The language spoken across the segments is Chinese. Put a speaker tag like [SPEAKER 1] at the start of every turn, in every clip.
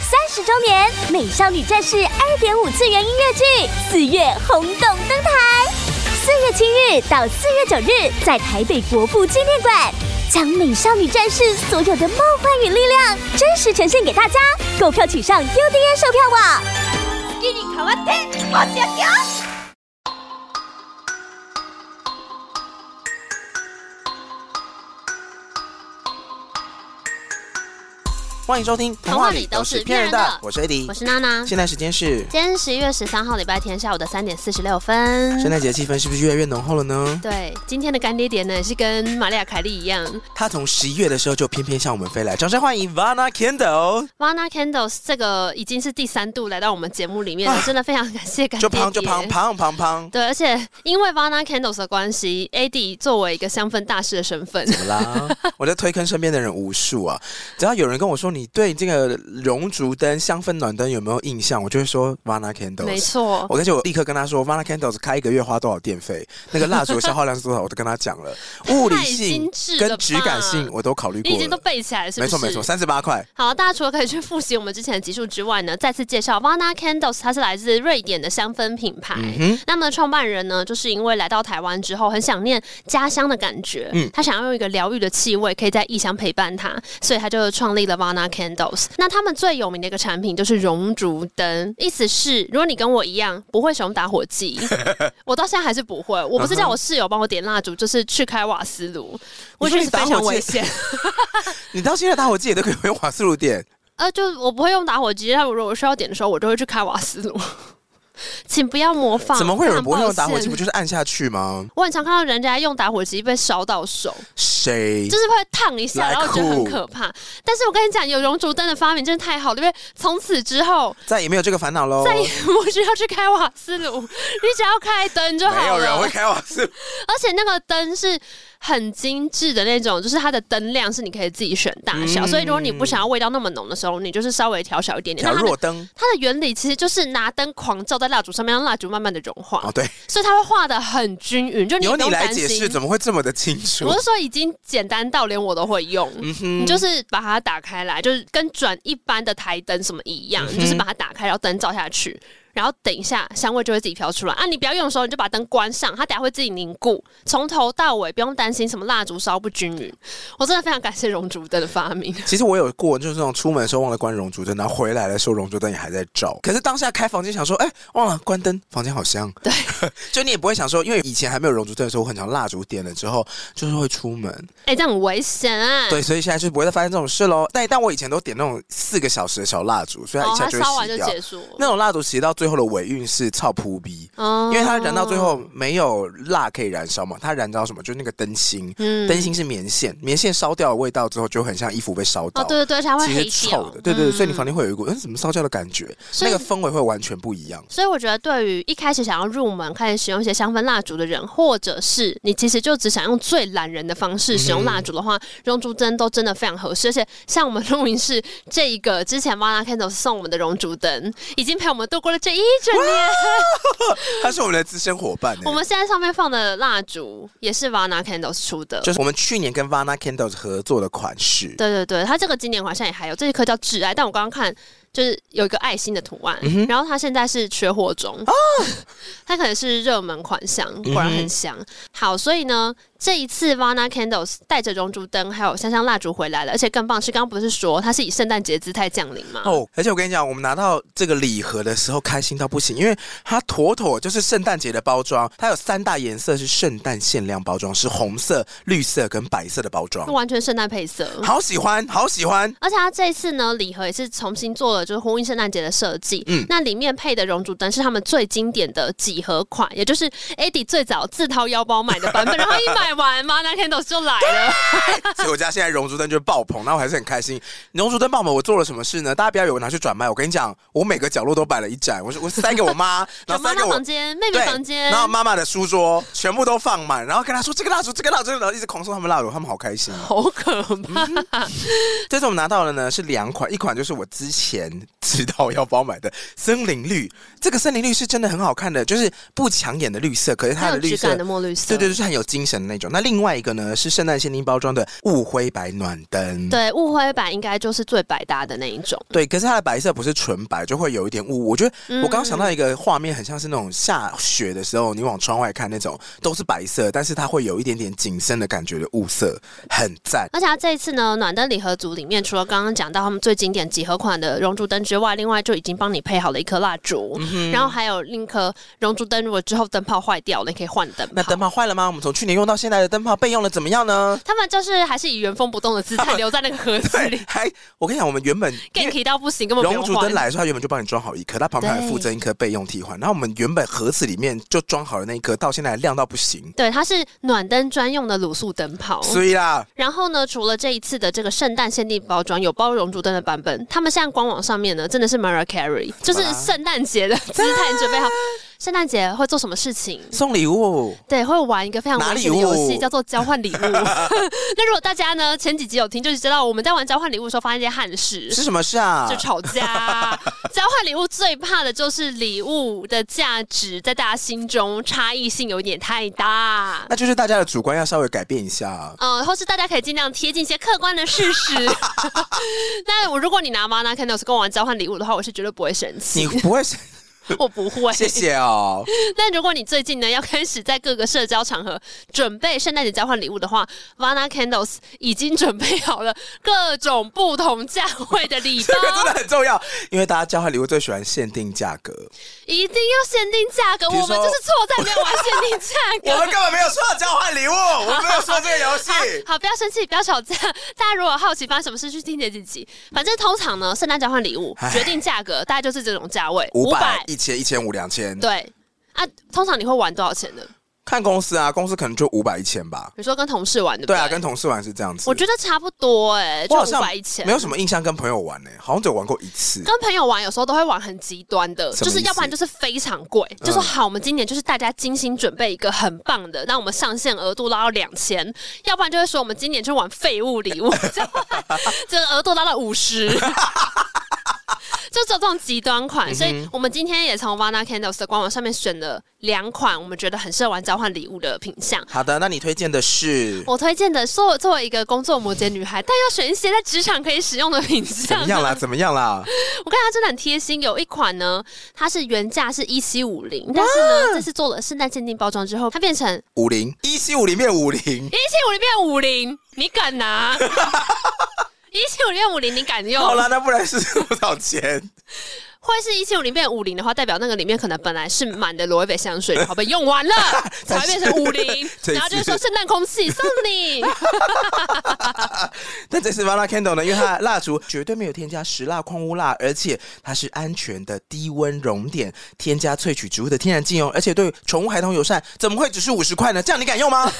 [SPEAKER 1] 三十周年《美少女战士》二点五次元音乐剧四月轰动登台，四月七日到四月九日在台北国父纪念馆，将《美少女战士》所有的梦幻与力量真实呈现给大家。购票请上 UDN 售票网。
[SPEAKER 2] 欢迎收听《
[SPEAKER 3] 童话里都是骗人的
[SPEAKER 2] 我是 AD，
[SPEAKER 3] 我是娜娜。
[SPEAKER 2] 现在时间是
[SPEAKER 3] 今天十一月十三号，礼拜天下午的三点四十六分。
[SPEAKER 2] 圣诞节气氛是不是越来越浓厚了呢？
[SPEAKER 3] 对，今天的干爹点呢是跟玛利亚凯莉一样
[SPEAKER 2] 他从十一月的时候就翩翩向我们飞来，掌声欢迎 Vana Kendall。
[SPEAKER 3] ，Vana Candles 这个已经是第三度来到我们节目里面了，真的非常感谢
[SPEAKER 2] 啊
[SPEAKER 3] 干爹
[SPEAKER 2] 就
[SPEAKER 3] 爹。
[SPEAKER 2] 胖就胖胖胖胖，
[SPEAKER 3] 对，而且因为 Vana Candles 的关系，AD 作为一个香氛大师的身份，
[SPEAKER 2] 怎么啦？我在推坑身边的人无数啊，只要有人跟我说你对这个熔烛灯、香氛暖灯有没有印象，我就会说 Vana
[SPEAKER 3] 没
[SPEAKER 2] Candles。
[SPEAKER 3] 错，
[SPEAKER 2] 我而且我立刻跟他说，Vana Candles 开一个月花多少电费，那个蜡烛消耗量是多少，我都跟他讲了。物理性
[SPEAKER 3] 太精致了吧
[SPEAKER 2] 跟质感性我都考虑
[SPEAKER 3] 你
[SPEAKER 2] 过
[SPEAKER 3] 已经都
[SPEAKER 2] 了，
[SPEAKER 3] 背起来了，是不
[SPEAKER 2] 没
[SPEAKER 3] 是？
[SPEAKER 2] 错没错，。三十八块。
[SPEAKER 3] 好，大家除了可以去复习我们之前的集数之外呢，再次介绍 Vana Candles，它是来自瑞典的香氛品牌。
[SPEAKER 2] 嗯
[SPEAKER 3] 那么创办人呢，就是因为来到台湾之后，很想念家乡的感觉，
[SPEAKER 2] 嗯
[SPEAKER 3] 他想要用一个疗愈的气味，可以在异乡陪伴他，所以他就创立了 Vana Candles。那他们最有名的一个产品就是熔烛灯，意思是如果你跟我一样不会使用打火 机，我到现在还是不会，我不是叫我室友帮我点蜡烛，就是去开瓦斯炉，我觉得是非常危险。
[SPEAKER 2] 你到现在打火机也都可以用瓦斯炉点，
[SPEAKER 3] 呃，就是我不会用打火机，但我如果需要点的时候，我就会去开瓦斯炉。 请不要模仿，
[SPEAKER 2] 怎么会有人
[SPEAKER 3] 非
[SPEAKER 2] 不
[SPEAKER 3] 常
[SPEAKER 2] 会用打火
[SPEAKER 3] 抱
[SPEAKER 2] 机？
[SPEAKER 3] 歉
[SPEAKER 2] 不就是按下去吗？
[SPEAKER 3] 我很常看到人家用打火机被烧到手，
[SPEAKER 2] 谁
[SPEAKER 3] 就？是会烫一下，
[SPEAKER 2] 来
[SPEAKER 3] 然后觉得很
[SPEAKER 2] 酷
[SPEAKER 3] 可怕。但是我跟你讲，有熔烛灯的发明真的太好了，因为从此之后
[SPEAKER 2] 再也没有这个烦恼喽。
[SPEAKER 3] 再 也不需要去开瓦斯炉，你只要开灯就
[SPEAKER 2] 没有
[SPEAKER 3] 好
[SPEAKER 2] 人会
[SPEAKER 3] 了。
[SPEAKER 2] 开瓦斯炉，
[SPEAKER 3] 而且那个灯是很精致的那种，就是它的灯量是你可以自己选大小，
[SPEAKER 2] 嗯
[SPEAKER 3] 所以如果你不想要味道那么浓的时候，你就是稍微调小一点点。
[SPEAKER 2] 调
[SPEAKER 3] 那它
[SPEAKER 2] 弱
[SPEAKER 3] 的
[SPEAKER 2] 灯。
[SPEAKER 3] 它的原理其实就是拿灯狂照在蜡烛上面，让蜡烛慢慢的融化，
[SPEAKER 2] 哦，对，
[SPEAKER 3] 所以它会画的很均匀，就你
[SPEAKER 2] 由
[SPEAKER 3] 不
[SPEAKER 2] 你
[SPEAKER 3] 用
[SPEAKER 2] 来
[SPEAKER 3] 担
[SPEAKER 2] 解
[SPEAKER 3] 心
[SPEAKER 2] 释，。怎么会这么的清楚
[SPEAKER 3] 我？是说，已经简单到连我都会用。
[SPEAKER 2] 嗯
[SPEAKER 3] 你就是把它打开来，就是跟转一般的台灯什么一
[SPEAKER 2] 嗯
[SPEAKER 3] 样，你就是把它打开，然后灯照下去，然后等一下香味就会自己飘出来啊。你不要用的时候，你就把灯关上，它等下会自己凝固，从头到尾不用担心什么蜡烛烧不均匀。我真的非常感谢熔烛灯的发明。
[SPEAKER 2] 其实我有过，就是那种出门的时候忘了关熔烛灯，然后回来的时候熔烛灯也还在照。可是当下开房间想说，哎、忘了关灯，房间好香。
[SPEAKER 3] 对，
[SPEAKER 2] 就你也不会想说，因为以前还没有熔烛灯的时候，我很常蜡烛点了之后就是会出门。
[SPEAKER 3] 哎、这样很危险啊！
[SPEAKER 2] 对，所以现在就不会再发生这种事喽。但但我以前都点那种四个小时的小蜡烛，所以它
[SPEAKER 3] 哦
[SPEAKER 2] 一，下
[SPEAKER 3] 它
[SPEAKER 2] 就
[SPEAKER 3] 烧
[SPEAKER 2] 会
[SPEAKER 3] 完
[SPEAKER 2] 熄
[SPEAKER 3] 就
[SPEAKER 2] 掉。
[SPEAKER 3] 结束。
[SPEAKER 2] 那种蜡烛其实到最后的尾韵是超扑鼻，
[SPEAKER 3] 哦
[SPEAKER 2] 因为它燃到最，后没有蜡可以燃烧嘛，它燃到什么？就是那个灯芯，
[SPEAKER 3] 嗯
[SPEAKER 2] 灯芯是棉线，棉线烧掉的味道之后，就很像衣服被烧到。
[SPEAKER 3] 哦，对对对，而且它会
[SPEAKER 2] 其
[SPEAKER 3] 黑
[SPEAKER 2] 实是
[SPEAKER 3] 掉，
[SPEAKER 2] 臭的，对对对，所以你
[SPEAKER 3] 嗯
[SPEAKER 2] 房间会有一股嗯怎么烧焦的感觉，
[SPEAKER 3] 所
[SPEAKER 2] 那个
[SPEAKER 3] 以
[SPEAKER 2] 氛围会完全不一 样。
[SPEAKER 3] 所以我觉得，对于一开始想要入门开始使用一些香氛蜡烛的人，或者是你其实就只想用最懒人的方式使用蜡烛的话，熔烛灯都真的非常合适。而且像我们录音室这一个之前 Vana Candle 送我们的熔烛灯，已经陪我们度过了这一整年。
[SPEAKER 2] 他是我们的资深伙伴、欸，
[SPEAKER 3] 我们现在上面放的蜡烛也是 Vana Candle 出的。
[SPEAKER 2] 就是我们去年跟 Vana Candles 合作的款式。
[SPEAKER 3] 对对对，它这个经典款现在也还有，这一颗叫挚爱，但我刚刚看就是有一个爱心的图案，然后它现在是缺货中， 它可能是热门款项，果然很香。好，所以呢，这一次 Vana Candles 带着熔烛灯还有香香蜡烛回来了，而且更棒是，刚刚不是说它是以圣诞节姿态降临吗？
[SPEAKER 2] 哦，而且我跟你讲，我们拿到这个礼盒的时候开心到不行，因为它妥妥就是圣诞节的包装，它有三大颜色是圣诞限量包装，是红色、绿色跟白色的包装
[SPEAKER 3] 就。完全圣诞配色。
[SPEAKER 2] 好喜欢，好喜欢，
[SPEAKER 3] 而且它这次呢，礼盒也是重新做了，就是呼应圣诞节的设计。
[SPEAKER 2] 嗯
[SPEAKER 3] 那里面配的熔烛灯 是他们最经典的几何款，也就是 Adi 最早自掏腰包买的版本，然后一买买完吗？那天都就来了，
[SPEAKER 2] 所以我家现在熔烛灯就爆棚，那我还是很开心。熔烛灯爆棚，我做了什么事呢？大家不要以为我拿去转卖，我跟你讲，我每个角落都摆了一盏，我我塞给我 妈，然
[SPEAKER 3] 有
[SPEAKER 2] 后
[SPEAKER 3] 妈
[SPEAKER 2] 塞给
[SPEAKER 3] 妈
[SPEAKER 2] 我
[SPEAKER 3] 房间、妹妹
[SPEAKER 2] 对，
[SPEAKER 3] 房间
[SPEAKER 2] 然，后妈妈的书桌全部都放满，然后跟她说这个蜡烛，这个蜡烛，然后一直狂送他们蜡烛，他们好开心。
[SPEAKER 3] 好可
[SPEAKER 2] 嗯
[SPEAKER 3] 怕！
[SPEAKER 2] 这次我们拿到的呢是两款，一款就是我之前知道 要帮我买的森林绿，这个森林绿是真的很好看的，就是不抢眼的绿色，可是它
[SPEAKER 3] 它
[SPEAKER 2] 的
[SPEAKER 3] 有
[SPEAKER 2] 绿
[SPEAKER 3] 质
[SPEAKER 2] 色
[SPEAKER 3] 感的墨绿色，
[SPEAKER 2] 对对，就是很有精神的那种。那另外一个呢是圣诞限定包装的雾灰白暖灯，
[SPEAKER 3] 对，雾灰版应该就是最百搭的那一种。
[SPEAKER 2] 对，可是它的白色不是纯白，就会有一点雾。我觉得
[SPEAKER 3] 嗯
[SPEAKER 2] 我刚刚想到一个画面，很像是那种下雪的时候，你往窗外看那种都是白色，但是它会有一点点紧身的感觉的雾色，很赞。
[SPEAKER 3] 而且它这一次呢，暖灯礼盒组里面，除了刚刚讲到他们最经典几何款的熔烛灯之外，另外就已经帮你配好了一颗蜡烛，
[SPEAKER 2] 嗯
[SPEAKER 3] 然后还有另一颗熔烛灯。如果之后灯泡坏掉了，你可以换灯泡。
[SPEAKER 2] 那灯泡坏了吗？我们从去年用到现在的灯泡备用了怎么样呢？
[SPEAKER 3] 他们就是还是以原封不动的姿态留在那个盒子
[SPEAKER 2] 对
[SPEAKER 3] 里，，
[SPEAKER 2] 还我跟你讲，我们原本因
[SPEAKER 3] 给
[SPEAKER 2] 为
[SPEAKER 3] 提到不行，根本不
[SPEAKER 2] 熔
[SPEAKER 3] 用
[SPEAKER 2] 烛灯
[SPEAKER 3] 换。
[SPEAKER 2] 来的时候，它原本就帮你装好一颗，它旁边还
[SPEAKER 3] 对
[SPEAKER 2] 附赠一颗备用替换。然后我们原本盒子里面就装好的那一颗，到现在亮到不行。
[SPEAKER 3] 对，它是暖灯专用的卤素灯泡。
[SPEAKER 2] 所以啦，
[SPEAKER 3] 然后呢，除了这一次的这个圣诞限定包装有包熔烛灯的版本，他们现在官网上面呢，真的是 Mariah Carey，就是圣诞节的姿态准备好。圣诞节会做什么事情？
[SPEAKER 2] 送礼物，
[SPEAKER 3] 对，会玩一个非常
[SPEAKER 2] 拿
[SPEAKER 3] 危
[SPEAKER 2] 礼
[SPEAKER 3] 险的游
[SPEAKER 2] 物
[SPEAKER 3] 戏，叫做交换 礼物。 那如果大家呢前几集有听，就知道我们在玩交换礼物的时候发生一些憾事，
[SPEAKER 2] 是什么事啊？
[SPEAKER 3] 就吵 架。啊交换礼物最怕的就是礼物的价值在大家心中差异性有点太大。
[SPEAKER 2] 那就是大家的主观要稍微改变一下。
[SPEAKER 3] 呃，或是大家可以尽量贴近一些客观的 事实。 那我如果你拿 Mana Candles 跟我玩交换礼物的话，我是绝对不会生
[SPEAKER 2] 你
[SPEAKER 3] 气，
[SPEAKER 2] 不会 是
[SPEAKER 3] 我不会。
[SPEAKER 2] 谢谢哦，
[SPEAKER 3] 但如果你最近呢要开始在各个社交场合准备圣诞节交换礼物的话，Vana Candles 已经准备好了各种不同价位的 礼
[SPEAKER 2] 这个真
[SPEAKER 3] 包，
[SPEAKER 2] 的很重要，因为大家交换礼物最喜欢限定价格，
[SPEAKER 3] 一定要限定价格。
[SPEAKER 2] 比如
[SPEAKER 3] 我
[SPEAKER 2] 说
[SPEAKER 3] 们就是错在没有玩限定
[SPEAKER 2] 我
[SPEAKER 3] 价
[SPEAKER 2] 们
[SPEAKER 3] 格。
[SPEAKER 2] 根本没有说要交换礼物，我们没有说这个游戏。
[SPEAKER 3] 好，不要生气，不要吵架。大家如果好奇发生什么事，去听这几集。反正通常呢，圣诞交换礼物
[SPEAKER 2] 唉
[SPEAKER 3] 决定价格，大概就是这种价位，
[SPEAKER 2] 五百
[SPEAKER 3] 500、
[SPEAKER 2] 一千、一千五、两千，
[SPEAKER 3] 对啊，通常你会玩多少钱的？
[SPEAKER 2] 看公司啊，公司可能就五百、一千吧。
[SPEAKER 3] 你说跟同事玩对不
[SPEAKER 2] 对
[SPEAKER 3] 对？
[SPEAKER 2] 啊，跟同事玩是这样子。
[SPEAKER 3] 我觉得差不多哎、就
[SPEAKER 2] 我好
[SPEAKER 3] 五
[SPEAKER 2] 像
[SPEAKER 3] 百一千，
[SPEAKER 2] 没有什么印象跟朋友玩呢、好像只有玩过一次。
[SPEAKER 3] 跟朋友玩有时候都会玩很极端的，
[SPEAKER 2] 什么
[SPEAKER 3] 就是
[SPEAKER 2] 意思嗯
[SPEAKER 3] 要不然就是非常贵，就说好，我们今年就是大家精心准备一个很棒的，那我们上限额度拉到两千，要不然就会说我们今年就玩废物 礼物，就这个额度拉到五十。就只有这种极端
[SPEAKER 2] 嗯
[SPEAKER 3] 款，所以我们今天也从 Vana Candles 的官网上面选了两款我们觉得很适合玩交换礼物的品相。
[SPEAKER 2] 好的，那你推荐的是
[SPEAKER 3] 我推荐的作作为一个工作摩羯女孩，但要选一些在职场可以使用的品
[SPEAKER 2] 怎
[SPEAKER 3] 相。
[SPEAKER 2] 么样啦？怎么样啦？
[SPEAKER 3] 我看它真的很贴心，有一款呢，它是原价是一七五零，但是呢，这次做了圣诞限定包装之后，它变成一
[SPEAKER 2] 五零一七五里面五零，
[SPEAKER 3] 七五零变五零，你敢拿？一七五零变五零，你敢用？
[SPEAKER 2] 好啦，那不然是多少钱？，
[SPEAKER 3] 会是一七五零变五零的话，代表那个里面可能本来是满的罗意北香水，然后被用完了，才会变成五零
[SPEAKER 2] 这一次
[SPEAKER 3] 然后就是说圣诞空气送你。
[SPEAKER 2] 但这次 Vana Candle 呢，因为它的蜡烛绝对没有添加石蜡、矿物蜡，而且它是安全的低温熔点，添加萃取植物的天然精油，而且对宠物孩童友善，怎么会只是五十块呢？这样你敢用吗？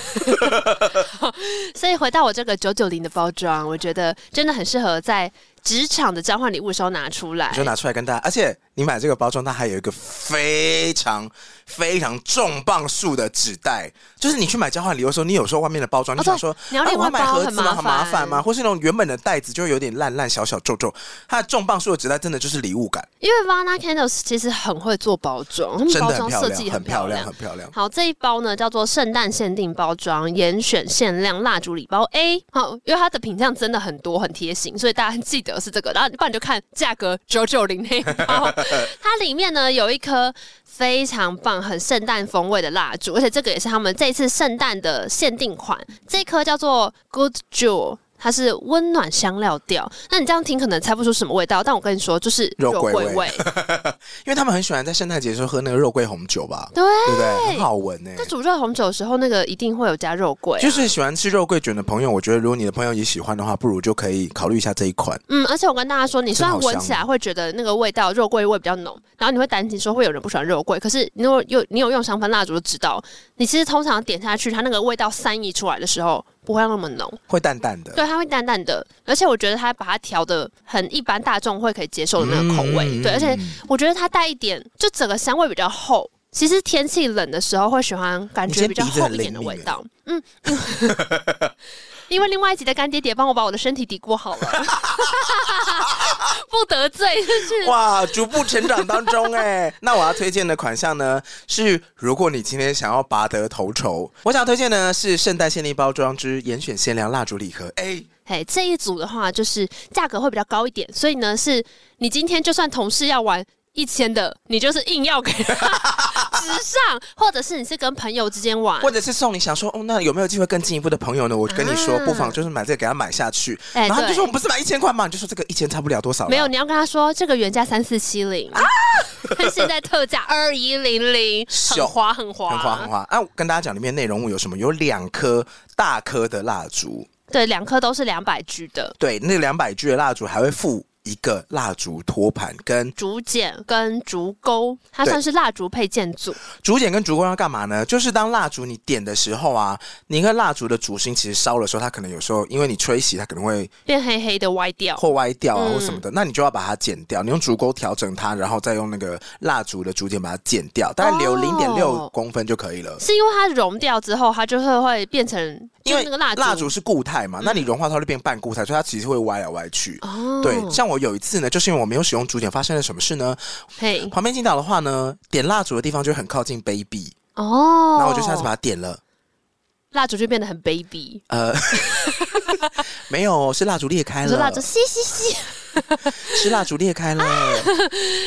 [SPEAKER 3] 所以回到我这个九九零的包装，我觉得真的很适合在职场的交换礼物的时候拿出来
[SPEAKER 2] 你。就拿出来跟大家，而且你买这个包装，它还有一个非常非常重磅数的纸袋，就是你去买交换礼物的时候，你有时候外面的包装，你
[SPEAKER 3] 哦对
[SPEAKER 2] 想说，
[SPEAKER 3] 你要
[SPEAKER 2] 啊
[SPEAKER 3] 另
[SPEAKER 2] 我
[SPEAKER 3] 外
[SPEAKER 2] 买
[SPEAKER 3] 包
[SPEAKER 2] 盒
[SPEAKER 3] 很
[SPEAKER 2] 子吗？
[SPEAKER 3] 麻
[SPEAKER 2] 很麻烦
[SPEAKER 3] 烦
[SPEAKER 2] 吗？或是那种原本的袋子就有点烂烂、小小皱皱，它的重磅数的纸袋真的就是礼物感，
[SPEAKER 3] 因为 Vana Candles 其实很会做包装，他们
[SPEAKER 2] 真
[SPEAKER 3] 包
[SPEAKER 2] 的很
[SPEAKER 3] 装
[SPEAKER 2] 漂
[SPEAKER 3] 设
[SPEAKER 2] 亮，
[SPEAKER 3] 计
[SPEAKER 2] 很
[SPEAKER 3] 很
[SPEAKER 2] 漂
[SPEAKER 3] 漂
[SPEAKER 2] 亮，
[SPEAKER 3] 亮
[SPEAKER 2] 很。漂亮。
[SPEAKER 3] 好，这一包呢叫做圣诞限定包装，严选限量蜡烛礼包 A。好，因为它的品相真的很多，很贴心，所以大家记得是这个。然后不然你就看价格九九零那一包， 它里面呢有一颗非常棒、很圣诞风味的蜡烛，而且这个也是他们这一次圣诞的限定款，这颗叫做 Good Jewel。它是温暖香料调。那你这样听可能猜不出什么味道，但我跟你说，就是
[SPEAKER 2] 肉
[SPEAKER 3] 桂
[SPEAKER 2] 桂味因为他们很喜欢在圣诞节的时候喝那个肉桂红酒吧，
[SPEAKER 3] 对
[SPEAKER 2] 对不对？很好闻呢、欸
[SPEAKER 3] 在煮热红酒的时候，那个一定会有加肉桂啊、
[SPEAKER 2] 就是喜欢吃肉桂卷的朋友，我觉得如果你的朋友也喜欢的话，不如就可以考虑一下这一款。
[SPEAKER 3] 嗯，而且我跟大家说，你虽然
[SPEAKER 2] 真好
[SPEAKER 3] 闻
[SPEAKER 2] 香
[SPEAKER 3] 起来会觉得那个味道肉桂味比较浓，然后你会担心说会有人不喜欢肉桂，可是你有有你有用香氛蜡烛就知道，你其实通常点下去，它那个味道散溢出来的时候不会那么浓，
[SPEAKER 2] 会淡淡的，
[SPEAKER 3] 对，它会淡淡的，而且我觉得它把它调的很一般大众会可以接受的那个口味，
[SPEAKER 2] 嗯
[SPEAKER 3] 对，而且
[SPEAKER 2] 嗯
[SPEAKER 3] 我觉得它带一点，就整个香味比较厚。其实天气冷的时候会喜欢感觉比较厚一点的味道，嗯， 因为另外一集的干爹爹帮我把我的身体抵过好了， 不得罪 就是
[SPEAKER 2] 哇，逐步成长当中哎、那我要推荐的款项呢是，如果你今天想要拔得头筹，我想推荐呢是圣诞限定包装之严选限量蜡烛礼盒。哎、
[SPEAKER 3] 哎，这一组的话就是价格会比较高一点，所以呢，是你今天就算同事要玩一千的，你就是硬要给他 直上，或者是你是跟朋友之间玩
[SPEAKER 2] 或，者是送你想说哦，那有没有机会更进一步的朋友呢？我跟你说，
[SPEAKER 3] 啊
[SPEAKER 2] 不妨就是买这个给他买下去。
[SPEAKER 3] 哎
[SPEAKER 2] 然后他就
[SPEAKER 3] 对
[SPEAKER 2] 说我们不是买一千块吗？你就说这个一千差不了多少啦。
[SPEAKER 3] 没有，你要跟他说这个原价三四七零，
[SPEAKER 2] 啊
[SPEAKER 3] 但现在特价二一零零，很
[SPEAKER 2] 秀
[SPEAKER 3] 划很划，
[SPEAKER 2] 哦很花很花啊！我跟大家讲里面内容物有什么？有两颗大颗的蜡烛，
[SPEAKER 3] 对，两颗都是两百 G 的
[SPEAKER 2] 对，那两百 G 的蜡烛还会附一个蜡烛托盘跟
[SPEAKER 3] 竹简跟竹钩，它
[SPEAKER 2] 对
[SPEAKER 3] 算是蜡烛配件组。
[SPEAKER 2] 竹简跟烛光要干嘛呢？就是当蜡烛你点的时候啊，你那个蜡烛的烛芯其实烧的时候，它可能有时候因为你吹熄，它可能会
[SPEAKER 3] 变黑黑的歪掉，
[SPEAKER 2] 或歪掉啊
[SPEAKER 3] 嗯
[SPEAKER 2] 或什么的，那你就要把它剪掉。你用竹钩调整它，然后再用那个蜡烛的竹简把它剪掉，大概留
[SPEAKER 3] 哦
[SPEAKER 2] 零点六公分就可以了。
[SPEAKER 3] 是因为它融掉之后，它就是会变成，
[SPEAKER 2] 因为
[SPEAKER 3] 就是那个蜡烛，嗯
[SPEAKER 2] 蜡烛是固态嘛，那你融化它会变半固态，所以它其实会歪来歪去。
[SPEAKER 3] 哦，
[SPEAKER 2] 对，像我有一次呢，就是因为我没有使用竹简，发生了什么事呢？
[SPEAKER 3] 嘿，
[SPEAKER 2] 旁边倾倒的话呢，点蜡烛的地方就很靠近杯壁，
[SPEAKER 3] 哦，
[SPEAKER 2] 然后我就下次把它点了。
[SPEAKER 3] 蜡烛就变得很 baby，
[SPEAKER 2] 呃，没有，是蜡烛裂开
[SPEAKER 3] 你说蜡
[SPEAKER 2] 了
[SPEAKER 3] 烛，嘻嘻嘻，
[SPEAKER 2] 是蜡烛裂开了，
[SPEAKER 3] 哎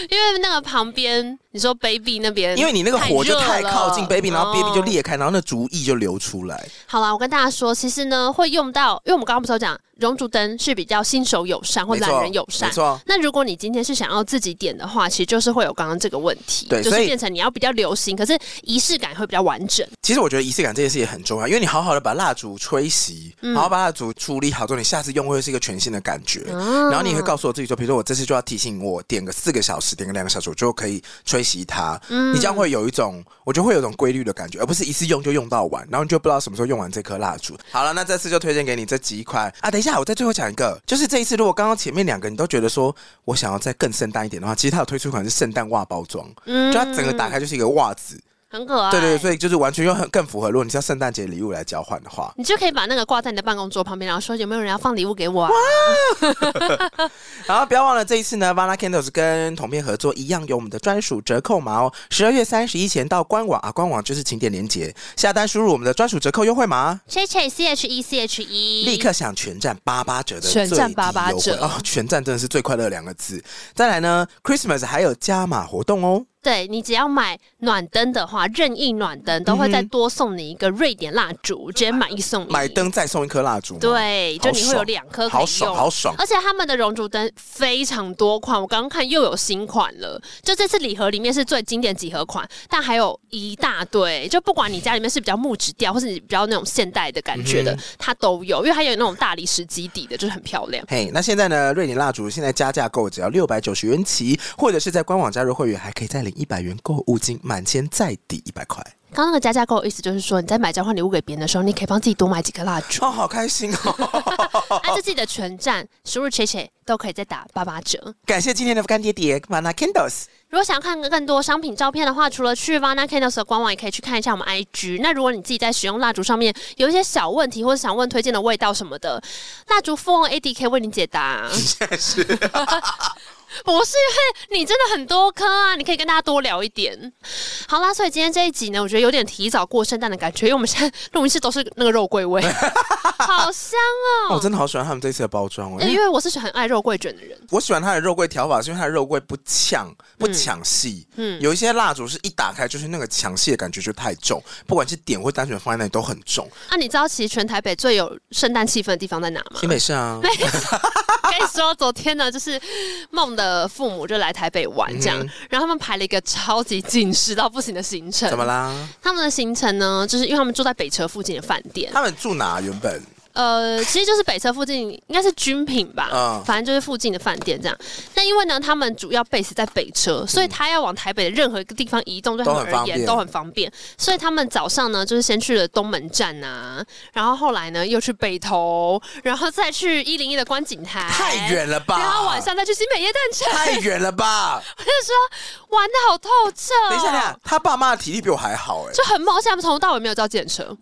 [SPEAKER 3] 因为那个旁边你说 baby 那边，
[SPEAKER 2] 因为你那个火就太
[SPEAKER 3] 热了
[SPEAKER 2] 靠近杯壁，然后杯壁就
[SPEAKER 3] 哦
[SPEAKER 2] 裂开，然后那竹液就流出来。
[SPEAKER 3] 好啦，我跟大家说，其实呢会用到，因为我们刚刚不是有讲熔烛灯是比较新手友善或
[SPEAKER 2] 没错
[SPEAKER 3] 懒人友善
[SPEAKER 2] 没。错。
[SPEAKER 3] 那如果你今天是想要自己点的话，其实就是会有刚刚这个问题，
[SPEAKER 2] 对
[SPEAKER 3] 就是
[SPEAKER 2] 所以
[SPEAKER 3] 变成你要比较流行，可是仪式感会比较完整。
[SPEAKER 2] 其实我觉得仪式感这件事也很重要，因为你好好的把蜡烛吹熄，
[SPEAKER 3] 嗯
[SPEAKER 2] 然后把蜡烛处理好之后，你下次用会是一个全新的感觉。
[SPEAKER 3] 啊
[SPEAKER 2] 然后你也会告诉我自己说，比如说我这次就要提醒我点个四个小时，点个两个小时，我就可以吹熄它。你这样会有一种，我觉得会有一种规律的感觉，而不是一次用就用到完，然后你就不知道什么时候用完这颗蜡烛。好了，那这次就推荐给你这几款啊。等一下，我再最后讲一个，就是这一次如果刚刚前面两个你都觉得说我想要再更圣诞一点的话，其实它有推出一款是圣诞袜包装，
[SPEAKER 3] 嗯
[SPEAKER 2] 就它整个打开就是一个袜子，
[SPEAKER 3] 很可爱，
[SPEAKER 2] 对对对，所以就是完全用很更符合，如果你是要圣诞节礼物来交换的话，
[SPEAKER 3] 你就可以把那个挂在你的办公桌旁边，然后说有没有人要放礼物给我啊？
[SPEAKER 2] 然后不要忘了这一次呢，Vana Candles 跟同片合作一样有我们的专属折扣码哦，十二月三十一前到官网啊，官网就是请点连结，下单输入我们的专属折扣优惠码，
[SPEAKER 3] Che Che C H E C H E，
[SPEAKER 2] 立刻享全站八八折的
[SPEAKER 3] 全站
[SPEAKER 2] 最低优惠
[SPEAKER 3] 88折
[SPEAKER 2] 哦，全站真的是最快乐两个字。再来呢，Christmas 还有加码活动哦，
[SPEAKER 3] 对你只要买暖灯的话，任意暖灯都会再多送你一个瑞典蜡烛，直接买一送一。
[SPEAKER 2] 买灯再送一颗蜡烛，，
[SPEAKER 3] 对，
[SPEAKER 2] 好
[SPEAKER 3] 就你会有
[SPEAKER 2] 爽
[SPEAKER 3] 两颗可以
[SPEAKER 2] 好
[SPEAKER 3] 用，
[SPEAKER 2] 爽好爽。
[SPEAKER 3] 而且他们的熔烛灯非常多款，我刚刚看又有新款了。就这次礼盒里面是最经典几何款，但还有一大堆。就不管你家里面是比较木质调，或是你比较那种现代的感觉的，
[SPEAKER 2] 嗯
[SPEAKER 3] 它都有。因为还有那种大理石基底的，就是很漂亮。
[SPEAKER 2] 嘿那现在呢？瑞典蜡烛现在加价购只要六百九十元起，或者是在官网加入会员，还可以再领一百元购物金，满千再抵一百块。
[SPEAKER 3] 刚刚那个加价购的意思就是说，你在买交换礼物给别人的时候，你可以帮自己多买几个蜡 烛。
[SPEAKER 2] 哦，好开心哦！
[SPEAKER 3] 按照自己的全站输入 “che che” 都可以再打八八折。
[SPEAKER 2] 感谢今天的干爹爹 Mana Candles。
[SPEAKER 3] 如果想要看更多商品照片的话，除了去 Vana Candles 的官网，也可以去看一下我们 IG。那如果你自己在使用蜡烛上面有一些小问题，或者想问推荐的味道什么的，蜡烛富翁 AD 可以为你解答。
[SPEAKER 2] 现在是
[SPEAKER 3] 不是因为你真的很多颗啊，你可以跟大家多聊一点。好啦，所以今天这一集呢，我觉得有点提早过圣诞的感觉，因为我们现在录音室都是那个肉桂味，好香
[SPEAKER 2] 我
[SPEAKER 3] 哦、哎
[SPEAKER 2] 真的好喜欢他们这次的包装哦，因
[SPEAKER 3] 因
[SPEAKER 2] 为
[SPEAKER 3] 为我是很爱肉桂卷的人，
[SPEAKER 2] 我喜欢它的肉桂调法，是因为它的肉桂不呛不抢戏。嗯，有一些蜡烛是一打开就是那个抢戏的感觉就太重，不管是点或单纯放在那里都很 重。
[SPEAKER 3] 啊，你知道其实全台北最有圣诞气氛的地方在哪吗？
[SPEAKER 2] 新北市啊，
[SPEAKER 3] 跟你说，昨天呢，就是梦的父母就来台北玩这样，
[SPEAKER 2] 嗯
[SPEAKER 3] 然后他们排了一个超级紧实到不行的行程。
[SPEAKER 2] 怎么？啦？
[SPEAKER 3] 他们的行程呢，就是因为他们住在北车附近的饭 店，
[SPEAKER 2] 他们住哪？啊原本
[SPEAKER 3] 呃，其实就是北车附近，应该是军品吧，
[SPEAKER 2] 嗯
[SPEAKER 3] 反正就是附近的饭店这样。那因为呢，他们主要 base 在北车，所以他要往台北的任何一个地方移动，对他
[SPEAKER 2] 嗯都
[SPEAKER 3] 们
[SPEAKER 2] 很方
[SPEAKER 3] 而言
[SPEAKER 2] 便
[SPEAKER 3] 都很方便。所以他们早上呢，就是先去了东门站啊，然后后来呢又去北投，然后再去一零一的观景台，
[SPEAKER 2] 太远了吧
[SPEAKER 3] 然后哎晚上再去哦新北夜诞城，
[SPEAKER 2] 太远了 吧？
[SPEAKER 3] 我就说玩的好透彻、哦。
[SPEAKER 2] 等一下，等一下，他爸妈的体力比我还 好哎、
[SPEAKER 3] 就很猛，而且他们从头到尾没有叫检车，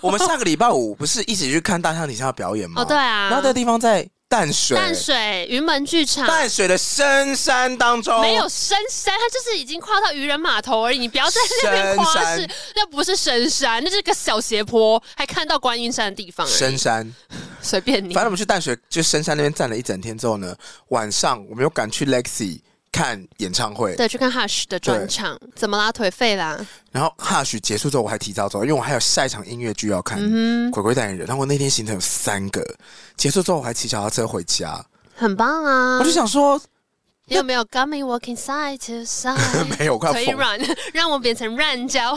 [SPEAKER 2] 我们下个礼拜五不是一起去看大象底下的表演吗？
[SPEAKER 3] 哦对啊
[SPEAKER 2] 然后这个地方在淡水，
[SPEAKER 3] 淡水云门剧场。
[SPEAKER 2] 淡水的深山当中，
[SPEAKER 3] 啊没有深山，它就是已经跨到渔人码头而已。你不要在那边夸
[SPEAKER 2] 深
[SPEAKER 3] 饰
[SPEAKER 2] 山，
[SPEAKER 3] 那不是深山，那是个小斜坡，还看到观音山的地方而已
[SPEAKER 2] 深山。
[SPEAKER 3] 随便你
[SPEAKER 2] 反。正我们去淡水，就深山那边站了一整天之后呢，晚上我们又赶去 Lexi 看演唱会。
[SPEAKER 3] 对，去看 Hush 的专场，怎么啦？腿废啦？
[SPEAKER 2] 然后 Hush 结束之后，我还提早走，因为我还有下一场音乐剧要看
[SPEAKER 3] 嗯
[SPEAKER 2] 《鬼鬼代言人》。然后我那天行程有三个，结束之后我还骑脚踏车回家。
[SPEAKER 3] 很棒啊！
[SPEAKER 2] 我就想说，
[SPEAKER 3] 你有没有 got me walking side to side？
[SPEAKER 2] 没有，我啊快
[SPEAKER 3] 腿
[SPEAKER 2] 疯了。
[SPEAKER 3] 软， 让我变成软胶。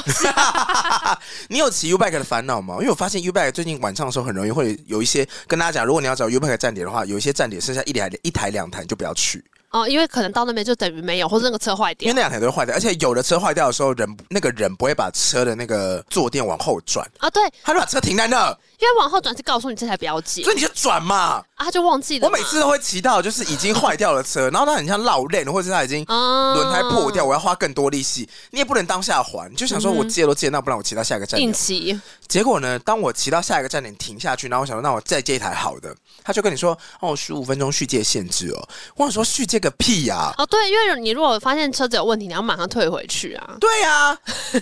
[SPEAKER 2] 你有骑 U bike 的烦恼吗？因为我发现 U bike 最近晚上的时候很容易会有一些跟大家讲，如果你要找 U bike 站点的话，有一些站点剩下一台一台两台你就不要去，
[SPEAKER 3] 哦，因为可能到那边就等于没有，或者那个车
[SPEAKER 2] 因
[SPEAKER 3] 坏
[SPEAKER 2] 为
[SPEAKER 3] 掉。
[SPEAKER 2] 那两台都会坏掉，而且有的车坏掉的时候，人那个人不会把车的那个坐垫往后转，
[SPEAKER 3] 啊，对，
[SPEAKER 2] 他就把车停在那，
[SPEAKER 3] 因为往后转是告诉你这台不要接
[SPEAKER 2] 所以你就转嘛。
[SPEAKER 3] 啊，他就忘记了
[SPEAKER 2] 我
[SPEAKER 3] 嘛。
[SPEAKER 2] 每次都会骑到就是已经坏掉的车，然后它很像绕链，或者是它已经
[SPEAKER 3] 啊
[SPEAKER 2] 轮胎破掉，我要花更多力气，你也不能当下还，你就想说我借都借，那不然我骑到下一个站点
[SPEAKER 3] 嗯硬。骑，
[SPEAKER 2] 结果呢，当我骑到下一个站点停下去，然后我想说，那我再借一台好的，他就跟你说，哦，十五分钟续借限制哦。我想说续借个屁呀、，
[SPEAKER 3] 哦，对，因为你如果发现车子有问题，你要马上退回去啊
[SPEAKER 2] 对呀、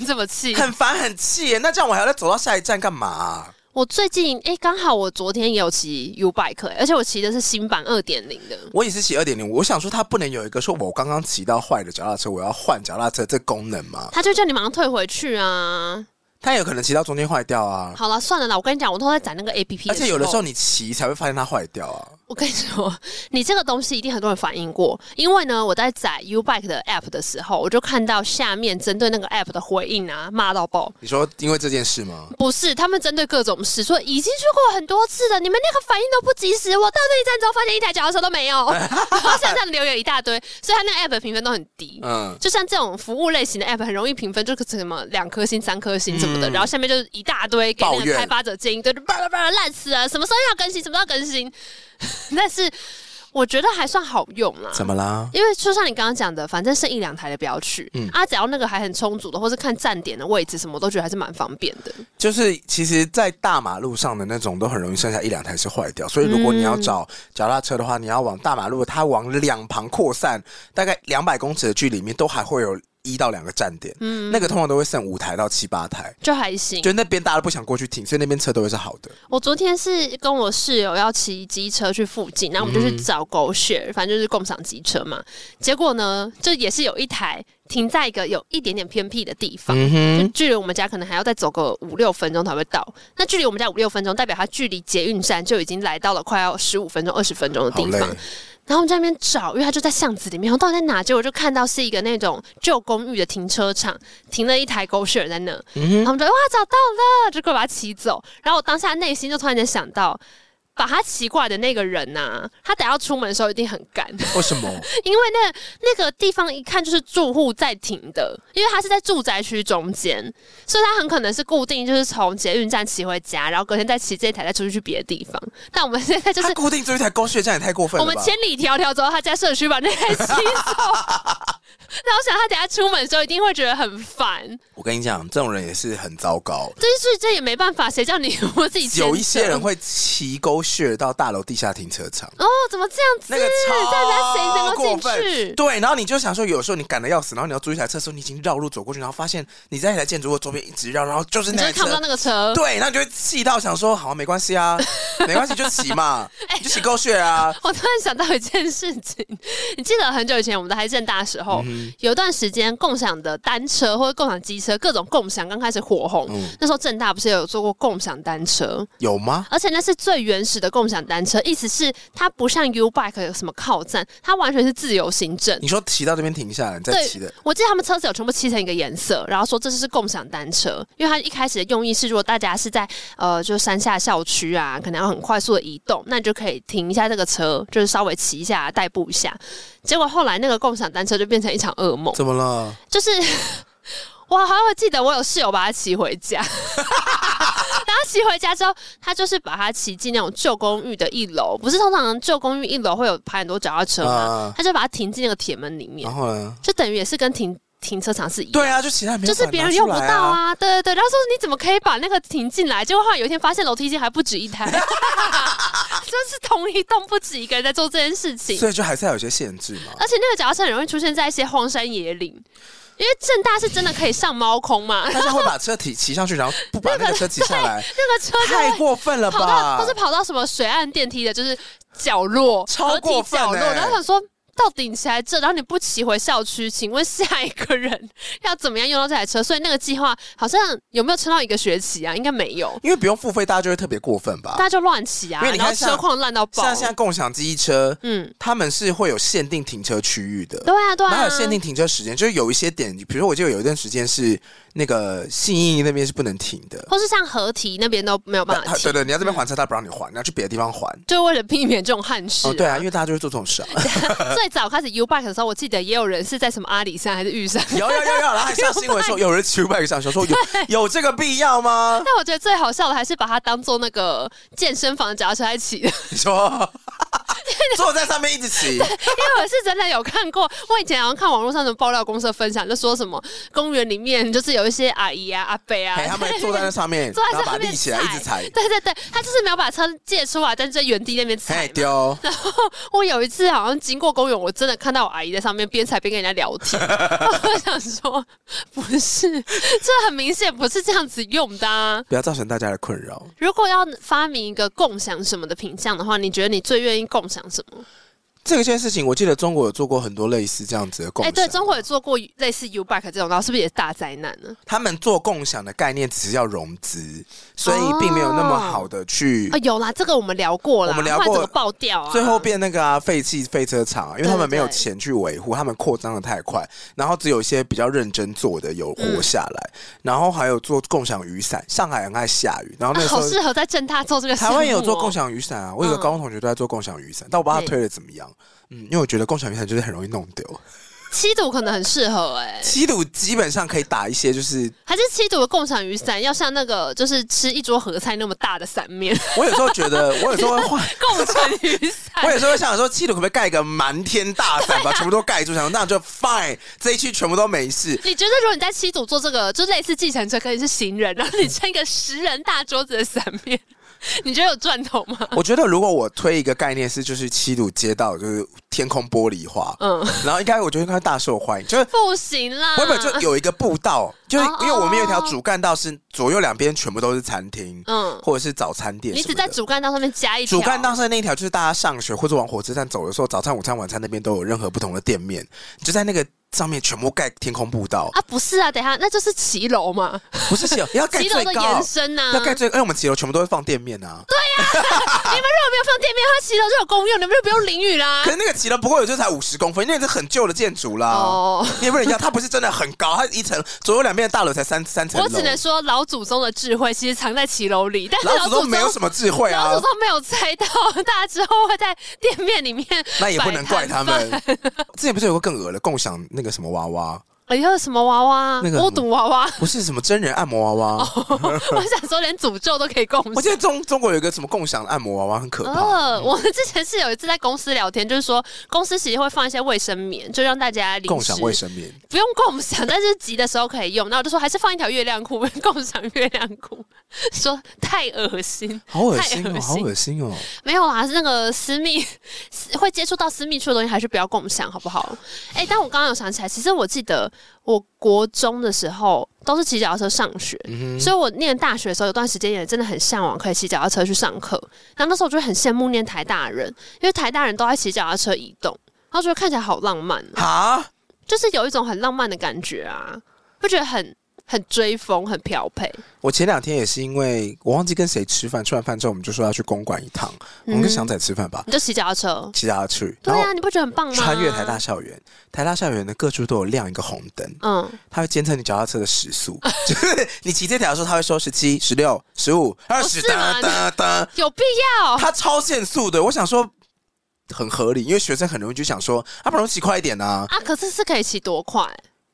[SPEAKER 3] 这么气。
[SPEAKER 2] 很烦很气耶。那这样我还要再走到下一站干嘛啊、
[SPEAKER 3] 我最近哎，诶刚好我昨天也有骑 U Bike，诶而欸且我骑的是新版二点零的。
[SPEAKER 2] 我也是骑二点零，我想说它不能有一个说我刚刚骑到坏的脚踏车，我要换脚踏车这功能嘛？
[SPEAKER 3] 他就叫你马上退回去啊！
[SPEAKER 2] 它有可能骑到中间坏掉啊。
[SPEAKER 3] 好了，算了啦，我跟你讲，我都在攒那个 A P P，
[SPEAKER 2] 而且有的时候，你骑才会发现它坏掉啊。
[SPEAKER 3] 我跟你说，你这个东西一定很多人反映过，因为呢，我在载 U Bike 的 App 的时候，我就看到下面针对那个 App 的回应啊，骂到爆。
[SPEAKER 2] 你说因为这件事吗？
[SPEAKER 3] 不是，他们针对各种事，说已经去过很多次了，你们那个反应都不及时。我到那一站之后，发现一台脚踏车都没有， 然后下站留言一大堆，所以他那个 app 的评分都很低。
[SPEAKER 2] 嗯，
[SPEAKER 3] 就像这种服务类型的 app，很容易评分就是什么两颗星、三颗星什么
[SPEAKER 2] 嗯
[SPEAKER 3] 的，然后下面就是一大堆给那
[SPEAKER 2] 抱
[SPEAKER 3] 个
[SPEAKER 2] 怨
[SPEAKER 3] 开发者建议，对，就巴拉巴拉烂死了，什么时候要更新，什么时候要更新。 但是我觉得还算好用啦。
[SPEAKER 2] 怎么啦？
[SPEAKER 3] 因为就像你刚刚讲的，反正剩一两台的不要去，
[SPEAKER 2] 嗯
[SPEAKER 3] 啊，只要那个还很充足的，或是看站点的位置什么，我都觉得还是蛮方便的。
[SPEAKER 2] 就是其实，在大马路上的那种都很容易剩下一两台是坏掉，所以如果你要找脚踏车的话，你要往大马路，它往两旁扩散，大概两百公尺的距离里面，都还会有一到两个站点。嗯，那个通常都会剩五台到七八台，
[SPEAKER 3] 就还行。
[SPEAKER 2] 就那边大家都不想过去停，所以那边车都会是好的。
[SPEAKER 3] 我昨天是跟我室友要骑机车去附近，然后我们就去
[SPEAKER 2] 嗯
[SPEAKER 3] 找狗血、反正就是共享机车嘛。结果呢，就也是有一台停在一个有一点点偏僻的地方，
[SPEAKER 2] 嗯
[SPEAKER 3] 就距离我们家可能还要再走个五六分钟才会到。那距离我们家五六分钟，代表它距离捷运站就已经来到了快要十五分钟、二十分钟的
[SPEAKER 2] 好
[SPEAKER 3] 地
[SPEAKER 2] 累哦
[SPEAKER 3] 方。，然后我们在那边找，因为它就在巷子里面，我到底在哪？结果就看到是一个那种旧公寓的停车场，停了一台狗血在那，
[SPEAKER 2] 嗯
[SPEAKER 3] 然后我们就哇找到了，就快把它骑走。然后我当下内心就突然间想到。把它骑过来的那个人呐、他等下要出门的时候一定很赶，
[SPEAKER 2] 为什么？
[SPEAKER 3] 因为那那个地方一看就是住户在停的，因为它是在住宅区中间，所以它很可能是固定就是从捷运站骑回家，然后隔天再骑这一台再出去去别的地地方。但我们现在就
[SPEAKER 2] 它
[SPEAKER 3] 是
[SPEAKER 2] 固定追一台高血站也太过分
[SPEAKER 3] 我
[SPEAKER 2] 了吧？
[SPEAKER 3] 们千里迢迢走到他家社区 把那台骑走。那我想他等下出门的时候一定会觉得很烦，
[SPEAKER 2] 我跟你讲，这种人也是很糟糕。
[SPEAKER 3] 这是这也没办法，谁叫你我自己牵
[SPEAKER 2] 有一些
[SPEAKER 3] 车
[SPEAKER 2] 人会骑狗血到大楼地下停车场，
[SPEAKER 3] 哦，怎么这样子？
[SPEAKER 2] 那个超
[SPEAKER 3] 大家谁
[SPEAKER 2] 过
[SPEAKER 3] 能够进
[SPEAKER 2] 分。
[SPEAKER 3] 去？
[SPEAKER 2] 对，然后你就想说，有时候你赶得要死，然后你要追一台车的时候，你已经绕路走过去，然后发现你在一台建筑物周边一直绕，然后就是
[SPEAKER 3] 你
[SPEAKER 2] 那
[SPEAKER 3] 就
[SPEAKER 2] 台
[SPEAKER 3] 是看不
[SPEAKER 2] 车。
[SPEAKER 3] 到那个车，
[SPEAKER 2] 对，那你就会气到想说，好，没关系啊，没关系就骑嘛，你就骑狗血啊。
[SPEAKER 3] 我突然想到一件事情，你记得很久以前我们在正大的时
[SPEAKER 2] 嗯
[SPEAKER 3] 候，有一段时间共享的单车或者共享机车，各种共享刚开始火红。
[SPEAKER 2] 嗯
[SPEAKER 3] 那时候正大不是有做过共享单车，
[SPEAKER 2] 有吗？
[SPEAKER 3] 而且那是最原始的共享单车，意思是它不像 U Bike 有什么靠站，它完全是自由行政。
[SPEAKER 2] 你说骑到这边停下来，你再骑的
[SPEAKER 3] 对，我记得他们车子有全部漆成一个颜色，然后说这就是共享单车，因为它一开始的用意是，如果大家是在呃，就山下校区啊，可能要很快速的移动，那你就可以停一下这个车，就是稍微骑一下、代步一下。结果后来那个共享单车就变成一场噩梦，
[SPEAKER 2] 怎么了？
[SPEAKER 3] 就是 我还会记得我有室友把它骑回家。 然后骑回家之后，他就是把它骑进那种旧公寓的一楼，不是通常旧公寓一楼会有排很多脚踏车吗
[SPEAKER 2] 啊？
[SPEAKER 3] 他就把它停进那个铁门里面
[SPEAKER 2] 然，后呢？
[SPEAKER 3] 就等于也是跟停停车场是一样。
[SPEAKER 2] 对啊，就骑到没有
[SPEAKER 3] 就是
[SPEAKER 2] 把它
[SPEAKER 3] 别
[SPEAKER 2] 拿
[SPEAKER 3] 人
[SPEAKER 2] 出
[SPEAKER 3] 用不
[SPEAKER 2] 来
[SPEAKER 3] 到。啊，对对对，然后说你怎么可以把那个停进来？结果后来有一天发现楼梯间还不止一台， 就是同一栋不止一个人在做这件事情，
[SPEAKER 2] 所以就还是要有些限制嘛。
[SPEAKER 3] 而且那个脚踏车很容易出现在一些荒山野岭，因为正大是真的可以上猫空嘛，
[SPEAKER 2] 大家会把车骑骑上去，然后不把那个车骑下来，
[SPEAKER 3] 那个车就
[SPEAKER 2] 太
[SPEAKER 3] 会
[SPEAKER 2] 过分了
[SPEAKER 3] 跑到
[SPEAKER 2] 吧
[SPEAKER 3] 或是？跑到什么水岸电梯的，就是角落，
[SPEAKER 2] 超
[SPEAKER 3] 合体
[SPEAKER 2] 过分
[SPEAKER 3] 角落，
[SPEAKER 2] 欸
[SPEAKER 3] 然后想说。到底你骑来这，然后你不骑回校区，请问下一个人要怎么样用到这台车？所以那个计划好像有没有撑到一个学期啊？应该没有。
[SPEAKER 2] 因为不用付费，大家就会特别过分吧
[SPEAKER 3] 大？家就乱骑啊，
[SPEAKER 2] 因为你看
[SPEAKER 3] 然后
[SPEAKER 2] 像
[SPEAKER 3] 车况烂到爆。
[SPEAKER 2] 像现在共享机车，
[SPEAKER 3] 嗯，
[SPEAKER 2] 他们是会有限定停车区域的。
[SPEAKER 3] 对啊，对啊，
[SPEAKER 2] 然后有限定停车时间，就是有一些点，比如说我记得有一段时间是那个信义那边是不能停的，
[SPEAKER 3] 或是像合体那边都没有办法
[SPEAKER 2] 他
[SPEAKER 3] 骑
[SPEAKER 2] 对，对，你要
[SPEAKER 3] 嗯
[SPEAKER 2] 这边还车，他不让你还，你要去别的地方还。
[SPEAKER 3] 就为了避免这种憾事、
[SPEAKER 2] 哦，对啊，因为大家就会做这种事啊。
[SPEAKER 3] 最早开始 U Bike 的时候，我记得也有人是在什么阿里山还是玉山。
[SPEAKER 2] 有有有有，然后还上新闻说有人骑五百个小时，说有有这个必要 吗？
[SPEAKER 3] 但我觉得最好笑的还是把它当做那个健身房的脚踏车来骑的，
[SPEAKER 2] 你说坐在上面一直骑，
[SPEAKER 3] 因为我是真的有看过。我以前好像看网络上的爆料公社分享，就说什么公园里面就是有一些阿姨啊、阿伯啊，
[SPEAKER 2] 哎，他们坐在那上面，
[SPEAKER 3] 坐在
[SPEAKER 2] 然后把它
[SPEAKER 3] 上面
[SPEAKER 2] 立起来一直踩，
[SPEAKER 3] 对对对，他就是没有把车借出来，但是在原地那边踩
[SPEAKER 2] 哎
[SPEAKER 3] 嘛。
[SPEAKER 2] 丢，
[SPEAKER 3] 我有一次好像经过公园，我真的看到我阿姨在上面边踩边跟人家聊天， 我想说不是，这很明显不是这样子用的、啊。
[SPEAKER 2] 不要造成大家的困扰。
[SPEAKER 3] 如果要发明一个共享什么的品相的话，你觉得你最愿意共享什么？
[SPEAKER 2] 这个件事情，我记得中国有做过很多类似这样子的共
[SPEAKER 3] 哎、
[SPEAKER 2] 享。
[SPEAKER 3] 对，中国有做过类似 U Bike 这种，然后是不是也是大灾难呢？
[SPEAKER 2] 他们做共享的概念只是要融资，所
[SPEAKER 3] 哦
[SPEAKER 2] 以并没有那么好的去
[SPEAKER 3] 啊、，有啦，这个我们聊过
[SPEAKER 2] 嗯
[SPEAKER 3] 啦，
[SPEAKER 2] 我们聊
[SPEAKER 3] 后来
[SPEAKER 2] 过
[SPEAKER 3] 怎么爆掉啊？
[SPEAKER 2] 最后变那个啊废弃废车场啊，因为他们没有
[SPEAKER 3] 对对
[SPEAKER 2] 钱去维护，他们扩张的太快，然后只有一些比较认真做的有活下来，然后还有做共享雨伞，上海很爱下雨，然后
[SPEAKER 3] 啊
[SPEAKER 2] 那时
[SPEAKER 3] 好
[SPEAKER 2] 候。
[SPEAKER 3] 适合在正大做这个、哦
[SPEAKER 2] 台湾也有做共，享雨伞啊，我有个高中同学都在做共享雨伞，但我不知道他推的怎么样。嗯，因为我觉得共享雨伞就是很容易弄丢。
[SPEAKER 3] 七堵可能很适合哎、
[SPEAKER 2] 七堵基本上可以打一些，就是
[SPEAKER 3] 还是七堵的共享雨伞要像那个就是吃一桌合菜那么大的 伞面，
[SPEAKER 2] 我有时候觉得，我有时候会换，
[SPEAKER 3] 共乘雨
[SPEAKER 2] 我
[SPEAKER 3] 伞。
[SPEAKER 2] 有时候会想说，七堵可不可以盖一个瞒天大伞，把全部都盖住，想说那就 fine，这一区全部都没事。
[SPEAKER 3] 你觉得如果你在七组做这个，就类似计程车，可以是行人，然后你撑一个十人大桌子的伞面，你觉得有赚头吗？
[SPEAKER 2] 我觉得如果我推一个概念是，就是七堵街道就是天空玻璃化，
[SPEAKER 3] 嗯，
[SPEAKER 2] 然后应该我觉得应该会大受欢迎，就是。
[SPEAKER 3] 不行啦，
[SPEAKER 2] 原本就有一个步道，就是
[SPEAKER 3] 哦
[SPEAKER 2] 因为我们有一条主干道是左右两边全部都是餐厅，
[SPEAKER 3] 嗯
[SPEAKER 2] 或者是早餐店什
[SPEAKER 3] 你
[SPEAKER 2] 么的。
[SPEAKER 3] 只在主干道上面加一条
[SPEAKER 2] 主干道上的那一条，就是大家上学或者往火车站走的时候，早餐、午餐、晚餐那边都有任何不同的店面，你就在那个上面全部盖天空步 道，
[SPEAKER 3] 啊，不是啊，等一下那就是骑楼嘛，
[SPEAKER 2] 不是骑楼，要盖
[SPEAKER 3] 骑楼
[SPEAKER 2] 最
[SPEAKER 3] 的
[SPEAKER 2] 高
[SPEAKER 3] 延，伸呐、啊。
[SPEAKER 2] 要
[SPEAKER 3] 你
[SPEAKER 2] 盖
[SPEAKER 3] 们
[SPEAKER 2] 最，因为我们骑楼全部都会放店面啊。
[SPEAKER 3] 如果没有放店面，它骑楼就有公用，你们就不用淋雨啦
[SPEAKER 2] 可。是那个骑楼不过也就才五十公分，因为是很旧的建筑啦。
[SPEAKER 3] 哦
[SPEAKER 2] 你也不能讲它不是真的很高，它一层左右两边的大楼才三三层楼。
[SPEAKER 3] 哦我只能说老祖宗的智慧其实藏在骑楼里，但是
[SPEAKER 2] 老祖
[SPEAKER 3] 宗
[SPEAKER 2] 宗没有什么智慧
[SPEAKER 3] 老
[SPEAKER 2] 啊
[SPEAKER 3] 祖，宗没有猜到，大家之后会在店面里面
[SPEAKER 2] 那也不能怪
[SPEAKER 3] 摆 摊
[SPEAKER 2] 他们。之前不是有个更恶的共享那个什么娃娃？
[SPEAKER 3] 哎呀，什么娃娃？
[SPEAKER 2] 那个
[SPEAKER 3] 巫毒娃娃。
[SPEAKER 2] 不是什么真人按摩娃娃。
[SPEAKER 3] 哦我想说，连诅咒都可以共
[SPEAKER 2] 我记得。
[SPEAKER 3] 享
[SPEAKER 2] 中中国有一个什么共享的按摩娃娃，很可怕。嗯
[SPEAKER 3] 呃，我们之前是有一次在公司聊天，就是说公司其实会放一些卫生棉，就让大家临时
[SPEAKER 2] 共享卫生棉，
[SPEAKER 3] 不用共享，但是急的时候可以用。然后我就说还是放一条月亮裤， 共享月亮裤，说太恶心，
[SPEAKER 2] 好恶心
[SPEAKER 3] 太
[SPEAKER 2] 哦，
[SPEAKER 3] 恶
[SPEAKER 2] 好恶心 哦！
[SPEAKER 3] 没有啊，是那个私密 私会接触到私密处的东西，还是不要共享好 不好？哎、但我刚刚有想起来，其实我记得我国中的时候都是骑脚踏车上学，
[SPEAKER 2] 嗯
[SPEAKER 3] 所以我念大学的时候有段时间也真的很向往可以骑脚踏车去上课。然后那时候我就很羡慕念台大的人，因为台大人都在骑脚踏车移动，然后觉得看起来好浪漫、啊，
[SPEAKER 2] 哈，
[SPEAKER 3] 就是有一种很浪漫的感觉啊，不觉得很很追风、很漂配？
[SPEAKER 2] 我前两天也是因为我忘记跟谁吃饭，吃完饭之后我们就说要去公馆一趟，我们跟祥仔吃饭吧，
[SPEAKER 3] 你就骑脚踏车，
[SPEAKER 2] 骑他去，
[SPEAKER 3] 嗯对
[SPEAKER 2] 然后
[SPEAKER 3] 啊，你不觉得很棒吗？
[SPEAKER 2] 穿越台大，校园，台大校园的各处都有亮一个红灯，
[SPEAKER 3] 嗯，
[SPEAKER 2] 它会监测你脚踏车的时速， 就是你骑这条的时候，它会说十七、十六、十五、二十，
[SPEAKER 3] 不是
[SPEAKER 2] 哒
[SPEAKER 3] 吗
[SPEAKER 2] 哒哒，
[SPEAKER 3] 有必要。
[SPEAKER 2] 它超限速的。我想说很合理，因为学生很容易就想说，啊，不然我骑快一点啊。
[SPEAKER 3] 啊，可是是可以骑多快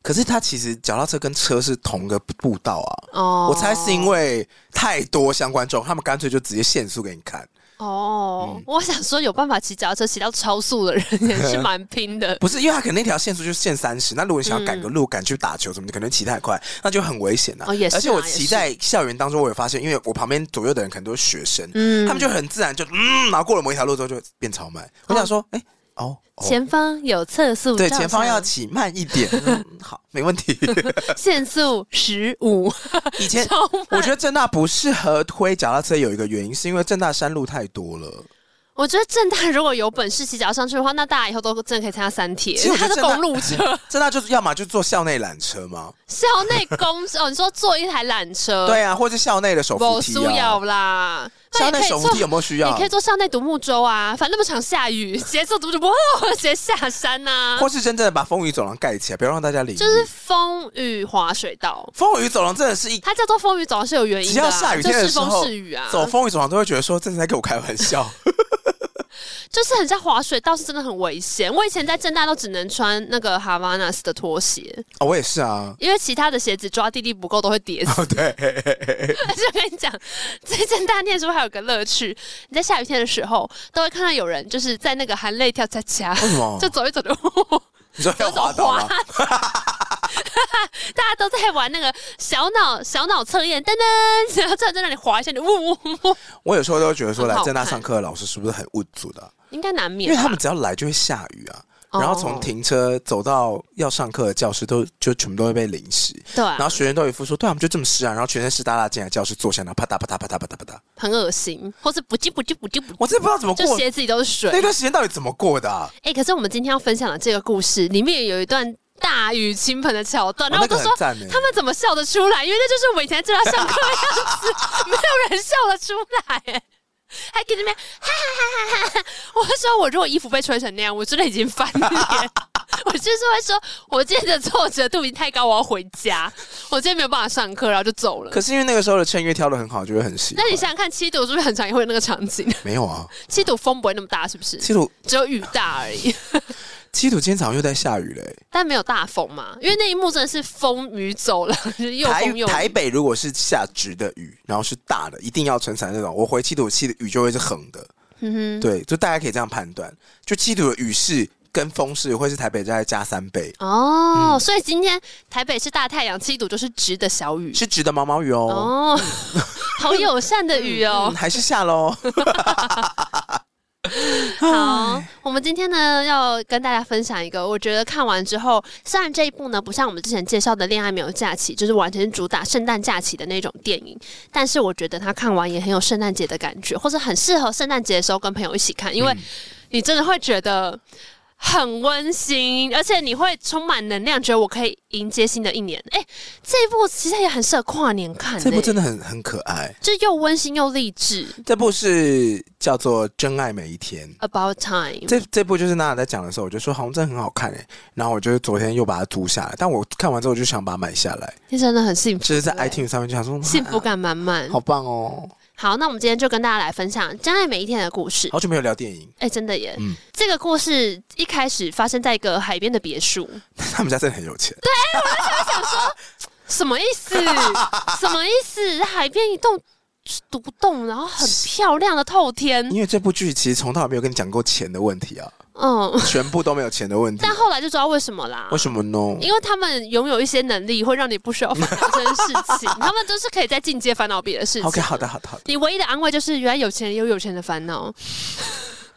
[SPEAKER 2] 可是它其实脚踏车跟车是同个步道啊。
[SPEAKER 3] 哦
[SPEAKER 2] 我猜是因为太多相关种，他们干脆就直接限速给你看。
[SPEAKER 3] 哦，我想说有办法骑脚踏车骑到超速的人也是蛮拼的。
[SPEAKER 2] 不是，因为他可能那条限速就是限三十，那如果你想要赶个路、赶、去打球什么的，可能骑太快，那就很危险啊。
[SPEAKER 3] 哦也是啊
[SPEAKER 2] 而且我骑在校园当中，我有发现，因为我旁边左右的人可能都是学生，
[SPEAKER 3] 嗯
[SPEAKER 2] 他们就很自然就嗯，然后过了某一条路之后就变超慢。我想说，哎、哦。哦
[SPEAKER 3] 前方有测速
[SPEAKER 2] 对，
[SPEAKER 3] 照
[SPEAKER 2] 前方要
[SPEAKER 3] 相
[SPEAKER 2] 骑慢一点。嗯好，没问 题。
[SPEAKER 3] 限速十 五，
[SPEAKER 2] 以前
[SPEAKER 3] 超慢
[SPEAKER 2] 我觉得正大不适合推脚踏车，有一个原因是因为正大山路太多了。
[SPEAKER 3] 我觉得正大如果有本事骑脚踏上去的话，那大家以后都真的可以参加三铁
[SPEAKER 2] 其实，我觉
[SPEAKER 3] 它
[SPEAKER 2] 得
[SPEAKER 3] 是公路车，
[SPEAKER 2] 正大就是要么就坐校内缆车嘛，
[SPEAKER 3] 校内公车。哦，你说坐一台缆 车，
[SPEAKER 2] 对，啊，或是校内的手扶
[SPEAKER 3] 呃我
[SPEAKER 2] 梯
[SPEAKER 3] 苏
[SPEAKER 2] 啊
[SPEAKER 3] 要。啦，那
[SPEAKER 2] 校
[SPEAKER 3] 也
[SPEAKER 2] 内
[SPEAKER 3] 可以
[SPEAKER 2] 手扶梯
[SPEAKER 3] 坐
[SPEAKER 2] 有没有需
[SPEAKER 3] 你
[SPEAKER 2] 要
[SPEAKER 3] 可？以坐校内独木舟啊，反正那么常下雨， 直接坐独木舟，哇，直接下山啊呐、
[SPEAKER 2] 或是真正的把风雨走廊盖起来，不要让大家淋雨。
[SPEAKER 3] 就是风雨滑水道，
[SPEAKER 2] 风雨走廊真的是一，
[SPEAKER 3] 它叫做风雨走廊是有原因
[SPEAKER 2] 只
[SPEAKER 3] 的、
[SPEAKER 2] 要
[SPEAKER 3] 啊，
[SPEAKER 2] 下雨
[SPEAKER 3] 就
[SPEAKER 2] 天的
[SPEAKER 3] 是
[SPEAKER 2] 时
[SPEAKER 3] 风
[SPEAKER 2] 候
[SPEAKER 3] 是雨啊，，
[SPEAKER 2] 走风雨走廊都会觉得说这是在跟我开玩 笑。
[SPEAKER 3] 就是很像滑水道是真的很危险。我以前在正大都只能穿那个 Havanas 的拖鞋，
[SPEAKER 2] 哦，我也是啊。
[SPEAKER 3] 因为其他的鞋子抓地力不够都会跌死。
[SPEAKER 2] 哦， 对，
[SPEAKER 3] 而且我跟你讲，在正大念书还有个乐趣，你在下雨天的时候都会看到有人就是在那个含泪跳恰恰，
[SPEAKER 2] 为什么
[SPEAKER 3] 就走一走就呼。
[SPEAKER 2] 你说要滑倒 吗？
[SPEAKER 3] 大家都在玩那个小脑小脑测验，噔噔，然后突然在那里滑一下，你呜呜呜，
[SPEAKER 2] 我有时候都会觉得说，
[SPEAKER 3] 很
[SPEAKER 2] 来
[SPEAKER 3] 好
[SPEAKER 2] 正大
[SPEAKER 3] 看
[SPEAKER 2] 上课的老师是不是很无助的啊？
[SPEAKER 3] 应该难免
[SPEAKER 2] 因
[SPEAKER 3] 吧。
[SPEAKER 2] 为他们只要来就会下雨啊，
[SPEAKER 3] 哦
[SPEAKER 2] 然后从停车走到要上课的教室都就全部都会被淋湿，
[SPEAKER 3] 对啊、
[SPEAKER 2] 然后学生都一副说，对啊，我们就这么湿啊，然后全身湿哒哒进来教室坐下，然后啪嗒啪嗒啪嗒啪嗒啪嗒，
[SPEAKER 3] 很恶心，或是不进不进不进不进，
[SPEAKER 2] 我真的不知道怎么
[SPEAKER 3] 就
[SPEAKER 2] 过
[SPEAKER 3] 鞋子里都是水。
[SPEAKER 2] 那
[SPEAKER 3] 哎、
[SPEAKER 2] 段时间到底怎么过的啊？
[SPEAKER 3] 可是我们今天要分享的这个故事里面有一段大雨倾盆的桥段，然后
[SPEAKER 2] 啊那
[SPEAKER 3] 我
[SPEAKER 2] 个
[SPEAKER 3] 就说
[SPEAKER 2] 很。赞呢。
[SPEAKER 3] 他们怎么笑得出来？因为那就是我以前在正大上课的样子，没有人笑得出来，哎还给那边哈哈哈哈哈哈。我会说，我如果衣服被吹成那样，我真的已经翻脸。我就是会说，我今天的挫折度已经太高，我要回家。我今天没有办法上课，然后就走了
[SPEAKER 2] 可。是因为那个时候的衬乐挑的很好，就会很喜
[SPEAKER 3] 那
[SPEAKER 2] 欢。
[SPEAKER 3] 你想想看，七堵是不是很常也会有那个场景？
[SPEAKER 2] 没有啊？
[SPEAKER 3] 七堵风不会那么大，是不是？
[SPEAKER 2] 七土
[SPEAKER 3] 只有雨大而 已，
[SPEAKER 2] 七土今天早上又在下雨嘞、
[SPEAKER 3] 但没有大风嘛，因为那一幕真的是风雨走廊，就是又风
[SPEAKER 2] 台
[SPEAKER 3] 又
[SPEAKER 2] 台
[SPEAKER 3] 雨。
[SPEAKER 2] 北如果是下直的雨，然后是大的，一定要撑伞那种。我回七土，七的雨就会是横的。
[SPEAKER 3] 嗯
[SPEAKER 2] 对，就大家可以这样判断，就七土的雨势跟风势会是台北再加三倍，
[SPEAKER 3] 哼，哦，
[SPEAKER 2] 嗯
[SPEAKER 3] 所以今天台北是大太阳，七堵就是直的小雨。
[SPEAKER 2] 是直的毛毛雨哦。
[SPEAKER 3] 哦，好友善的雨哦
[SPEAKER 2] 嗯，。还是下喽。
[SPEAKER 3] 好，我们今天呢要跟大家分享一个，我觉得看完之后，虽然这一部呢不像我们之前介绍的《恋爱没有假期》，就是完全主打圣诞假期的那种电影，但是我觉得它看完也很有圣诞节的感觉，或者很适合圣诞节的时候跟朋友一起看，因为你真的会觉得。很温馨，而且你会充满能量，觉得我可以迎接新的一年。哎、这一部其实也很适合跨年看、
[SPEAKER 2] 这部
[SPEAKER 3] 哎
[SPEAKER 2] 真的很很可爱，
[SPEAKER 3] 就又温馨又励志。
[SPEAKER 2] 这部是叫做《真爱每一天》。
[SPEAKER 3] About time，
[SPEAKER 2] 这这部就是娜娜在讲的时候，我就说好像真的很好看哎、然后我就昨天又把它租下来，但我看完之后我就想把它买下来，
[SPEAKER 3] 你真的很幸福，
[SPEAKER 2] 就是在
[SPEAKER 3] 对不对
[SPEAKER 2] iTunes 上面就想说
[SPEAKER 3] 幸福、感满满
[SPEAKER 2] 啊。好棒哦，
[SPEAKER 3] 好，那我们今天就跟大家来分享《将爱每一天》的故事。
[SPEAKER 2] 好久没有聊电影，
[SPEAKER 3] 哎、真的耶！
[SPEAKER 2] 嗯
[SPEAKER 3] 这个故事一开始发生在一个海边的别墅，
[SPEAKER 2] 他们家真的很有钱。
[SPEAKER 3] 什么意 思？什么意思？海边一栋独栋，然后很漂亮的透天，
[SPEAKER 2] 因为这部剧其实从头到尾没有跟你讲过钱的问题啊，
[SPEAKER 3] 嗯，
[SPEAKER 2] 全部都没有钱的问题
[SPEAKER 3] 但。后来就知道为什么啦
[SPEAKER 2] 为。什么呢？
[SPEAKER 3] 因为他们拥有一些能力，会让你不需要烦恼这件事 情。他们就是可以在进阶烦恼别的事情。
[SPEAKER 2] OK，好的，好的，好的。
[SPEAKER 3] 你唯一的安慰就是，原来有钱人也有有钱人的烦恼。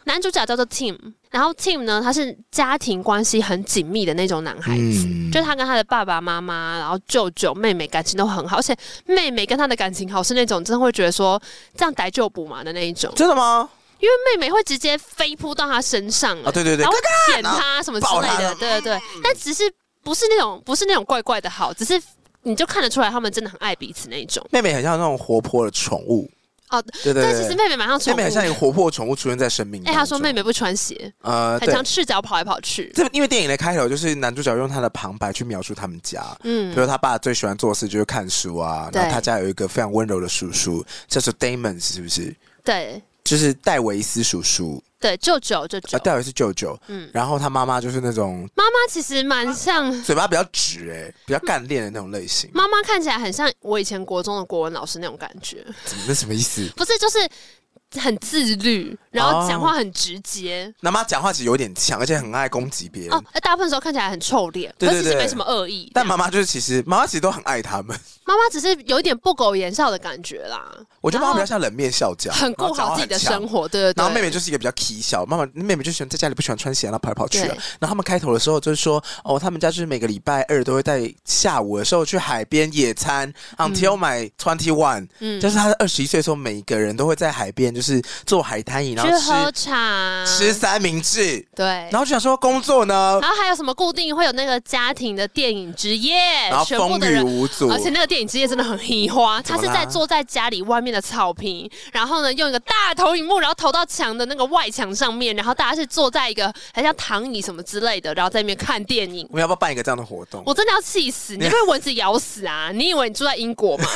[SPEAKER 3] 男主角叫做 Tim，然后 Tim 呢，他是家庭关系很紧密的那种男孩子，
[SPEAKER 2] 嗯
[SPEAKER 3] 就他跟他的爸爸妈妈，然后舅舅、妹妹感情都很好，而且妹妹跟他的感情好是那种真的会觉得说这样逮就补嘛的那一种，
[SPEAKER 2] 真的吗？
[SPEAKER 3] 因为妹妹会直接飞扑到他身上、
[SPEAKER 2] 啊，对对对
[SPEAKER 3] 嗯然，后舔他什么之
[SPEAKER 2] 抱
[SPEAKER 3] 类
[SPEAKER 2] 他
[SPEAKER 3] 的，
[SPEAKER 2] 了嗯
[SPEAKER 3] 对对对，但只是不是那种不是那种怪怪的好，只是你就看得出来他们真的很爱彼此那一种
[SPEAKER 2] 妹妹很像那种活泼的宠物。
[SPEAKER 3] 哦。
[SPEAKER 2] 对对
[SPEAKER 3] 但其
[SPEAKER 2] 对
[SPEAKER 3] 实
[SPEAKER 2] 对，
[SPEAKER 3] 妹妹蛮像宠
[SPEAKER 2] 妹
[SPEAKER 3] 物
[SPEAKER 2] 妹很像一个活泼的宠物出现在生命。
[SPEAKER 3] 哎、他说妹，妹不穿鞋，
[SPEAKER 2] 呃，
[SPEAKER 3] 很
[SPEAKER 2] 对
[SPEAKER 3] 常，赤脚跑来跑去。
[SPEAKER 2] 这因为电影的开头就是男主角用他的旁白去描述他们家。比
[SPEAKER 3] 嗯，
[SPEAKER 2] 如他爸最喜欢做的事就是看书啊，
[SPEAKER 3] 对
[SPEAKER 2] 然后他家有一个非常温柔的叔叔，叫做 Damon，是不是？
[SPEAKER 3] 对
[SPEAKER 2] 就是戴维斯叔叔
[SPEAKER 3] 对，舅舅舅
[SPEAKER 2] 啊，，
[SPEAKER 3] 舅
[SPEAKER 2] 戴维斯舅舅。
[SPEAKER 3] 嗯，
[SPEAKER 2] 然后他妈妈就是那 种
[SPEAKER 3] 妈妈其实蛮像，
[SPEAKER 2] 嘴巴比较直、欸，比较干练的那种类型。
[SPEAKER 3] 妈妈看起来很像我以前国中的国文老师那种感觉，
[SPEAKER 2] 怎么那什么意思？
[SPEAKER 3] 不是就是很自律，然后讲话很直接。
[SPEAKER 2] 那妈讲话其实有点呛，而且很爱攻击别人。
[SPEAKER 3] 哦，呃大部分时候看起来很臭脸，
[SPEAKER 2] 啊对
[SPEAKER 3] 可
[SPEAKER 2] 对
[SPEAKER 3] 是其实
[SPEAKER 2] 对
[SPEAKER 3] 没什么恶意。
[SPEAKER 2] 但妈妈就是其实妈妈其实都很爱他们，
[SPEAKER 3] 妈妈只是有一点不苟言笑的感觉啦，
[SPEAKER 2] 我觉得妈妈比较
[SPEAKER 3] 然后
[SPEAKER 2] 像冷面笑匠，
[SPEAKER 3] 很顾好自己的生
[SPEAKER 2] 活。
[SPEAKER 3] 活，对对对。
[SPEAKER 2] 然后妹妹就是一个比较 k 小，妈妈妹妹就喜欢在家里不喜欢穿鞋，然后跑来跑去、啊
[SPEAKER 3] 对。
[SPEAKER 2] 然后他们开头的时候就是说，哦，他们家就是每个礼拜二都会在下午的时候去海边野餐、until my twenty one，、
[SPEAKER 3] 嗯
[SPEAKER 2] 就是他二十一岁的时候，每一个人都会在海边就是做海滩饮，然
[SPEAKER 3] 去喝
[SPEAKER 2] 后
[SPEAKER 3] 茶，
[SPEAKER 2] 吃吃三明治。
[SPEAKER 3] 对，
[SPEAKER 2] 然后就想说工作呢，
[SPEAKER 3] 然后还有什么固定会有那个家庭的电影之夜
[SPEAKER 2] 然后，
[SPEAKER 3] 全部
[SPEAKER 2] 风
[SPEAKER 3] 的
[SPEAKER 2] 雨
[SPEAKER 3] 人。哦
[SPEAKER 2] 无阻，
[SPEAKER 3] 而且那个电影之夜真的很黑花，
[SPEAKER 2] 怎
[SPEAKER 3] 他
[SPEAKER 2] 么
[SPEAKER 3] 是
[SPEAKER 2] 啦
[SPEAKER 3] 在坐在家里外面的草坪，然后呢用一个大投影幕，然后投到墙的那个外墙上面，然后大家是坐在一个很像躺椅什么之类的，然后在那边看电影
[SPEAKER 2] 我。们要不要办一个这样的活动？
[SPEAKER 3] 我真的要气死！你被蚊子咬死啊！你以为你住在英国 吗？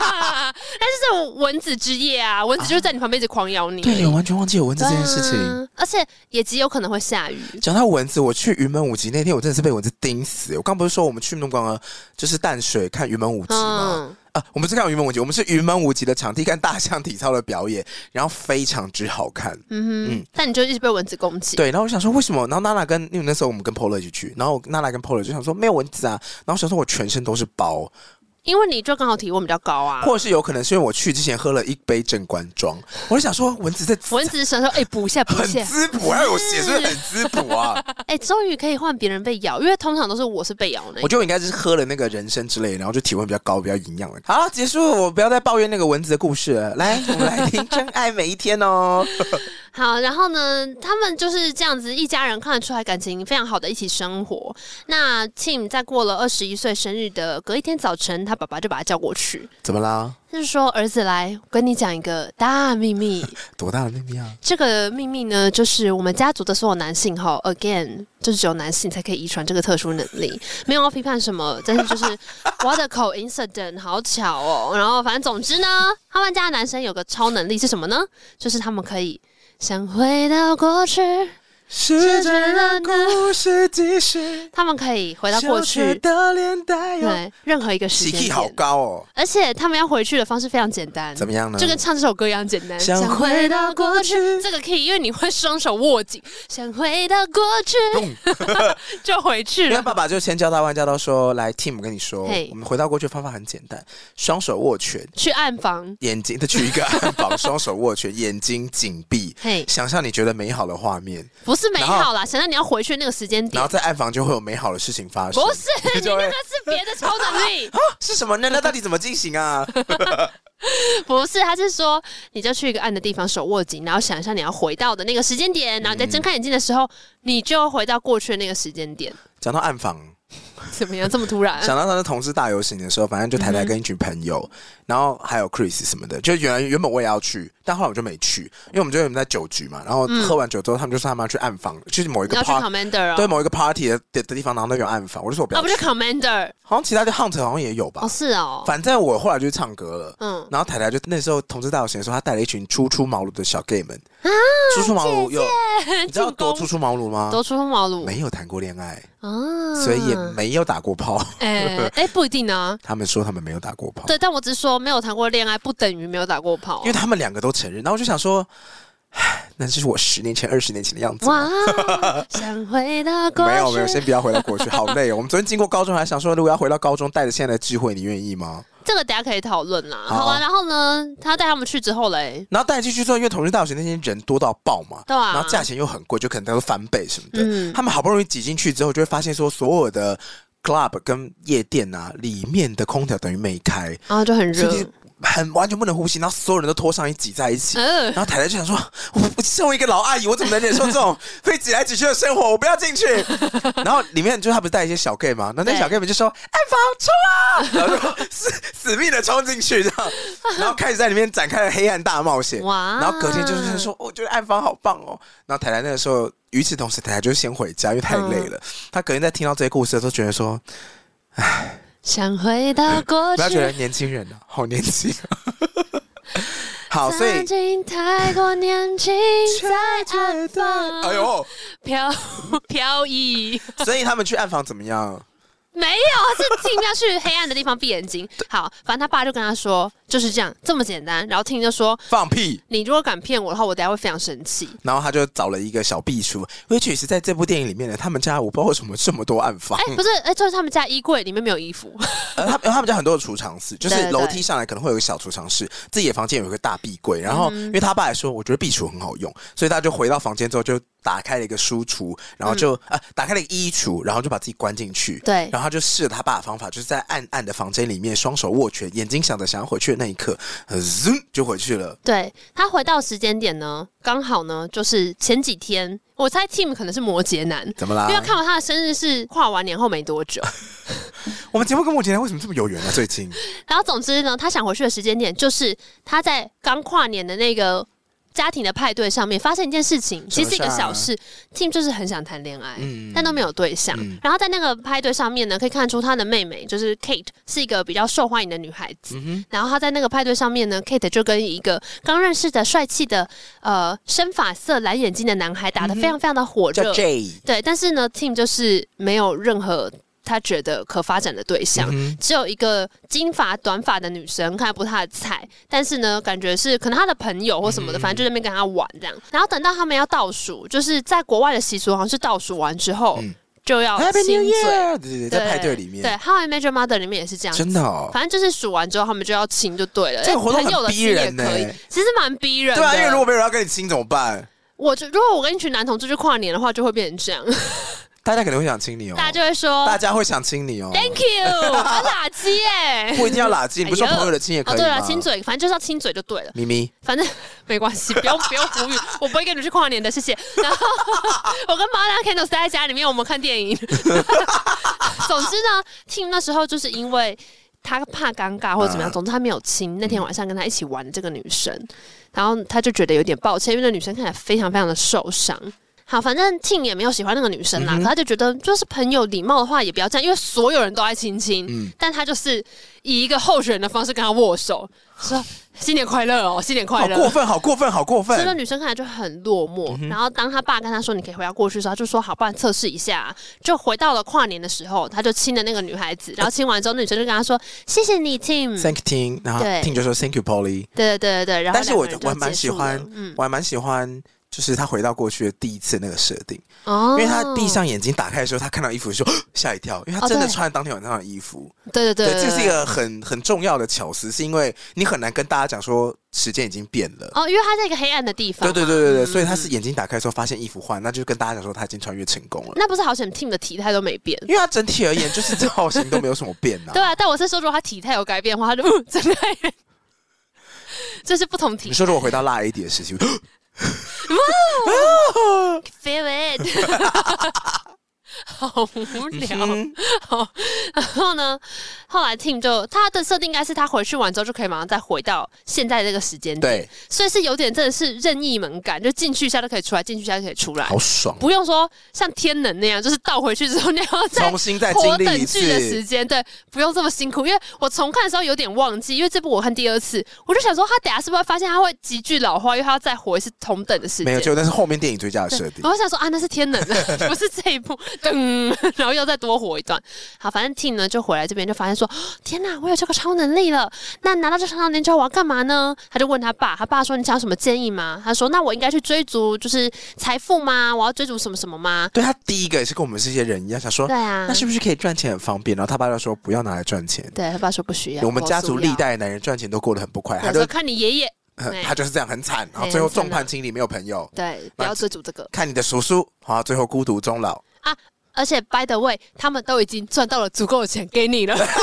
[SPEAKER 3] 但是这种蚊子之夜啊，蚊子就是在你旁边一直狂咬你。
[SPEAKER 2] 对，我完全忘记有蚊子
[SPEAKER 3] 对
[SPEAKER 2] 这
[SPEAKER 3] 啊
[SPEAKER 2] 件事情。，
[SPEAKER 3] 而且也极有可能会下雨。
[SPEAKER 2] 讲到蚊子，我去云门舞集那天，我真的是被蚊子叮死。我刚不是说我们去弄光了，啊就是淡水看云门舞集吗？
[SPEAKER 3] 嗯，
[SPEAKER 2] 啊，我们是看云门舞集，我们是云门舞集的场地看大象体操的表演，然后非常之好看。
[SPEAKER 3] 嗯哼，但你就一直被蚊子攻击。
[SPEAKER 2] 对，然后我想说为什么？然后娜娜跟因为那时候我们跟 Polo 一起去，然后娜娜跟 Polo 就想说没有蚊子啊，然后我想说我全身都是包，
[SPEAKER 3] 因为你就刚好体温比较高啊。
[SPEAKER 2] 或者是有可能是因为我去之前喝了一杯正官庄，我就想说蚊子在
[SPEAKER 3] 蚊子想说：“哎、补一下，补
[SPEAKER 2] 很
[SPEAKER 3] 一下。
[SPEAKER 2] 滋补，还有血是不是很滋补啊？
[SPEAKER 3] 哎、终于可以换别人被咬，因为通常都是我是被咬的。
[SPEAKER 2] 我觉得我应该是喝了那个人参之类，然后就体温比较高，比较营养了。好，结束，我不要再抱怨那个蚊子的故事了。 来，我们来听《真爱每一天》哦。
[SPEAKER 3] 好，然后呢，他们就是这样子，一家人看得出来感情非常好的一起生活。那 Tim 在过了二十一岁生日的隔一天早晨，他爸爸就把他叫过去，
[SPEAKER 2] 怎么啦？
[SPEAKER 3] 就是说：“儿子来，我跟你讲一个大秘密。
[SPEAKER 2] 多大的秘密啊？
[SPEAKER 3] 这个秘密呢，就是我们家族的所有男性哈，again，就是只有男性才可以遗传这个特殊能力， 没有要批判什么，但是就是 what a coincidence，好巧哦。然后反正总之呢，他们家的男生有个超能力是什么呢？就是他们可以想回到过去，
[SPEAKER 2] 时针让故事继续，
[SPEAKER 3] 他们可以回到过
[SPEAKER 2] 小学
[SPEAKER 3] 去，
[SPEAKER 2] 的年代哟。
[SPEAKER 3] 对任何一个时
[SPEAKER 2] 喜
[SPEAKER 3] 间
[SPEAKER 2] 气好
[SPEAKER 3] 点，
[SPEAKER 2] 高哦，
[SPEAKER 3] 而且他们要回去的方式非常简单，
[SPEAKER 2] 怎么样呢？
[SPEAKER 3] 就跟唱嗯这首歌一样简单。
[SPEAKER 2] 嗯想回到过去
[SPEAKER 3] 这个 key，因为你会双手握紧，想回到过去， 就回去
[SPEAKER 2] 因为
[SPEAKER 3] 了。
[SPEAKER 2] 爸爸就千交代万交代说，来 Tim，我跟你说
[SPEAKER 3] 嘿，
[SPEAKER 2] 我们回到过去的方法很简单，双手握拳，
[SPEAKER 3] 去暗房，
[SPEAKER 2] 眼睛，他取一个暗房， 双手握拳，眼睛紧闭，
[SPEAKER 3] 嘿，
[SPEAKER 2] 想象你觉得美好的画面，
[SPEAKER 3] 不是美
[SPEAKER 2] 然后
[SPEAKER 3] 好啦，想让你要回去那个时间
[SPEAKER 2] 然
[SPEAKER 3] 点
[SPEAKER 2] 后，在暗房就会有美好的事情发生。
[SPEAKER 3] 不 是你
[SPEAKER 2] 就
[SPEAKER 3] 那
[SPEAKER 2] 会啊
[SPEAKER 3] 个是别的超 能力，
[SPEAKER 2] 是什么呢？那到底怎么进行啊？
[SPEAKER 3] 不是，他是说你就去一个暗的地方，手握紧，然后想象你要回到的那个时间
[SPEAKER 2] 嗯
[SPEAKER 3] 点，然后你在睁开眼睛的时候，你就回到过去的那个时间点。
[SPEAKER 2] 讲到暗房，
[SPEAKER 3] 怎么样这么突然？
[SPEAKER 2] 想到他的同事大游行的时候，反正就台
[SPEAKER 3] 嗯
[SPEAKER 2] 台跟一群朋友，然后还有 Chris 什么的，就原来原本我也要去，但后来我就没去，因为我们就我们在酒局嘛，然后喝完酒之后，他们就说他们要去暗访，去某一
[SPEAKER 3] 嗯你
[SPEAKER 2] 个
[SPEAKER 3] 要去
[SPEAKER 2] party，、
[SPEAKER 3] Commander 哦，
[SPEAKER 2] 对某一个 party 的的的地方，然后那边有暗访，我就说我不
[SPEAKER 3] 啊，
[SPEAKER 2] 要
[SPEAKER 3] 不
[SPEAKER 2] 去，
[SPEAKER 3] 是 Commander
[SPEAKER 2] 好像其他的 hunt 好像也有吧，
[SPEAKER 3] 哦，是哦，
[SPEAKER 2] 反正我后来就去唱歌了。
[SPEAKER 3] 嗯，
[SPEAKER 2] 然后台台就那时候同志大游行的时候，他带了一群初出茅庐的小 gay 们
[SPEAKER 3] 啊
[SPEAKER 2] 初出茅庐有 你知道多初出茅庐吗？
[SPEAKER 3] 都出茅庐
[SPEAKER 2] 没有谈过恋爱，
[SPEAKER 3] 啊，
[SPEAKER 2] 所以也没有打过炮。
[SPEAKER 3] 哎哎不一定啊，
[SPEAKER 2] 他们说他们没有打过炮，
[SPEAKER 3] 对，但我只是说没有谈过恋爱不等于没有打过炮
[SPEAKER 2] 因为，他们两个都承认。然后我就想说，唉那就是我十年前、二十年前的样子吗。
[SPEAKER 3] 哇，想回到过去，
[SPEAKER 2] 没有 没有，先不要回到过去，好累哦。我们昨天经过高中，还想说，如果要回到高中，带着现在的智慧，你愿意吗？
[SPEAKER 3] 这个等下可以讨论啦。
[SPEAKER 2] 好
[SPEAKER 3] 好啊，然后呢，他带他们去之后嘞，
[SPEAKER 2] 然后带进去之后，因为同志大学那些人多到爆嘛，
[SPEAKER 3] 对啊
[SPEAKER 2] 然后价钱又很贵，就可能都翻倍什么的。
[SPEAKER 3] 嗯
[SPEAKER 2] 他们好不容易挤进去之后，就会发现说，所有的 club 跟夜店啊，里面的空调等于没开，
[SPEAKER 3] 然后就很
[SPEAKER 2] 所
[SPEAKER 3] 热，
[SPEAKER 2] 以很完全不能呼吸，然后所有人都脱上衣挤在一起。
[SPEAKER 3] 嗯、
[SPEAKER 2] 然后台台就想说，我我身为一个老阿姨，我怎么能忍受这种 被挤来挤去的生活？我不要进 去。然后里面就是他不是带一些小 gay 吗？那那
[SPEAKER 3] 对
[SPEAKER 2] 小 gay 们就说：“暗房冲啊！”然后就 死死命的冲进去，这样，然后开始在里面展开了黑暗大冒险。
[SPEAKER 3] 哇
[SPEAKER 2] 然后隔天就是他说：“哦我觉得暗房好棒哦。”然后台台那个时候，与此同时，台台就先回家，因为太
[SPEAKER 3] 嗯
[SPEAKER 2] 累了。他隔天在听到这些故事的时候，觉得说，
[SPEAKER 3] 想回到过
[SPEAKER 2] 不要
[SPEAKER 3] 去，
[SPEAKER 2] 觉得年轻人啊， 好年轻、啊。好，所以
[SPEAKER 3] 曾。经太过年轻，在暗 房，
[SPEAKER 2] 哎呦，
[SPEAKER 3] 飘 飘逸。
[SPEAKER 2] 所以他们去暗房怎么样？
[SPEAKER 3] 没有，是进要去黑暗的地方闭眼睛。好，反正他爸就跟他说，就是这样，这么简单。然后听就说，
[SPEAKER 2] 放屁！
[SPEAKER 3] 你如果敢骗我的话，我等下会非常生气。
[SPEAKER 2] 然后他就找了一个小秘书，which 是在这部电影里面呢，他们家我不知道为什么这么多暗房
[SPEAKER 3] 哎、，不是，哎、就是他们家衣柜里面没有衣服。
[SPEAKER 2] 呃他他们家很多的储藏室，就
[SPEAKER 3] 对
[SPEAKER 2] 是
[SPEAKER 3] 对
[SPEAKER 2] 楼梯上来可能会有个小储藏室，自己的房间有一个大壁柜，然
[SPEAKER 3] 嗯
[SPEAKER 2] 后因为他爸来说，我觉得壁橱很好用，所以他就回到房间之后就打开了一个书橱，然后
[SPEAKER 3] 嗯
[SPEAKER 2] 就呃打开了一个衣橱，然后就把自己关进去，
[SPEAKER 3] 对
[SPEAKER 2] 然后他就试了他爸的方法，就是在暗暗的房间里面双手握拳，眼睛想着想要回去的那一刻，呃 zoom 就回去了。
[SPEAKER 3] 对他回到时间点呢，刚好呢，就是前几天，我猜 Tim 可能是摩羯男。
[SPEAKER 2] 怎么啦
[SPEAKER 3] 因啊为？看完他的生日是跨完年后没多久，
[SPEAKER 2] 我们节目跟我姐姐为什么这么有缘啊？最 近
[SPEAKER 3] 然后总之呢，他想回去的时间点就是他在刚跨年的那个家庭的派对上面发生一件事情，其实是一个
[SPEAKER 2] 什么
[SPEAKER 3] 小
[SPEAKER 2] 事啊
[SPEAKER 3] 事。Tim 就是很想谈恋爱，
[SPEAKER 2] 嗯
[SPEAKER 3] 但都没有对象。
[SPEAKER 2] 嗯
[SPEAKER 3] 然后在那个派对上面呢，可以看出他的妹妹就是 Kate 是一个比较受欢迎的女孩子。
[SPEAKER 2] 嗯
[SPEAKER 3] 然后她在那个派对上面呢，Kate 就跟一个刚认识的帅气的呃深发色蓝眼睛的男孩打得非常非常的火热。
[SPEAKER 2] 嗯叫 J。
[SPEAKER 3] 对，但是呢，Tim 就是没有任何他觉得可发展的对
[SPEAKER 2] 嗯
[SPEAKER 3] 象，只有一个金发短发的女生，看来不是他的菜。但是呢，感觉是可能他的朋友或什么的，反正就在那边跟他玩这样。然后等到他们要倒数，就是在国外的习俗好像是倒数完之后、
[SPEAKER 2] 嗯
[SPEAKER 3] 就要
[SPEAKER 2] Happy
[SPEAKER 3] 亲
[SPEAKER 2] New
[SPEAKER 3] 嘴。
[SPEAKER 2] Year，对对对，在派对里面，
[SPEAKER 3] 对《How I Met Your Mother》里面也是这样子
[SPEAKER 2] 真的哦。
[SPEAKER 3] 反正就是数完之后，他们就要亲就对了。
[SPEAKER 2] 这个活动
[SPEAKER 3] 朋友的
[SPEAKER 2] 很逼
[SPEAKER 3] 亲也
[SPEAKER 2] 人呢
[SPEAKER 3] 可以，其实蛮逼人的。
[SPEAKER 2] 对啊，因为如果没有人要跟你亲怎么办？
[SPEAKER 3] 我就如果我跟一群男同志去跨年的话，就会变成这样，
[SPEAKER 2] 大家可能会想亲你哦，
[SPEAKER 3] 大家就会说
[SPEAKER 2] 哦大家会想亲你哦。
[SPEAKER 3] Thank you，很垃圾耶。
[SPEAKER 2] 不一定要拉近，你不是说朋友的亲也可
[SPEAKER 3] 哦，
[SPEAKER 2] 以
[SPEAKER 3] 对
[SPEAKER 2] 吗？
[SPEAKER 3] 了，亲嘴，反正就是要亲嘴就对了，
[SPEAKER 2] 咪咪，
[SPEAKER 3] 反正没关系，不用不用呼吁， 我不会跟你去跨年的，谢谢。然后我跟马拉 Kendall 待在家里面，我们 看电影。总之呢，Tim 那时候就是因为。他怕尴尬或者怎么样，
[SPEAKER 2] 嗯
[SPEAKER 3] 总之他没有亲。那天晚上跟他一起玩的这个女生，然后他就觉得有点抱歉，因为那女生看起来非常非常的受伤。好，反正 Tim 也没有喜欢那个女生
[SPEAKER 2] 嗯
[SPEAKER 3] 啦，可他就觉得就是朋友礼貌的话也不要这样，因为所有人都爱亲亲，
[SPEAKER 2] 嗯
[SPEAKER 3] 但他就是以一个候选人的方式跟他握手，说新年快乐哦，新年快
[SPEAKER 2] 好
[SPEAKER 3] 乐。
[SPEAKER 2] 过分，好过分，好过
[SPEAKER 3] 所以那
[SPEAKER 2] 分！
[SPEAKER 3] 女生看起来就很落寞。
[SPEAKER 2] 嗯
[SPEAKER 3] 然后当他爸跟他说你可以回到过去的时候，他就说好，不然测试一下啊。就回到了跨年的时候，他就亲了那个女孩子，然后亲完之后，那女生就跟他说谢谢你，Tim。
[SPEAKER 2] Thank Ting，然后
[SPEAKER 3] 嗯对
[SPEAKER 2] Ting 就说 Thank you Polly，
[SPEAKER 3] 对对对对，然后
[SPEAKER 2] 但是我
[SPEAKER 3] 两个人
[SPEAKER 2] 我还
[SPEAKER 3] 就
[SPEAKER 2] 蛮喜
[SPEAKER 3] 结
[SPEAKER 2] 欢
[SPEAKER 3] 束了嗯，
[SPEAKER 2] 我还蛮喜欢，就是他回到过去的第一次那个设定，
[SPEAKER 3] 哦
[SPEAKER 2] 因为他闭上眼睛打开的时候，他 看到衣服就吓一跳，因为他
[SPEAKER 3] 哦
[SPEAKER 2] 真的
[SPEAKER 3] 对
[SPEAKER 2] 穿了当天晚上的衣服。
[SPEAKER 3] 哦对对对，
[SPEAKER 2] 这是一
[SPEAKER 3] 对
[SPEAKER 2] 个很很重要的巧思，是因为你很难跟大家讲说时间已经变了。
[SPEAKER 3] 哦，因为他在一个黑暗的地方
[SPEAKER 2] 对
[SPEAKER 3] 嘛，
[SPEAKER 2] 对对对对，
[SPEAKER 3] 嗯
[SPEAKER 2] 所以他是眼睛打开的时候发现衣服换，那就跟大家讲说他已经穿越成功了。
[SPEAKER 3] 那不是好险 Tim 的体态都没变。
[SPEAKER 2] 因为他整体而言就是造型都没有什么变呐、
[SPEAKER 3] 对啊，但我是说，如果他体态有改变的话，他就嗯， 真的，这是不同体
[SPEAKER 2] 你说如果回到辣 A 点的时期，
[SPEAKER 3] favorite。 好无 聊。
[SPEAKER 2] 嗯
[SPEAKER 3] 好，然后呢，后来 Tim 就他的设定应该是他回去完之后就可以马上再回到现在这个时间点，
[SPEAKER 2] 对，
[SPEAKER 3] 所以是有点真的是任意门感，就进去一下就可以出来，进去一下就可以出来
[SPEAKER 2] 好。爽，
[SPEAKER 3] 不用说像天能那样，就是倒回去之后你要再
[SPEAKER 2] 重新再
[SPEAKER 3] 活
[SPEAKER 2] 经历
[SPEAKER 3] 等
[SPEAKER 2] 一
[SPEAKER 3] 剧的时
[SPEAKER 2] 次。
[SPEAKER 3] 间，对，不用这么辛苦。因为我重看的时候有点忘记，因为这部我看第二次，我就想说他等下是不是会发现他会急剧老化，因为他要再活一次同等的时
[SPEAKER 2] 没
[SPEAKER 3] 间
[SPEAKER 2] 有，。就但是后面电影追加的设定
[SPEAKER 3] 然，后我想说啊，那是天能 的，不是这一部，噔，然后又再多活一段。好，反正 T 呢就回来这边就发现说， 天哪，我有这个超能力了。那拿到这超能力之后我要干嘛呢？他就问他爸，他爸说你想要什么建议吗？他说那我应该去追逐就是财富吗？我要追逐什么什么吗？
[SPEAKER 2] 对他第一个也是跟我们这些人一样，想说
[SPEAKER 3] 对啊，
[SPEAKER 2] 哦那是不是可以赚钱很方便？然后他爸就说不要拿来赚钱。
[SPEAKER 3] 对他爸说不需要。
[SPEAKER 2] 我们家族
[SPEAKER 3] 我不要
[SPEAKER 2] 历代的男人赚钱都过得很不快，他
[SPEAKER 3] 他
[SPEAKER 2] 就
[SPEAKER 3] 说看你爷爷，对
[SPEAKER 2] 他就是这样很惨，然后
[SPEAKER 3] 哎
[SPEAKER 2] 最后
[SPEAKER 3] 很惨啊
[SPEAKER 2] 众叛亲离，没有朋友，
[SPEAKER 3] 对，不要追逐这个。
[SPEAKER 2] 看你的叔叔，啊，最后孤独终老。
[SPEAKER 3] 而且 by the way，他们都已经赚到了足够的钱 给你了，这才是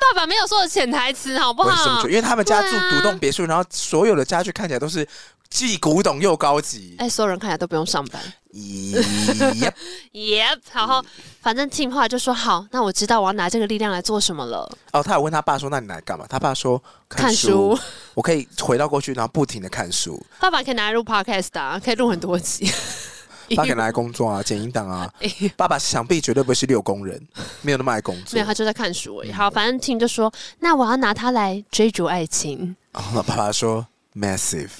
[SPEAKER 3] 爸爸没有说的潜台词，好不
[SPEAKER 2] 我也是这么
[SPEAKER 3] 好
[SPEAKER 2] 觉得，？因为他们家住
[SPEAKER 3] 对啊
[SPEAKER 2] 独栋别墅，然后所有的家具看起来都是既古董又高级。
[SPEAKER 3] 哎，所有人看起来都不用上班。
[SPEAKER 2] 咦，
[SPEAKER 3] Yep，然后反正 Tim 后来就说好，那我知道我要拿这个力量来做什么了。
[SPEAKER 2] 哦，他有问他爸说：“那你来干嘛？”他爸说：“
[SPEAKER 3] 看书，
[SPEAKER 2] 我可以回到过去，然后不停的看书，
[SPEAKER 3] 爸爸可以拿来录 podcast 的啊，可以录很多集。
[SPEAKER 2] 爸可以拿来工作啊，剪音档啊。
[SPEAKER 3] 哎呦
[SPEAKER 2] 爸爸想必绝对不是六工 人，没有那么爱工
[SPEAKER 3] 没
[SPEAKER 2] 作
[SPEAKER 3] 有，。他就在看书而已。好，反正 Tim 就说，那我要拿它来追逐爱情。
[SPEAKER 2] 然后爸爸说：‘massive，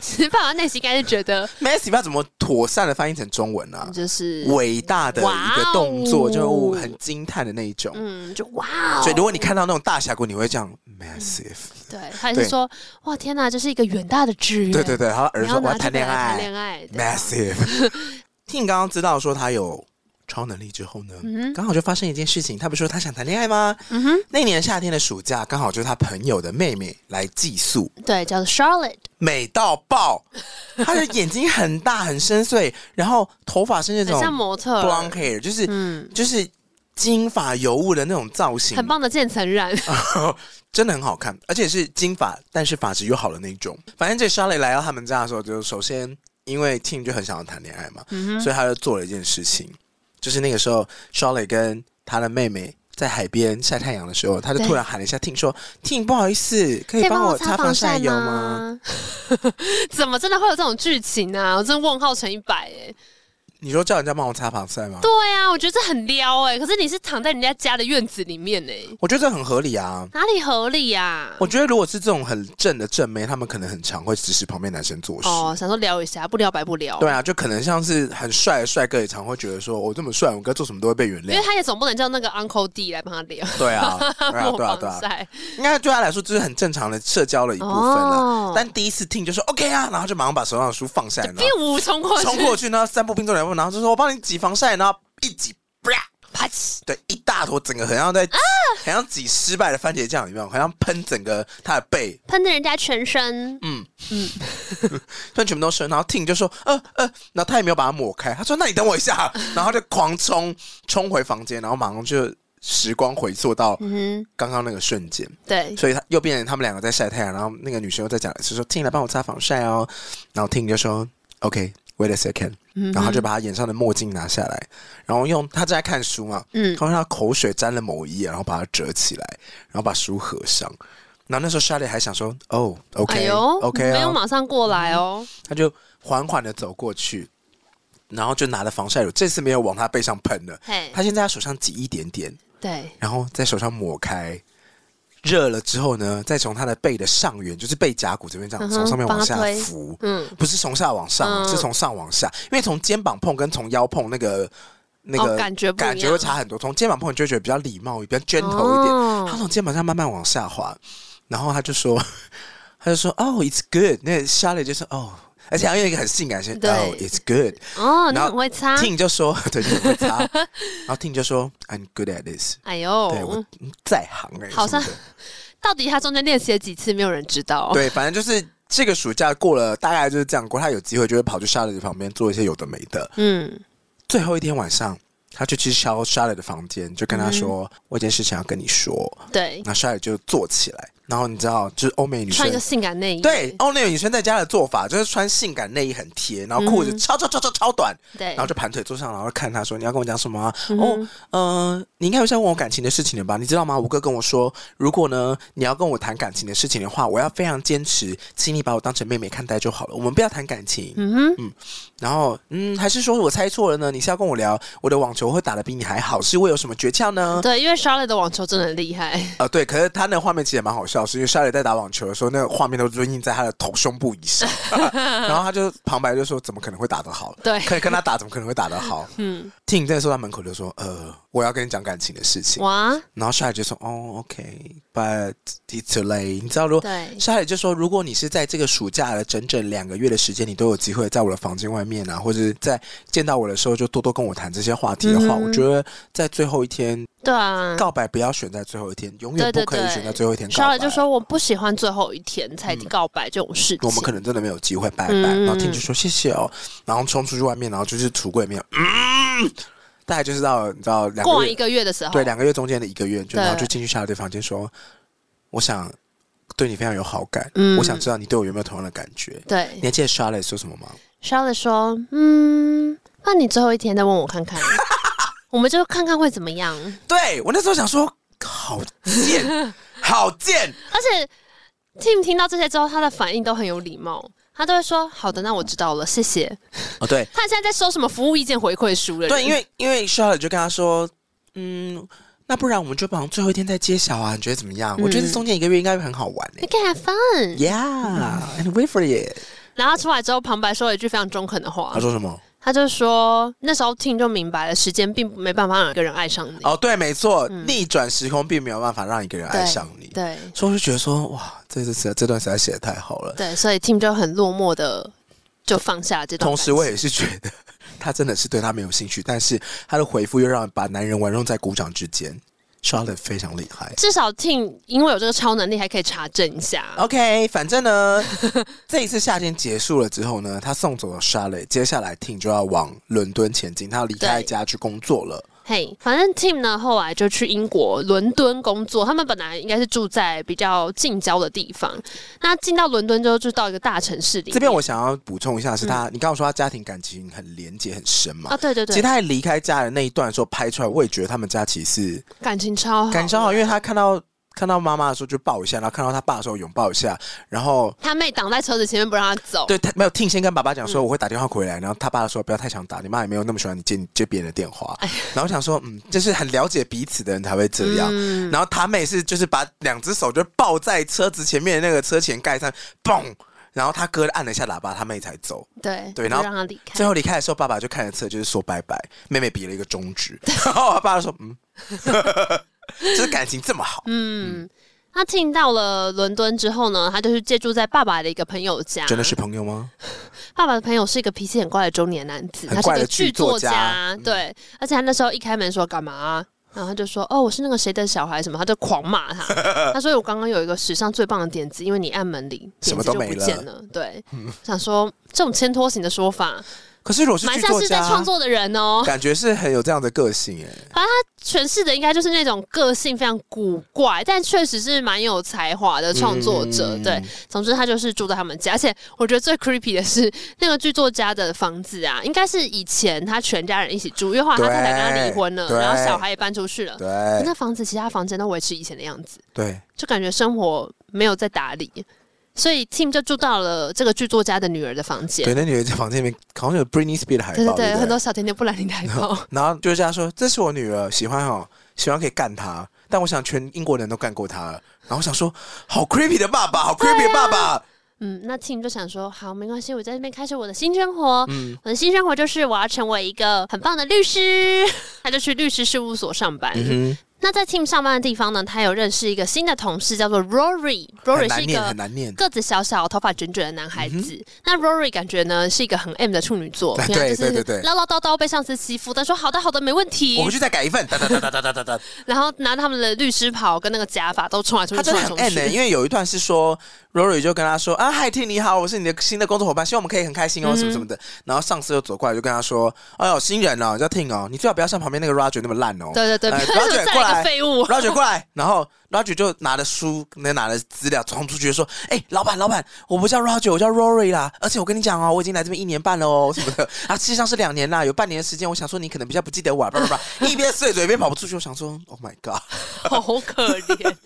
[SPEAKER 3] 其实爸爸内心应该是觉得
[SPEAKER 2] massive 要怎么妥善的翻译成中文啊？
[SPEAKER 3] 就是
[SPEAKER 2] 伟大的一个动作，
[SPEAKER 3] 哇哦
[SPEAKER 2] 就很惊叹的那一种。
[SPEAKER 3] 嗯，就哇哦，
[SPEAKER 2] 所以如果你看到那种大峡谷，你会这样 massive。
[SPEAKER 3] 对，他也是说，哇天哪，这是一个远大的志愿。
[SPEAKER 2] 对对对，然后儿
[SPEAKER 3] 你
[SPEAKER 2] 子说
[SPEAKER 3] 要
[SPEAKER 2] 我
[SPEAKER 3] 嗯拿
[SPEAKER 2] 要
[SPEAKER 3] 这
[SPEAKER 2] 谈
[SPEAKER 3] 个
[SPEAKER 2] 恋
[SPEAKER 3] 来谈
[SPEAKER 2] 爱
[SPEAKER 3] 恋爱对啊
[SPEAKER 2] ，massive。听你刚刚知道说他有超能力之后呢，
[SPEAKER 3] 嗯
[SPEAKER 2] 刚好就发生一件事情。他不是说他想谈恋爱吗？那年夏天的暑假，刚好就是他朋友的妹妹来寄宿，
[SPEAKER 3] 对，叫做 Charlotte，
[SPEAKER 2] 美到爆，她的眼睛很大很深邃，然后头发是那
[SPEAKER 3] 很
[SPEAKER 2] 种
[SPEAKER 3] 像模特儿
[SPEAKER 2] blonde hair，就是、
[SPEAKER 3] 嗯，
[SPEAKER 2] 就是金发尤物的那种造型，
[SPEAKER 3] 很棒的渐层染。
[SPEAKER 2] 真的很好看，而且是金发，但是发质又好的那一种。反正这莎蕾来到他们家的时候，就首先因为 Tim 就很想要谈恋爱嘛，
[SPEAKER 3] 嗯
[SPEAKER 2] 所以他就做了一件事情，就是那个时候莎蕾跟她的妹妹。在海边晒太阳的时候，他就
[SPEAKER 3] 对
[SPEAKER 2] 突然喊了一下 Tim 说：“Tim，不好意思，可
[SPEAKER 3] 可
[SPEAKER 2] 以
[SPEAKER 3] 以帮
[SPEAKER 2] 帮
[SPEAKER 3] 我
[SPEAKER 2] 擦
[SPEAKER 3] 擦
[SPEAKER 2] 防
[SPEAKER 3] 防
[SPEAKER 2] 晒
[SPEAKER 3] 晒
[SPEAKER 2] 油吗？
[SPEAKER 3] 吗？ 怎么真的会有这种剧情啊？我真问号成一百哎。？”
[SPEAKER 2] 你说叫人家帮我擦防晒吗？
[SPEAKER 3] 对啊，我觉得这很撩哎、可是你是躺在人家家的院子里面哎、
[SPEAKER 2] 我觉得这很合理啊。
[SPEAKER 3] 哪里合理啊呀、
[SPEAKER 2] 我觉得如果是这种很正的正妹，他们可能很常会指使旁边男生做事。
[SPEAKER 3] 哦，想说聊一下，不聊白不聊。
[SPEAKER 2] 对啊，就可能像是很帅的帅哥，也常会觉得说，我、这么帅，我哥做什么都会被原
[SPEAKER 3] 因
[SPEAKER 2] 谅
[SPEAKER 3] 为。他也总不能叫那个 Uncle D 来帮他聊，
[SPEAKER 2] 对啊，对啊，
[SPEAKER 3] 帮我
[SPEAKER 2] 对啊，对啊
[SPEAKER 3] 防，晒。
[SPEAKER 2] 应该对他来说这是很正常的社交的一部分了。
[SPEAKER 3] 哦
[SPEAKER 2] 但第一次听就说 OK 啊，然后就马上把手上的书放下来，然
[SPEAKER 3] 并
[SPEAKER 2] 后
[SPEAKER 3] 无冲过去，
[SPEAKER 2] 冲过去呢，三步并作两步，然后就说我帮你挤防晒，然后一挤，啪，
[SPEAKER 3] 啪嘖
[SPEAKER 2] 对，一大坨，整个很像在，
[SPEAKER 3] 啊
[SPEAKER 2] 很像挤失败的番茄酱，有没有？好像喷整个他的背，
[SPEAKER 3] 喷的人家全身。
[SPEAKER 2] 嗯喷全部都是。然后 Ting 就说呃呃，然后他也没有把它抹开，他说那你等我一下， 然后就狂冲冲回房间，然后马上就时光回溯到
[SPEAKER 3] 嗯
[SPEAKER 2] 刚刚那个瞬间。
[SPEAKER 3] 哼，对，
[SPEAKER 2] 所以他又变成他们两个在晒太阳，然后那个女生又在讲一次说：“听来帮我擦防晒哦。”然后听就说：“OK，wait、a second。”然
[SPEAKER 3] 嗯
[SPEAKER 2] 后他就把他眼上的墨镜拿下来，然后用他正在看书嘛，
[SPEAKER 3] 嗯
[SPEAKER 2] 他用他口水沾了某一页，然后把它折起来，然后把书合上。然后那时候莎莉还想说：“哦，OK，OK、
[SPEAKER 3] 哎呦
[SPEAKER 2] OK
[SPEAKER 3] 没
[SPEAKER 2] 哦
[SPEAKER 3] 有马上过来哦。
[SPEAKER 2] 他就缓缓的走过去，然后就拿了防晒乳，这次没有往他背上喷了，
[SPEAKER 3] 嘿，
[SPEAKER 2] 他先在他手上挤一点点，
[SPEAKER 3] 对，
[SPEAKER 2] 然后在手上抹开，热了之后呢，再从他的背的上缘，就是背胛骨这边这样
[SPEAKER 3] 嗯哼
[SPEAKER 2] 从上面往下
[SPEAKER 3] 帮他推
[SPEAKER 2] 扶，
[SPEAKER 3] 嗯，
[SPEAKER 2] 不是从下往上啊，
[SPEAKER 3] 嗯
[SPEAKER 2] 是从上往下，因为从肩膀碰跟从腰碰那个。那个、
[SPEAKER 3] 哦感觉不一样
[SPEAKER 2] 感觉会差很多，从肩膀碰你就会觉得比较礼貌，比较 gentle 一点。
[SPEAKER 3] 哦
[SPEAKER 2] 他从肩膀上慢慢往下滑，然后他就说， 他就说，哦、i t s good。那莎莉就说，哦，而且还有一个很性感的声音，
[SPEAKER 3] 对
[SPEAKER 2] 哦、i t s good。
[SPEAKER 3] 哦，你
[SPEAKER 2] 然后
[SPEAKER 3] 很会擦。
[SPEAKER 2] Ting 就说， 对，你很会 擦。然后 Ting 就说，I'm good at this。
[SPEAKER 3] 哎
[SPEAKER 2] 对我
[SPEAKER 3] 呦，
[SPEAKER 2] 在行哎、欸，
[SPEAKER 3] 好
[SPEAKER 2] 什么
[SPEAKER 3] 像哦
[SPEAKER 2] 的
[SPEAKER 3] 到底他中间练习了几次，没有人知道。
[SPEAKER 2] 对，反正就是这个暑假过了，大概就是这样过。他有机会就会跑去莎莉的旁边做一些有的没的。
[SPEAKER 3] 嗯，
[SPEAKER 2] 最后一天晚上，他就去
[SPEAKER 3] 嗯
[SPEAKER 2] 敲莎莉的房间，就跟他说：“我有件事情要跟你说。”
[SPEAKER 3] 对，
[SPEAKER 2] 那莎莉就坐起来，然后你知道，就是欧美女生
[SPEAKER 3] 穿一个性感内衣，
[SPEAKER 2] 对欧美女生在家的做法，就是穿性感内衣很贴，然后裤子超超超超超短，
[SPEAKER 3] 嗯对嗯
[SPEAKER 2] 然后就盘腿坐上，然后看他说：“你要跟我讲什么、啊？”哦，呃，你应该有想问我感情的事情了吧？你知道吗？吴哥跟我说，如果呢你要跟我谈感情的事情的话，我要非常坚持，请你把我当成妹妹看待就好了，我们不要谈感情。
[SPEAKER 3] 嗯哼，
[SPEAKER 2] 然后，嗯，还是说我猜错了呢？你是要跟我聊我的网球会打得比你还好，是我有什么诀窍呢？
[SPEAKER 3] 对，因为 Charlotte 的网球真的很厉害，
[SPEAKER 2] 呃，对，可是他那个画面其实也蛮好笑，是因为莎莉在打网球的时候，那个画面都蹲印在他的头胸部以 上，然后他就旁白就说：“怎么可能会打得好？
[SPEAKER 3] 对
[SPEAKER 2] 可以跟他打，怎么可能会打得 好？”嗯，听在说到门口就说：“呃，我要跟你讲感情的事情。”
[SPEAKER 3] 哇，
[SPEAKER 2] 然后莎莉就说：“哦，OK，but、it's late。”你知道，如果
[SPEAKER 3] 对
[SPEAKER 2] 莎莉就说，如果你是在这个暑假的整整两个月的时间，你都有机会在我的房间外面啊，或者是在见到我的时候就多多跟我谈这些话题的话，
[SPEAKER 3] 嗯
[SPEAKER 2] 我觉得在最后一天
[SPEAKER 3] 对啊。
[SPEAKER 2] 告白不要选在最后一天，永远
[SPEAKER 3] 对
[SPEAKER 2] 不
[SPEAKER 3] 对
[SPEAKER 2] 可以
[SPEAKER 3] 对，
[SPEAKER 2] 选在最后一天告白。
[SPEAKER 3] Charlotte 就说我不喜欢最后一天才告白这种事情，
[SPEAKER 2] 我们可能真的没有机会，拜拜。
[SPEAKER 3] 嗯
[SPEAKER 2] 然后听就说谢谢哦，然后冲出去外面，然后就是橱柜里面，嗯，大概就是到你知道两
[SPEAKER 3] 过
[SPEAKER 2] 个
[SPEAKER 3] 完
[SPEAKER 2] 月
[SPEAKER 3] 一个月的时候，
[SPEAKER 2] 对两个月中间的一个月，就
[SPEAKER 3] 对
[SPEAKER 2] 然后就进去下对房间说，我想对你非常有好感，
[SPEAKER 3] 嗯
[SPEAKER 2] 我想知道你对我有没有同样的感觉。
[SPEAKER 3] 对
[SPEAKER 2] 你还记得 Charlotte 说什么吗？
[SPEAKER 3] Charlotte 说，嗯，那你最后一天再问 我看看，我们就看看会怎么样。
[SPEAKER 2] 对我那时候想说，好 贱，好贱，
[SPEAKER 3] 而且 Tim 听到这些之后，他的反应都很有礼貌，他都会说，好的，那我知道了，谢谢。
[SPEAKER 2] 哦对，
[SPEAKER 3] 他现在在收什么服务意见回馈书了？
[SPEAKER 2] 对，因为因为 Charlotte 就跟他说，嗯，那不然我们就把最后一天再揭晓啊，你觉得怎么样？我觉得这中间一个月应该会很好玩诶、
[SPEAKER 3] We can have fun。嗯
[SPEAKER 2] Yeah，and wait for it。
[SPEAKER 3] 然后出来之后，旁白说了一句非常中肯的话
[SPEAKER 2] 他，说什么？
[SPEAKER 3] 他就说那时候 Tim 就明白了，时间并没办法让一个人爱上你。
[SPEAKER 2] 哦，对，没错，逆转时空并没有办法让一个人爱上你。
[SPEAKER 3] 嗯对
[SPEAKER 2] 所以我就觉得说，哇，这这这这段实在写的太好了。
[SPEAKER 3] 对，所以 Tim 就很落寞的就放下了这段
[SPEAKER 2] 同
[SPEAKER 3] 感情。
[SPEAKER 2] 时，我也是觉得他真的是对他没有兴趣，但是他的回复又让把男人玩弄在鼓掌之间。Charlotte 非常厉害。
[SPEAKER 3] 至少 Tim 因为有这个超能力，还可以查证一下。
[SPEAKER 2] OK，反正 呢，这一次夏天结束了之后呢，他送走了 Charlotte，接下来 Ting 就要往伦敦前进，他要离开
[SPEAKER 3] 对
[SPEAKER 2] 家去工作了。
[SPEAKER 3] 嘿反正 Tim 呢后来就去英国伦敦工作，他们本来应该是住在比较近郊的地方，那进到伦敦之后就到一个大城市里面。
[SPEAKER 2] 这边我想要补充一下，是他，你刚刚说他家庭感情很连结很深嘛？
[SPEAKER 3] 啊，对对
[SPEAKER 2] 其实
[SPEAKER 3] 对，
[SPEAKER 2] 他在离开家的那一段的时候拍出来，我也觉得他们家其实是
[SPEAKER 3] 感情超好，
[SPEAKER 2] 感情好，因为他看到看到妈妈的时候就抱一下，然后看到他爸的时候拥抱一下，然后
[SPEAKER 3] 他妹挡在车子前面不让他走。
[SPEAKER 2] 对他没有听先跟爸爸讲
[SPEAKER 3] 嗯
[SPEAKER 2] 说我会打电话回来，然后他爸说不要太想打，你妈也没有那么喜欢你接接别人的电 话，
[SPEAKER 3] 哎
[SPEAKER 2] 然后我想说嗯，就是很了解彼此的人才会这样。
[SPEAKER 3] 嗯
[SPEAKER 2] 然后他妹是就是把两只手就抱在车子前面的那个车前盖上，嘣，然后他哥按了一下喇叭，他妹才走。
[SPEAKER 3] 对
[SPEAKER 2] 对
[SPEAKER 3] 就
[SPEAKER 2] 然后
[SPEAKER 3] 让他离开。
[SPEAKER 2] 最后离开的时候，爸爸就看着车，就是说拜拜。妹妹比了一个中指， 然后他爸就说：“嗯，就是感情这么好。
[SPEAKER 3] 嗯，他听到了伦敦之后呢，他就去借住在爸爸的一个朋友家。
[SPEAKER 2] 真的是朋友吗？
[SPEAKER 3] 爸爸的朋友是一个脾气很怪的中年男子，
[SPEAKER 2] 很
[SPEAKER 3] 他是
[SPEAKER 2] 怪
[SPEAKER 3] 一
[SPEAKER 2] 的
[SPEAKER 3] 个
[SPEAKER 2] 剧
[SPEAKER 3] 剧
[SPEAKER 2] 作
[SPEAKER 3] 作
[SPEAKER 2] 家嗯
[SPEAKER 3] 家，对，而且他那时候一开门说干嘛啊、然后他就说：“哦，我是那个谁的小孩什么？”他就狂骂他。 他说：“我刚刚有一个史上最棒的点子，因为你按门铃，
[SPEAKER 2] 什
[SPEAKER 3] 点
[SPEAKER 2] 么
[SPEAKER 3] 子
[SPEAKER 2] 都
[SPEAKER 3] 就
[SPEAKER 2] 没
[SPEAKER 3] 不
[SPEAKER 2] 了
[SPEAKER 3] 见了。” 对，想说这种牵拖型的说法，
[SPEAKER 2] 可是如果是
[SPEAKER 3] 蛮
[SPEAKER 2] 剧
[SPEAKER 3] 像
[SPEAKER 2] 作
[SPEAKER 3] 是在
[SPEAKER 2] 家，
[SPEAKER 3] 创作啊的人哦。
[SPEAKER 2] 感觉是很有这样的个性哎、
[SPEAKER 3] 诠释的应该就是那种个性非常古怪，但确实是蛮有才华的创作者。
[SPEAKER 2] 嗯
[SPEAKER 3] 对，总之他就是住在他们家，而且我觉得最 creepy 的是那个剧作家的房子啊，应该是以前他全家人一起住，因为后来他太太跟他离婚了，
[SPEAKER 2] 对
[SPEAKER 3] 然后小孩也搬出去了，可
[SPEAKER 2] 对
[SPEAKER 3] 那房子其他房间都维持以前的样子，
[SPEAKER 2] 对，
[SPEAKER 3] 就感觉生活没有在打理。所以 Tim 就住到了这个剧作家的女儿的房间
[SPEAKER 2] 对，，那女人在房间里面好像有 Britney Spears 的海
[SPEAKER 3] 对对
[SPEAKER 2] 报，
[SPEAKER 3] 对，
[SPEAKER 2] 不
[SPEAKER 3] 很多小甜甜布兰妮的海 报。
[SPEAKER 2] 然后就是这样说：“这是我女儿，喜欢哦，喜欢可以干她。”但我想全英国人都干过她了。然后我想说，好 creepy 的爸爸，好 creepy 的爸爸。
[SPEAKER 3] 嗯，那 Tim 就想说，好，没关系，我在这边开始我的新生活。
[SPEAKER 2] 嗯
[SPEAKER 3] 我的新生活就是我要成为一个很棒的律师，他就去律师事务所上班。
[SPEAKER 2] 嗯
[SPEAKER 3] 那在 Tim 上班的地方呢，他有认识一个新的同事，叫做 Rory。
[SPEAKER 2] 哼，很
[SPEAKER 3] Rory 是
[SPEAKER 2] 难
[SPEAKER 3] 一
[SPEAKER 2] 念，很
[SPEAKER 3] 个
[SPEAKER 2] 难念。嗯
[SPEAKER 3] 个子小小、头发卷卷的男孩子。那 Rory 感觉呢是一个很 M 的处女座，
[SPEAKER 2] 啊对
[SPEAKER 3] 平常
[SPEAKER 2] 对
[SPEAKER 3] 就
[SPEAKER 2] 对
[SPEAKER 3] 是
[SPEAKER 2] 对对
[SPEAKER 3] 唠唠叨叨被上司欺负，但说好的好的没问题
[SPEAKER 2] 我，回去再改一份。哒哒哒哒哒哒哒。
[SPEAKER 3] 然后拿他们的律师袍跟那个假发都冲来冲
[SPEAKER 2] 他
[SPEAKER 3] 去，
[SPEAKER 2] 真
[SPEAKER 3] 冲
[SPEAKER 2] 的
[SPEAKER 3] 来
[SPEAKER 2] 很
[SPEAKER 3] 冲
[SPEAKER 2] M
[SPEAKER 3] 去。
[SPEAKER 2] 呢、因为有一段是说，Rory 就跟他说啊，嗨 T 你好，我是你的新的工作伙伴，希望我们可以很开心哦，什么什么的。然后上司又走过来就跟他说，哎呦新人哦，叫 T 哦，你最好不要像旁边那个 Roger 那么烂哦。
[SPEAKER 3] 对对对
[SPEAKER 2] 呃
[SPEAKER 3] 不要
[SPEAKER 2] Roger
[SPEAKER 3] 再
[SPEAKER 2] 过
[SPEAKER 3] 来
[SPEAKER 2] 来，
[SPEAKER 3] 废物
[SPEAKER 2] Roger 过来，然后 Roger 就拿着书，那拿着资料冲出去说：“哎、老板，老板，我不叫 Roger，我叫 Rory 啦。而且我跟你讲哦，我已经来这边一年半了哦，什么的。啊，事实上是两年啦，有半年的时间。我想说你可能比较不记得我、啊，叭叭叭，一边碎嘴一边跑不出去。我想说，Oh my god，
[SPEAKER 3] 好可怜。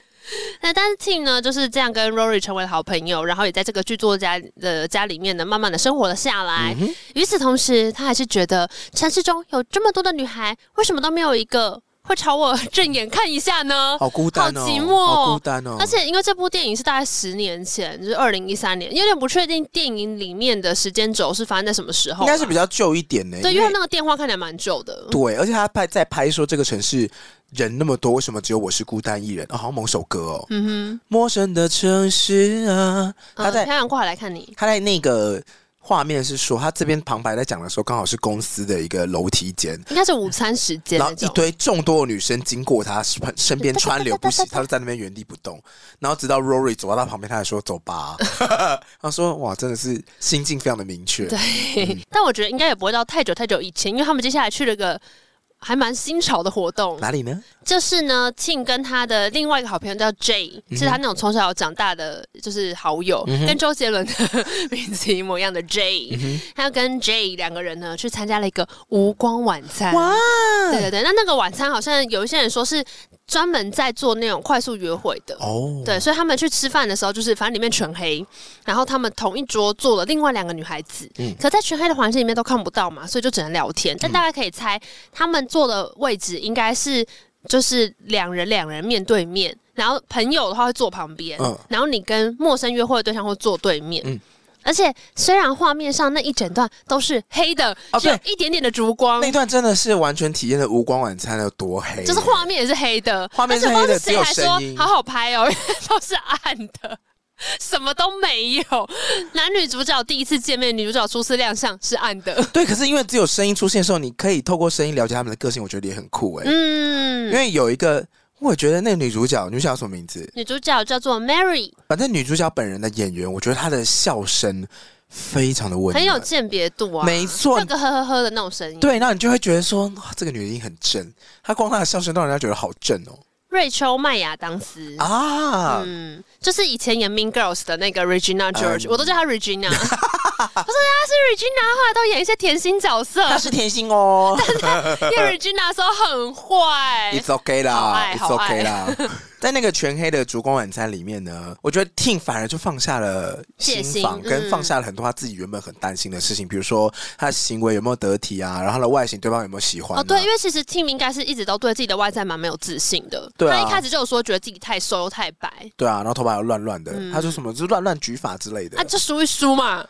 [SPEAKER 3] 那但是 Tim 呢，就是这样跟 Rory 成为了好朋友，然后也在这个剧作家的家里面呢，慢慢的生活了下来。
[SPEAKER 2] 嗯
[SPEAKER 3] 与此同时，他还是觉得城市中有这么多的女孩，为什么都没有一个会朝我正眼看一下呢？
[SPEAKER 2] 好孤 单哦，
[SPEAKER 3] 好寂寞哦
[SPEAKER 2] 好孤单哦。
[SPEAKER 3] 而且因为这部电影是大概十年前，就是二零一三年，有点不确定电影里面的时间轴是发生在什么时候
[SPEAKER 2] 应
[SPEAKER 3] 啊，
[SPEAKER 2] 该是比较旧一点呢、
[SPEAKER 3] 对，因为那个电话看起来蛮旧的。
[SPEAKER 2] 对，而且他拍在拍说这个城市人那么多，为什么只有我是孤单一人？哦，好像某首歌哦，
[SPEAKER 3] 嗯
[SPEAKER 2] 陌生的城市啊，
[SPEAKER 3] 哼，
[SPEAKER 2] 他在
[SPEAKER 3] 漂洋过海来看你，
[SPEAKER 2] 他在那个画面是说，他这边旁白在讲的时候，刚好是公司的一个楼梯间，
[SPEAKER 3] 应该是午餐时间
[SPEAKER 2] 然
[SPEAKER 3] 那
[SPEAKER 2] 后一
[SPEAKER 3] 种。
[SPEAKER 2] 堆众多的女生经过他身身 边川流不息，他就在那边原地不动。然后直到 Rory 走到他旁边，他才说：“走 吧。” 他说：“哇，真的是心境非常的明确。”
[SPEAKER 3] 但我觉得应该也不会到太久太久以前，因为他们接下来去了一个还蛮新潮的活动，
[SPEAKER 2] 哪里呢？
[SPEAKER 3] 就是呢，Tim 跟他的另外一个好朋友叫 J，、a 是他那种从小长大的就是好友，跟周杰伦的 名字一模一样的 J，、a 他要跟 J 两个人呢去参加了一个无光晚餐。哇！对对对，那那个晚餐好像有一些人说是专门在做那种快速约会的。
[SPEAKER 2] 哦，
[SPEAKER 3] 对，所以他们去吃饭的时候，就是反正里面全黑，然后他们同一桌坐了另外两个女孩子，
[SPEAKER 2] 嗯
[SPEAKER 3] 可在全黑的环境里面都看不到嘛，所以就只能聊天。但大概可以猜，他们坐的位置应该是就是两人两人面对面，然后朋友的话会坐旁边，
[SPEAKER 2] 嗯
[SPEAKER 3] 然后你跟陌生约会的对象会坐对面。
[SPEAKER 2] 嗯
[SPEAKER 3] 而且，虽然画面上那一整段都是黑的，
[SPEAKER 2] 哦
[SPEAKER 3] 只有
[SPEAKER 2] 对
[SPEAKER 3] 一点点的烛光
[SPEAKER 2] 那，段真的是完全体验了无光晚餐有多黑，
[SPEAKER 3] 就是画面也是黑的，
[SPEAKER 2] 画面是
[SPEAKER 3] 而且
[SPEAKER 2] 黑的
[SPEAKER 3] 不知道是谁还
[SPEAKER 2] 只有声
[SPEAKER 3] 说
[SPEAKER 2] 音
[SPEAKER 3] 好好拍哦，因 为都是暗的。什么都没 有，男女主角第一次见面，女主角初次亮相是暗的，
[SPEAKER 2] 对，可是因为只有声音出现的时候，你可以透过声音了解他们的个性，我觉得也很酷哎、因
[SPEAKER 3] 嗯，
[SPEAKER 2] 为有一个，我觉得那个女主角，女主角叫什么名字？
[SPEAKER 3] 女主角叫做 Mary，
[SPEAKER 2] 反正女主角本人的演员，我觉得她的笑声非常的温
[SPEAKER 3] 很
[SPEAKER 2] 暖，
[SPEAKER 3] 有鉴别度啊，
[SPEAKER 2] 没错
[SPEAKER 3] 那个呵呵呵的那种声音。，
[SPEAKER 2] 对，那你就会觉得说，哇，这个女的音很正，她光她的笑声让人家觉得好正哦
[SPEAKER 3] 瑞秋麦亚当斯，
[SPEAKER 2] 啊！
[SPEAKER 3] 嗯，就是以前演 Mean Girls 的那个 Regina George，、
[SPEAKER 2] 嗯
[SPEAKER 3] 我都叫 她 Regina，我说她啊是 Regina，后来都演一些甜心 角色，
[SPEAKER 2] 她是甜心 哦
[SPEAKER 3] 因为 Regina 说很坏，
[SPEAKER 2] ，It's OK
[SPEAKER 3] 好
[SPEAKER 2] 啦
[SPEAKER 3] 爱
[SPEAKER 2] ，It's
[SPEAKER 3] 好
[SPEAKER 2] OK
[SPEAKER 3] 爱
[SPEAKER 2] 啦。在那个全黑的烛光晚餐里面呢，我觉得 Ting 反而就放下了
[SPEAKER 3] 戒
[SPEAKER 2] 心
[SPEAKER 3] 心
[SPEAKER 2] 防，
[SPEAKER 3] 嗯
[SPEAKER 2] 跟放下了很多他自己原本很担心的事情，比如说他的行为有没有得体啊，然后他的外形对方有没有喜欢、啊？
[SPEAKER 3] 哦，对，因为其实 Tim 应该是一直都对自己的外在蛮没有自信的。
[SPEAKER 2] 对啊
[SPEAKER 3] 他一开始就有说觉得自己太瘦又太白，
[SPEAKER 2] 对啊，然后头发又乱乱的，
[SPEAKER 3] 嗯
[SPEAKER 2] 他说什么就是乱乱举法之类的。
[SPEAKER 3] 啊，就输一输嘛。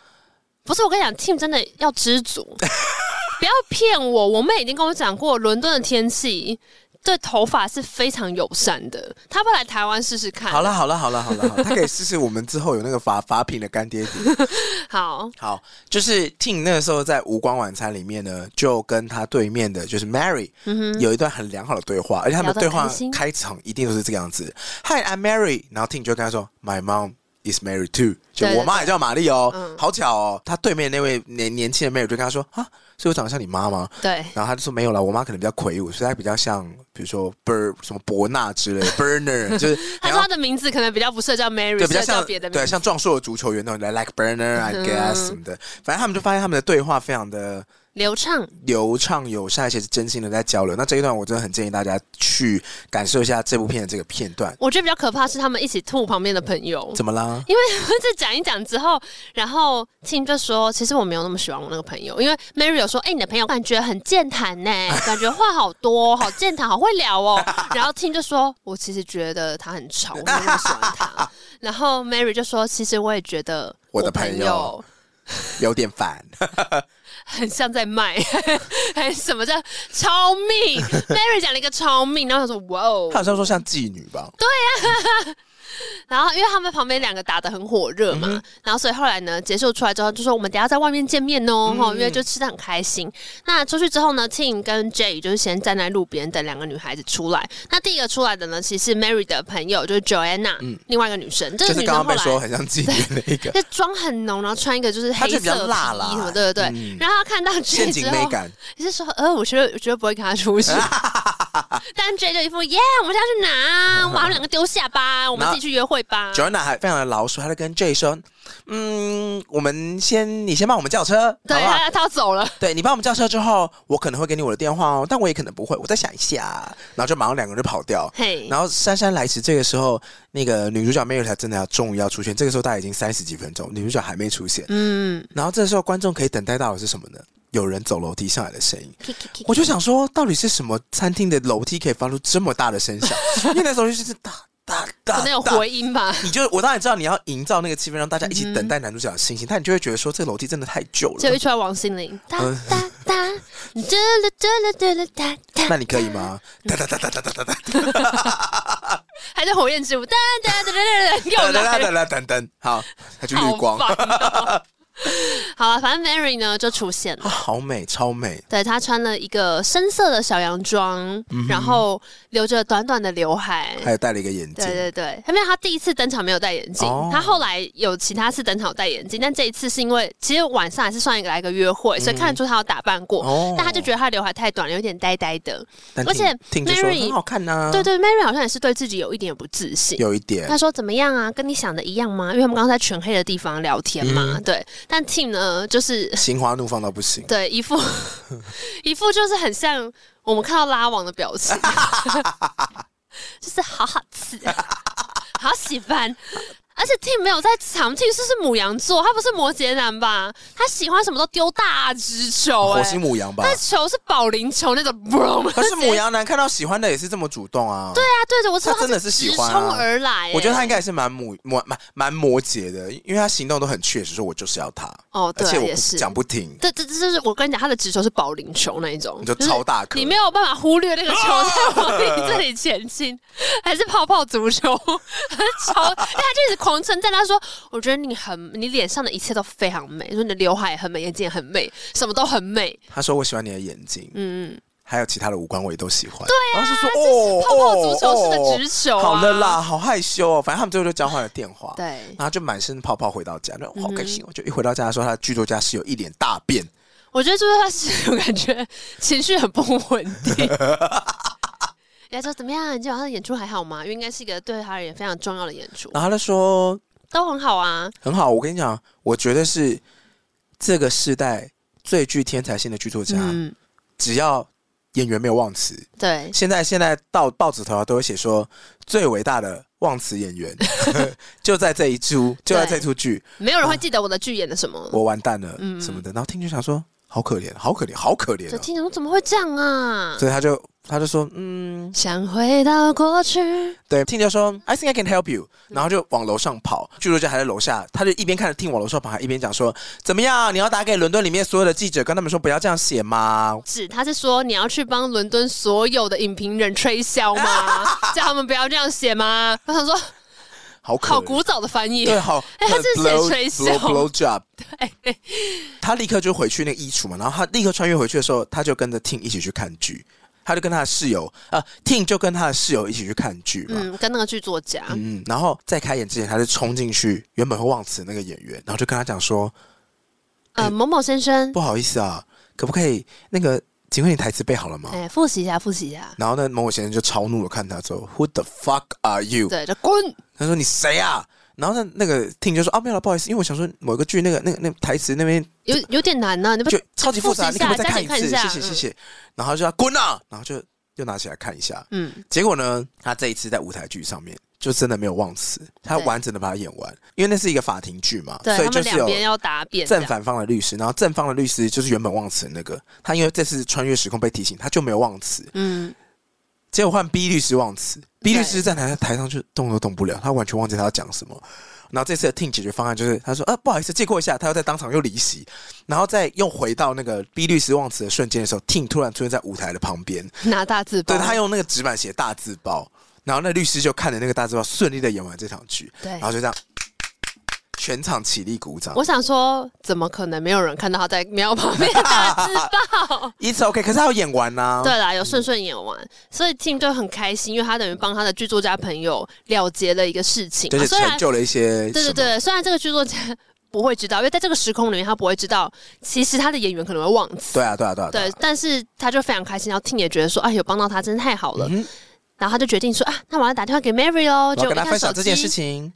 [SPEAKER 3] 不是，我跟你讲，Tim 真的要知足， 不要骗我。我妹已经跟我讲过，伦敦的天气对头发是非常友善的。她不来台湾试试看。
[SPEAKER 2] 好了，好了，好了，好了，好了他可以试试我们之后有那个法法品的干爹碟。
[SPEAKER 3] 好，
[SPEAKER 2] 好，就是 Ting 那个时候在无光晚餐里面呢，就跟他对面的就是 Mary、有一段很良好的对话，而且他们的对
[SPEAKER 3] 聊得
[SPEAKER 2] 话
[SPEAKER 3] 很开心
[SPEAKER 2] 开场一定都是这个样子：Hi, I'm Mary。然后 Ting 就跟他说：My mom is Mary too。就
[SPEAKER 3] 对对
[SPEAKER 2] 我妈也叫玛丽哦，
[SPEAKER 3] 嗯
[SPEAKER 2] 好巧哦。他对面那位年年轻的 Mary 就跟他说：啊，所以我长得像你妈吗？
[SPEAKER 3] 对，
[SPEAKER 2] 然后他就说没有啦，我妈可能比较魁梧，所以她比较像，比如说 Ber 什么伯纳之 类的，Burner 就是
[SPEAKER 3] 她说她的名字可能比较不适合叫 Mary，
[SPEAKER 2] 对，
[SPEAKER 3] 适
[SPEAKER 2] 比较
[SPEAKER 3] 合叫
[SPEAKER 2] 像
[SPEAKER 3] 别的名
[SPEAKER 2] 对
[SPEAKER 3] 字。嗯
[SPEAKER 2] 像壮硕的足球员那种来 like burner I guess 什么的，反正他们就发现他们的对话非常的
[SPEAKER 3] 流畅，
[SPEAKER 2] 流畅友善，而且是真心的在交流。那这一段我真的很建议大家去感受一下这部片的这个片段。
[SPEAKER 3] 我觉得比较可怕是他们一起吐旁边的朋友。
[SPEAKER 2] 怎么啦？
[SPEAKER 3] 因为 这讲一讲之后，然后庆就说：“其实我没有那么喜欢我那个朋友，因为 Mary 有说，哎、你的朋友感觉很健 谈呢，感觉话好多，好健谈，好会聊哦。”然后庆就说：“我其实觉得他很吵，我没有那么喜欢他。”然后 Mary 就说：“其实我也觉得
[SPEAKER 2] 我的
[SPEAKER 3] 朋
[SPEAKER 2] 朋友有点 烦，
[SPEAKER 3] 很像在卖， 还什么叫超 命？”Mary 讲了一个超命，然后他说：“哇哦
[SPEAKER 2] 他！”好像说像妓女吧？
[SPEAKER 3] 然后因为他们旁边两个打得很火热
[SPEAKER 2] 嗯
[SPEAKER 3] 嘛，然后所以后来呢，结束出来之后就说我们等一下在外面见面哦，
[SPEAKER 2] 嗯
[SPEAKER 3] 哈、因为就吃的很开心。那出去之后呢，Tim 跟 Jay 就是先站在路边等两个女孩子出来。那第一个出来的呢，其实是 Mary 的朋友，就是 Joanna，、另外一个女生。这
[SPEAKER 2] 嗯就
[SPEAKER 3] 个
[SPEAKER 2] 是
[SPEAKER 3] 女
[SPEAKER 2] 刚刚
[SPEAKER 3] 生后
[SPEAKER 2] 被
[SPEAKER 3] 来
[SPEAKER 2] 说很像妓女那一个
[SPEAKER 3] 就妆很浓，然后穿一个就是黑
[SPEAKER 2] 她就
[SPEAKER 3] 色
[SPEAKER 2] 比较辣
[SPEAKER 3] 皮
[SPEAKER 2] 啦
[SPEAKER 3] 衣什么，对对对。
[SPEAKER 2] 嗯
[SPEAKER 3] 然后她看到 Jay
[SPEAKER 2] 陷阱
[SPEAKER 3] 之
[SPEAKER 2] 美
[SPEAKER 3] 后，
[SPEAKER 2] 感。
[SPEAKER 3] 你是说，呃，我绝对绝对不会跟他出去。但 J 就一副耶，我们现在 去拿，我把他们两个丢下吧，我们自己去约会吧。
[SPEAKER 2] Joanna 还非常的老实，她就跟 J 说：“嗯，我们先，你先帮我们叫车，
[SPEAKER 3] 对
[SPEAKER 2] 好不好
[SPEAKER 3] 他，他要走了。
[SPEAKER 2] 对你帮我们叫车之后，我可能会给你我的电话哦，但我也可能不会，我再想一下。”然后就马上两个人就跑掉。
[SPEAKER 3] 嘿，
[SPEAKER 2] 然后姗姗来迟，这个时候那个女主角 Mary 才真的要终于要出现。这个时候大概已经三十几分钟，女主角还没出现。
[SPEAKER 3] 嗯，
[SPEAKER 2] 然后这时候观众可以等待到的是什么呢？有人走楼梯上来的声音。
[SPEAKER 3] k k k
[SPEAKER 2] 我就想说，到底是什么餐厅的楼梯可以发出这么大的声响？因为那时候就是哒哒哒，
[SPEAKER 3] 可能有
[SPEAKER 2] 哒
[SPEAKER 3] 回音吧。
[SPEAKER 2] 你就我当然知道你要营造那个气氛，让大家一起等待男主角的心情，但你就会觉得说这个楼梯真的太旧
[SPEAKER 3] 最后
[SPEAKER 2] 了。
[SPEAKER 3] 一出来王心凌，哒哒哒，哒啦哒啦哒啦哒哒，
[SPEAKER 2] 那你可以吗？哒哒哒哒哒哒哒哒
[SPEAKER 3] 还在火焰之舞，哒哒哒哒哒哒，
[SPEAKER 2] 哒
[SPEAKER 3] 又
[SPEAKER 2] 哒
[SPEAKER 3] 来
[SPEAKER 2] 哒
[SPEAKER 3] 了，
[SPEAKER 2] 哒哒哒，好，他就绿
[SPEAKER 3] 好
[SPEAKER 2] 光，啊
[SPEAKER 3] 烦哦。好了，反正 Mary 呢就出现了。
[SPEAKER 2] 好美，超美，
[SPEAKER 3] 对她穿了一个深色的小洋装，然后留着短短的刘海，
[SPEAKER 2] 还有戴了一个眼
[SPEAKER 3] 对
[SPEAKER 2] 镜，
[SPEAKER 3] 对对，因为他第一次登场没有戴眼镜，
[SPEAKER 2] 哦
[SPEAKER 3] 他后来有其他次登场有戴眼镜，但这一次是因为其实晚上还是算一个来一个约会，所以看得出他有打扮过，
[SPEAKER 2] 哦
[SPEAKER 3] 但他就觉得他刘海太短了，有点呆呆的。
[SPEAKER 2] 但
[SPEAKER 3] 而且
[SPEAKER 2] 听听着说
[SPEAKER 3] Mary-
[SPEAKER 2] 很好看呐，
[SPEAKER 3] 对，对，Mary 好像也是对自己有一点不自信。
[SPEAKER 2] 嗯有一点
[SPEAKER 3] 他，说怎么样啊？跟你想的一样吗？因为他们刚刚在全黑的地方聊天嘛，
[SPEAKER 2] 嗯
[SPEAKER 3] 对。但 Tim 呢，就是。
[SPEAKER 2] 心花怒放到不行
[SPEAKER 3] 对 一副一副就是很像我们看到拉网的 表情，就是好好吃， 好喜欢。而且 Tim 没有在场，Tim 是是母羊座，他不是摩羯男吧？他喜欢什么都丢大只球、
[SPEAKER 2] 哦火
[SPEAKER 3] 欸，
[SPEAKER 2] 星母羊吧
[SPEAKER 3] 那，球是保龄球那种， 砰
[SPEAKER 2] 可是母
[SPEAKER 3] 直接
[SPEAKER 2] 羊男看到喜欢的也是这么主动啊。对
[SPEAKER 3] 对啊，对的，我知道
[SPEAKER 2] 他真的是喜欢啊
[SPEAKER 3] 直冲而来、欸
[SPEAKER 2] 我觉得他应该也是蛮母摩蛮蛮摩羯的，因为他行动都很确实，说我就是要他，
[SPEAKER 3] 哦，
[SPEAKER 2] 而
[SPEAKER 3] 对啊，
[SPEAKER 2] 且我
[SPEAKER 3] 也
[SPEAKER 2] 不
[SPEAKER 3] 是
[SPEAKER 2] 讲不停。
[SPEAKER 3] 这这这就是我跟你讲，他的直球是保龄球那一种，
[SPEAKER 2] 你就超大颗啊
[SPEAKER 3] 就是你没有办法忽略那个球在往你这里前进，还是泡泡足球， 还是超，因为他就一直狂称赞，他说：“我觉得你很，你脸上的一切都非常美，说你的刘海也很美，眼睛也很美，什么都很美。
[SPEAKER 2] 他说我喜欢你的眼睛，
[SPEAKER 3] 嗯”
[SPEAKER 2] 还有其他的五官我也都喜欢。对啊，然后就说
[SPEAKER 3] 嗯，
[SPEAKER 2] 哦，
[SPEAKER 3] 泡泡足球式的直
[SPEAKER 2] 球、
[SPEAKER 3] 球、啊
[SPEAKER 2] 好了啦，，好害羞哦。反正他们最后就交换了电话，，
[SPEAKER 3] 对，
[SPEAKER 2] 然后就满身泡泡回到家，就好开心
[SPEAKER 3] 嗯
[SPEAKER 2] 哦。就一回到家的时候，他的剧作家室友一脸大变，
[SPEAKER 3] 我觉得就是他是有感觉情绪很不稳 定。人家说怎么样？你今天晚上演出还好吗？因为应该是一个对他而言非常重要的演出，
[SPEAKER 2] 然后他就说
[SPEAKER 3] 都很好啊。
[SPEAKER 2] 很好，我跟你讲，我觉得是这个世代最具天才性的剧作家，
[SPEAKER 3] 嗯，
[SPEAKER 2] 只要演员没有忘词，
[SPEAKER 3] 对，
[SPEAKER 2] 现在现在到报纸头条都会写说最伟大的忘词演 员，就在这一出，就在这出剧，
[SPEAKER 3] 没有人会记得我的剧演的什么。
[SPEAKER 2] 我完蛋了、
[SPEAKER 3] 嗯
[SPEAKER 2] 什么的。然后听就想说，好可怜，好可怜，好可怜、
[SPEAKER 3] 这
[SPEAKER 2] 哦。
[SPEAKER 3] 听我怎么会这样啊？
[SPEAKER 2] 所以他就他就说，嗯，
[SPEAKER 3] 想回到过去，
[SPEAKER 2] 对，听就说 I think I can help you，然后就往楼上跑。剧作家还在楼下，他就一边看着听往楼上跑，还一边讲说，怎么样？你要打给伦敦里面所有的记者，跟他们说不要这样写吗？
[SPEAKER 3] 指他是说你要去帮伦敦所有的影评人吹箫吗？ 叫他们不要这样写吗？我想说，
[SPEAKER 2] 好可
[SPEAKER 3] 好
[SPEAKER 2] 怜。
[SPEAKER 3] 古早的翻译。
[SPEAKER 2] 对，啊好，
[SPEAKER 3] 哎 他
[SPEAKER 2] 很
[SPEAKER 3] 是写
[SPEAKER 2] blow-
[SPEAKER 3] 垂
[SPEAKER 2] blow
[SPEAKER 3] 袖
[SPEAKER 2] blow job，他立刻就回去那个衣橱嘛，然后他立刻穿越回去的时候，他就跟着 Ting 一起去看剧，他就跟他的室友啊、t i n g 就跟他的室友一起去看剧嘛。嗯嗯
[SPEAKER 3] 嗯，跟那个剧作家，
[SPEAKER 2] 然后在开演之前，他就冲进去原本会忘词的那个演员，然后就跟他讲说
[SPEAKER 3] 呃，某某先：“生，
[SPEAKER 2] 不好意思啊，可不可以那个，请问你台词背好了吗？”
[SPEAKER 3] 哎，复习一下，复习一下。
[SPEAKER 2] 然后呢，某某先生就超怒的看他说：“Who the fuck are you？”
[SPEAKER 3] 对，就滚。
[SPEAKER 2] 他说：“你谁啊？”然后呢，那个 Ting 就说：“啊，没有了，不好意思，因为我想说某个剧那个那个那个台词那边
[SPEAKER 3] 有有点难啊呢、你不
[SPEAKER 2] 就超级复杂，
[SPEAKER 3] 复
[SPEAKER 2] 你
[SPEAKER 3] 习一
[SPEAKER 2] 可
[SPEAKER 3] 下
[SPEAKER 2] 不可以再看一
[SPEAKER 3] 加
[SPEAKER 2] 次？
[SPEAKER 3] 紧看一下
[SPEAKER 2] 谢谢谢谢。然后他就要滚啊，然后就又拿起来看一下。
[SPEAKER 3] 嗯，
[SPEAKER 2] 结果呢，他这一次在舞台剧上面就真的没有忘词，他
[SPEAKER 3] 对
[SPEAKER 2] 完整的把它演完，因为那是一个法庭剧嘛，
[SPEAKER 3] 对
[SPEAKER 2] 所以
[SPEAKER 3] 他
[SPEAKER 2] 就是
[SPEAKER 3] 们两
[SPEAKER 2] 有
[SPEAKER 3] 边要答辩这
[SPEAKER 2] 正
[SPEAKER 3] 样，
[SPEAKER 2] 反方的律师，然后正方的律师就是原本忘词的那个，他因为这次穿越时空被提醒，他就没有忘词，
[SPEAKER 3] 嗯，
[SPEAKER 2] 结果换 B 律师忘词，B
[SPEAKER 3] 对
[SPEAKER 2] 律师在台台上就动都动不了，他完全忘记他要讲什么。然后这次的 Ting 解决方案就是，他说：“啊，不好意思，借过一下。”他又在当场又离席，然后再又回到那个 B 律师忘词的瞬间的时候，Ting 突然出现在舞台的旁边，
[SPEAKER 3] 拿大字报。
[SPEAKER 2] 对他用那个纸板写大字报，然后那律师就看着那个大字报顺利的演完这场剧，
[SPEAKER 3] 对
[SPEAKER 2] 然后就这样全场起立鼓掌
[SPEAKER 3] 我。想说，怎么可能没有人看到他在瞄旁边的大字报？
[SPEAKER 2] It's OK，可是他要演完啊呐、
[SPEAKER 3] 对啦，有顺顺演完，所以 Tim 就很开心，因为他等于帮他的剧作家朋友了结了一个事情
[SPEAKER 2] 就
[SPEAKER 3] 嘛。
[SPEAKER 2] 是
[SPEAKER 3] 啊虽然
[SPEAKER 2] 成就了一些
[SPEAKER 3] 对
[SPEAKER 2] 什
[SPEAKER 3] 对
[SPEAKER 2] 么
[SPEAKER 3] 对，虽然这个剧作家。不会知道，因为在这个时空里面，他不会知道，其实他的演员可能会忘词。
[SPEAKER 2] 对啊，对啊，对啊，
[SPEAKER 3] 对
[SPEAKER 2] 啊，
[SPEAKER 3] 但是他就非常开心，然后 Ting 也觉得说，哎，有帮到他，真的太好了。然后他就决定说，啊，那我要打电话给 Mary 哦，
[SPEAKER 2] 嗯我
[SPEAKER 3] 就
[SPEAKER 2] 要跟他分享
[SPEAKER 3] 手
[SPEAKER 2] 这件
[SPEAKER 3] 机
[SPEAKER 2] 事，情。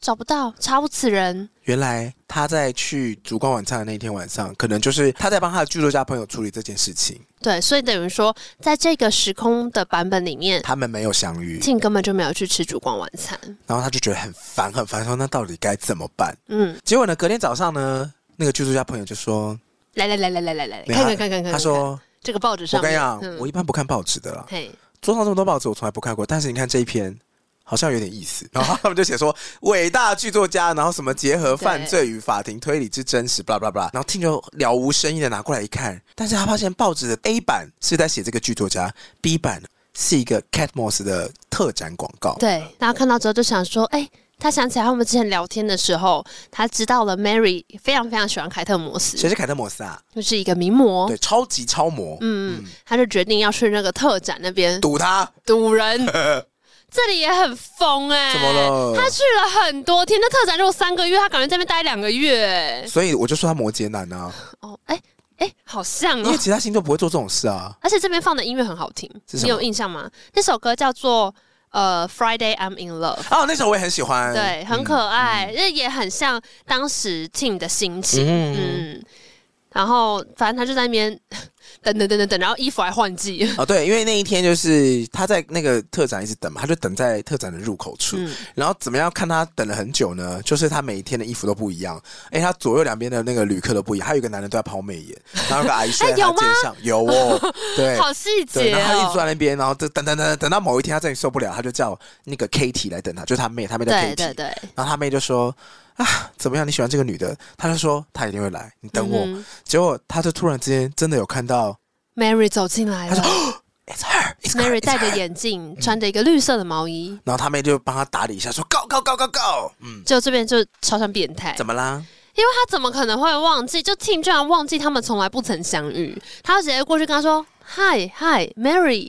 [SPEAKER 3] 找不到，查无此人。
[SPEAKER 2] 原来他在去烛光晚餐的那天晚上，可能就是他在帮他的剧作家朋友处理这件事情，
[SPEAKER 3] 对，所以等于说，在这个时空的版本里面
[SPEAKER 2] 他们没有相遇，
[SPEAKER 3] ，Ting 根本就没有去吃烛光晚餐。
[SPEAKER 2] 然后他就觉得很烦，很烦，说那到底该怎么办？
[SPEAKER 3] 嗯，
[SPEAKER 2] 结果呢，隔天早上呢，那个剧作家朋友就说，
[SPEAKER 3] 来来来来来来来，
[SPEAKER 2] 没
[SPEAKER 3] 看看
[SPEAKER 2] 他
[SPEAKER 3] 看看看，
[SPEAKER 2] 他
[SPEAKER 3] 看
[SPEAKER 2] 说
[SPEAKER 3] 这个报纸
[SPEAKER 2] 我
[SPEAKER 3] 上
[SPEAKER 2] 跟你
[SPEAKER 3] 面，
[SPEAKER 2] 讲，
[SPEAKER 3] 嗯
[SPEAKER 2] 我一般不看报纸的啦，
[SPEAKER 3] 嘿，
[SPEAKER 2] 桌上这么多报纸我从来不看过，但是你看这一篇。好像有点意思，然后 他们就写说伟大剧作家，然后什么结合犯罪与法庭推理之真实，blah blah blah，然后听着了无声音的拿过来一看，但是他发现报纸的 A 版是在写这个剧作家，B 版是一个 Cat Moss 的特展广告，
[SPEAKER 3] 对，然后看到之后就想说，哎、他想起来他们之前聊天的时候，他知道了 Mary 非常非常喜欢凯特摩斯，
[SPEAKER 2] 谁是凯特·摩斯啊？
[SPEAKER 3] 就是一个名模。
[SPEAKER 2] 对，超级超模，
[SPEAKER 3] 哦嗯，他就决定要去那个特展那边
[SPEAKER 2] 堵他，
[SPEAKER 3] 堵人。这里也很疯哎、
[SPEAKER 2] 怎么了
[SPEAKER 3] 他去了很多天，那特展只有三个月，他感觉在那边待两个月、哎
[SPEAKER 2] 所以我就说他摩羯男啊，
[SPEAKER 3] 哦，哎、哎、好像
[SPEAKER 2] 因
[SPEAKER 3] 哦
[SPEAKER 2] 为。其他星座不会做这种事啊。
[SPEAKER 3] 而且这边放的音乐很好听，
[SPEAKER 2] 是什
[SPEAKER 3] 你
[SPEAKER 2] 么
[SPEAKER 3] 有印象吗？那首歌叫做呃《Friday I'm in Love》。
[SPEAKER 2] 哦，那首我也很喜欢，
[SPEAKER 3] 对，很可
[SPEAKER 2] 嗯
[SPEAKER 3] 爱，这、也很像当时 Ting 的心情，嗯。然后，反正他就在那边 等等等等等，然后衣服还换季，
[SPEAKER 2] 哦，对，因为那一天就是他在那个特展一直等嘛，他就等在特展的入口处，
[SPEAKER 3] 嗯
[SPEAKER 2] 然后怎么样看他等了很久呢？就是他每一天的衣服都不一样，哎，他左右两边的那个旅客都不一样，还有一个男人都在抛媚眼，然后有个阿姨睡在
[SPEAKER 3] 哎有
[SPEAKER 2] 他
[SPEAKER 3] 吗
[SPEAKER 2] 肩上，有 哦，对。
[SPEAKER 3] 好细
[SPEAKER 2] 对，
[SPEAKER 3] 节
[SPEAKER 2] 然后他一直坐
[SPEAKER 3] 哦。
[SPEAKER 2] 在那边，然后就等等等等，等到某一天他真的受不了，他就叫那个 Katie 来等他，就是他妹，他妹叫
[SPEAKER 3] 对
[SPEAKER 2] Katie，
[SPEAKER 3] 对对，
[SPEAKER 2] 然后他妹就说啊，怎么样？你喜欢这个女的？他就说他一定会来，你等我。
[SPEAKER 3] 嗯
[SPEAKER 2] 结果他就突然之间真的有看到
[SPEAKER 3] Mary 走进来 了
[SPEAKER 2] ，It's her，It's her，,
[SPEAKER 3] ，Mary
[SPEAKER 2] it's
[SPEAKER 3] 戴着
[SPEAKER 2] her
[SPEAKER 3] 眼镜，
[SPEAKER 2] 嗯
[SPEAKER 3] 穿着一个绿色的毛衣，
[SPEAKER 2] 然后他妹就帮他打理一下， 说 Go Go Go Go Go，嗯，
[SPEAKER 3] 就这边就超像变态，
[SPEAKER 2] 怎么啦？
[SPEAKER 3] 因为他怎么可能会忘记？就 Ting 居然忘记他们从来不曾相遇，他就直接过去跟他说。Hi, Hi, Mary。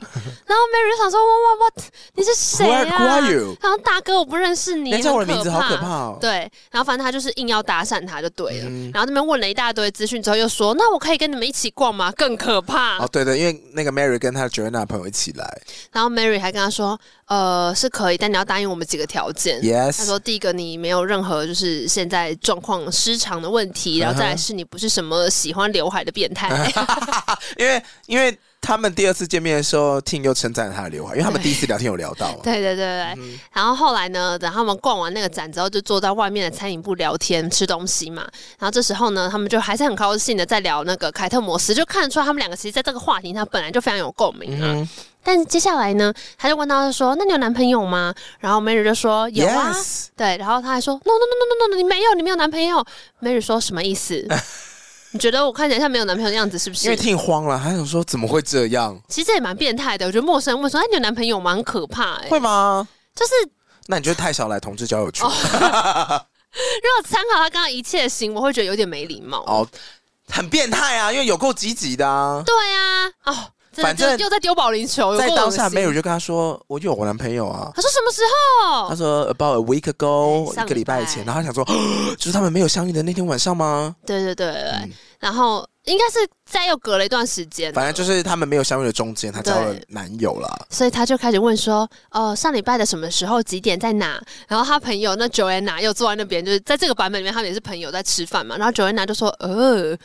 [SPEAKER 3] 然后 Mary 就想说，What, What, What？你是谁
[SPEAKER 2] Who are-
[SPEAKER 3] 啊
[SPEAKER 2] who are you？
[SPEAKER 3] 然后大哥，我不认识你，
[SPEAKER 2] 人家叫我的
[SPEAKER 3] 很
[SPEAKER 2] 名字好可怕哦
[SPEAKER 3] 对，然后反正他就是硬要搭讪他就对了。
[SPEAKER 2] 嗯
[SPEAKER 3] 然后那边问了一大堆资讯之后，又说，那我可以跟你们一起逛吗？更可怕。
[SPEAKER 2] 哦，对对，因为那个 Mary 跟她的 Joanna 朋友一起来
[SPEAKER 3] 然后 Mary 还跟他说，呃，是可以，但你要答应我们几个条件。他
[SPEAKER 2] ，Yes，
[SPEAKER 3] 嗯说：“第一个，你没有任何就是现在状况失常的问题，
[SPEAKER 2] 啊
[SPEAKER 3] 然后再来是你不是什么喜欢刘海的变态，
[SPEAKER 2] 因为因为他们第二次见面的时候，Ting 又称赞了他的刘海，因为他们
[SPEAKER 3] 对
[SPEAKER 2] 第一次聊天有聊到嘛，
[SPEAKER 3] 对啊对对对。
[SPEAKER 2] 嗯
[SPEAKER 3] 对然后后来呢，等他们逛完那个展之后，就坐在外面的餐饮部聊天吃东西嘛。然后这时候呢，他们就还是很高兴的在聊那个凯特摩斯，就看得出来他们两个其实在这个话题上本来就非常有共鸣啊。
[SPEAKER 2] 嗯
[SPEAKER 3] 但是接下来呢，他就问到说：“那你有男朋友吗？”然后 Mary 就说：“有啊。
[SPEAKER 2] ，Yes，
[SPEAKER 3] 对，然后他还说 no no no no no no，你没有，你没有男朋友。Mary 说什么 意思？你觉得我看起来像没有男朋友的样子是不
[SPEAKER 2] 因为
[SPEAKER 3] 是？
[SPEAKER 2] Ting 慌了，他想说怎么会这样？
[SPEAKER 3] 其实这也蛮变态的。我觉得陌生人问说，哎，你有男朋友吗？很可怕哎、
[SPEAKER 2] 会吗？
[SPEAKER 3] 就是
[SPEAKER 2] 那你就太少来同志交友
[SPEAKER 3] 哦
[SPEAKER 2] 群
[SPEAKER 3] 如果参考他刚刚一切的行为，我会觉得有点没礼貌。
[SPEAKER 2] 哦，很变态啊，因为有够积极的啊。
[SPEAKER 3] 对啊，哦，真的
[SPEAKER 2] 反正
[SPEAKER 3] 就又在丢保龄球，有
[SPEAKER 2] 在
[SPEAKER 3] 够
[SPEAKER 2] 当
[SPEAKER 3] 恶
[SPEAKER 2] 下
[SPEAKER 3] 心
[SPEAKER 2] ，Mary 就跟他说：“我有我男朋友啊。”
[SPEAKER 3] 他说什么时
[SPEAKER 2] 他
[SPEAKER 3] 候？
[SPEAKER 2] 说 about a week ago，
[SPEAKER 3] 哎上
[SPEAKER 2] 一个礼拜前，
[SPEAKER 3] 礼拜
[SPEAKER 2] 然后他想说， 就是他们没有相遇的那天晚上吗？
[SPEAKER 3] 对对对对对，
[SPEAKER 2] 嗯
[SPEAKER 3] 然后应该是在又隔了一段时间，
[SPEAKER 2] 反正就是他们没有相遇的中间，她交了
[SPEAKER 3] 对
[SPEAKER 2] 男友啦。
[SPEAKER 3] 所以他就开始问说，呃，上礼拜的什么时候几点在哪？然后他朋友那 Joanna 又坐在那边，就是在这个版本里面，他们也是朋友在吃饭嘛。然后 Joanna 就说，呃，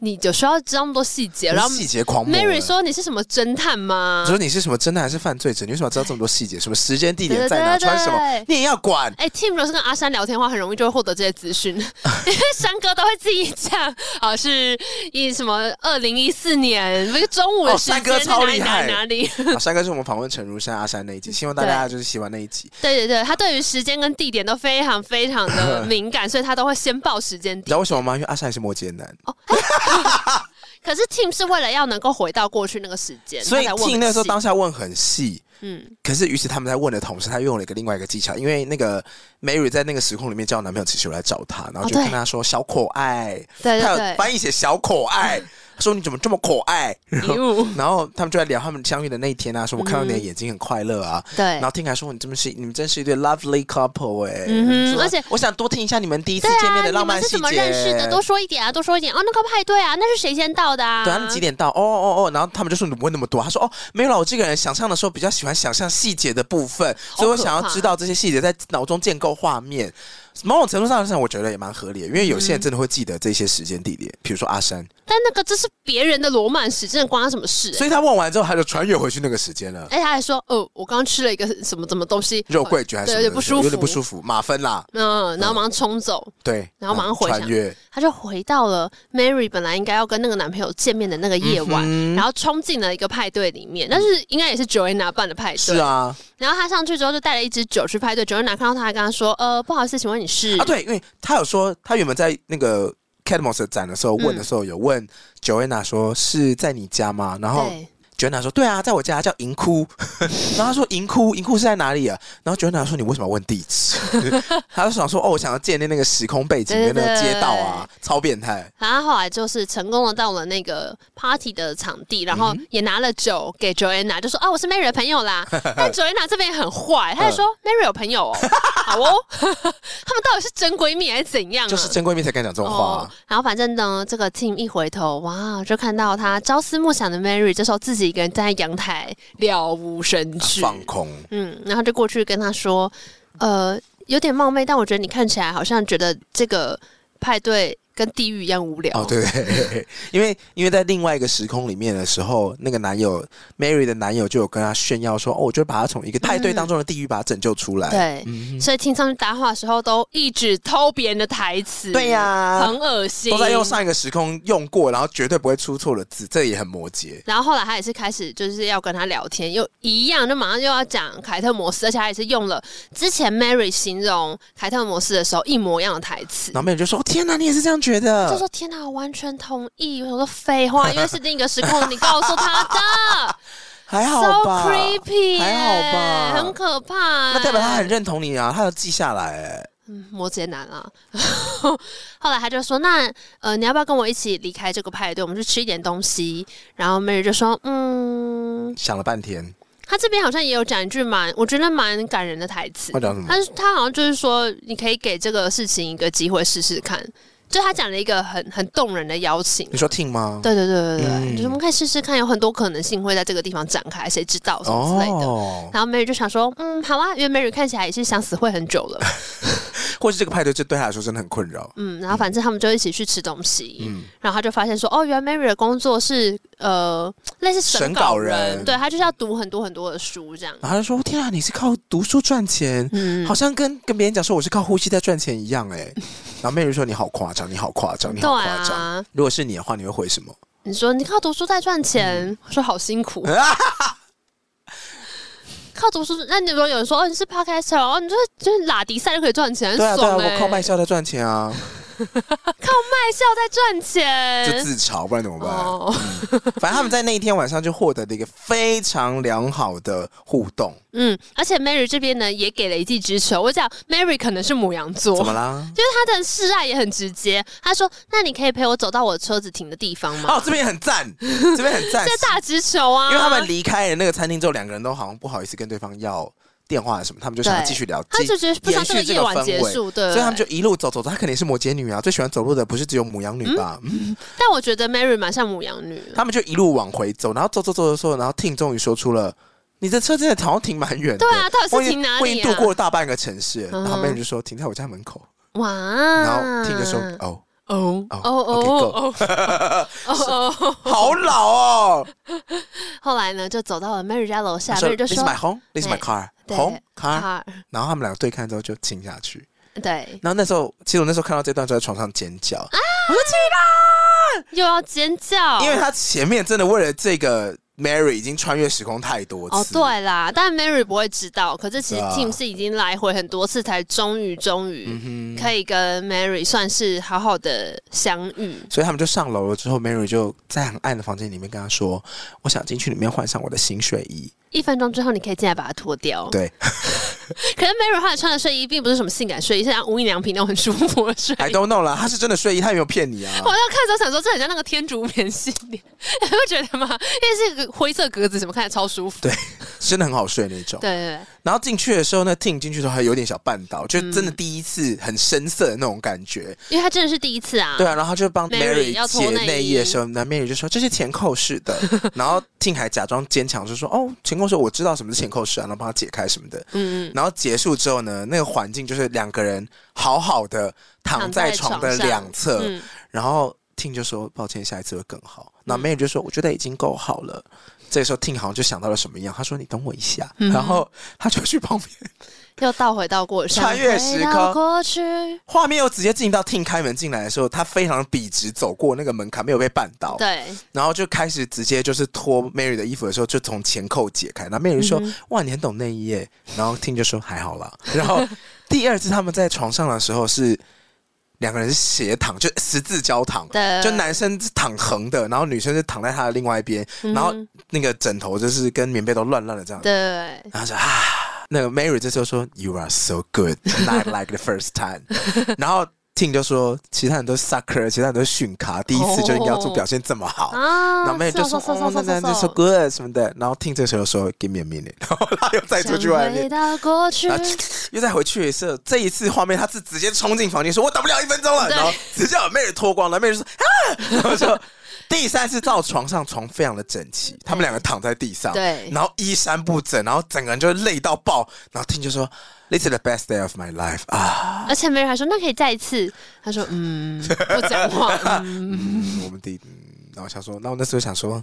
[SPEAKER 3] 你有需要知道那么多细节？然后
[SPEAKER 2] 你是细节狂魔欸
[SPEAKER 3] Mary，说，你是什么侦探吗
[SPEAKER 2] 你？说你是什么侦探还是犯罪者？你为什么要知道这么多细节？什么时间、地点
[SPEAKER 3] 对对
[SPEAKER 2] 在哪，
[SPEAKER 3] 对对
[SPEAKER 2] 穿什么，你也要 管？
[SPEAKER 3] 哎、t i m 如果是跟阿山聊天的话，很容易就会获得这些 资讯，因为山哥都会自己讲，啊，是一什么二零一四年那个中午的
[SPEAKER 2] 哦
[SPEAKER 3] 时间、
[SPEAKER 2] 山哥超厉害
[SPEAKER 3] 在哪里哪里哪里，
[SPEAKER 2] 啊，山哥是我们访问陈如山、阿山那一集，希望大家就是喜欢那一集。
[SPEAKER 3] 对对对，他对于时间跟地点都非常非常 的敏感，所以他都会先报时间
[SPEAKER 2] 你知道为什么吗？因为阿山也是摩羯男，
[SPEAKER 3] 可是 Tim 是为了要能够回到过去那个时间，
[SPEAKER 2] 所以
[SPEAKER 3] 他才问
[SPEAKER 2] T 那时候
[SPEAKER 3] 细
[SPEAKER 2] 当下问很细。
[SPEAKER 3] 嗯，
[SPEAKER 2] 可是，于是他们在问的同时，他用了一个另外一个技巧，因为那个 Mary 在那个时空里面交男朋友，其实有来找她，然后就
[SPEAKER 3] 哦对
[SPEAKER 2] 跟她说“小可爱”，
[SPEAKER 3] 对
[SPEAKER 2] 他
[SPEAKER 3] 对
[SPEAKER 2] 有
[SPEAKER 3] 对，
[SPEAKER 2] 翻译写小可爱，说你怎么这么可爱？
[SPEAKER 3] 礼物
[SPEAKER 2] 然后他们就在聊他们相遇的那一天啊，说我看到你的眼睛很快乐啊。
[SPEAKER 3] 对，
[SPEAKER 2] 然后听凯说你真是你们真是一对 lovely couple 哎、
[SPEAKER 3] 嗯哼
[SPEAKER 2] 说
[SPEAKER 3] 而且
[SPEAKER 2] 我想多听一下你们第一次
[SPEAKER 3] 对
[SPEAKER 2] 见面
[SPEAKER 3] 啊，
[SPEAKER 2] 的
[SPEAKER 3] 你
[SPEAKER 2] 浪漫
[SPEAKER 3] 们是
[SPEAKER 2] 细
[SPEAKER 3] 怎么
[SPEAKER 2] 节。
[SPEAKER 3] 认识的？多说一点啊，多说一点哦。那个派对啊，那是谁先到的啊？
[SPEAKER 2] 对，他们几？点到？哦哦哦，然后他们就说你问那么多，他说哦没有啦，我这个人想象的时候比较喜欢想象细节的部分，
[SPEAKER 3] 好
[SPEAKER 2] 所以我
[SPEAKER 3] 可
[SPEAKER 2] 想要
[SPEAKER 3] 怕
[SPEAKER 2] 知道这些细节在脑中建构画面。某种程度上，上我觉得也蛮合理的，因为有
[SPEAKER 3] 嗯
[SPEAKER 2] 些人真的会记得这些时间地点，比如说阿山，
[SPEAKER 3] 但那个这是别人的罗曼史，真的关他什么事、欸？
[SPEAKER 2] 所以他问完之后，他就穿越回去那个时间了。
[SPEAKER 3] 哎，他还说，哦，我刚吃了一个什么什么东西，
[SPEAKER 2] 肉桂卷还是什
[SPEAKER 3] 对，
[SPEAKER 2] 么的
[SPEAKER 3] 有点不舒服，
[SPEAKER 2] 有点不舒服，马芬啦，
[SPEAKER 3] 嗯，然后马上冲走，
[SPEAKER 2] 对，嗯
[SPEAKER 3] 然后马上回想哎
[SPEAKER 2] 穿越，
[SPEAKER 3] 她就回到了 Mary 本来应该要跟那个男朋友见面的那个夜晚，
[SPEAKER 2] 嗯
[SPEAKER 3] 然后冲进了一个派对里面，但是应该也是 Joanna 办的派对。
[SPEAKER 2] 是。啊，
[SPEAKER 3] 然后她上去之后就带了一支酒去派对，Joanna 看到她还跟她说：“呃，不好意思，请问你是？”
[SPEAKER 2] 啊，对，因为他有说，他原本在那个 Cadmos 的展的时候
[SPEAKER 3] 嗯
[SPEAKER 2] 问的时候，有问 Joanna 说是在你家吗？然后
[SPEAKER 3] 对，
[SPEAKER 2] Joanna 说对啊，在我家叫银窟。 然后他说银窟，银窟是在哪里啊？然后 Joanna 说你为什么要问地址？ 他就想说哦，我想要建立那个时空背景
[SPEAKER 3] 对
[SPEAKER 2] 跟那个
[SPEAKER 3] 对
[SPEAKER 2] 街道啊，超变态。
[SPEAKER 3] 然后她后来就是成功的到了那个 party 的场地，然后也拿了酒给 Joanna，就说：“哦，我是 Mary 的朋友 啦。”但 Joanna 这边也很坏，她就说
[SPEAKER 2] 嗯
[SPEAKER 3] ：“Mary 有朋友哦，好哦。” 他们到底是真闺蜜还是怎样、啊？
[SPEAKER 2] 就是真闺蜜才敢讲这种话、
[SPEAKER 3] 哦。然后反正呢，这个 team 一回头，哇，就看到他朝思暮想的 Mary，这时候自己一个人站在阳台了无生趣，
[SPEAKER 2] 放空。
[SPEAKER 3] 嗯，然后就过去跟他说，呃，有点冒昧，但我觉得你看起来好像觉得这个派对跟地狱一样无聊。
[SPEAKER 2] 哦，对 对对对，因为因为在另外一个时空里面的时候，那个男友 Mary 的男友就有跟她炫耀说，哦，我就把她从一个派对当中的地狱把她拯救出来。嗯
[SPEAKER 3] 对所以听上去搭话的时候都一直偷别人的台词，
[SPEAKER 2] 对呀
[SPEAKER 3] 很恶心，
[SPEAKER 2] 都在用上一个时空用过，然后绝对不会出错的字，这也很摩羯。
[SPEAKER 3] 然后后来他也是开始就是要跟他聊天，又一样，就马上又要讲凯特摩斯，而且他也是用了之前 Mary 形容凯特摩斯的时候一模一样的台词。
[SPEAKER 2] 然后 Mary 就说：“哦天哪，你也是这样觉
[SPEAKER 3] 就
[SPEAKER 2] 得？”
[SPEAKER 3] 说天哪，我完全同意。我想说废话，因为是另一个时空，你告诉他的
[SPEAKER 2] 还好
[SPEAKER 3] ，so
[SPEAKER 2] 吧
[SPEAKER 3] creepy，耶
[SPEAKER 2] 还好吧，
[SPEAKER 3] 很可怕耶。
[SPEAKER 2] 那代表他很认同你啊，他要记下来、哎
[SPEAKER 3] 嗯摩羯男啊。 后来他就说：“那呃，你要不要跟我一起离开这个派对？我们去吃一点东西。”然后 Mary 就说：“嗯，
[SPEAKER 2] 想了半天，
[SPEAKER 3] 他这边好像也有讲一句蛮，我觉得蛮感人的台词
[SPEAKER 2] 他。讲什么？
[SPEAKER 3] 他是他好像就是说，你可以给这个事情一个机会试试看。就他讲了一个很很动人的邀请
[SPEAKER 2] 你，说听吗？
[SPEAKER 3] 对对对对对，
[SPEAKER 2] 嗯
[SPEAKER 3] 就是我们可以试试看，有很多可能性会在这个地方展开，谁知道什么之类的。
[SPEAKER 2] 哦，
[SPEAKER 3] 然后 Mary 就想说，嗯，好啊，因为 Mary 看起来也是想死会很久了，
[SPEAKER 2] 或是这个派对，这对他来说真的很困扰。
[SPEAKER 3] 嗯，然后反正他们就一起去吃东西，
[SPEAKER 2] 嗯
[SPEAKER 3] 然后他就发现说，哦，原来 Mary 的工作是呃类似审
[SPEAKER 2] 审
[SPEAKER 3] 稿
[SPEAKER 2] 稿
[SPEAKER 3] 人，
[SPEAKER 2] 人
[SPEAKER 3] 对他就是要读很多很多的书这样，
[SPEAKER 2] 然后他就说：“天啊，你是靠读书赚钱，
[SPEAKER 3] 嗯
[SPEAKER 2] 好，像跟跟别人讲说我是靠呼吸在赚钱一样、 哎。然后 Mary 说：“你好夸张，你好夸张，你
[SPEAKER 3] 对
[SPEAKER 2] 好夸张。
[SPEAKER 3] 啊，
[SPEAKER 2] 如果是你的话，你会回什么？
[SPEAKER 3] 你说你靠读书在赚钱，
[SPEAKER 2] 嗯
[SPEAKER 3] 我说好 辛苦。靠读书，那你如果有人说哦你是 podcaster 哦，你就是就是拉迪赛就可以赚钱，很
[SPEAKER 2] 对啊，对啊，
[SPEAKER 3] 爽欸
[SPEAKER 2] 我靠卖笑在赚钱啊，
[SPEAKER 3] 卖笑在赚
[SPEAKER 2] 就
[SPEAKER 3] 钱。
[SPEAKER 2] 自嘲，不然怎么办？
[SPEAKER 3] 哎哦，
[SPEAKER 2] 反正他们在那一天晚上就获得了一个非常良好的互动。
[SPEAKER 3] 嗯，而且 Mary 这边呢也给了一记之仇。我讲 Mary 可能是母羊座，
[SPEAKER 2] 怎么啦？
[SPEAKER 3] 就是她的示爱也很直接。她说：“那你可以陪我走到我车子停的地方吗
[SPEAKER 2] 哦，这边很 赞，这边很？”赞
[SPEAKER 3] 这，大直球啊！
[SPEAKER 2] 因为他们离开了那个餐厅之后，两个人都好像不好意思跟对方要电话什么，他们就想要
[SPEAKER 3] 对
[SPEAKER 2] 继续聊，
[SPEAKER 3] 他
[SPEAKER 2] 继
[SPEAKER 3] 就觉得不想
[SPEAKER 2] 延
[SPEAKER 3] 这个
[SPEAKER 2] 续
[SPEAKER 3] 夜晚结
[SPEAKER 2] 氛围。
[SPEAKER 3] 束，对，
[SPEAKER 2] 所以他们就一路走走走，她肯定是摩羯女啊，最喜欢走路的不是只有母羊女吧？嗯
[SPEAKER 3] 但我觉得 Mary 蛮像母羊女的，
[SPEAKER 2] 他们就一路往回走，然后走走走走走，然后听终于说出了：“你的车真的好像停蛮远的。”
[SPEAKER 3] 对啊到底是
[SPEAKER 2] 我已经
[SPEAKER 3] 停哪里啊
[SPEAKER 2] 我已经度过了大半个城市了，
[SPEAKER 3] 嗯
[SPEAKER 2] 然后妹人就说：“停在我家门口。”
[SPEAKER 3] 哇！
[SPEAKER 2] 然后听着说：“哦，
[SPEAKER 3] 哦哦
[SPEAKER 2] 哦
[SPEAKER 3] 哦哦哦哦！
[SPEAKER 2] 好老 哦。
[SPEAKER 3] 后来呢，就走到了 Mary 家楼下
[SPEAKER 2] 他说
[SPEAKER 3] ，Mary 啊就
[SPEAKER 2] This is
[SPEAKER 3] 说
[SPEAKER 2] my home, this is my car,
[SPEAKER 3] 对
[SPEAKER 2] home car。
[SPEAKER 3] 啊，
[SPEAKER 2] 然后他们两个对看之后就亲下去。
[SPEAKER 3] 对，
[SPEAKER 2] 然后那时候，其实我那时候看到这段就在床上尖叫，
[SPEAKER 3] 啊又要尖叫，
[SPEAKER 2] 因为他前面真的为了这个 Mary 已经穿越时空太多次。
[SPEAKER 3] 哦，对啦，但 Mary 不会知道，可是其实
[SPEAKER 2] 对啊
[SPEAKER 3] Tim 是已经来回很多次，才终于终
[SPEAKER 2] 嗯
[SPEAKER 3] 于可以跟 Mary 算是好好的相遇。”，
[SPEAKER 2] 所以他们就上楼了之后，Mary 就在很暗的房间里面跟他说：“我想进去里面换上我的新睡衣。
[SPEAKER 3] 一分钟之后你可以进来把它脱掉。
[SPEAKER 2] 对，
[SPEAKER 3] 可是 Mary 她穿的睡衣并不是什么性感睡衣，是像无印良品那种很舒服的睡
[SPEAKER 2] ，I
[SPEAKER 3] 衣。
[SPEAKER 2] don't know 啦，他是真的睡衣，他有没有骗你啊？
[SPEAKER 3] 我要看的时候想说，这很像那个天竺棉系列， 你会觉得吗？因为是个灰色格子，怎么看起来超舒服？
[SPEAKER 2] 对，真的很好睡那种。
[SPEAKER 3] 对对对，
[SPEAKER 2] 然后进去的时候呢，Ting 进去的时候还有点小绊倒，就
[SPEAKER 3] 嗯
[SPEAKER 2] 真的第一次很深色的那种感觉。
[SPEAKER 3] 因为他真的是第一次啊。
[SPEAKER 2] 对啊，然后他就帮
[SPEAKER 3] Mary
[SPEAKER 2] Mary
[SPEAKER 3] 要脱
[SPEAKER 2] 解
[SPEAKER 3] 内
[SPEAKER 2] 内
[SPEAKER 3] 衣
[SPEAKER 2] 衣的时候，那 Mary 就说这是前扣式 的，然后 Ting 还假装坚强，就说哦前扣式我知道什么是前扣式啊，然后帮他解开什么的。
[SPEAKER 3] 嗯，嗯
[SPEAKER 2] 然后结束之后呢，那个环境就是两个人好好的躺在床的两侧，
[SPEAKER 3] 嗯，
[SPEAKER 2] 然后 Ting 就说抱歉，下一次会更好。那 Mary 就说我觉得已经够好了。这个时候 Ting 好像就想到了什么一样，他说你等我一下，
[SPEAKER 3] 嗯
[SPEAKER 2] 然后他就去旁边
[SPEAKER 3] 又倒回到过去，
[SPEAKER 2] 穿越时空
[SPEAKER 3] 想回到过去，
[SPEAKER 2] 画面又直接进到 Ting 开门进来的时候，他非常笔直走过那个门槛，没有被绊倒，
[SPEAKER 3] 对，
[SPEAKER 2] 然后就开始直接就是脱 Mary 的衣服的时候，就从前扣解开。然后 Mary 说：“哇，你很懂内衣耶。”然后 Ting 就说：“还好啦。” 然后第二次他们在床上的时候是两个人是斜躺，就十字交躺。
[SPEAKER 3] 对
[SPEAKER 2] 就男生是躺横的，然后女生是躺在他的另外一边，然后那个枕头就是跟棉被都乱乱的这样。
[SPEAKER 3] 对，
[SPEAKER 2] 然后说啊，那个 Mary 这时候说 You are so good, not like the first time 。然后 Ting 就说，其他人都 sucker，其他人都逊咖，第一次就应该要做表现这么好。
[SPEAKER 3] 啊
[SPEAKER 2] 然后 Mary 就说，哦，那男人 so good 什么的。然后 Ting 这时候说，Give me a minute，然后他又再出去啊外
[SPEAKER 3] 想回
[SPEAKER 2] 面。
[SPEAKER 3] 到过去
[SPEAKER 2] 然，后 又再回去一次，这一次画面他是直接冲进房间说：“我等不了一分钟了。”
[SPEAKER 3] 对
[SPEAKER 2] 然后直接把 Mary 脱光了，Mary 就说：“啊！”然后说第三次到床上，床非常的整齐，他们两个躺在地上，
[SPEAKER 3] 对
[SPEAKER 2] 然后衣衫不整，然后整个人就累到爆，然后听就说：“This is the best day of my life 啊！
[SPEAKER 3] 而且 Mary 还说那可以再一次，他说嗯，不讲话，嗯
[SPEAKER 2] 嗯我们第……嗯，然后想说，那我那时候想说，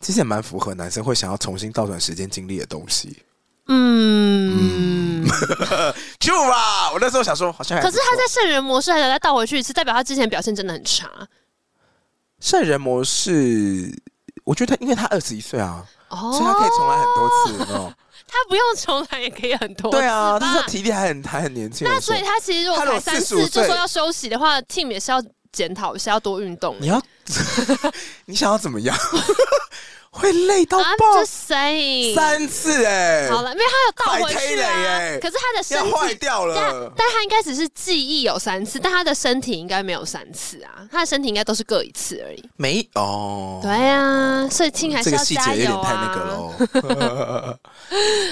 [SPEAKER 2] 其实也蛮符合男生会想要重新倒转时间经历的东西，
[SPEAKER 3] 嗯。
[SPEAKER 2] 就吧。我那时候想说，好 像还
[SPEAKER 3] 可是他
[SPEAKER 2] 不错
[SPEAKER 3] 在圣人模式还想再倒回去一次，代表他之前表现真的很差
[SPEAKER 2] 圣人模式，我觉得他因为他二十一岁啊，
[SPEAKER 3] 哦。
[SPEAKER 2] 所以他可以重来很多次， 哦。
[SPEAKER 3] 他不用重来也可以很多次
[SPEAKER 2] 对啊，
[SPEAKER 3] 吧
[SPEAKER 2] 他体力还很还很年轻的时
[SPEAKER 3] 那
[SPEAKER 2] 候。
[SPEAKER 3] 所以他其实如果
[SPEAKER 2] 他如
[SPEAKER 3] 排
[SPEAKER 2] 果
[SPEAKER 3] 三
[SPEAKER 2] 45
[SPEAKER 3] 次就说
[SPEAKER 2] 岁
[SPEAKER 3] 要休息的话，team 也是要检讨一下，要多运动。
[SPEAKER 2] 你要 你想要怎么样？ 会累到
[SPEAKER 3] 啊
[SPEAKER 2] 爆
[SPEAKER 3] 这谁？
[SPEAKER 2] 三次哎、
[SPEAKER 3] 好了，因为他有倒
[SPEAKER 2] 快
[SPEAKER 3] 回去
[SPEAKER 2] 推了
[SPEAKER 3] 啊
[SPEAKER 2] 耶。
[SPEAKER 3] 可是他的身
[SPEAKER 2] 要坏
[SPEAKER 3] 体，
[SPEAKER 2] 掉
[SPEAKER 3] 但
[SPEAKER 2] 了。
[SPEAKER 3] 但他应该只是记忆有三次，但他的身体应该没有三次啊，他的身体应该都是各一次而已。
[SPEAKER 2] 没哦，
[SPEAKER 3] 对啊，所以 team 还
[SPEAKER 2] 这
[SPEAKER 3] 是
[SPEAKER 2] 个
[SPEAKER 3] 要
[SPEAKER 2] 细
[SPEAKER 3] 加
[SPEAKER 2] 节有
[SPEAKER 3] 油
[SPEAKER 2] 点太那个
[SPEAKER 3] 啊。
[SPEAKER 2] 喽。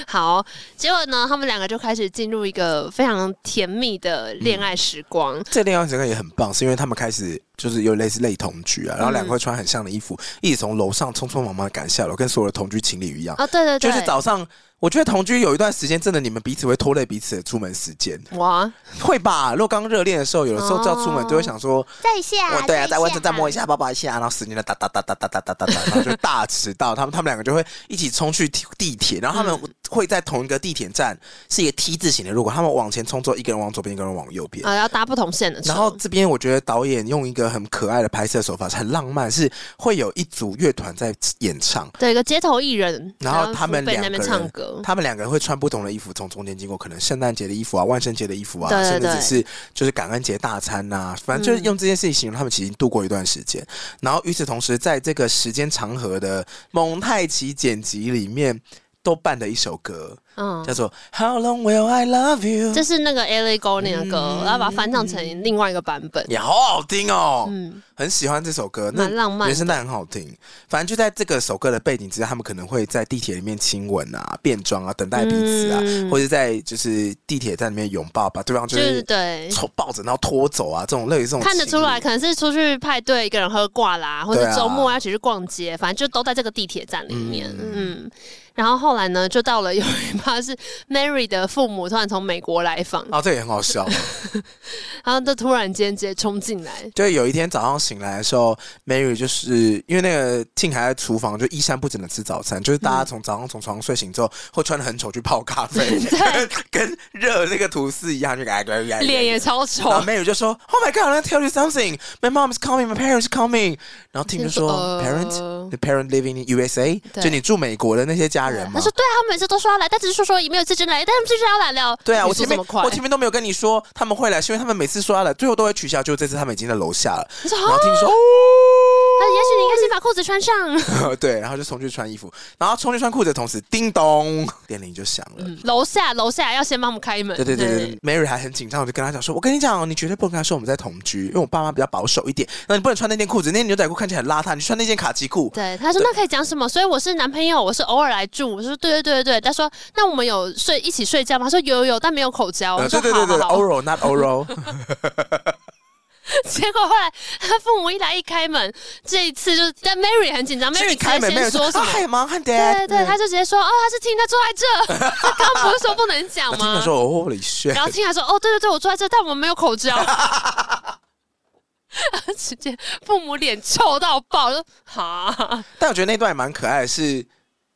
[SPEAKER 3] 好，结果呢，他们两个就开始进入一个非常甜蜜的恋爱时光。
[SPEAKER 2] 这恋爱整个也很棒，是因为他们开始就是有类似类同居啊，然后两个会穿很像的衣服，一起从楼上匆匆忙忙地赶下楼，跟所有的同居情侣一样。
[SPEAKER 3] 啊，对对
[SPEAKER 2] 就
[SPEAKER 3] 对，
[SPEAKER 2] 是早上，我觉得同居有一段时间，真的你们彼此会拖累彼此的出门时间，
[SPEAKER 3] 哇，
[SPEAKER 2] 会吧？如果刚热恋的时候，有的时候就要出门，就会想说，
[SPEAKER 1] 在下
[SPEAKER 2] 我对啊，在外头再摸一下，抱抱一下，然后使劲的哒哒哒哒哒哒哒哒哒，然后就大迟到。他们他们两个就会一起冲去地地铁，然后他们会在同一个地铁站，是一个 T 字形的路口，他们往前冲之后，一个人往左边，一个人往右边。
[SPEAKER 3] 啊，要搭不同线的车，
[SPEAKER 2] 然后这边我觉得导演用一个很可爱的拍摄手法，是很浪漫，是会有一组乐团在演唱，
[SPEAKER 3] 对一个街头艺人，
[SPEAKER 2] 然后他们
[SPEAKER 3] 在
[SPEAKER 2] 两
[SPEAKER 3] 那
[SPEAKER 2] 个
[SPEAKER 3] 边
[SPEAKER 2] 人
[SPEAKER 3] 唱歌，
[SPEAKER 2] 他们两个人会穿不同的衣服从中间经过，可能圣诞节的衣服啊，万圣节的衣服啊，
[SPEAKER 3] 对对
[SPEAKER 2] 甚至
[SPEAKER 3] 对嗯
[SPEAKER 2] 只是就是感恩节大餐呐、反正就是用这件事情形容他们其实度过一段时间。然后与此同时，在这个时间长河的蒙太奇剪辑里面，都伴的一首歌
[SPEAKER 3] 嗯
[SPEAKER 2] 叫。做《How Long Will I Love You》，
[SPEAKER 3] 这是那个 Ellie Goulding 的歌，
[SPEAKER 2] 嗯
[SPEAKER 3] 然后把它翻唱成另外一个版本。
[SPEAKER 2] 也好好听哦。
[SPEAKER 3] 嗯，
[SPEAKER 2] 很喜欢这首歌，
[SPEAKER 3] 蛮浪漫的
[SPEAKER 2] 原声带很好听。反正就在这个首歌的背景之下，他们可能会在地铁里面亲吻啊、变装啊、等待彼此啊，
[SPEAKER 3] 嗯
[SPEAKER 2] 或者在就是地铁站里面拥抱，把对方就
[SPEAKER 3] 就是
[SPEAKER 2] 是
[SPEAKER 3] 对，
[SPEAKER 2] 抽抱着然后拖走啊，这种类似这种
[SPEAKER 3] 看得出来，
[SPEAKER 2] 情
[SPEAKER 3] 可能是出去派对一个人喝挂啦，或
[SPEAKER 2] 对
[SPEAKER 3] 者
[SPEAKER 2] 啊
[SPEAKER 3] 周末要一起去逛街，反正就都在这个地铁站里面。嗯，然后后来呢，就到了有一趴是 Mary 的父母突然从美国来访
[SPEAKER 2] 侣。，哦，这也很好笑。
[SPEAKER 3] 然后就突然间直接冲进来，
[SPEAKER 2] 就是有一天早上醒来的时候，Mary 就是因为那个 Ting 还在厨房，就衣衫不整的吃早餐。就是大
[SPEAKER 3] 嗯
[SPEAKER 2] 家从早上从床上睡醒之后，会穿的很丑去泡咖啡，跟热那个吐司一样，就感觉
[SPEAKER 3] 脸也超丑
[SPEAKER 2] 然，后 Mary 就说：“Oh my God, I tell you something. My mom is coming, my parents coming。”然后 Tim 就说
[SPEAKER 3] 呃
[SPEAKER 2] ：“Parent, the parent living in USA，
[SPEAKER 3] 对
[SPEAKER 2] 就你住美国的那些家人
[SPEAKER 3] 他
[SPEAKER 2] 嘛。
[SPEAKER 3] 说：“对啊，他们每次都说要来，但只是说说也没有次真的来，但他们最近要来了。”
[SPEAKER 2] 对啊，
[SPEAKER 3] 你
[SPEAKER 2] 我
[SPEAKER 3] 说
[SPEAKER 2] 前面
[SPEAKER 3] 这么快，
[SPEAKER 2] 我前面都没有跟你说他啊们会来，是因为他们每次说要来，最后都会取消，就这次他们已经在楼下了。
[SPEAKER 3] 你说
[SPEAKER 2] 然后
[SPEAKER 3] 啊
[SPEAKER 2] Tim 说：“哦，
[SPEAKER 3] 他说也许你应该先把裤子穿上。
[SPEAKER 2] 对，然后就冲去穿衣服，然后冲去穿裤子的同时，叮咚，电铃就响了。
[SPEAKER 3] 楼下楼下要先帮我们开门。
[SPEAKER 2] 对对对对，Mary 还很紧张，我就跟她讲说：“我跟你讲哦，你绝对不能跟她说我们在同居，因为我爸妈比较保守一点。那你不能穿那件裤子，那件牛仔裤看起来很邋遢，你穿那件卡其裤。
[SPEAKER 3] 对，他说那可以讲什么？所以我是男朋友，我是偶尔来住。我说对对对对对。他说那我们有睡一起睡觉吗？他说有有有，但没有口交。啊我
[SPEAKER 2] 呃”
[SPEAKER 3] 说
[SPEAKER 2] 对对对
[SPEAKER 3] 好
[SPEAKER 2] 对
[SPEAKER 3] 好好。
[SPEAKER 2] ，oral not oral，
[SPEAKER 3] 结果后来他父母一来一开门，这一次就是但 Mary 很紧张
[SPEAKER 2] 所以
[SPEAKER 3] ，Mary
[SPEAKER 2] 一开门
[SPEAKER 3] 直接
[SPEAKER 2] Mary
[SPEAKER 3] 先说什
[SPEAKER 2] 啊哎
[SPEAKER 3] 么？
[SPEAKER 2] ，Hi mom, hi
[SPEAKER 3] 对对
[SPEAKER 2] dad。
[SPEAKER 3] 对，他就直接说哦，他是听他坐在这，他刚刚不是说不能讲
[SPEAKER 2] 我听
[SPEAKER 3] 吗
[SPEAKER 2] 他？说哦，Holy shit！
[SPEAKER 3] 然后听他说哦，对对对，我坐在这，但我们没有口 交。直接父母脸臭到爆，就哈，
[SPEAKER 2] 但我觉得那段也蛮可爱的是。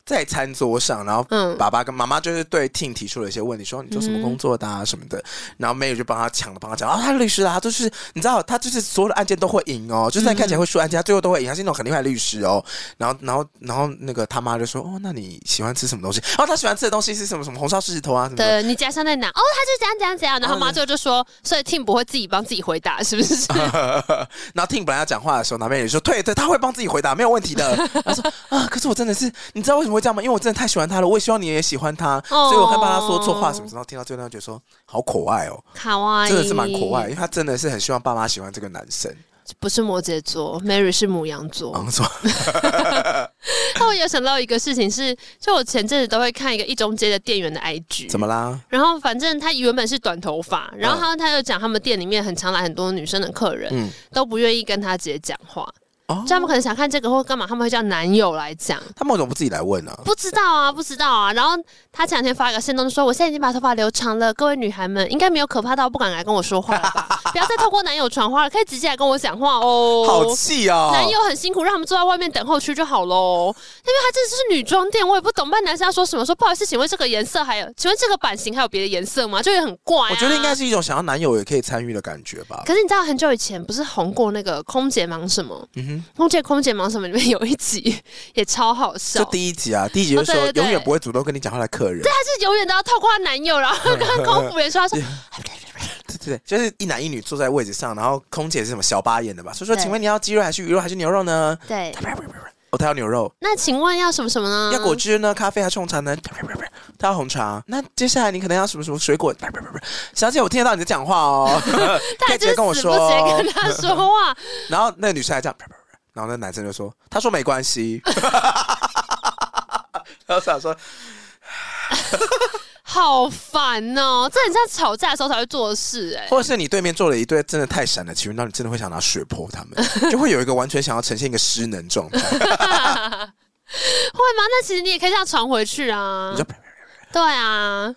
[SPEAKER 2] 在餐桌上，然后
[SPEAKER 3] 嗯
[SPEAKER 2] 爸爸跟妈妈就是对 Ting 提出了一些问题，说你做什么
[SPEAKER 3] 嗯
[SPEAKER 2] 工作的啊什么的，然后 Mary 就帮他抢了，帮他讲，啊，他律师啊，他就是你知道，他就是所有的案件都会赢哦，就算看起
[SPEAKER 3] 嗯
[SPEAKER 2] 来会输案件，他最后都会赢，他是那种很厉害的律师哦。然后，然后，然后那个他妈就说，哦，那你喜欢吃什么东西？哦，他喜欢吃的东西是什么什么红烧狮子头啊什么哦的。
[SPEAKER 3] 对你家乡在哪？哦，他就怎样怎样怎样。然后妈最后就说，所以 Tim 不会自己帮自己回答，是不
[SPEAKER 2] 啊
[SPEAKER 3] 是？
[SPEAKER 2] 然后 Ting 本来要讲话的时候，那 Mary 就说，对对，他会帮自己回答，没有问题 的。他说啊，可是我真的是，你知道为什么会这样吗？因为我真的太喜欢他了，我也希望你也喜欢他。所以我害怕他说错话什么，
[SPEAKER 3] 哦，
[SPEAKER 2] 然后听到最后那段觉得说好可爱哦，
[SPEAKER 3] 卡哇伊，
[SPEAKER 2] 真的是蛮可爱，因为他真的是很希望爸妈喜欢这个男生。
[SPEAKER 3] 不是摩羯座，Mary 是母羊座。
[SPEAKER 2] 然后说，
[SPEAKER 3] 那我有想到一个事情是，就我前阵子都会看一个一中街的店员的 IG，
[SPEAKER 2] 怎么啦？
[SPEAKER 3] 然后反正他原本是短头发，然后他他就讲他们店里面很常来很多女生的客人，
[SPEAKER 2] 嗯，
[SPEAKER 3] 都不愿意跟他直接讲话，
[SPEAKER 2] 哦
[SPEAKER 3] 就，他们可能想看这个或干嘛，他们会叫男友来讲。
[SPEAKER 2] 他们为什么不自己来问呢？
[SPEAKER 3] 不知道啊，不知道啊。然后他前两天发一个线动，就说我现在已经把头发留长了，各位女孩们应该没有可怕到不敢来跟我说话了 吧？不要再透过男友传话了，可以直接来跟我讲话哦。
[SPEAKER 2] 好气哦！
[SPEAKER 3] 男友很辛苦，让他们坐在外面等候区就好喽。因为他这是女装店，我也不懂，办男生要说什么，说不好意思，请问这个颜色还有，请问这个版型还有别的颜色吗？就也很怪、啊。
[SPEAKER 2] 我觉得应该。是一种想要男友也可以参与的感觉吧。
[SPEAKER 3] 可是你知道很久以前不是红过那个空姐忙什么？
[SPEAKER 2] 嗯哼，
[SPEAKER 3] 空姐空姐忙什么里面有一集也超好笑
[SPEAKER 2] 就，第一集啊，第一集就
[SPEAKER 3] 哦对
[SPEAKER 2] 说
[SPEAKER 3] 对对
[SPEAKER 2] 永远不会主动跟你讲话的客人，
[SPEAKER 3] 但是永远都要透过她男友，然后跟空服员说，他
[SPEAKER 2] 嗯
[SPEAKER 3] 说
[SPEAKER 2] 对对对，就是一男一女坐在位置上，然后空姐是什么小八演的吧？所以说，
[SPEAKER 3] 对
[SPEAKER 2] 请问你要鸡肉还是鱼肉还是牛肉 呢？
[SPEAKER 3] 对，
[SPEAKER 2] 哦，他要牛肉，
[SPEAKER 3] 那请问要什么什么呢？
[SPEAKER 2] 要果汁呢？咖啡还是红茶呢？他要红茶。那接下来你可能要什么什么水果？ 小姐，我听得到你在讲话 哦，可
[SPEAKER 3] 他
[SPEAKER 2] 以直接跟
[SPEAKER 3] 就是死不
[SPEAKER 2] 我
[SPEAKER 3] 直
[SPEAKER 2] 说
[SPEAKER 3] 接
[SPEAKER 2] 哦。
[SPEAKER 3] 跟他说话，
[SPEAKER 2] 然后那个女生还这样， 然后那男生就说：“他说没关系。” 然后想说，
[SPEAKER 3] 好烦哦！这很像吵架的时候才会做的事 哎、
[SPEAKER 2] 或者是你对面坐了一对真的太闪的情侣，那你真的会想拿水泼他们，就会有一个完全想要呈现一个失能状态，
[SPEAKER 3] 会吗？那其实你也可以这样传回去啊
[SPEAKER 2] 你就。
[SPEAKER 3] 对啊，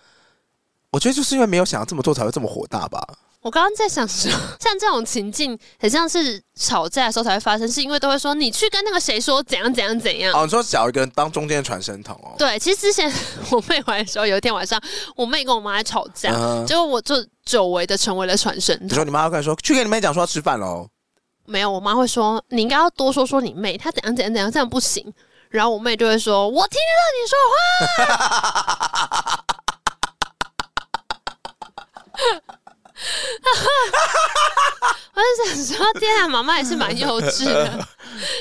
[SPEAKER 2] 我觉得就是因为没有想要这么做才会这么火大吧。
[SPEAKER 3] 我刚刚在想说， 像这种情境很像是吵架的时候才会发生，是因为都会说你去跟那个谁说怎样怎样怎样。
[SPEAKER 2] 哦，你说找一个人当中间的传声筒哦，
[SPEAKER 3] 嗯对，其实之前 我妹回来的时候，有一天晚上，我妹跟我妈在吵架，
[SPEAKER 2] 嗯
[SPEAKER 3] 结果我就久违的成为了传声
[SPEAKER 2] 你
[SPEAKER 3] 筒。
[SPEAKER 2] 说你妈跟你说去跟你妹讲说要吃饭哦喽，
[SPEAKER 3] 没有，我妈会说你应该要多说说你妹，她怎样怎样怎样，这样不行。然后我妹就会说：“我听得到你说话。” 我就想说，天啊，妈妈也是蛮幼 稚的，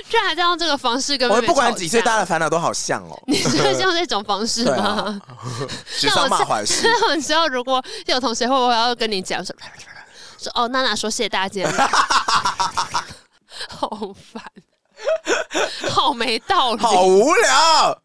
[SPEAKER 3] 居然还在用这个方式跟妹
[SPEAKER 2] 我们
[SPEAKER 3] 妹
[SPEAKER 2] 不管几岁，
[SPEAKER 3] 吵
[SPEAKER 2] 大
[SPEAKER 3] 架
[SPEAKER 2] 家的烦恼都好像哦。
[SPEAKER 3] 你是不是用这种方式
[SPEAKER 2] 对
[SPEAKER 3] 吗
[SPEAKER 2] 啊？指桑骂槐是。
[SPEAKER 3] 那我知道，如果有同学会不会要跟你讲说，说哦，娜娜说谢谢大家今天 来，好烦，好没道理，
[SPEAKER 2] 好无聊。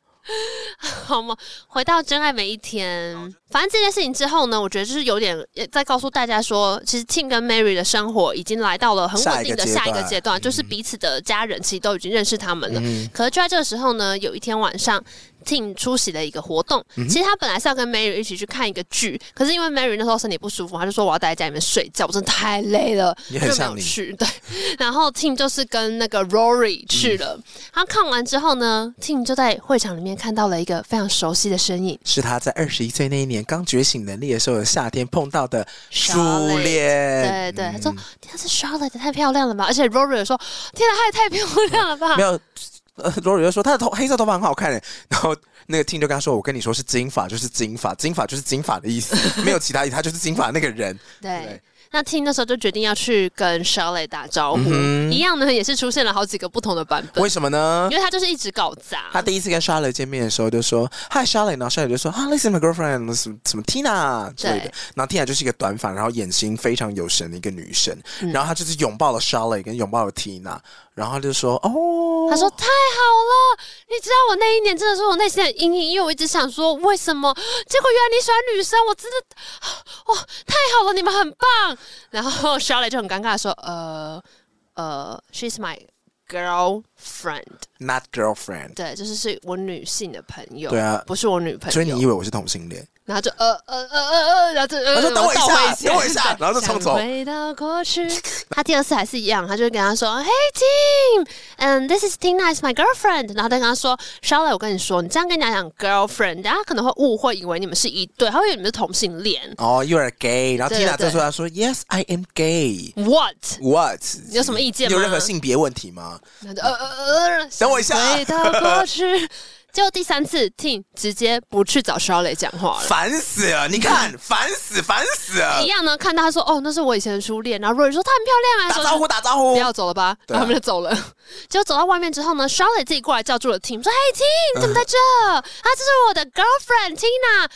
[SPEAKER 3] 好吗？回到真爱每一天，反正这件事情之后呢，我觉得就是有点也在告诉大家说，其实 Tim 跟 Mary 的生活已经来到了很稳定的
[SPEAKER 2] 下
[SPEAKER 3] 下
[SPEAKER 2] 一个阶
[SPEAKER 3] 一
[SPEAKER 2] 段
[SPEAKER 3] 个阶段，就是彼此的家人其实都已经认识他们了。
[SPEAKER 2] 嗯，
[SPEAKER 3] 可是就在这个时候呢，有一天晚上，Tim 出席了一个活动。
[SPEAKER 2] 嗯
[SPEAKER 3] 其实他本来是要跟 Mary 一起去看一个剧，可是因为 Mary 那时候身体不舒服，他就说我要待在家里面睡觉，我真的太累了，
[SPEAKER 2] 你
[SPEAKER 3] 就
[SPEAKER 2] 很
[SPEAKER 3] 没
[SPEAKER 2] 像
[SPEAKER 3] 有
[SPEAKER 2] 你
[SPEAKER 3] 去。对， 然后 Tim 就是跟那个 Rory
[SPEAKER 2] 嗯
[SPEAKER 3] 去了。他看完之后呢，Tim 就在会场里面看到了一个非常熟悉的身影，
[SPEAKER 2] 是他在二十一岁那一年刚觉醒能力的时候，夏天碰到的初嗯
[SPEAKER 3] Charlotte
[SPEAKER 2] 恋。
[SPEAKER 3] 对对，他说：“天啊，这 Charlotte 太漂亮了吧！”而且 Rory 也说：“天啊，她也太漂亮了吧！”
[SPEAKER 2] 没有。呃，罗瑞就说他的头黑色头发很好看耶，欸然后那个 Ting 就跟他说：“我跟你 说是金发，就是金发，金发就是金发的意思，没有其他意思，他就是金发那个人。”
[SPEAKER 3] 对
[SPEAKER 2] 对，
[SPEAKER 3] 那 T 那时候就决定要去跟 Shirley 打招呼，
[SPEAKER 2] 嗯哼
[SPEAKER 3] 一样呢也是出现了好几个不同的版本
[SPEAKER 2] 为，什么呢
[SPEAKER 3] 因？为他就是一直搞砸。
[SPEAKER 2] 他第一次跟 Charlotte 见面的时候就说 Hi Charlotte，然后 Charlotte 就说啊 Hi，this is my girlfriend，什么什么 Tina 啊之类的
[SPEAKER 3] 对。
[SPEAKER 2] 然后 Tina 就是一个短发，然后眼睛非常有神的一个女生。
[SPEAKER 3] 嗯
[SPEAKER 2] 然后她就是拥抱了 Charlotte，跟拥抱了 Tina，然后她就说哦，
[SPEAKER 3] 他说太好了，你知道我那一年真的是我内心的阴影，因为我一直想说为什么，结果原来你喜欢女生，我真的，哇、太好了，你们很棒。然后 Shirley 就很尴尬地说，呃呃，She's my girlfriend，
[SPEAKER 2] Not girlfriend，
[SPEAKER 3] 对，就是是我女性的朋友，
[SPEAKER 2] 对啊
[SPEAKER 3] 不是我女朋友。
[SPEAKER 2] 所以你以为我是同性恋？
[SPEAKER 3] 然后就呃呃呃呃呃，然后就呃，
[SPEAKER 2] 他说等我一下
[SPEAKER 3] 倒回
[SPEAKER 2] 等我一下 然后就冲走
[SPEAKER 3] 想回到过去， 他第二次还是一样，他就跟他说，Hey Tim，嗯，This is Tina is my girlfriend。然后再跟他说，Charlotte，我跟你说，你这样跟人家讲 girlfriend，大家可能会误会，以为你们是一对，他会以为你们是同性恋。
[SPEAKER 2] 哦、y o u are gay。然后
[SPEAKER 3] 对
[SPEAKER 2] Tina
[SPEAKER 3] 对
[SPEAKER 2] 这时候她说 Yes, I am gay。
[SPEAKER 3] What？
[SPEAKER 2] What？
[SPEAKER 3] 你有什么意见吗
[SPEAKER 2] 有任何性别问题吗？
[SPEAKER 3] 然后就呃呃呃，
[SPEAKER 2] 等我一下
[SPEAKER 3] 想回到过去。结果第三次，Tim 直接不去找 Charlotte 讲话 了。
[SPEAKER 2] 烦死了！你看，烦死，烦死了
[SPEAKER 3] 一！样呢，看到他说哦，那是我以前的初恋。然后 Roy 说她很漂亮啊，
[SPEAKER 2] 打
[SPEAKER 3] 说
[SPEAKER 2] 招呼，打招呼
[SPEAKER 3] 不。要走了吧，
[SPEAKER 2] 对啊
[SPEAKER 3] 然后他们就走了。 结果走到外面之后呢，Charlotte 自己过来叫住了 Tim，说：“嘿，Tim，你怎么在
[SPEAKER 2] 嗯
[SPEAKER 3] 这？啊，这是我的 girlfriend Tina。”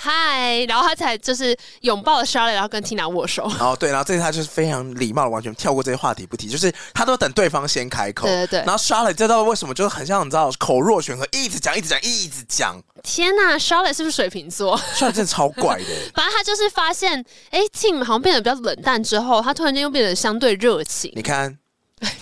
[SPEAKER 3] 嗨，然后他才就是拥抱了 Charlotte，然后跟 Tina 握手。
[SPEAKER 2] 哦，对，然后这次他就是非常礼貌的，完全跳过这些话题不提，就是他都等对方先开口。
[SPEAKER 3] 对对对
[SPEAKER 2] 然后 Charlotte 知道为什么，就是很像你知道口若悬河，一直讲，一直讲，一直讲。
[SPEAKER 3] 天呐，Charlotte 是不是水瓶座？
[SPEAKER 2] Charlotte 真的超怪的。
[SPEAKER 3] 反正他就是发现，哎，Tim 好像变得比较冷淡之后，他突然间又变得相对热情。
[SPEAKER 2] 你看，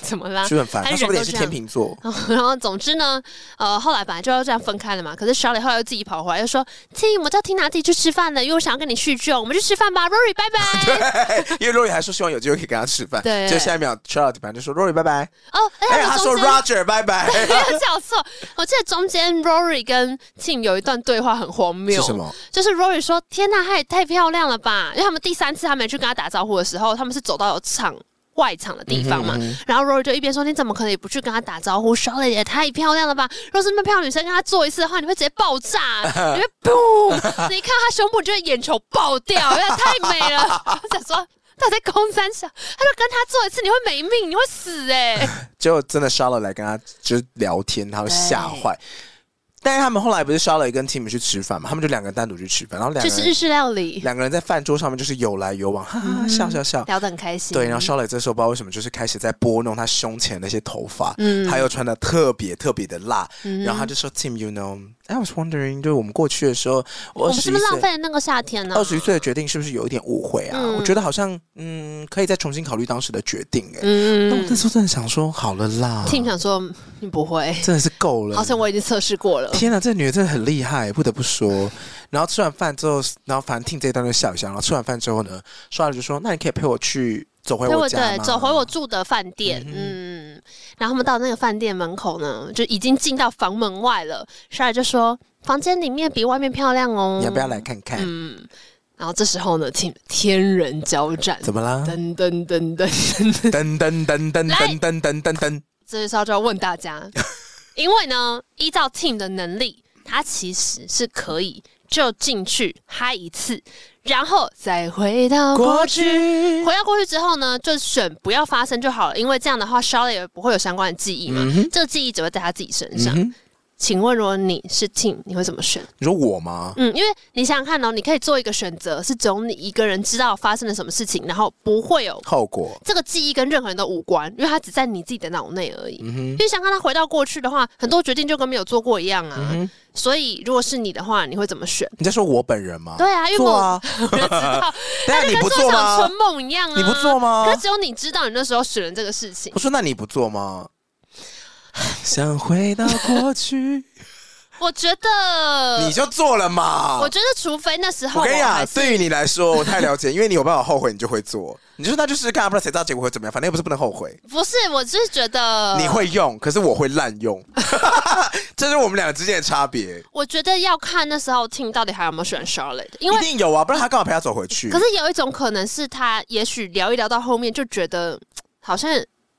[SPEAKER 3] 怎么啦？
[SPEAKER 2] 是不是很烦？
[SPEAKER 3] 还
[SPEAKER 2] 他
[SPEAKER 3] 是
[SPEAKER 2] 说不定
[SPEAKER 3] 啊人
[SPEAKER 2] 也是
[SPEAKER 3] 都这样
[SPEAKER 2] 天。秤 座。
[SPEAKER 3] 然后总之呢，呃，后来本来就要这样分开了嘛，可是 Charlie 后来又自己跑回来，又说：“Tim，我叫 Tina 自己去吃饭了，因为我想要跟你叙旧，我们去吃饭吧，Rory，拜拜。
[SPEAKER 2] 哎因为 Rory 还说希望有机会可以跟他吃饭。
[SPEAKER 3] 对
[SPEAKER 2] 就下一秒 Charlotte 反正就说 Rory 拜拜，”
[SPEAKER 3] 哦，
[SPEAKER 2] 哎，
[SPEAKER 3] 哎，
[SPEAKER 2] 他
[SPEAKER 3] 他
[SPEAKER 2] 说
[SPEAKER 3] 中 间
[SPEAKER 2] Roger 拜拜。
[SPEAKER 3] 有讲错，我记得中间 Rory 跟 Tim 有一段对话很荒谬，
[SPEAKER 2] 是什么？
[SPEAKER 3] 就是 Rory 说：“天呐，她也太漂亮了吧！”因为他们第三次他没去跟他打招呼的时候，他们是走到有场。外场的地方嘛，
[SPEAKER 2] 嗯
[SPEAKER 3] 然后 Rory 就一边说：“你怎么可能也不去跟他打招呼？Shirley 也太漂亮了吧！若是那么漂亮的女生跟他做一次的话，你会直接 爆炸，你会砰！你一看她胸部，就会眼球爆掉， 因为她太美了。”我想说。他在公山小，他就跟他做一次，你会没命，你会死哎、
[SPEAKER 2] 结果真的 Charlotte 来跟他就是聊天，他会吓坏。但是他们后来不是 Charlotte 跟 Tim 去吃饭嘛，他们就两个人单独去吃饭，然后两
[SPEAKER 3] 就
[SPEAKER 2] 个
[SPEAKER 3] 是日
[SPEAKER 2] 人
[SPEAKER 3] 式料理，
[SPEAKER 2] 两个人在饭桌上面就是有来有往，哈
[SPEAKER 3] 嗯
[SPEAKER 2] 哈笑笑笑。
[SPEAKER 3] 聊得很开心。
[SPEAKER 2] 对，然后 Charlotte 这时候不知道为什么就是开始在拨弄她胸前那些头发，嗯，她又穿的特别特别的辣，
[SPEAKER 3] 嗯
[SPEAKER 2] 然后她就说 Tim，you know，I was wondering，就是我们过去的时候，我
[SPEAKER 3] 我
[SPEAKER 2] 二
[SPEAKER 3] 们
[SPEAKER 2] 十
[SPEAKER 3] 是
[SPEAKER 2] 一
[SPEAKER 3] 不是浪
[SPEAKER 2] 岁。
[SPEAKER 3] 费了那个夏天呢、
[SPEAKER 2] 二十一岁的决定是不是有一点误会啊？我觉得好像，嗯，可以再重新考虑当时的决定、欸。哎、那我那时候真的想说，好了啦，
[SPEAKER 3] 嗯 Tim 想说嗯你不会，
[SPEAKER 2] 真的是够了。
[SPEAKER 3] 好像我已经测试过了。
[SPEAKER 2] 天哪，这女的真的很厉害，不得不说。然后吃完饭之后，然后反正听这一段就笑一笑。然后吃完饭之后呢，刷了就说：“那你可以陪我去走回
[SPEAKER 3] 陪
[SPEAKER 2] 我
[SPEAKER 3] 我
[SPEAKER 2] 家
[SPEAKER 3] 对
[SPEAKER 2] 吗？”
[SPEAKER 3] 走回我住的饭店，嗯然后他们到那个饭店门口呢，就已经进到房门外了。莎尔就说：“房间里面比外面漂亮哦。”
[SPEAKER 2] 你要不要来看看？
[SPEAKER 3] 嗯然后这时候呢，天天人交战，
[SPEAKER 2] 怎么啦？
[SPEAKER 3] 噔噔噔噔噔噔，
[SPEAKER 2] 噔噔噔噔
[SPEAKER 3] 来嗯
[SPEAKER 2] 噔噔噔噔噔，
[SPEAKER 3] 这时候就要问 大家，因为呢，依照 Tim 的能力，他其实是可以就进去嗨一次，然后再回到过
[SPEAKER 2] 过
[SPEAKER 3] 去。
[SPEAKER 2] 去。
[SPEAKER 3] 回到过去之后呢，就选不要发生就好了，因为这样的话 s h a r l 也不会有相关的记忆嘛，这个记忆只会在他自己身上。
[SPEAKER 2] 嗯嗯哼
[SPEAKER 3] 请问，如果你是 Tim，你会怎么选？
[SPEAKER 2] 你说我吗？
[SPEAKER 3] 嗯，因为你想想看哦，你可以做一个选择，是只有你一个人知道发生了什么事情，然后不会有
[SPEAKER 2] 后果
[SPEAKER 3] 这个记忆跟任何人都无关，因为它只在你自己的脑内而
[SPEAKER 2] 嗯
[SPEAKER 3] 已。因为想看他回到过去的话，很多决定就跟没有做过一样
[SPEAKER 2] 嗯
[SPEAKER 3] 啊。所以如果是你的话，你会怎么选？
[SPEAKER 2] 你在说我本人吗？
[SPEAKER 3] 对啊，因为
[SPEAKER 2] 做
[SPEAKER 3] 我
[SPEAKER 2] 啊
[SPEAKER 3] 我就知道，
[SPEAKER 2] 但
[SPEAKER 3] 就是
[SPEAKER 2] 你不
[SPEAKER 3] 跟
[SPEAKER 2] 做
[SPEAKER 3] 做场
[SPEAKER 2] 吗
[SPEAKER 3] 春？梦一样啊，
[SPEAKER 2] 你不做吗
[SPEAKER 3] 可只有你知道你那时候选了这个事情
[SPEAKER 2] 我。说那你不做吗？ 想回到过 去，
[SPEAKER 3] 我觉得，
[SPEAKER 2] 你就做了嘛。
[SPEAKER 3] 呃我觉得除非那时候啊
[SPEAKER 2] 我跟你
[SPEAKER 3] 还
[SPEAKER 2] 讲，
[SPEAKER 3] 是
[SPEAKER 2] 对于你来说，我太了解，因为你有办法后悔，你就会 做。你就说那就试试看，不然谁知道结果会怎么样？反正又不是不能后悔。
[SPEAKER 3] 不是，我是觉得
[SPEAKER 2] 你。会用，可是我会滥 用，这是我们俩之间的差别。
[SPEAKER 3] 我觉得要看那时候听到底还有没有选 Charlotte，因
[SPEAKER 2] 一
[SPEAKER 3] 为
[SPEAKER 2] 定有啊，不然他干嘛陪他走回去？
[SPEAKER 3] 可是有一种可能是他也许聊一聊到后面就觉得好像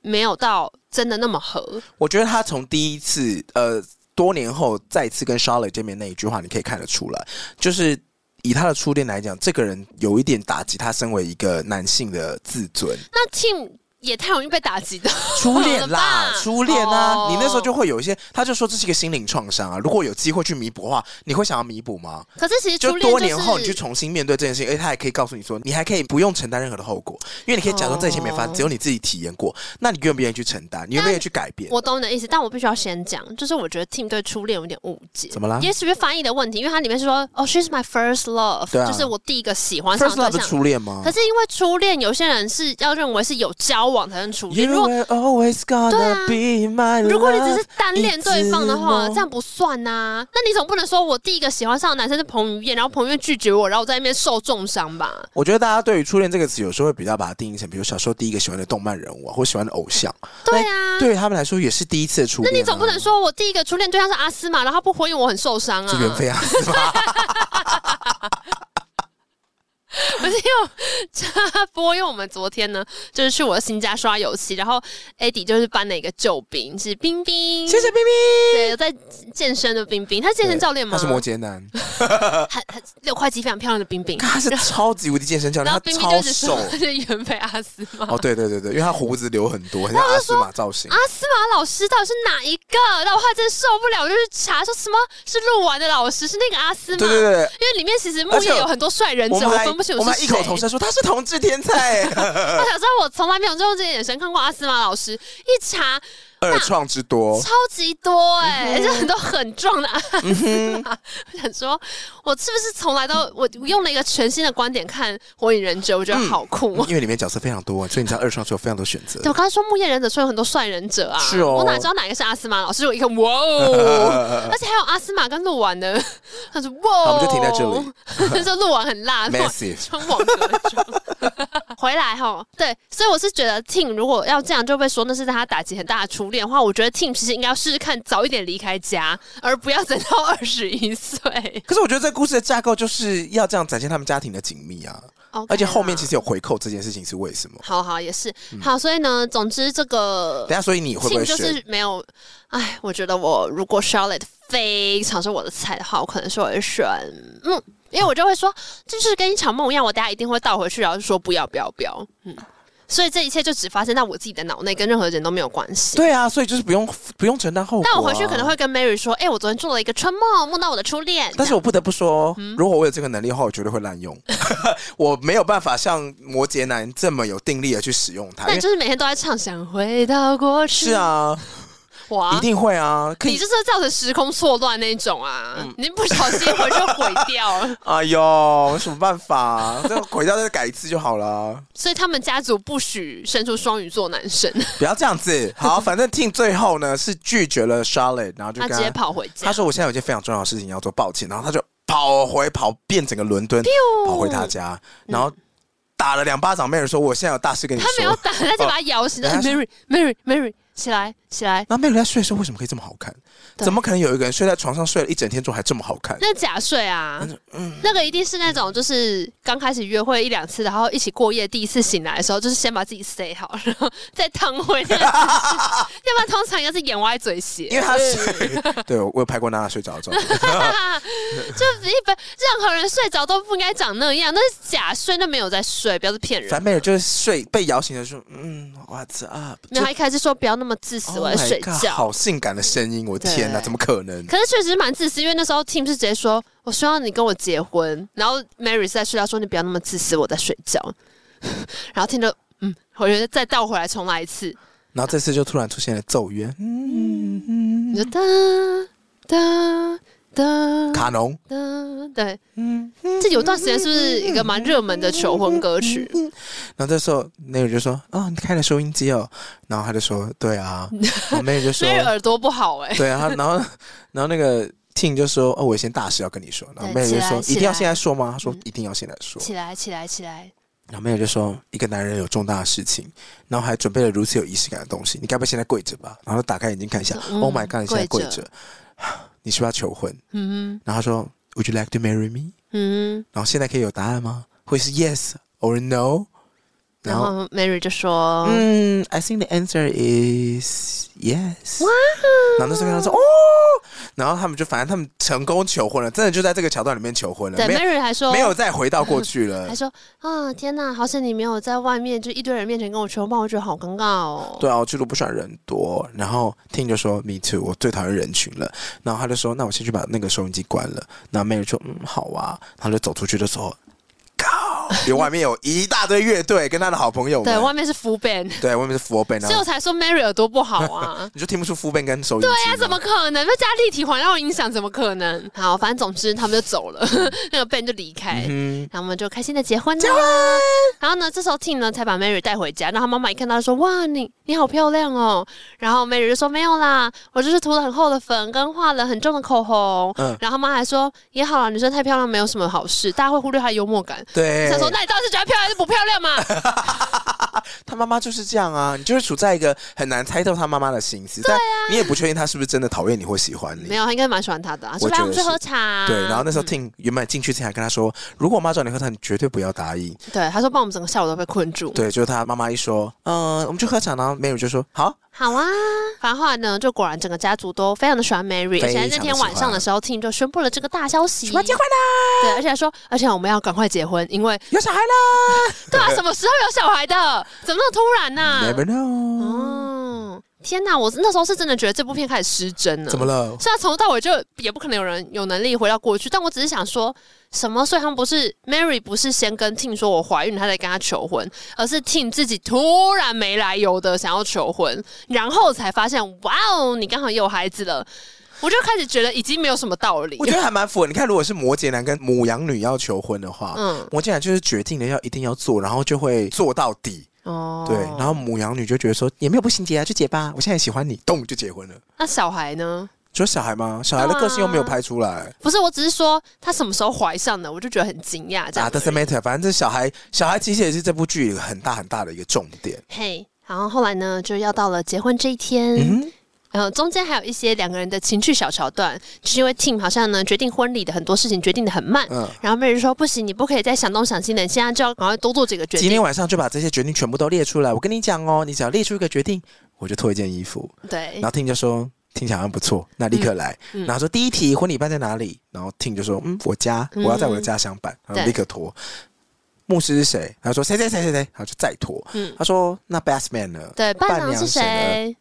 [SPEAKER 3] 没有到真的那么合，
[SPEAKER 2] 我觉得他从第一次呃多年后再次跟 Charlotte 见面那一句话，你可以看得出来，就是。以他的初恋来讲，这个人有一点打击他身为一个男性的自尊。
[SPEAKER 3] 那 Tim 也太容易被打击的，
[SPEAKER 2] 初恋
[SPEAKER 3] 了
[SPEAKER 2] 啦，
[SPEAKER 3] 吧
[SPEAKER 2] 初恋啊
[SPEAKER 3] 哦，
[SPEAKER 2] 你那时候就会有一些，他就说这是一个心灵创伤啊。如果有机会去弥补的话，你会想要弥补吗？
[SPEAKER 3] 可是其实初
[SPEAKER 2] 就
[SPEAKER 3] 恋
[SPEAKER 2] 多
[SPEAKER 3] 是
[SPEAKER 2] 年后你去重新面对这件事情，而且他还可以告诉你说，你还可以不用承担任何的后果，因为你可以假装这一切没发生，
[SPEAKER 3] 哦
[SPEAKER 2] 只有你自己体验过。那你愿不愿意去承担？你愿不愿意去改变？
[SPEAKER 3] 我懂你的意思，但我必须要先讲，就是我觉得 Tim 对初恋有点误解。
[SPEAKER 2] 怎么啊啦
[SPEAKER 3] 也许是翻译的问题，因为它里面是说，哦，she's my first love，、
[SPEAKER 2] 对啊
[SPEAKER 3] 就是我第一个喜欢上
[SPEAKER 2] First
[SPEAKER 3] 的
[SPEAKER 2] love
[SPEAKER 3] 对
[SPEAKER 2] 是
[SPEAKER 3] 象。
[SPEAKER 2] 初恋吗
[SPEAKER 3] 可是因为初恋，有些人是要认为是有交往才能初恋。如
[SPEAKER 2] You
[SPEAKER 3] 果
[SPEAKER 2] were always
[SPEAKER 3] 对啊
[SPEAKER 2] gonna be my love。
[SPEAKER 3] 如果你只是单恋对方的
[SPEAKER 2] 一
[SPEAKER 3] 话，
[SPEAKER 2] 直哦
[SPEAKER 3] 这
[SPEAKER 2] 梦
[SPEAKER 3] 样不算呐、那你总不能说我第一个喜欢上的男生是彭于晏，然后彭于晏拒绝我，然后我在那边受重伤吧？
[SPEAKER 2] 我觉得大家对于初恋这个词，有时候会比较把它定义成，比如小时候第一个喜欢的动漫人物啊，或喜欢的偶像。
[SPEAKER 3] 对啊
[SPEAKER 2] 那对于他们来说也是第一次的初
[SPEAKER 3] 那
[SPEAKER 2] 恋啊、
[SPEAKER 3] 你总不能说我第一个初恋对象是阿斯玛，然后他不回应我很受伤啊？
[SPEAKER 2] 是袁飞啊，是吧？
[SPEAKER 3] 不是又 插播，因为我们昨天呢，就是去我的新家刷油漆，然后 Eddie 就是搬了一个救兵，是冰冰，
[SPEAKER 2] 谢谢冰冰。
[SPEAKER 3] 对，有在健身的冰冰，他是健身教练吗？
[SPEAKER 2] 他是摩羯男，
[SPEAKER 3] 很很六块肌非常漂亮的冰冰，
[SPEAKER 2] 他是超级无敌健身教练，
[SPEAKER 3] 然后
[SPEAKER 2] 他
[SPEAKER 3] 冰冰就
[SPEAKER 2] 超
[SPEAKER 3] 一直
[SPEAKER 2] 瘦。
[SPEAKER 3] 说 是原配阿斯玛。
[SPEAKER 2] 哦，对对对对，因为他胡子留很多，很像阿斯玛造型
[SPEAKER 3] 阿。斯玛老师到底是哪一个？然后我还真受不了，我就去查说什么是录完的老师是那个阿斯玛，
[SPEAKER 2] 对对对对，
[SPEAKER 3] 因为里面其实木
[SPEAKER 2] 而且
[SPEAKER 3] 叶有啊很多帅人者，
[SPEAKER 2] 我
[SPEAKER 3] 我
[SPEAKER 2] 们还
[SPEAKER 3] 分不清
[SPEAKER 2] 我们
[SPEAKER 3] 是
[SPEAKER 2] 还
[SPEAKER 3] 谁。
[SPEAKER 2] 异口同声说他是同志天才，
[SPEAKER 3] 我想说，我从来没有用这个眼神看过阿斯玛老师，一查
[SPEAKER 2] 二创之多。
[SPEAKER 3] 超级
[SPEAKER 2] 嗯
[SPEAKER 3] 多哎、 而且很多很壮的阿斯玛。我想说，我是不是从来都我我用了一个全新的观点看《火影忍者》，我觉
[SPEAKER 2] 嗯
[SPEAKER 3] 得好酷、哦。
[SPEAKER 2] 因为里面角色非常多，所以你知道二创是有非常多选择
[SPEAKER 3] 对，。我刚才说木叶忍者说有很多帅忍者啊，
[SPEAKER 2] 是哦
[SPEAKER 3] 我哪知道哪一个是阿斯玛老师？我一看，哇 哦，而且还有阿斯玛跟鹿丸的， 他说哇
[SPEAKER 2] 呃好我
[SPEAKER 3] 哦，
[SPEAKER 2] 们就停在这
[SPEAKER 3] 里，说鹿丸 很辣，鹿丸
[SPEAKER 2] Massive
[SPEAKER 3] 穿网格装。 回来哈，对，所以我是觉得 Tim 如果要这样就被说那是他打击很大的初恋的话，我觉得 Tim 其实应该要试试看早一点离开家，而不要等到二十一岁。
[SPEAKER 2] 可是我觉得这故事的架构就是要这样展现他们家庭的紧密啊，而且后面其
[SPEAKER 3] 实
[SPEAKER 2] 实有回扣这件事情是为什么？
[SPEAKER 3] 好好也是好，所以呢，总之这
[SPEAKER 2] 嗯
[SPEAKER 3] 个
[SPEAKER 2] 等一下，所以你会不
[SPEAKER 3] 庆
[SPEAKER 2] 会
[SPEAKER 3] 就
[SPEAKER 2] 选
[SPEAKER 3] 是没有，哎，我觉得我如果 Charlotte 非常是我的菜的话，我可能是会选，嗯，因为我就会说，这就是跟一场梦一样，我等下一定会倒回去，然后就说不要不要不要，嗯，所以这一切就只发生在我自己的脑内，跟任何人都没有关系。
[SPEAKER 2] 对啊，所以就是不用不用承担后果、啊
[SPEAKER 3] 但我回去可能。会跟 Mary 说，哎、我昨天做了一个春梦，梦到我的初恋。
[SPEAKER 2] 但是我不得不说，
[SPEAKER 3] 嗯
[SPEAKER 2] 如果我有这个能力的话，我绝对会滥用。我没有办法像摩羯男这么有定力的去使用它。因
[SPEAKER 3] 那你
[SPEAKER 2] 为
[SPEAKER 3] 就是每天都在唱想回到过去，
[SPEAKER 2] 是，啊，
[SPEAKER 3] 哇
[SPEAKER 2] 一。定会啊，可
[SPEAKER 3] 你
[SPEAKER 2] 以嗯
[SPEAKER 3] 就。是会造成时空错乱那一种啊！你不小心回去毁掉 了，
[SPEAKER 2] 哎呦，有什么办法、 这回到再改一次就好了，
[SPEAKER 3] 所以他们家族不许生出双鱼座男生。
[SPEAKER 2] 不要这样子。好，反正 Tim 最后呢是拒绝了 Charlotte，然后就
[SPEAKER 3] 他
[SPEAKER 2] 跟
[SPEAKER 3] 直接跑回家。
[SPEAKER 2] 他说我现在有一件非常重要的事情要做，抱歉。然后他就跑回跑遍整个伦敦，跑回他家，然后打了两巴掌。没人说我现在有大事跟你
[SPEAKER 3] 嗯他没有
[SPEAKER 2] 说。
[SPEAKER 3] 打，他就把他摇醒。
[SPEAKER 2] 哦
[SPEAKER 3] 哎 Mary Mary Mary，起来起来。
[SPEAKER 2] 那没有人在睡的时候为什么可以这么好看？
[SPEAKER 3] 对
[SPEAKER 2] 怎么可能有一个人睡在床上睡了一整天之后还这么好看？
[SPEAKER 3] 那假睡啊，
[SPEAKER 2] 嗯
[SPEAKER 3] 那个一定是那种就是刚开始约会一两次，然后一起过夜，第一次醒来的时候，就是先把自己塞好，然后再躺回 那个姿势要不然通常应该是眼歪嘴斜，
[SPEAKER 2] 因为他睡， 对我有拍过娜娜睡着的照片。
[SPEAKER 3] 就一般任何人睡着都不应该长那样，那是假睡，那没有在睡，不要是骗人
[SPEAKER 2] 反。正没人就是睡被摇醒的时候，嗯，What's up？
[SPEAKER 3] 没有，他一开始说不要那么自私，
[SPEAKER 2] 就
[SPEAKER 3] 我在
[SPEAKER 2] Oh my
[SPEAKER 3] 睡
[SPEAKER 2] God，
[SPEAKER 3] 觉。
[SPEAKER 2] 好性感的声音，我天哪，
[SPEAKER 3] 对
[SPEAKER 2] 怎么可能？
[SPEAKER 3] 可是确实蛮自私，因为那时候 Tim 是直接说：“我希望你跟我结婚。”然后 Mary 是在睡觉说：“你不要那么自私，我在睡觉。” 然后 Tim 就嗯，我觉得再倒回来重来一次，
[SPEAKER 2] 然后这次就突然出现了嗯奏乐，
[SPEAKER 3] 你就哒哒哒
[SPEAKER 2] 卡农，
[SPEAKER 3] 哒，对，这有段时间是不是一个蛮热门的求婚歌曲？
[SPEAKER 2] 嗯然后这时候那个人就说：“啊，你开了收音机哦。”然后他就说：“对啊。”然后那个人就 说
[SPEAKER 3] 所以耳朵不好哎、：“
[SPEAKER 2] 对啊。”然后然后那个 Ting 就说：“哦，我有件大事要跟你说。”然后妹
[SPEAKER 3] 对
[SPEAKER 2] 妹就说：“
[SPEAKER 3] 起来
[SPEAKER 2] 一定要现在说吗？”他说
[SPEAKER 3] 嗯：“
[SPEAKER 2] 一定要现在说。
[SPEAKER 3] 起来，起来，起来！”
[SPEAKER 2] 然后妹妹就说：“一个男人有重大的事情，然后还准备了如此有仪式感的东西，你该不会现在跪着吧？”然后打开眼睛看一下、
[SPEAKER 3] 嗯
[SPEAKER 2] o h my God！你现在跪
[SPEAKER 3] 跪
[SPEAKER 2] 着， 你是不是要求婚？
[SPEAKER 3] 嗯
[SPEAKER 2] 然后他说：“Would you like to marry me？”
[SPEAKER 3] 嗯，
[SPEAKER 2] 然后现在可以有答案吗？会是 yes or no？
[SPEAKER 3] 然后 Mary 就说：“
[SPEAKER 2] 嗯，I think the answer is yes。然后那时候跟他说，哦，然后他们就反正他们成功求婚了，真的就在这个桥段里面求婚了，
[SPEAKER 3] 对
[SPEAKER 2] 没有
[SPEAKER 3] ，Mary 还说
[SPEAKER 2] 没有再回到过去了
[SPEAKER 3] 还。说啊，天哪，好险你没有在外面，就一堆人面前跟我求婚，不然我觉得好尴尬哦。
[SPEAKER 2] 对啊，我俱乐部喜欢人多，然后听就说 me too，我最讨厌人群了。然后他就说，那我先去把那个收音机关了。然后 Mary 就嗯好啊，他就走出去的时候， 靠，因为外面有一大堆乐队跟他的好朋友们，
[SPEAKER 3] 对，外面是 full band，
[SPEAKER 2] 对外面是 f o r b a n。
[SPEAKER 3] 所以我才说 Mary 有多不好啊
[SPEAKER 2] 你就听不出 f o r b a n 跟收音机
[SPEAKER 3] 对
[SPEAKER 2] 吗，
[SPEAKER 3] 呀、怎么可能？那加立体环绕音响怎么可能？好，反正总之他们就走了， 那个 band 就离开，
[SPEAKER 2] 嗯
[SPEAKER 3] 然后我们就开心的结婚了。然后呢，这时候 Tim 呢才把 Mary 带回家，然后妈妈一看到说：“哇，你你好漂亮哦。”然后 Mary 就说：“没有啦，我就是涂了很厚的粉，跟画了很重的口红。”
[SPEAKER 2] 嗯
[SPEAKER 3] 然后妈妈还说：“也好啦，女生太漂亮没有什么好事，大家会忽略她的幽默感。”
[SPEAKER 2] 对，
[SPEAKER 3] 想说，那你到底是觉得漂亮还是不漂亮嘛？
[SPEAKER 2] 他妈妈就是这样啊，你就是处在一个很难猜透他妈妈的心思，但你也不确定他是不是真的讨厌你或喜欢你
[SPEAKER 3] 啊没。有，她应该蛮喜欢她的、啊，说
[SPEAKER 2] 我觉
[SPEAKER 3] 来
[SPEAKER 2] 得
[SPEAKER 3] 我们去喝茶、啊嗯
[SPEAKER 2] 对，然后那时候听原本进去之前还跟他说，如果我妈找你喝茶，你绝对不要答应。
[SPEAKER 3] 对她说，帮我们整个下午都被困住。
[SPEAKER 2] 对，就是他妈妈一说，嗯、我们去喝茶，然后梅雨就说好，
[SPEAKER 3] 好啊，反正后来呢，就果然整个家族都非常的喜欢 Mary。而
[SPEAKER 2] 非常
[SPEAKER 3] 且在
[SPEAKER 2] 地
[SPEAKER 3] 那天晚上的时候，Tim 就宣布了这个大消息，
[SPEAKER 2] 我结婚啦，
[SPEAKER 3] 对，而且还说，而且我们要赶快结婚，因为
[SPEAKER 2] 有小孩啦
[SPEAKER 3] 对啊，什么时候有小孩的？ 怎么那么突然呢、
[SPEAKER 2] ，Never know，、
[SPEAKER 3] 啊哦，天哪！我那时候是真的觉得这部片开始失真了。
[SPEAKER 2] 怎么
[SPEAKER 3] 了？
[SPEAKER 2] 了？
[SPEAKER 3] 虽然从头到尾就也不可能有人有能力回到过去，但我只是想说，什么？所以他们不是 Mary 不是先跟 Tim 说我怀孕，她才跟他求婚，而是 Tim 自己突然没来由的想要求婚，然后才发现，哇哦，你刚好有孩子了，我就开始觉得已经没有什么道理
[SPEAKER 2] 我。觉得还蛮符合。你看，如果是摩羯男跟母羊女要求婚的话，
[SPEAKER 3] 嗯
[SPEAKER 2] 摩羯男就是决定了要一定要做，然后就会做到底。
[SPEAKER 3] 哦
[SPEAKER 2] 对，然后母羊女就觉得说也没有不行结啊，就结吧，我现在喜欢你，咚就结婚了。
[SPEAKER 3] 那小孩呢？
[SPEAKER 2] 只有小孩吗？小孩的个性又没有
[SPEAKER 3] 啊
[SPEAKER 2] 拍出来。
[SPEAKER 3] 不是，我只是说他什么时候怀上的，我就觉得很惊讶这
[SPEAKER 2] 啊。
[SPEAKER 3] 样
[SPEAKER 2] ，doesn't matter，反正这小孩，小孩其实也是这部剧一个很大很大的一个重点。
[SPEAKER 3] 嘿、然后后来呢，就要到了结婚这一天。
[SPEAKER 2] 嗯哼，
[SPEAKER 3] 然后呃中间还有一些两个人的情趣小桥段，就是因为 Tim 好像呢决定婚礼的很多事情决定的很慢，
[SPEAKER 2] 嗯
[SPEAKER 3] 然后 Mary 说不行，你不可以再想东想西的，你现在就要赶快多做几个决
[SPEAKER 2] 今天
[SPEAKER 3] 定。
[SPEAKER 2] 晚上就把这些决定全部都列出来。我跟你讲哦，你只要列出一个决定，我就脱一件衣服。
[SPEAKER 3] 对
[SPEAKER 2] 然，后听就说听起来好像不错，那立刻来。
[SPEAKER 3] 嗯嗯
[SPEAKER 2] 然后说第一题婚礼办在哪里？然后听就说嗯，我家，我要在我的家乡办，然
[SPEAKER 3] 对
[SPEAKER 2] 后立刻拖。牧师是谁？他说谁谁谁谁谁，然后就再拖。
[SPEAKER 3] 嗯
[SPEAKER 2] 他说那 best man 呢？
[SPEAKER 3] 对，伴郎
[SPEAKER 2] 娘
[SPEAKER 3] 是
[SPEAKER 2] 呢？
[SPEAKER 3] 谁？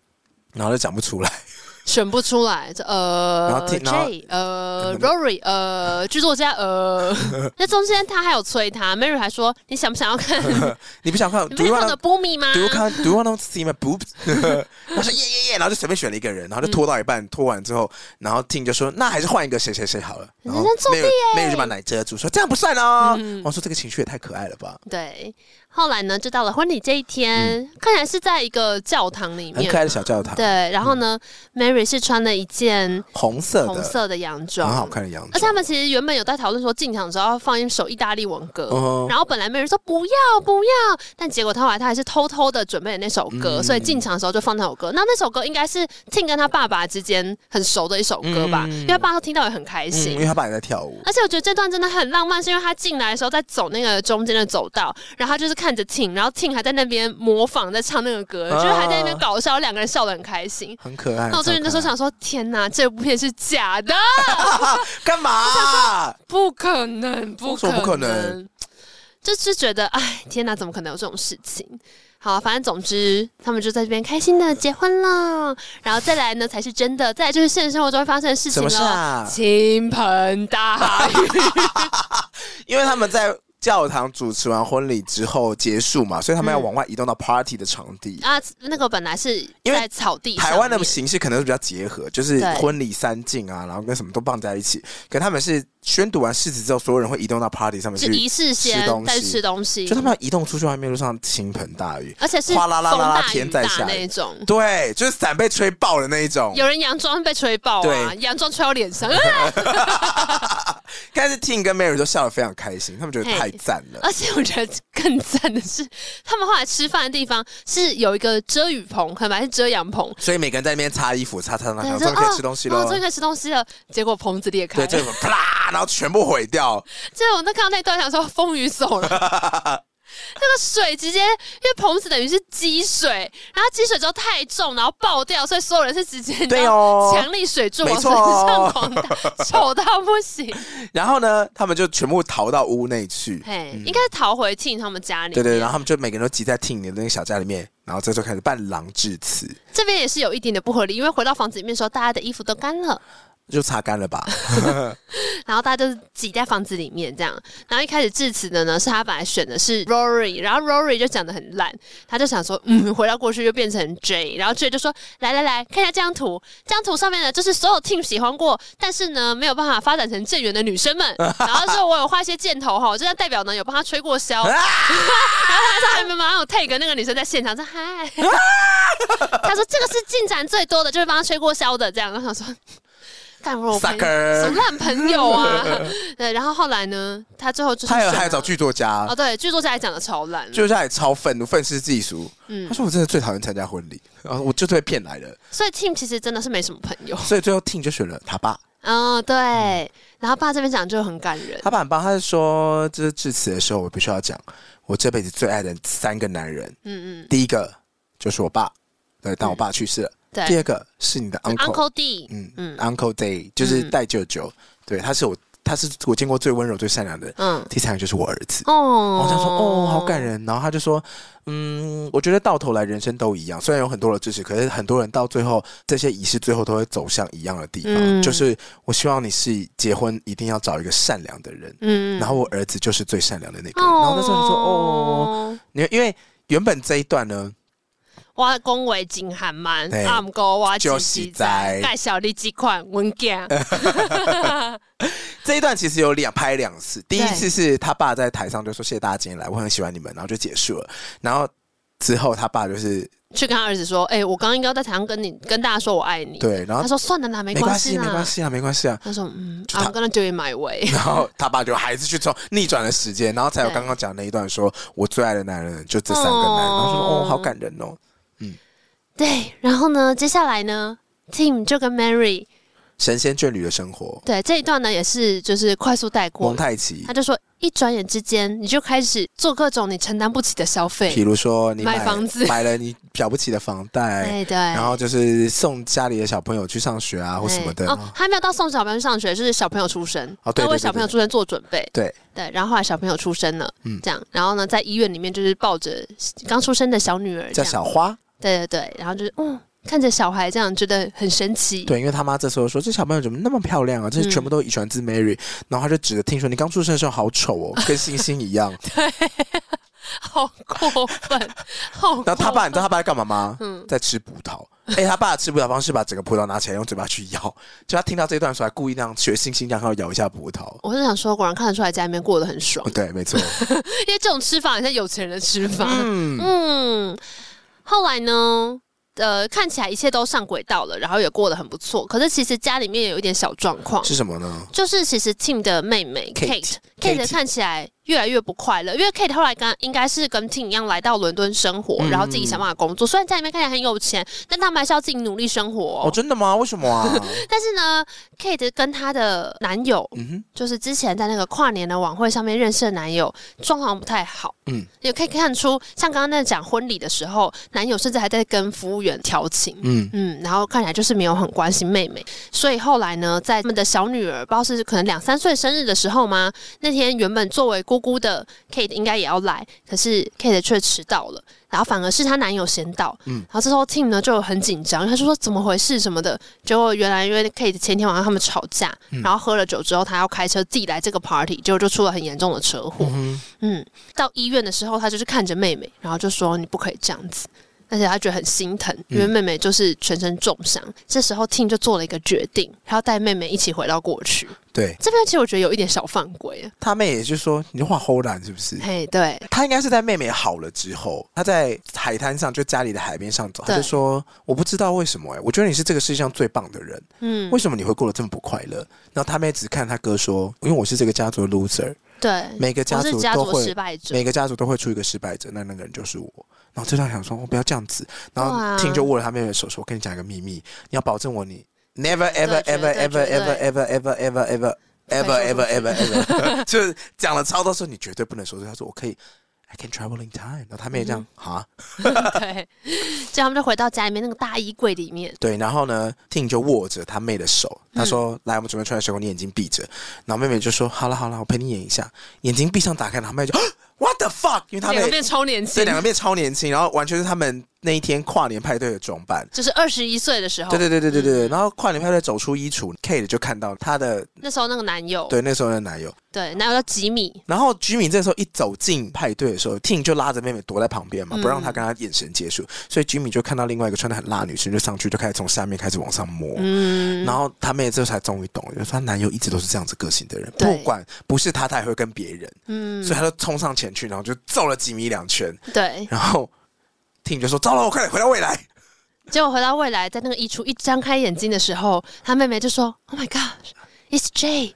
[SPEAKER 2] 然后就讲不出来。
[SPEAKER 3] 选不出来，这
[SPEAKER 2] 然
[SPEAKER 3] 呃
[SPEAKER 2] 后 Tim- 然后
[SPEAKER 3] ，J，呃，Rory，呃，剧作家， 呃，那中间他还有催他，Mary 还说你想不想要看
[SPEAKER 2] 你不想看？
[SPEAKER 3] 你
[SPEAKER 2] Do
[SPEAKER 3] 没
[SPEAKER 2] you
[SPEAKER 3] 看
[SPEAKER 2] wanna
[SPEAKER 3] 的 Boomy 吗
[SPEAKER 2] Do you can Do you want to see my boobs？他 说耶耶耶，然后就随便选了一个人，然后就拖到一半，拖完之后，然后 Ting 就说那还是换一个谁谁谁好了。然后
[SPEAKER 3] 人生作
[SPEAKER 2] 没
[SPEAKER 3] 弊
[SPEAKER 2] 有没有就把奶遮住，说这样不算哦。
[SPEAKER 3] 嗯
[SPEAKER 2] 我说这个情绪也太可爱了吧，
[SPEAKER 3] 对，后来呢，就到了婚礼这一天，看起来是在一个教堂里
[SPEAKER 2] 嗯很
[SPEAKER 3] 面
[SPEAKER 2] 可。爱的小教堂，
[SPEAKER 3] 对，然后呢、m a r y 是穿了一件
[SPEAKER 2] 红色
[SPEAKER 3] 红
[SPEAKER 2] 的，
[SPEAKER 3] 色的洋
[SPEAKER 2] 嗯很
[SPEAKER 3] 装，
[SPEAKER 2] 好看的洋装，
[SPEAKER 3] 而且他们其实原本有在讨论说进场的时候要放一首意大利文歌，
[SPEAKER 2] 嗯哼
[SPEAKER 3] 然后本来 Mary 说不要不要，但结果他后来他还是偷偷的准备了那首歌，
[SPEAKER 2] 嗯
[SPEAKER 3] 所以进场的时候就放那首歌。那那首歌应该是 Tim 跟他爸爸之间很熟的一首歌吧，
[SPEAKER 2] 嗯
[SPEAKER 3] 因为他爸都听到也很开
[SPEAKER 2] 嗯，
[SPEAKER 3] 心。
[SPEAKER 2] 因为他爸也在跳舞，
[SPEAKER 3] 而且我觉得这段真的很浪漫，是因为他进来的时候在走那个中间的走道，然后他就是看着 Ting，然后 Ting 还在那边模仿在唱那个歌，
[SPEAKER 2] 啊
[SPEAKER 3] 就是还在那边搞笑，两个人笑得很开心。
[SPEAKER 2] 很可爱。
[SPEAKER 3] 那我最近哦那时候
[SPEAKER 2] 超可爱
[SPEAKER 3] 想说，天哪，这部片是假的，
[SPEAKER 2] 干嘛？
[SPEAKER 3] 不可能，不
[SPEAKER 2] 为什
[SPEAKER 3] 可
[SPEAKER 2] 么
[SPEAKER 3] 能，
[SPEAKER 2] 不可能
[SPEAKER 3] 就是觉得，哎，天哪，怎么可能有这种事情？好，反正总之，他们就在这边开心的结婚了，然后再来呢才是真的，再来就是现实生活中会发生的事
[SPEAKER 2] 什
[SPEAKER 3] 情
[SPEAKER 2] 么事
[SPEAKER 3] 了，
[SPEAKER 2] 啊？
[SPEAKER 3] 倾盆大雨。
[SPEAKER 2] 因为他们在。教堂主持完婚礼之后结束嘛，所以他们要
[SPEAKER 3] 嗯
[SPEAKER 2] 往外移动到 party 的场地。
[SPEAKER 3] 啊，那个本来是
[SPEAKER 2] 因为
[SPEAKER 3] 在草地上面，
[SPEAKER 2] 台湾的形式可能是比较结合，就是
[SPEAKER 3] 对
[SPEAKER 2] 婚礼三进啊，然后跟什么都放在一起。可他们是宣读完誓词之后，所有人会移动到 party 上面
[SPEAKER 3] 是
[SPEAKER 2] 去，
[SPEAKER 3] 仪式先
[SPEAKER 2] 吃东西
[SPEAKER 3] 再去吃东西，
[SPEAKER 2] 就他们要移动出去外面路上倾盆大雨，
[SPEAKER 3] 而且是
[SPEAKER 2] 哗啦啦啦啦
[SPEAKER 3] 风大
[SPEAKER 2] 天
[SPEAKER 3] 雨
[SPEAKER 2] 在
[SPEAKER 3] 大
[SPEAKER 2] 下
[SPEAKER 3] 那一种，
[SPEAKER 2] 对，就是伞被吹爆的那一种。
[SPEAKER 3] 有人洋装被吹爆啊，
[SPEAKER 2] 对
[SPEAKER 3] 洋装吹到 脸上，啊
[SPEAKER 2] 但是 Ting 跟 Mary 都笑得非常开心，他们觉得太赞了。
[SPEAKER 3] 而且我觉得更赞的是，他们后来吃饭的地方是有一个遮雨棚，可能本来是遮阳棚。
[SPEAKER 2] 所以每个人在那边擦衣服、擦擦擦，
[SPEAKER 3] 对，
[SPEAKER 2] 想
[SPEAKER 3] 说
[SPEAKER 2] 啊终于可
[SPEAKER 3] 哦
[SPEAKER 2] 以吃东西
[SPEAKER 3] 哦
[SPEAKER 2] 喽。
[SPEAKER 3] 终于可以吃东西了。结果棚子裂
[SPEAKER 2] 对，
[SPEAKER 3] 开，
[SPEAKER 2] 这种啪啦，然后全部毁掉。
[SPEAKER 3] 这我在看到那段想说风雨走了。那个水直接，因为棚子等于是积水，然后积水之后太重，然后爆掉，所以所有人是直接你知道
[SPEAKER 2] 对哦
[SPEAKER 3] 强力水柱往
[SPEAKER 2] 没
[SPEAKER 3] 身
[SPEAKER 2] 错哦
[SPEAKER 3] 上狂打，丑到不 行。
[SPEAKER 2] 然后呢，他们就全部逃到屋内去。
[SPEAKER 3] 嘿，应该是逃回庆他们家里
[SPEAKER 2] 嗯对
[SPEAKER 3] 面。
[SPEAKER 2] 对，然后他们就每个人都挤在 Ting 的那个小家里面，然后这就开始伴郎致辞，
[SPEAKER 3] 这边也是有一点点不合理，因为回到房子里面的时候，大家的衣服都干了，
[SPEAKER 2] 就擦干 了吧？
[SPEAKER 3] 然后大家就是挤在房子里面这样。然后一开始致辞的呢，是他本来选的是 Rory，然后 Rory 就讲的很烂，他就想说，嗯，回到过去就变成 J，然后 J 就说，来来来，看一下这张图，这张图上面呢，就是所有 team 喜欢过，但是呢没有办法发展成正缘的女生们。然后说我有画一些箭头哈，这代表呢有帮他吹过箫， 然后他说还没马上有 take 那个女生在现场说嗨，他说这个是进展最多的，就是帮他吹过箫的这样。我想说。干我朋友
[SPEAKER 2] Sucker
[SPEAKER 3] 什么烂朋 友啊！对，然后后来呢，他最后就是
[SPEAKER 2] 他有
[SPEAKER 3] 选了
[SPEAKER 2] 还有找剧作家
[SPEAKER 3] 哦，，对，剧作家也讲的超烂，
[SPEAKER 2] 剧作家也超愤怒，愤世嫉俗。
[SPEAKER 3] 嗯
[SPEAKER 2] 他说我真的最讨厌参加婚礼，然后我就是被骗来的，
[SPEAKER 3] 所以 Tim 其实真的是没什么朋 友。
[SPEAKER 2] 所以最后 Ting 就选了他爸。
[SPEAKER 3] 嗯，对。然后爸这边讲就很感人，
[SPEAKER 2] 他爸很棒，他是说，就是致辞的时候，我必须要讲，我这辈子最爱的三个男人，
[SPEAKER 3] 嗯嗯，
[SPEAKER 2] 第一个就是我爸，对，但我爸去世了。
[SPEAKER 3] 对。
[SPEAKER 2] 第二个是你的 uncle，
[SPEAKER 3] Uncle D，
[SPEAKER 2] 嗯
[SPEAKER 3] 嗯
[SPEAKER 2] 嗯，uncle Day 就是
[SPEAKER 3] 嗯
[SPEAKER 2] 戴舅舅，对，他是我，他是我见过最温柔、最善良的人。
[SPEAKER 3] 嗯，
[SPEAKER 2] 第三个就是我儿子。
[SPEAKER 3] 哦
[SPEAKER 2] 我想说，哦，好感。人。然后他就说，嗯，我觉得到头来人生都一样，虽然有很多的支持，可是很多人到最后，这些仪式最后都会走向一样的地方。
[SPEAKER 3] 嗯
[SPEAKER 2] 就是我希望你是结婚一定要找一个善良的人，
[SPEAKER 3] 嗯
[SPEAKER 2] 然后我儿子就是最善良的那个
[SPEAKER 3] 哦
[SPEAKER 2] 人。然后那时候就说，哦，，因为因为原本这一段呢，
[SPEAKER 3] 我恭维真含慢，
[SPEAKER 2] 对
[SPEAKER 3] 啊，毋过我真
[SPEAKER 2] 就是是呃
[SPEAKER 3] 知，
[SPEAKER 2] 知
[SPEAKER 3] 介绍你几款文件，
[SPEAKER 2] 这一段其实有两拍两次，第一
[SPEAKER 3] 对
[SPEAKER 2] 次是他爸在台上就说谢谢大家今天来，我很喜欢你们，然后就结束了，然后。之后，他爸就是
[SPEAKER 3] 去跟他儿子说，哎，我刚刚应该在台上跟你跟大家说我爱你，
[SPEAKER 2] 对，然
[SPEAKER 3] 他
[SPEAKER 2] 后
[SPEAKER 3] 说算了啦，没
[SPEAKER 2] 没关系，
[SPEAKER 3] 系
[SPEAKER 2] 没
[SPEAKER 3] 啦
[SPEAKER 2] 关，系啊，没关系啊。
[SPEAKER 3] 他说嗯
[SPEAKER 2] 就他
[SPEAKER 3] ，I'm gonna do it my way，
[SPEAKER 2] 然后他爸就还是去从逆转了时间，然后才有
[SPEAKER 3] 对
[SPEAKER 2] 刚刚讲那一段说，我最爱的男人就这三个男人，然后说
[SPEAKER 3] 哦
[SPEAKER 2] 哦，好感人哦，
[SPEAKER 3] 对，然后呢，接下来呢，Tim 就跟 Mary，
[SPEAKER 2] 神仙眷侣的生活，
[SPEAKER 3] 对这一段呢也是就是快速带过
[SPEAKER 2] 蒙，太奇
[SPEAKER 3] 他，就说一转眼之间你就开始做各种你承担不起的消
[SPEAKER 2] 比
[SPEAKER 3] 费，
[SPEAKER 2] 如说你
[SPEAKER 3] 买
[SPEAKER 2] 买
[SPEAKER 3] 房子
[SPEAKER 2] 买了你缴不起的房贷，
[SPEAKER 3] 对对，
[SPEAKER 2] 哎然
[SPEAKER 3] 然
[SPEAKER 2] 后就是送家里的小朋友去上学啊或什么的，
[SPEAKER 3] 哦，还没有到送小朋友上学，就是小朋友出生，
[SPEAKER 2] 哦对
[SPEAKER 3] 要为
[SPEAKER 2] 对对
[SPEAKER 3] 小朋
[SPEAKER 2] 对
[SPEAKER 3] 友出生做准备。
[SPEAKER 2] 对
[SPEAKER 3] 对，然后后来小朋友出生了，
[SPEAKER 2] 嗯
[SPEAKER 3] 这样，然后呢，在医院里面就是抱着刚出生的小女儿，
[SPEAKER 2] 叫
[SPEAKER 3] 这样，
[SPEAKER 2] 小花，
[SPEAKER 3] 对对对，然后就是嗯，看着小孩这样，觉得很神奇。
[SPEAKER 2] 对，因为他妈这时候说这小朋友怎么那么漂亮啊，这
[SPEAKER 3] 嗯
[SPEAKER 2] 全部都遗传自 Mary，然后他就指着听说你刚出生的时候好丑哦，跟星星一样，
[SPEAKER 3] 好 过分，好过分。
[SPEAKER 2] 然后他爸，你知道他爸在干嘛吗？在吃葡萄。哎、他爸吃葡萄方式把整个葡萄拿起来用嘴巴去咬，就他听到这一段的时候，还故意那样学星星这样然后咬一下葡萄。
[SPEAKER 3] 我是想说，果然看得出来家里面过得很爽
[SPEAKER 2] 哦，，对，没错。
[SPEAKER 3] 因哎为这种吃法很像有钱人的吃法。
[SPEAKER 2] 嗯，
[SPEAKER 3] 嗯，后来呢？呃，看起来一切都上轨道了，然后也过得很不错。可是其实家里面有一点小状况，
[SPEAKER 2] 是什么呢？
[SPEAKER 3] 就是其实 Tim 的妹妹 Kate，Kate
[SPEAKER 2] Kate Kate
[SPEAKER 3] 看起来越来越不快乐，因为 Kate 后来跟应该是跟 Tim 一样来到伦敦生活，
[SPEAKER 2] 嗯
[SPEAKER 3] 然后自己想办法工作。虽然家里面看起来很有钱，但他们还是要自己努力生活哦、
[SPEAKER 2] 哦，真的吗？为什么啊？
[SPEAKER 3] 但是呢，Kate 跟她的男友，
[SPEAKER 2] 嗯
[SPEAKER 3] 就是之前在那个跨年的晚会上面认识的男友，状况不太好。嗯
[SPEAKER 2] 嗯，
[SPEAKER 3] 也可以看出，像刚刚那讲婚礼的时候，男友甚至还在跟服务员调情。
[SPEAKER 2] 哼，嗯，
[SPEAKER 3] 嗯，然后看起来就是没有很关心妹妹，所以后来呢，在他们的小女儿，不知道是可能两三岁生日的时候吗？那天原本作为姑姑的 Kate 应该也要来，可是 Kate 却迟到了，然后反而是她男友先到。嗯
[SPEAKER 2] 嗯，
[SPEAKER 3] 然后这时候 Tim 呢就很紧张，他就说怎么回事什么的，结果原来因为 Kate 前天晚上他们吵架，然后喝了酒之后，他要开车自己来这个 party，结果就出了很严重的车祸。
[SPEAKER 2] 嗯
[SPEAKER 3] 嗯，到医院的时候，他就是看着妹妹，然后就说你不可以这样子，而且他觉得很心疼，
[SPEAKER 2] 嗯
[SPEAKER 3] 因为妹妹就是全身重伤。这时候 Tim 就做了一个决定，他要带妹妹一起回到过去。
[SPEAKER 2] 对，
[SPEAKER 3] 这边其实我觉得有一点小犯规，啊
[SPEAKER 2] 他妹也就说你画齁蓝是不是？
[SPEAKER 3] 嘿，对，
[SPEAKER 2] 他应该是在妹妹好了之后，他在海滩上，就家里的海边上走，他
[SPEAKER 3] 对
[SPEAKER 2] 就说：“我不知道为什么、欸，我觉得你是这个世界上最棒的人，
[SPEAKER 3] 嗯
[SPEAKER 2] 为，什么你会过得这么不快乐？”然后他妹只看他哥说：“因为我是这个家族的 loser，
[SPEAKER 3] 对，
[SPEAKER 2] 每个家
[SPEAKER 3] 我是
[SPEAKER 2] 族
[SPEAKER 3] 家
[SPEAKER 2] 都
[SPEAKER 3] 族
[SPEAKER 2] 会
[SPEAKER 3] 失败者
[SPEAKER 2] 每，个家族都会出一个失败者，那那个人就是我。然后这段想说，哦我不要这样子。然
[SPEAKER 3] 哇
[SPEAKER 2] 后听就握了他妹妹的手，说：“我跟你讲一个秘密，你要保证我你 never
[SPEAKER 3] 绝
[SPEAKER 2] ever
[SPEAKER 3] 对
[SPEAKER 2] ever
[SPEAKER 3] 绝
[SPEAKER 2] ever
[SPEAKER 3] 对
[SPEAKER 2] ever ever ever ever ever ever ever ever ever，就是讲了超多说你绝对不能说出去。”他说：“我可以。” I can travel in time。”然后他妹这
[SPEAKER 3] 嗯
[SPEAKER 2] 样啊，
[SPEAKER 3] 对，结果他们就回到家里面那个大衣柜里面，
[SPEAKER 2] 对，然后呢，Ting 就握着他妹的手，
[SPEAKER 3] 嗯
[SPEAKER 2] 他说：“来，我们准备出来的时候，你眼睛闭着。”然后妹妹就说：“好了好了，我陪你演一下。”眼睛闭上打开，然后妹就 “What the fuck”，因为他
[SPEAKER 3] 两个
[SPEAKER 2] 妹
[SPEAKER 3] 变超年轻
[SPEAKER 2] 这，两个变超年轻，然后完全是他们那一天跨年派对的装扮。
[SPEAKER 3] 就是二十一岁的时候，
[SPEAKER 2] 对对对对对对
[SPEAKER 3] 嗯
[SPEAKER 2] 对，然后跨年派对走出衣橱，Kate 就看到他的
[SPEAKER 3] 那时候那个男友，
[SPEAKER 2] 对那时候的男友，
[SPEAKER 3] 对，男友叫吉米，
[SPEAKER 2] 然后居民这时候一走进派对的时候，Ting 就拉着妹妹躲在旁边嘛，
[SPEAKER 3] 嗯
[SPEAKER 2] 不让她跟她眼神接触，所以居民就看到另外一个穿的很辣的女生就上去，就开始从下面开始往上摸。
[SPEAKER 3] 嗯，
[SPEAKER 2] 然后她妹这时候才终于懂，就是她男友一直都是这样子个性的人，
[SPEAKER 3] 对
[SPEAKER 2] 不管不是她，她也会跟别人，
[SPEAKER 3] 嗯
[SPEAKER 2] 所以，她就冲上前去，然后就揍了吉米两拳，
[SPEAKER 3] 对。
[SPEAKER 2] 然后 Ting 就说：“糟了，我快点回到未来。
[SPEAKER 3] 结果回到未来，在那个衣橱一张开眼睛的时候，他妹妹就说：“Oh my god, it's Jay。”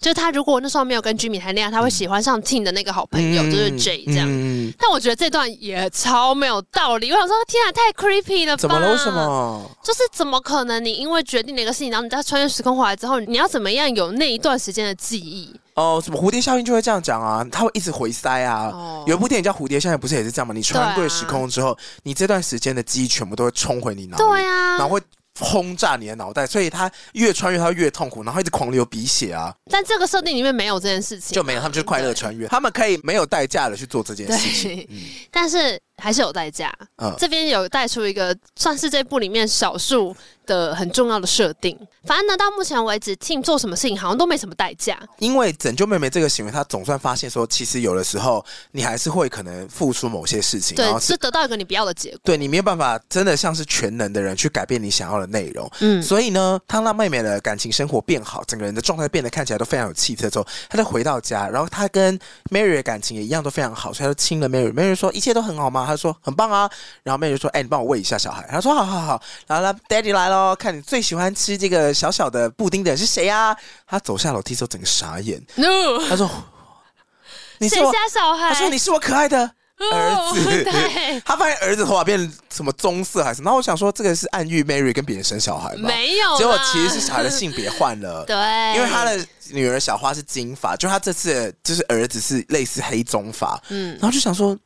[SPEAKER 3] 就是他如果那时候没有跟居米谈恋爱，他会喜欢上 Ting 的那个好朋友，
[SPEAKER 2] 嗯
[SPEAKER 3] 就是 Jay 这样。
[SPEAKER 2] 嗯
[SPEAKER 3] 但我觉得这段也超没有道理。我想说，天啊，太 creepy 了吧？
[SPEAKER 2] 怎么了？为什？么？
[SPEAKER 3] 就是怎么可能？你因为决定了一个事情，然后你在穿越时空回来之后，你要怎么样有那一段时间的记忆？
[SPEAKER 2] 哦，什么蝴蝶效应就会这样讲啊，它会一直回塞啊。
[SPEAKER 3] 哦
[SPEAKER 2] 有一部电影叫《蝴蝶效应》，不是也是这样吗？你穿过时空之后，你这段时间的记忆全部都会冲回你脑里，
[SPEAKER 3] 对啊
[SPEAKER 2] 嗯然后会轰炸你的脑袋，所以它越穿越它越痛苦，然后一直狂流鼻血啊，
[SPEAKER 3] 但这个设定里面没有这件事情，
[SPEAKER 2] 就没有他们就快乐穿越，他们可以没有代价的去做这件事情。
[SPEAKER 3] 对，但是还是有代价。
[SPEAKER 2] 嗯
[SPEAKER 3] 这边有带出一个算是这部里面少数的很重要的设定。反正呢，到目前为止，Team 做什么事情好像都没什么代价。
[SPEAKER 2] 因为拯救妹妹这个行为，她总算发现说，其实有的时候你还是会可能付出某些事情，然
[SPEAKER 3] 对
[SPEAKER 2] 后，是
[SPEAKER 3] 是得到一个你不要的结果。
[SPEAKER 2] 对你没有办法真的像是全能的人去改变你想要的内容。
[SPEAKER 3] 嗯，
[SPEAKER 2] 所以呢，他让妹妹的感情生活变好，整个人的状态变得看起来都非常有气质之后，他就回到家，然后他跟 Mary 的感情也一样都非常好，所以他就亲了 Mary。Mary 说一哎切都很好吗？他说很棒啊。然后 Mary 就说，哎、你帮我喂一下小孩。他说好好好。然后呢，Daddy 来喽，看你最喜欢吃这个小小的布丁的人是谁啊？他走下楼梯之后，整个傻眼，
[SPEAKER 3] no，
[SPEAKER 2] 他说，你是
[SPEAKER 3] 谁
[SPEAKER 2] 我，
[SPEAKER 3] 家小孩？哦
[SPEAKER 2] 他说你是我可爱的。儿子
[SPEAKER 3] 对，
[SPEAKER 2] 他发现儿子头发变什么棕色还是什么，然后我想说这个是暗喻 Mary 跟别人生小孩吗？
[SPEAKER 3] 没有啦，。
[SPEAKER 2] 结果其实是小孩的性别换了
[SPEAKER 3] 对，
[SPEAKER 2] 因为他的女儿小花是金发，就他这次的就是儿子是类似黑棕发，
[SPEAKER 3] 嗯
[SPEAKER 2] 然后就想说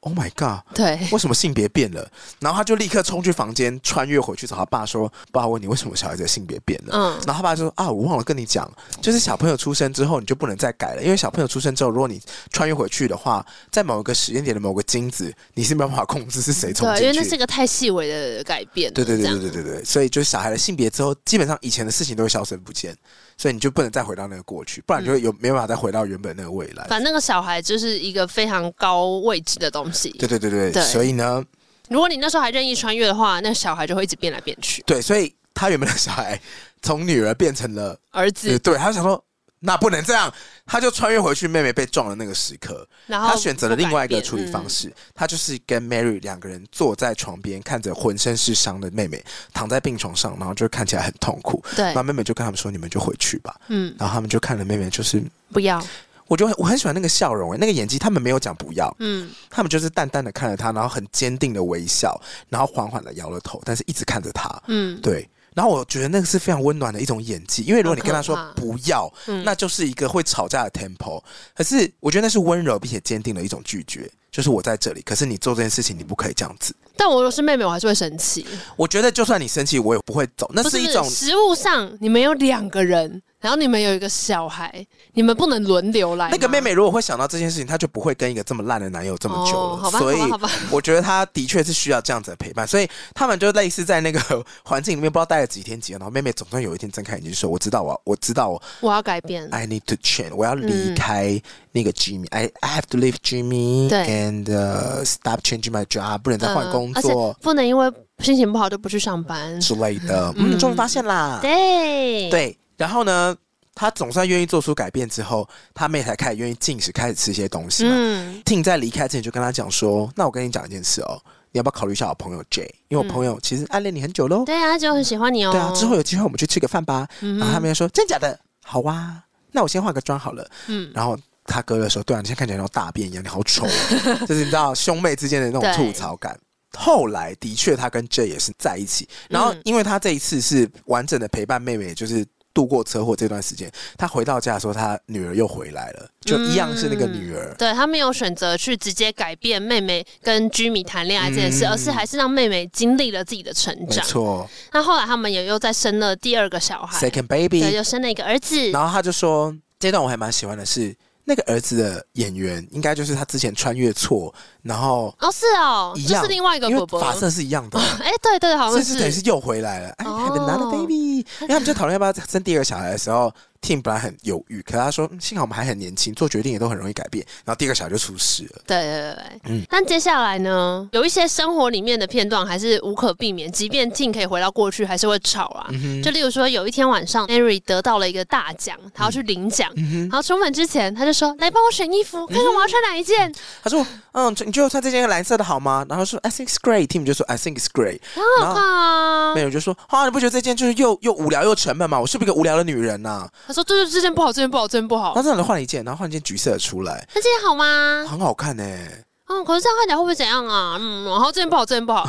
[SPEAKER 2] ，Oh my god，
[SPEAKER 3] 对，
[SPEAKER 2] 为什么性别变了？然后他就立刻冲去房间，穿越回去找他爸说：“爸，我问你为什么小孩子的性别变了？”
[SPEAKER 3] 嗯
[SPEAKER 2] 然后他爸就说：“啊，我忘了跟你讲，就是小朋友出生之后你就不能再改了，因为小朋友出生之后，如果你穿越回去的话，在某个时间点的某个精子，你是没有办法控制是谁冲
[SPEAKER 3] 对，因为
[SPEAKER 2] 进
[SPEAKER 3] 那是一
[SPEAKER 2] 去。”
[SPEAKER 3] 个太细微的改变了。
[SPEAKER 2] 对对对
[SPEAKER 3] 这样
[SPEAKER 2] 对对对对，所以就是小孩的性别之后，基本上以前的事情都会消失不见，所以你就不能再回到那个过去，不然你就有没有办法再回到原本那个未来。
[SPEAKER 3] 嗯反正那个小孩就是一个非常高位置的东西。
[SPEAKER 2] 对对对对，
[SPEAKER 3] 对
[SPEAKER 2] 所以呢，
[SPEAKER 3] 如果你那时候还任意穿越的话，那小孩就会一直变来变去。
[SPEAKER 2] 对，所以他原本的小孩从女儿变成了
[SPEAKER 3] 儿
[SPEAKER 2] 呃
[SPEAKER 3] 子，
[SPEAKER 2] 对，他就想说那不能这样，他就穿越回去妹妹被撞的那个时刻，
[SPEAKER 3] 然后
[SPEAKER 2] 他选择了另外一个处理方
[SPEAKER 3] 式。
[SPEAKER 2] 式，他就是跟 Mary 两个人坐在床边，看着浑身是伤的妹妹躺在病床上，然后就看起来很痛苦。
[SPEAKER 3] 嗯对
[SPEAKER 2] 那，妹妹就跟他们说：“你们就回去吧。”
[SPEAKER 3] 嗯，
[SPEAKER 2] 然后他们就看了妹妹，就是
[SPEAKER 3] 不要，
[SPEAKER 2] 我就很我很喜欢那个笑容、欸，那个演技，他们没有讲不要，
[SPEAKER 3] 嗯，
[SPEAKER 2] 他们就是淡淡的看着他，然后很坚定的微笑，然后缓缓的摇了头，但是一直看着他。
[SPEAKER 3] 嗯，
[SPEAKER 2] 对。然后我觉得那个是非常温暖的一种演技，因为如果你跟他说
[SPEAKER 3] 好可怕
[SPEAKER 2] 不要，
[SPEAKER 3] 嗯
[SPEAKER 2] 那就是一个会吵架的 tempo。可是我觉得那是温柔并且坚定的一种拒绝，就是我在这里，可是你做这件事情你不可以这样子。
[SPEAKER 3] 但我如果是妹妹，我还是会生气。
[SPEAKER 2] 我觉得就算你生气，我也不会走，那
[SPEAKER 3] 不是
[SPEAKER 2] 是一种
[SPEAKER 3] 不是食物上，你们有两个人，然后你们有一个小孩，你们不能轮流来吗。
[SPEAKER 2] 那个妹妹如果会想到这件事情，她就不会跟一个这么烂的男友这么久
[SPEAKER 3] 哦
[SPEAKER 2] 了。
[SPEAKER 3] 好吧
[SPEAKER 2] 所以
[SPEAKER 3] 好吧好吧
[SPEAKER 2] 我觉得她的确是需要这样子的陪伴。所以他们就类似在那个环境里面，不知道待了几天几夜，然后妹妹总算有一天睁开眼睛说：“我知道我，我知道我
[SPEAKER 3] 我要改变。
[SPEAKER 2] I need to change，我要离开那个 Jimmy，、I I have to leave Jimmy
[SPEAKER 3] 嗯对
[SPEAKER 2] and、uh, stop changing my job，不能再换工
[SPEAKER 3] 嗯而
[SPEAKER 2] 作
[SPEAKER 3] 且、不能因为心情不好就不去上班。
[SPEAKER 2] 之类的。嗯，终于发现啦。
[SPEAKER 3] 对，
[SPEAKER 2] 对，然后呢，他总算愿意做出改变之后，他妹才开始愿意进食，开始吃一些东西嘛。
[SPEAKER 3] 嗯，
[SPEAKER 2] Ting 在离开之前就跟他讲说：“那我跟你讲一件事哦，你要不要考虑一下我朋友 J？因为我朋友其实暗恋你很久喽。
[SPEAKER 3] 嗯对啊，就很喜欢你哦。
[SPEAKER 2] 对啊，之后啊有机会我们去吃个饭吧。
[SPEAKER 3] 嗯哼
[SPEAKER 2] 然后他们就说：“真假的？好哇、那我先化个妆好了。”
[SPEAKER 3] 嗯，
[SPEAKER 2] 然后他哥就说：“对啊，你现在看起来像大便一样，你好丑、哦。” 就是你知道兄妹之间的那种
[SPEAKER 3] 对
[SPEAKER 2] 吐槽感。后来的确，他跟 J 也是在一起。然后
[SPEAKER 3] 嗯，
[SPEAKER 2] 因为他这一次是完整的陪伴妹妹，就是度过车祸这段时间，他回到家的时候，他女儿又回来了，就一样是那个女儿。
[SPEAKER 3] 对他没有选择去直接改变妹妹跟居米谈恋爱这件事，
[SPEAKER 2] 嗯
[SPEAKER 3] 而是还是让妹妹经历了自己的成
[SPEAKER 2] 没
[SPEAKER 3] 长。
[SPEAKER 2] 错
[SPEAKER 3] 那后来他们也又再生了第二个小孩，
[SPEAKER 2] ，Second
[SPEAKER 3] 对，
[SPEAKER 2] Baby。
[SPEAKER 3] 又生了一个儿子。
[SPEAKER 2] 然后他就说，这段我还蛮喜欢的是，那个儿子的演员应该就是他之前穿越错，然后
[SPEAKER 3] 哦，是哦，
[SPEAKER 2] 一
[SPEAKER 3] 就
[SPEAKER 2] 样，
[SPEAKER 3] 是另外一个
[SPEAKER 2] 因
[SPEAKER 3] 伯
[SPEAKER 2] 为
[SPEAKER 3] 伯。
[SPEAKER 2] 发色是一样的。
[SPEAKER 3] 哎、对对，好
[SPEAKER 2] 所
[SPEAKER 3] 像
[SPEAKER 2] 以是等于
[SPEAKER 3] 是
[SPEAKER 2] 是又回来了。哎，还能拿
[SPEAKER 3] 哦
[SPEAKER 2] 了 baby，因为他们就讨论要不要生第二个小孩的时候，Tim 本来很犹豫，可他说、嗯幸好我们还很年轻，做决定也都很容易改变。然后第二个小孩就出事了。
[SPEAKER 3] 对对对对，
[SPEAKER 2] 嗯
[SPEAKER 3] 但接下来呢，有一些生活里面的片段还是无可避免，即便 Tim 可以回到过去，还是会吵啊。
[SPEAKER 2] 嗯
[SPEAKER 3] 就例如说，有一天晚上，Henry 得到了一个大奖，他要去领奖，
[SPEAKER 2] 嗯
[SPEAKER 3] 然后出门之前，他就说：“来帮我选衣服，看看我要穿哪一件。
[SPEAKER 2] 他说，嗯，就你就穿这件蓝色的好吗？然后说 I think it's great，Tim 就说 I think it's great。
[SPEAKER 3] 很好看啊
[SPEAKER 2] 没。有就说啊，你不觉得这件就是又又无聊又沉闷吗？我是不是一个无聊的女人啊呐、
[SPEAKER 3] 他说：“这这这件不好，这件不好，这件不好
[SPEAKER 2] 然。后真的换了一件，然后换一件橘色的出来，
[SPEAKER 3] 那这件好吗？
[SPEAKER 2] 很好看呢、欸
[SPEAKER 3] 嗯，可是这样看起来会不会怎样啊？嗯，然后这件不好，这 件不好。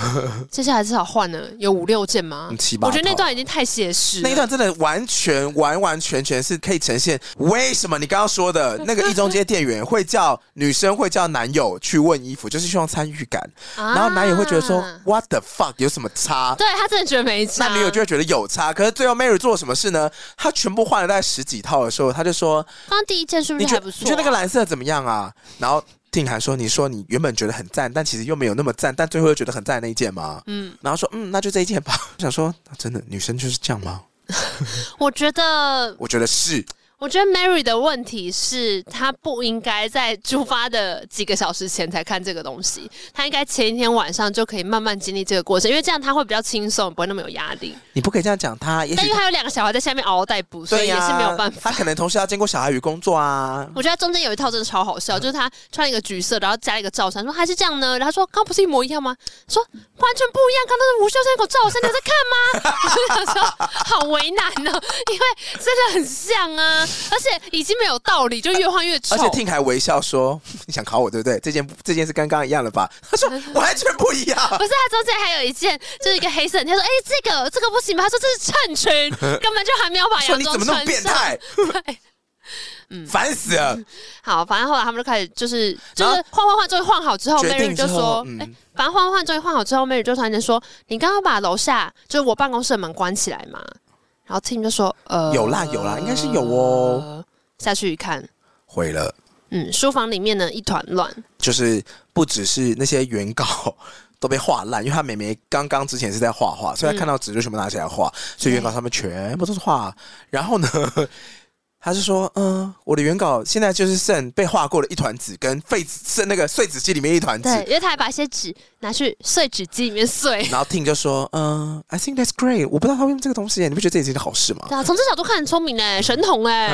[SPEAKER 3] 接下来至少换了有五六件吗
[SPEAKER 2] 嗯？七八
[SPEAKER 3] 我觉得那
[SPEAKER 2] 套
[SPEAKER 3] 段已经太写实了，
[SPEAKER 2] 那一段真的完全完完全全是可以呈现为什么你刚刚说 的那个一中街店员会叫女生会叫男友去问衣服，就是希望参与感，
[SPEAKER 3] 啊
[SPEAKER 2] 然后男友会觉得说 What the fuck 有什么差？
[SPEAKER 3] 对啊他真的觉得没差。
[SPEAKER 2] 那女友就会觉得有差，可是最后 Mary 做了什么事呢？她全部换了大概十几套的时候，她就说
[SPEAKER 3] 刚刚第一件是：“不
[SPEAKER 2] 你
[SPEAKER 3] 是
[SPEAKER 2] 觉
[SPEAKER 3] 还
[SPEAKER 2] 得
[SPEAKER 3] 不
[SPEAKER 2] 你
[SPEAKER 3] 错、啊
[SPEAKER 2] 觉得那个蓝色怎么样啊？”然后定涵说：“你说你原本觉得很赞，但其实又没有那么赞，但最后又觉得很赞的那一件吗？”
[SPEAKER 3] 嗯，
[SPEAKER 2] 然后说：“嗯，那就这一件吧。” 我想说，真的女生就是这样吗？
[SPEAKER 3] 我觉得，
[SPEAKER 2] 我觉得是。
[SPEAKER 3] 我觉得 Mary 的问题是，她不应该在出发的几个小时前才看这个东西，她应该前一天晚上就可以慢慢经历这个过程，因为这样她会比较轻松，不会那么有压力。
[SPEAKER 2] 你不可以这样讲他，也
[SPEAKER 3] 但
[SPEAKER 2] 许
[SPEAKER 3] 因为她有两个小孩在下面嗷嗷待哺，所
[SPEAKER 2] 对
[SPEAKER 3] 以也
[SPEAKER 2] 呀、
[SPEAKER 3] 是没有办法。
[SPEAKER 2] 他可能同时要兼顾小孩与工作啊。
[SPEAKER 3] 我觉得她中间有一套真的超好笑，就是她穿一个橘色，然后加了一个罩衫，说还是这样呢。然后她说刚不是一模一样吗？说完全不一样，刚刚是无袖三口罩衫，你有在看吗？我就 想说好为难哦，因为真的很像啊，而且已经没有道理，就越换越丑。
[SPEAKER 2] 而且听还微笑说：“ 你想考我对不对？这件这件是跟刚刚一样的吧？”他 说：“完全不一样。
[SPEAKER 3] 不是，他中间还有一件，就是一个黑色的。他说：“哎、这个这个不行吧？”他说：“这是 衬裙，根本就还没有把”
[SPEAKER 2] 说
[SPEAKER 3] 洋
[SPEAKER 2] 你
[SPEAKER 3] 装
[SPEAKER 2] 怎么那么
[SPEAKER 3] 穿嗯
[SPEAKER 2] 变
[SPEAKER 3] 上。
[SPEAKER 2] 态？ 烦死了！
[SPEAKER 3] 好，反正后来他们就开始就是就
[SPEAKER 2] 然后
[SPEAKER 3] 是换换换，终于换好之后
[SPEAKER 2] 决
[SPEAKER 3] ，Mary
[SPEAKER 2] 定
[SPEAKER 3] 就
[SPEAKER 2] 之后
[SPEAKER 3] 说：“哎、
[SPEAKER 2] 嗯
[SPEAKER 3] 反正换换终于换好之后，Mary 就突然间说：‘你刚刚把楼下就是我办公室的门关起来嘛？’然后 Tim 就说：‘呃，
[SPEAKER 2] 有啦有啦应该是有哦。’
[SPEAKER 3] 下去一看，
[SPEAKER 2] 毁了，
[SPEAKER 3] 嗯，书房里面呢一团乱，
[SPEAKER 2] 就是不只是那些原稿 都被画烂，因为他妹妹刚刚之前是在画画，
[SPEAKER 3] 嗯
[SPEAKER 2] 所以他看到纸就全部拿起来画，所以原稿上面全部都是画。然后呢，他就说：“嗯，我的原稿现在就是剩被画过的一团纸，跟废纸剩那个碎纸机里面一团纸。”
[SPEAKER 3] 对，因为他还把一些纸拿去碎纸机里面碎。”
[SPEAKER 2] 然后 Tim 就说：“嗯，I think that's great。我不知道他会用这个东西耶，你不觉得这也是一件好事吗
[SPEAKER 3] 对啊，从这角度看很聪明哎、神童哎、？”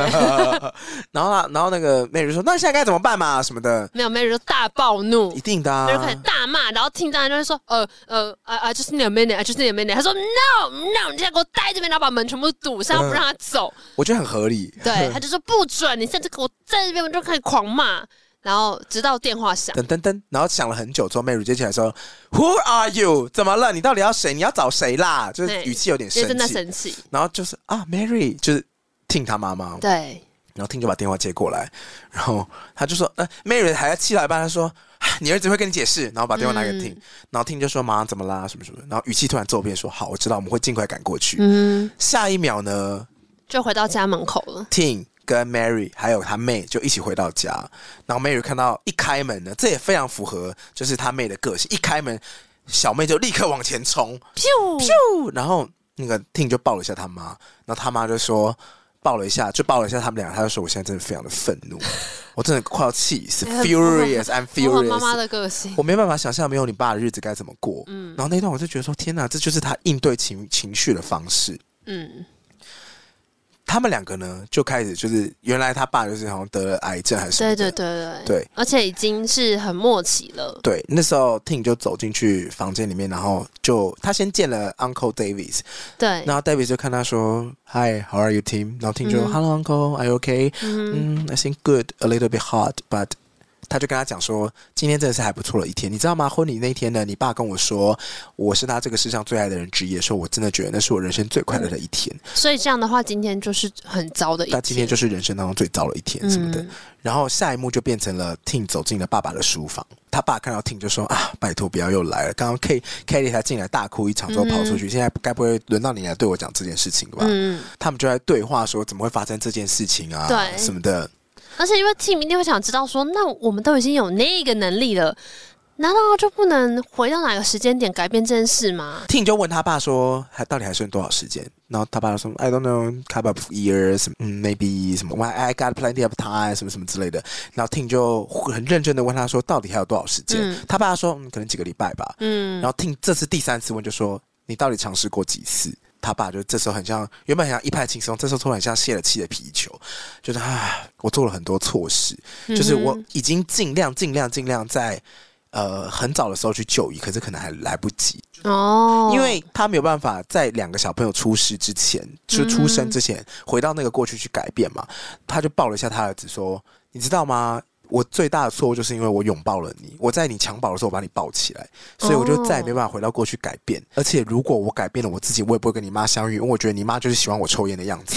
[SPEAKER 2] 然后啊，然后那个 Mary 就说：“那现在该怎么办嘛？什么的，
[SPEAKER 3] 没有，Mary 就大暴怒
[SPEAKER 2] 一。定的、啊。
[SPEAKER 3] Mary 开始大骂，然后听到就会说，呃呃，I I just need a minute, I just need a minute。他说 No No，你现在给我待这边，然后把门全部堵上，
[SPEAKER 2] 嗯
[SPEAKER 3] 不让他走。
[SPEAKER 2] 我觉得很合理。
[SPEAKER 3] 对，他就说不准，你现在给我在这边，我就开始狂骂。然后直到电话响，
[SPEAKER 2] 噔噔噔，然后想了很久之后，Mary 接起来说：“Who are you？怎么了？你到底要谁？你要找谁啦？”就是
[SPEAKER 3] 对
[SPEAKER 2] 语气有点
[SPEAKER 3] 因为
[SPEAKER 2] 生
[SPEAKER 3] 真的
[SPEAKER 2] 气。
[SPEAKER 3] 生气。
[SPEAKER 2] 然后就是啊，Mary 就是听他妈妈，
[SPEAKER 3] 对，
[SPEAKER 2] 然后听就把电话接过来，然后他就说：“呃，Mary 还在气到一半，他说唉你儿子会跟你解释。”然后把电话拿给听，
[SPEAKER 3] 嗯
[SPEAKER 2] 然后听就说：“妈，怎么啦？什么什么？”然后语气突然骤变，说：“好，我知道，我们会尽快赶过去。
[SPEAKER 3] 嗯，
[SPEAKER 2] 下一秒呢，
[SPEAKER 3] 就回到家门口了。
[SPEAKER 2] Ting 跟 Mary 还有他妹就一起回到家，然后 Mary 看到一开门呢，这也非常符合就是他妹的个性，一开门小妹就立刻往前冲，
[SPEAKER 3] 咻，
[SPEAKER 2] 咻然后那个 Ting 就抱了一下他妈，然后他妈就说。抱了一下，就抱了一下他们俩，他就说：“我现在真的非常的愤怒， 我真的快要气死
[SPEAKER 3] 哎很
[SPEAKER 2] ，furious，I'm
[SPEAKER 3] 符合妈妈
[SPEAKER 2] furious，
[SPEAKER 3] 的个性。
[SPEAKER 2] 我没办法想象没有你爸的日子该怎么过。”嗯，然后那段我就觉得说：“天哪，这就是他应对情情绪的方式。”
[SPEAKER 3] 嗯，
[SPEAKER 2] 他们两个呢就开始就是原来他爸就是好像得了癌症还是什么的
[SPEAKER 3] 对对对对
[SPEAKER 2] 对
[SPEAKER 3] 而且已经是很默契了。
[SPEAKER 2] 对那时候 Ting 就走进去房间里面，然后就他先见了 Uncle Davis，
[SPEAKER 3] 对，
[SPEAKER 2] 然后 Davis 就看他说 Hi，how are you Tim？然后 Ting 就、
[SPEAKER 3] 嗯
[SPEAKER 2] 嗯 Hello Uncle，are you okay？嗯、i think good，a little bit hot，but 他就跟他讲说，今天真的是还不错的一天，你知道吗？婚礼那天呢，你爸跟我说我是他这个世上最爱的人之一的时候，我真的觉得那是我人生最快乐的一天。
[SPEAKER 3] 所以这样的话，今天就是很糟的一
[SPEAKER 2] 那今天就是人生当中最糟的一天什么
[SPEAKER 3] 嗯
[SPEAKER 2] 的。然后下一幕就变成了 Ting 走进了爸爸的书房，他爸看到 Ting 就说啊，拜托不要又来了。刚刚 K Kelly 才进来大哭一场之后跑出去，现在该不会轮到你来对我讲这件事情了吧？
[SPEAKER 3] 嗯，
[SPEAKER 2] 他们就在对话说怎么会发生这件事情啊，
[SPEAKER 3] 对
[SPEAKER 2] 什么的。
[SPEAKER 3] 而且因为 team 一定会想知道说，那我们都已经有那个能力了，难道就不能回到哪个时间点改变这件事吗？
[SPEAKER 2] Ting 就问他爸说，还到底还剩多少时间？然后他爸就说，I don't know，couple of years，什么嗯，maybe 什么，why I got plenty of time，什么什么之类的。然后 Ting 就很认真的问他说，到底还有多少时间？
[SPEAKER 3] 嗯
[SPEAKER 2] 他爸说，嗯，可能几个礼拜吧。
[SPEAKER 3] 嗯，
[SPEAKER 2] 然后听这次第三次问就说：“你到底尝试过几次？”他爸就这时候很像原本很像一派轻松，这时候突然像泄了气的皮球，就是啊，我做了很多错事，就是我已经尽量尽量尽量在呃很早的时候去就医，可是可能还来不及，
[SPEAKER 3] 哦，
[SPEAKER 2] 因为他没有办法在两个小朋友出世之前，就
[SPEAKER 3] 嗯
[SPEAKER 2] 出生之前回到那个过去去改变嘛。他就抱了一下他儿子说：“你知道吗？”我最大的错误就是因为我拥抱了你，我在你襁褓的时候我把你抱起来，所以我就再也没办法回到过去改
[SPEAKER 3] 哦
[SPEAKER 2] 变。而且如果我改变了我自己，我也不会跟你妈相遇，因为我觉得你妈就是喜欢我抽烟的 样子。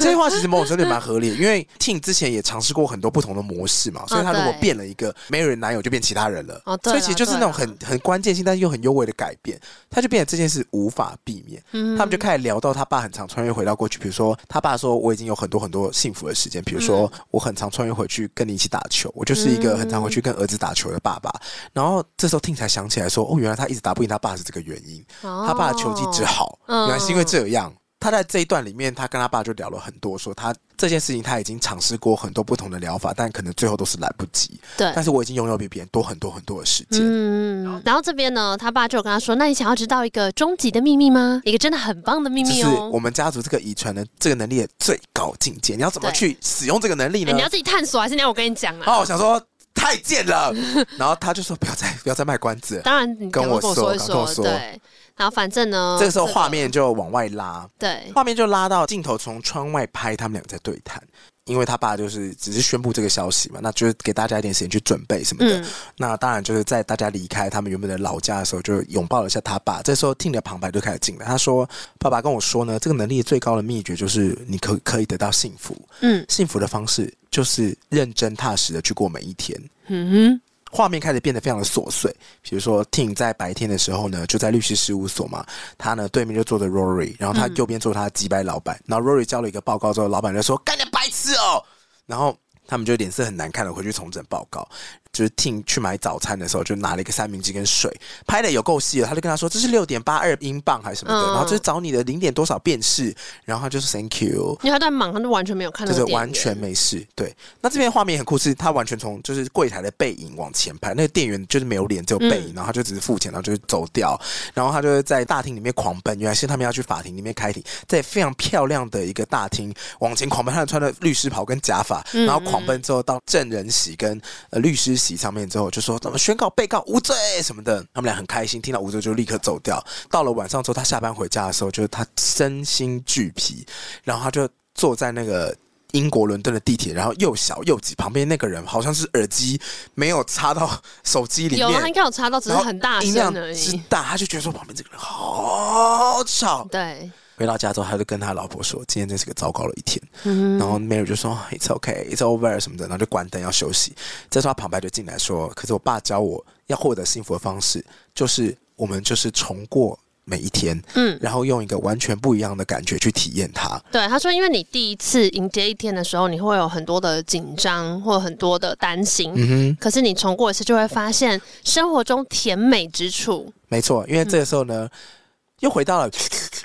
[SPEAKER 2] 这句话其实某种程度也蛮合理的，因为 Ting 之前也尝试过很多不同的模式嘛，所以他如果
[SPEAKER 3] 哦对
[SPEAKER 2] 变了一个没有人男友就变其他人了，
[SPEAKER 3] 哦
[SPEAKER 2] 所
[SPEAKER 3] 对啦
[SPEAKER 2] 以其实就是那种很很关键性但是又很优惠的改变，他就变得这件事无法避免。
[SPEAKER 3] 嗯
[SPEAKER 2] 他们就开始聊到他爸很常穿越回到过去，比如说他爸说我已经有很多很多幸福的时间，比如说
[SPEAKER 3] 嗯
[SPEAKER 2] 我很常穿越回去跟你一起打球，我就是一个很常回
[SPEAKER 3] 嗯
[SPEAKER 2] 去跟儿子打球的爸爸。然后这时候 Ting 才想起来说，哦，原来他一直打不赢他爸是这个原因，他
[SPEAKER 3] 他
[SPEAKER 2] 爸的球技之，好，
[SPEAKER 3] 嗯
[SPEAKER 2] 原来是因为这样。他在这一段里面，他跟他爸就聊了很多，说他这件事情他已经尝试过很多不同的疗法，但可能最后都是来不及。
[SPEAKER 3] 对
[SPEAKER 2] 但是我已经拥有比别人多很多很多的时间。
[SPEAKER 3] 嗯，然后这边呢，他爸就有跟他说，那你想要知道一个终极的秘密吗？一个真的很棒的秘
[SPEAKER 2] 就
[SPEAKER 3] 密
[SPEAKER 2] 是
[SPEAKER 3] 哦
[SPEAKER 2] 我。们家族这个遗传的这个能力的最高境界，你要怎么
[SPEAKER 3] 对
[SPEAKER 2] 去使用这个能力
[SPEAKER 3] 哎
[SPEAKER 2] 呢
[SPEAKER 3] 你？要自己探索，还是你要我跟你讲
[SPEAKER 2] 然
[SPEAKER 3] 啊？
[SPEAKER 2] 后我想说太贱 了，然后他就说不要再不要再卖关子了。
[SPEAKER 3] 当然，你赶
[SPEAKER 2] 跟
[SPEAKER 3] 快
[SPEAKER 2] 我
[SPEAKER 3] 跟我
[SPEAKER 2] 说
[SPEAKER 3] 说一
[SPEAKER 2] 赶快跟我
[SPEAKER 3] 说，
[SPEAKER 2] 说
[SPEAKER 3] 对。然后反正呢，
[SPEAKER 2] 这个时候画面就往外拉，
[SPEAKER 3] 对，
[SPEAKER 2] 画面就拉到镜头从窗外拍他们俩在对谈，因为他爸就是只是宣布这个消息嘛，那就是给大家一点时间去准备什么的。
[SPEAKER 3] 嗯
[SPEAKER 2] 那当然就是在大家离开他们原本的老家的时候，就拥抱了一下他爸。这时候 Ting 的旁白就开始进来，他说：“爸爸跟我说呢，这个能力最高的秘诀就是你可可以得到幸福，
[SPEAKER 3] 嗯
[SPEAKER 2] 幸福的方式就是认真踏实的去过每一天。”
[SPEAKER 3] 嗯
[SPEAKER 2] 画面开始变得非常的琐碎，比如说 Ting 在白天的时候呢，就在律师事务所嘛，他呢对面就坐着 Rory，然
[SPEAKER 3] 嗯
[SPEAKER 2] 后他右边坐他的击败老板，然后 Rory 交了一个报告之后，老板就说干你白痴哦，然后他们就脸色很难看的回去重整报告。就是 Ting 去买早餐的时候，就拿了一个三明治跟水，拍的有够细了，他就跟他说这是六点八二英镑还是什么的，
[SPEAKER 3] 嗯
[SPEAKER 2] 然后就是找你的零点多少便士，然后他就说 Thank you，
[SPEAKER 3] 哼，因为他在忙，他就完全没有看到
[SPEAKER 2] 就
[SPEAKER 3] 店
[SPEAKER 2] 是
[SPEAKER 3] 员，
[SPEAKER 2] 完全没事。对，那这边画面也很酷，是他完全从就是柜台的背影往前拍，那个店员就是没有脸，只有背影，然后他就只是付钱，然后就是走掉，然后他就在大厅里面狂奔，原来是他们要去法庭里面开庭，在非常漂亮的一个大厅往前狂奔，他穿着律师袍跟假发，然后狂奔之后到证人席跟呃律师席上面之后，就说怎么宣告被告无罪什么的，他们俩很开心，听到无罪就立刻走掉。到了晚上之后，他下班回家的时候，就是他身心俱疲，然后他就坐在那个英国伦敦的地铁，然后又小又挤，旁边那个人好像是耳机没有插到手机里
[SPEAKER 3] 有啊，他应
[SPEAKER 2] 面，
[SPEAKER 3] 该有查到，只是
[SPEAKER 2] 然后
[SPEAKER 3] 很大
[SPEAKER 2] 音量
[SPEAKER 3] 声而
[SPEAKER 2] 之
[SPEAKER 3] 已。
[SPEAKER 2] 大，他就觉得说旁边这个人好吵。
[SPEAKER 3] 对，
[SPEAKER 2] 回到家之后，他就跟他老婆说：“今天真是个糟糕的一天。
[SPEAKER 3] 嗯
[SPEAKER 2] 然后 Mary 就说：“It's okay, it's over 什么的，然后就关灯要休息。这时候他旁白就进来说：“可是我爸教我要获得幸福的方式，就是我们就是重过每一天，
[SPEAKER 3] 嗯
[SPEAKER 2] 然后用一个完全不一样的感觉去体验它。
[SPEAKER 3] 对，他说，因为你第一次迎接一天的时候，你会有很多的紧张或很多的担心，
[SPEAKER 2] 嗯
[SPEAKER 3] 可是你重过一次，就会发现生活中甜美之处。
[SPEAKER 2] 哼，没错，因为
[SPEAKER 3] 嗯
[SPEAKER 2] 这个时候呢，又回到了。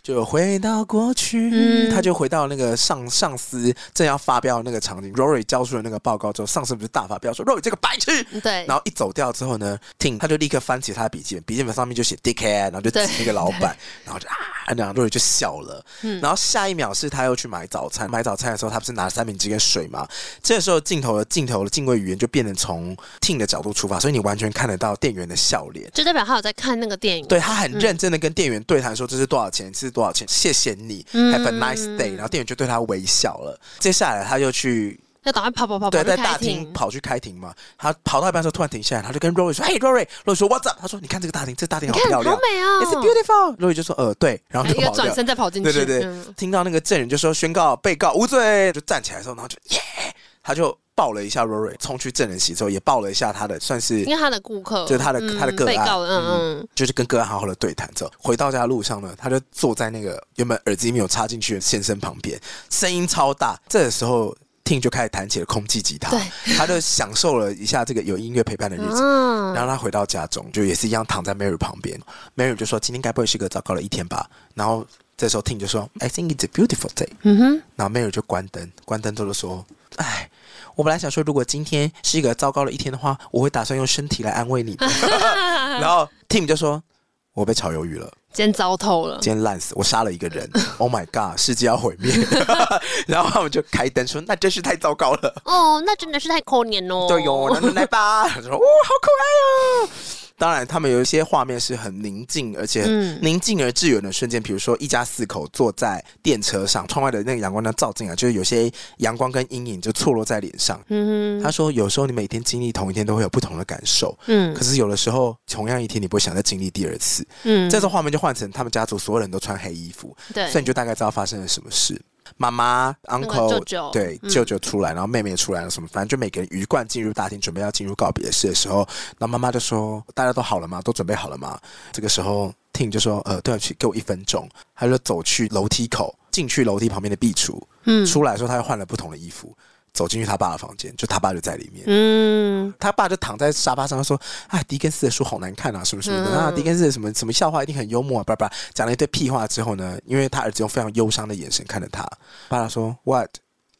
[SPEAKER 2] 就回到过去，
[SPEAKER 3] 嗯
[SPEAKER 2] 他就回到那个上上司正要发飙的那个场景。Rory 交出了那个报告之后，上司不是大发飙说：“Rory 这个白痴，
[SPEAKER 3] 对，
[SPEAKER 2] 然后一走掉之后呢，Ting 他就立刻翻起他的笔记本，笔记本上面就写 dickhead，然后就指
[SPEAKER 3] 对嗯
[SPEAKER 2] 那个老板，然后就啊，然后 Rory 就笑了。然后下一秒是他又去买早餐，买早餐的时候他不是拿三明治跟水吗？这时候镜头的镜头的敬畏语言就变成从 Ting 的角度出发，所以你完全看得到店员的笑脸。
[SPEAKER 3] 就代表他有在看那个电影。
[SPEAKER 2] 对他很认真的跟店员对谈，说这是多少钱，这是多少钱，谢谢你、h a v e a nice day。然后店员就对他微笑了。接下来他又去
[SPEAKER 3] 要赶快跑跑跑哦跑
[SPEAKER 2] 对，
[SPEAKER 3] 去
[SPEAKER 2] 在
[SPEAKER 3] 开
[SPEAKER 2] 大
[SPEAKER 3] 庭
[SPEAKER 2] 厅。跑去开庭嘛，他跑到一半的时候突然停下来，他就跟 Rory 说：“嘿，Rory，Rory 说 What's up？” 他说：“你看这个大厅，这大厅好
[SPEAKER 3] 看
[SPEAKER 2] 漂亮
[SPEAKER 3] 好美哦
[SPEAKER 2] ，It's beautiful。”Rory 就说：“呃，对。”然后
[SPEAKER 3] 一
[SPEAKER 2] 就
[SPEAKER 3] 个
[SPEAKER 2] 跑
[SPEAKER 3] 转
[SPEAKER 2] 掉。
[SPEAKER 3] 身再跑进去，
[SPEAKER 2] 对对对
[SPEAKER 3] 嗯，
[SPEAKER 2] 听到那个证人就说宣告被告无罪，就站起来的时候，然后就耶，他就抱了一下 Rory，冲去证人席之后也抱了一下他的，算是
[SPEAKER 3] 因为他的顾客，
[SPEAKER 2] 就是他的
[SPEAKER 3] 嗯
[SPEAKER 2] 他的个案
[SPEAKER 3] 被告，嗯嗯，
[SPEAKER 2] 就是跟个案好好的对谈之后，回到家的路上呢，他就坐在那个原本耳机没有插进去的先生旁边，声音超大。这个时候，Ting 就开始弹起了空气吉他，他就享受了一下这个有音乐陪伴的日子。
[SPEAKER 3] 嗯，
[SPEAKER 2] 然后他回到家中，就也是一样躺在 Mary 旁边。Mary 就说：“今天该不会是个糟糕的一天吧？”然后这时候 Ting 就说：“I think it's a beautiful day。”
[SPEAKER 3] 嗯哼，
[SPEAKER 2] 然后 Mary 就关灯，关灯之后就说：“哎，我本来想说，如果今天是一个糟糕的一天的话，我会打算用身体来安慰你 的。” 然后 Tim 就说：“我被炒鱿鱼了，
[SPEAKER 3] 今天糟透了，
[SPEAKER 2] 今天烂死，我杀了一个人，Oh my god，世界要毁灭。” 然后他们就开灯说：“那真是太糟糕了。”
[SPEAKER 3] 哦，那真的是太可怜哦喽，
[SPEAKER 2] 对哟，那就来 吧。他说：“哦，好可爱哦。”当然，他们有一些画面是很宁静，而且
[SPEAKER 3] 嗯
[SPEAKER 2] 宁静而致远的瞬间。比如说，一家四口坐在电车上，窗外的那个阳光呢照进来，就是有些阳光跟阴影就错落在脸上。
[SPEAKER 3] 嗯
[SPEAKER 2] 他说，有时候你每天经历同一天，都会有不同的感受。
[SPEAKER 3] 哼，嗯
[SPEAKER 2] 可是有的时候，同样一天，你不会想再经历第二次。
[SPEAKER 3] 嗯，
[SPEAKER 2] 这时候画面就换成他们家族所有人都穿黑衣服，
[SPEAKER 3] 对
[SPEAKER 2] 所以你就大概知道发生了什么事。妈妈、uncle、
[SPEAKER 3] 舅舅
[SPEAKER 2] 对、
[SPEAKER 3] 嗯
[SPEAKER 2] 舅舅出来，然后妹妹也出来了，什么，反正就每个人鱼贯进入大厅，准备要进入告别式的时候，然后妈妈就说：“大家都好了吗？都准备好了吗？”这个时候，Ting 就说：“呃，对、啊，去给我一分钟。”他就走去楼梯口，进去楼梯旁边的壁橱，
[SPEAKER 3] 嗯
[SPEAKER 2] 出来的时候他又换了不同的衣服，走进去他爸的房间，就他爸就在里面。
[SPEAKER 3] 嗯，
[SPEAKER 2] 他爸就躺在沙发上，他说：“啊，狄更斯的书好难看啊，什么什么的、
[SPEAKER 3] 嗯
[SPEAKER 2] 啊，狄更斯的什么什么笑话一定很幽默、啊，叭叭，讲了一堆屁话之后呢，因为他儿子用非常忧伤的眼神看着他，爸爸说：What?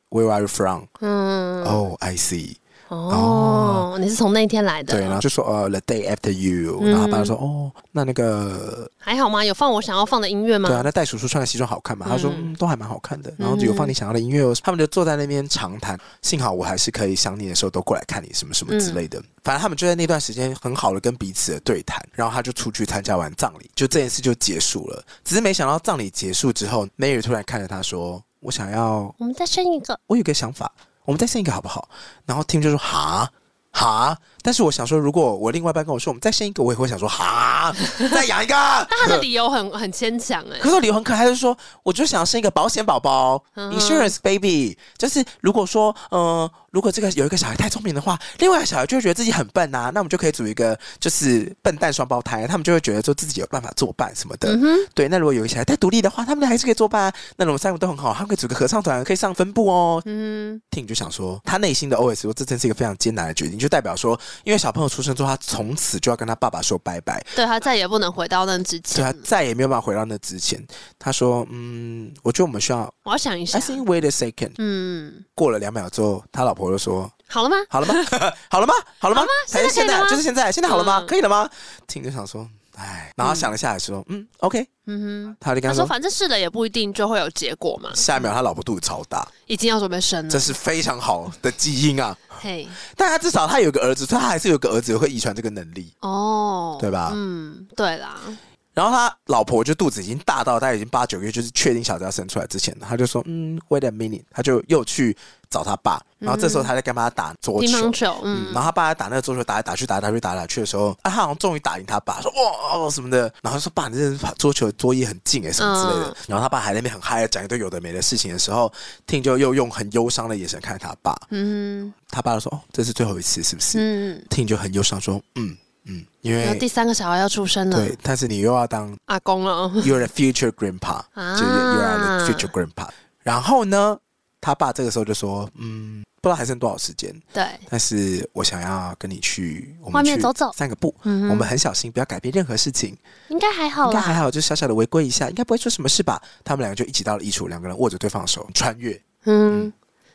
[SPEAKER 2] Where are you from?
[SPEAKER 3] 嗯，
[SPEAKER 2] Oh, I see.
[SPEAKER 3] 哦，你是从那一天来的，
[SPEAKER 2] 对，然后就说呃、t h e day after you，、然
[SPEAKER 3] 嗯
[SPEAKER 2] 后他爸爸说：哦，那那个
[SPEAKER 3] 还好吗？有放我想要放的音乐吗？
[SPEAKER 2] 对啊，那戴叔叔穿的西装好看吗？他说、嗯、都还蛮好看的，然后就有
[SPEAKER 3] 嗯
[SPEAKER 2] 放你想要的音乐哦。他们就坐在那边长谈，幸好我还是可以想你的时候都过来看你，什么什么
[SPEAKER 3] 嗯
[SPEAKER 2] 之类的。反正他们就在那段时间很好的跟彼此的对谈，然后他就出去参加完葬礼，就这件事就结束了。只是没想到葬礼结束之后，Mary 突然看着他说：“我想要，
[SPEAKER 3] 我们再生一个，
[SPEAKER 2] 我有个想法，我们再生一个好不好？”然后 Tim 就说：“哈。”哈！但是我想说，如果我另外一半跟我说我们再生一个，我也会想说哈，再养一 个。
[SPEAKER 3] 但他的理由很很牵强哎
[SPEAKER 2] 可，是我理由很可爱，他就说，我就想生一个保险宝宝、
[SPEAKER 3] 嗯
[SPEAKER 2] i n s u r a n c e baby。就是如果说，呃，如果这个有一个小孩太聪明的话，另外一个小孩就会觉得自己很笨呐、那我们就可以组一个就是笨蛋双胞胎，他们就会觉得说自己有办法作伴什么
[SPEAKER 3] 嗯
[SPEAKER 2] 的。对，那如果有一个小孩太独立的话，他们还是可以作伴、啊。那我们三个都很好，他们可以组个合唱团，可以上分部哦。
[SPEAKER 3] 嗯，
[SPEAKER 2] 听就想说，他内心的 OS 说，这真是一个非常艰难的决定，就代表说，因为小朋友出生之后，他从此就要跟他爸爸说拜拜，
[SPEAKER 3] 对他再也不能回到那之
[SPEAKER 2] 所以
[SPEAKER 3] 前，
[SPEAKER 2] 他再也没有办法回到那之前。他说：“嗯，我觉得我们需要。
[SPEAKER 3] 我要想一下
[SPEAKER 2] I，think wait a second。
[SPEAKER 3] 嗯，
[SPEAKER 2] 过了两秒之后，他老婆就说
[SPEAKER 3] 好了吗？：“
[SPEAKER 2] 好了吗？ 好了吗？好了吗？
[SPEAKER 3] 现在
[SPEAKER 2] 还是现
[SPEAKER 3] 可以了
[SPEAKER 2] 在
[SPEAKER 3] 吗
[SPEAKER 2] 就是现在，现在好了吗
[SPEAKER 3] 嗯？
[SPEAKER 2] 可以了吗？”听就想说：“哎。”然后想了下来说：“嗯，OK。
[SPEAKER 3] 嗯”
[SPEAKER 2] 他就
[SPEAKER 3] 哼，
[SPEAKER 2] 跟
[SPEAKER 3] 他
[SPEAKER 2] 他
[SPEAKER 3] 说
[SPEAKER 2] 说
[SPEAKER 3] 反正试了也不一定就会有结果嘛：“，
[SPEAKER 2] 下一秒他老婆肚子超大，
[SPEAKER 3] 已经要准备生了
[SPEAKER 2] 这，是非常好的基因啊！
[SPEAKER 3] 嘿，
[SPEAKER 2] 但他至少他有个儿子，所以他还是有个儿子会遗传这个能力。”
[SPEAKER 3] 哦，
[SPEAKER 2] 对吧
[SPEAKER 3] 嗯，对啦，
[SPEAKER 2] 然后他老婆就肚子已经大到大概已经八九个月，就是确定小子要生出来之前，他就说：“嗯，wait a minute。”他就又去找他爸，然后这时候他在跟他打桌
[SPEAKER 3] 嗯乒
[SPEAKER 2] 球
[SPEAKER 3] 乓。球，
[SPEAKER 2] 嗯，
[SPEAKER 3] 嗯
[SPEAKER 2] 然后他爸在打那个桌球，打来打去，打来打去，打来打去的时候，啊，他好像终于打赢他爸，说哇哦什么的，然后说爸，你这桌球桌椅很近哎，什么之类的。
[SPEAKER 3] 嗯
[SPEAKER 2] 然后他爸还在那边很嗨，讲一堆有的没的事情的时候，听就又用很忧伤的眼神看着他爸，
[SPEAKER 3] 嗯
[SPEAKER 2] 他爸就说哦，这是最后一次是不是？
[SPEAKER 3] 嗯，
[SPEAKER 2] 听就很忧伤说嗯嗯，因
[SPEAKER 3] 然后
[SPEAKER 2] 为
[SPEAKER 3] 第三个小孩要出生了，
[SPEAKER 2] 对，嗯但是你又要当
[SPEAKER 3] 阿公哦了，
[SPEAKER 2] you're the future grandpa，
[SPEAKER 3] 啊
[SPEAKER 2] 就是 you're the future grandpa。然后呢，他爸这个时候就说嗯，不知道还剩多少时间，
[SPEAKER 3] 对，
[SPEAKER 2] 但是我想要跟你去我
[SPEAKER 1] 外
[SPEAKER 2] 们
[SPEAKER 1] 面
[SPEAKER 2] 去
[SPEAKER 1] 走走
[SPEAKER 2] 散个步，
[SPEAKER 3] 嗯哼
[SPEAKER 2] 我们很小心，不要改变任何事情，
[SPEAKER 1] 应该还好
[SPEAKER 2] 应该
[SPEAKER 1] 啦。
[SPEAKER 2] 还好，就小小的违规一下，应该不会出什么事吧？他们两个就一起到了衣橱，两个人握着对方的手穿越，
[SPEAKER 3] 嗯，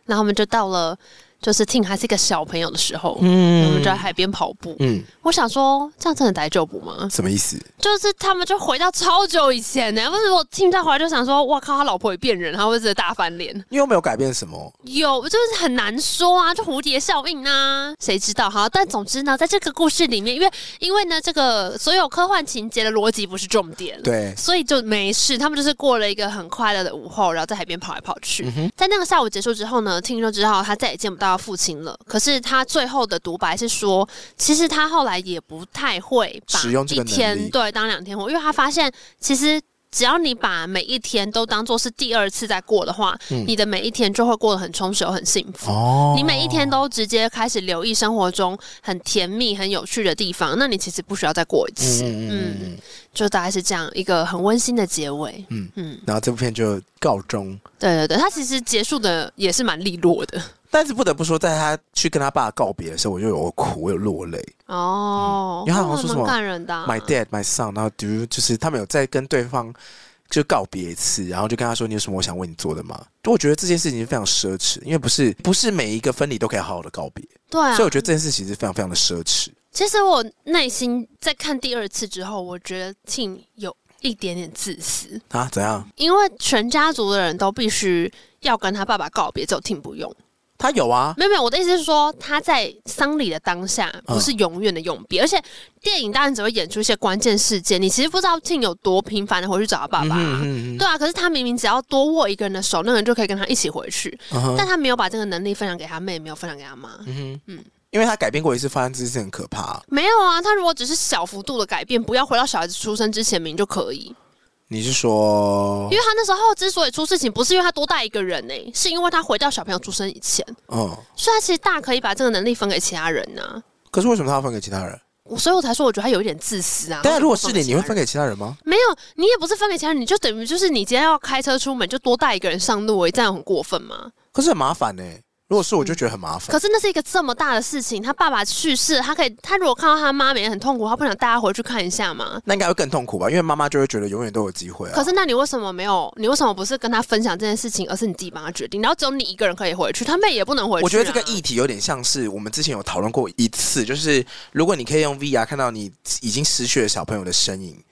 [SPEAKER 3] 然后我们就到了就是 Ting 还是一个小朋友的时候，我们
[SPEAKER 2] 嗯
[SPEAKER 3] 就在海边跑步。
[SPEAKER 2] 嗯，
[SPEAKER 3] 我想说，这样真的逮救捕吗？
[SPEAKER 2] 什么意思？
[SPEAKER 3] 就是他们就回到超久以前呢、欸，不是我听再回来就想说，哇靠，他老婆也变人，他会不会直接大翻脸。
[SPEAKER 2] 你有没有改变什么？
[SPEAKER 3] 有，就是很难说啊，就蝴蝶效应啊，谁知道哈？但总之呢，在这个故事里面，因为因为呢，这个所有科幻情节的逻辑不是重点，，
[SPEAKER 2] 对，
[SPEAKER 3] 所以就没事。他们就是过了一个很快乐的午后，然后在海边跑来跑去。
[SPEAKER 2] 嗯
[SPEAKER 3] 在那个下午结束之后呢，听就知道他再也见不到父亲了。可是他最后的独白是说，其实他后来也不太会把
[SPEAKER 2] 使用这个
[SPEAKER 3] 一
[SPEAKER 2] 能力
[SPEAKER 3] 天对当两天活，因为他发现其实。只要你把每一天都当做是第二次在过的话，
[SPEAKER 2] 嗯
[SPEAKER 3] 你的每一天就会过得很充实、很幸福。
[SPEAKER 2] 哦
[SPEAKER 3] 你每一天都直接开始留意生活中很甜蜜、很有趣的地方，那你其实不需要再过一次。
[SPEAKER 2] 嗯嗯嗯嗯
[SPEAKER 3] 嗯，就大概是这样一个很温馨的结尾。
[SPEAKER 2] 嗯
[SPEAKER 3] 嗯嗯，
[SPEAKER 2] 然后这部片就告终。
[SPEAKER 3] 对对对，它其实结束的也是蛮利落的
[SPEAKER 2] 但是不得不说，在他去跟他爸告别的时候，我就有哭，我有落泪。
[SPEAKER 3] 哦，
[SPEAKER 2] 因为它好像说
[SPEAKER 3] 哦
[SPEAKER 2] 什么
[SPEAKER 3] 蛮感人的啊、
[SPEAKER 2] My dad, my son，然后 do you- 就是他们有在跟对方就告别一次，然后就跟他说你有什么我想为你做的吗？就我觉得这件事情是非常奢侈，因为不是不是每一个分离都可以好好的告别，
[SPEAKER 3] 对啊
[SPEAKER 2] 所以，我觉得这件事其实非常非常的奢侈。
[SPEAKER 3] 其实我内心在看第二次之后，我觉得 Ting 有一点点自私，
[SPEAKER 2] 啊，怎样？
[SPEAKER 3] 因为全家族的人都必须要跟他爸爸告别，只有 Ting 不用。
[SPEAKER 2] 他有啊，
[SPEAKER 3] 没有没有，我的意思是说，他在丧礼的当下
[SPEAKER 2] 嗯
[SPEAKER 3] 不是永远的永别，而且电影当然只会演出一些关键事件，你其实不知道 Ting 有多频繁的回去找他爸爸啊、
[SPEAKER 2] 嗯嗯
[SPEAKER 3] 对啊，可是他明明只要多握一个人的手，那个人就可以跟他一起回去，
[SPEAKER 2] 嗯哼
[SPEAKER 3] 但他没有把这个能力分享给他妹，没有分享给他妈。
[SPEAKER 2] 嗯哼，因为他改变过一次，发现这件事很可怕、
[SPEAKER 3] 没有啊，他如果只是小幅度的改变，不要回到小孩子出生之前名就可以，
[SPEAKER 2] 你是说哦
[SPEAKER 3] 因为，他那时候之所以出事情，不是因为他多带一个人呢、欸是因为他回到小朋友出生以前，
[SPEAKER 2] 嗯？
[SPEAKER 3] 所以他其实大可以把这个能力分给其他人呐、
[SPEAKER 2] 可是为什么他要分给其他人？
[SPEAKER 3] 我所以我才说，我觉得他有一点自私啊。
[SPEAKER 2] 但是如果是你，
[SPEAKER 3] 为什
[SPEAKER 2] 你
[SPEAKER 3] 么
[SPEAKER 2] 会
[SPEAKER 3] 不
[SPEAKER 2] 分
[SPEAKER 3] 给
[SPEAKER 2] 给其他人吗？
[SPEAKER 3] 其他人？没有，你也不是分给其他人，你就等于就是你今天要开车出门，就多带一个人上路而已，这样很过分吗？
[SPEAKER 2] 可是很麻烦呢、欸如果是我就觉得很麻烦。
[SPEAKER 3] 可是那是一个这么大的事情，他爸爸去世，他可以，他如果看到他妈每天很痛苦，他不想带他回去看一下吗？
[SPEAKER 2] 那应该会更痛苦吧？因为妈妈就会觉得永远都有机会啊。
[SPEAKER 3] 可是，那你为什么没有？你为什么不是跟他分享这件事情，而是你自己帮他决定？然后只有你一个人可以回去，他妹也不能回去啊、
[SPEAKER 2] 我觉得这个议题有点像是我们之前有讨论过一次，就是如果你可以用 VR 看到你已经失去了小朋友的身影，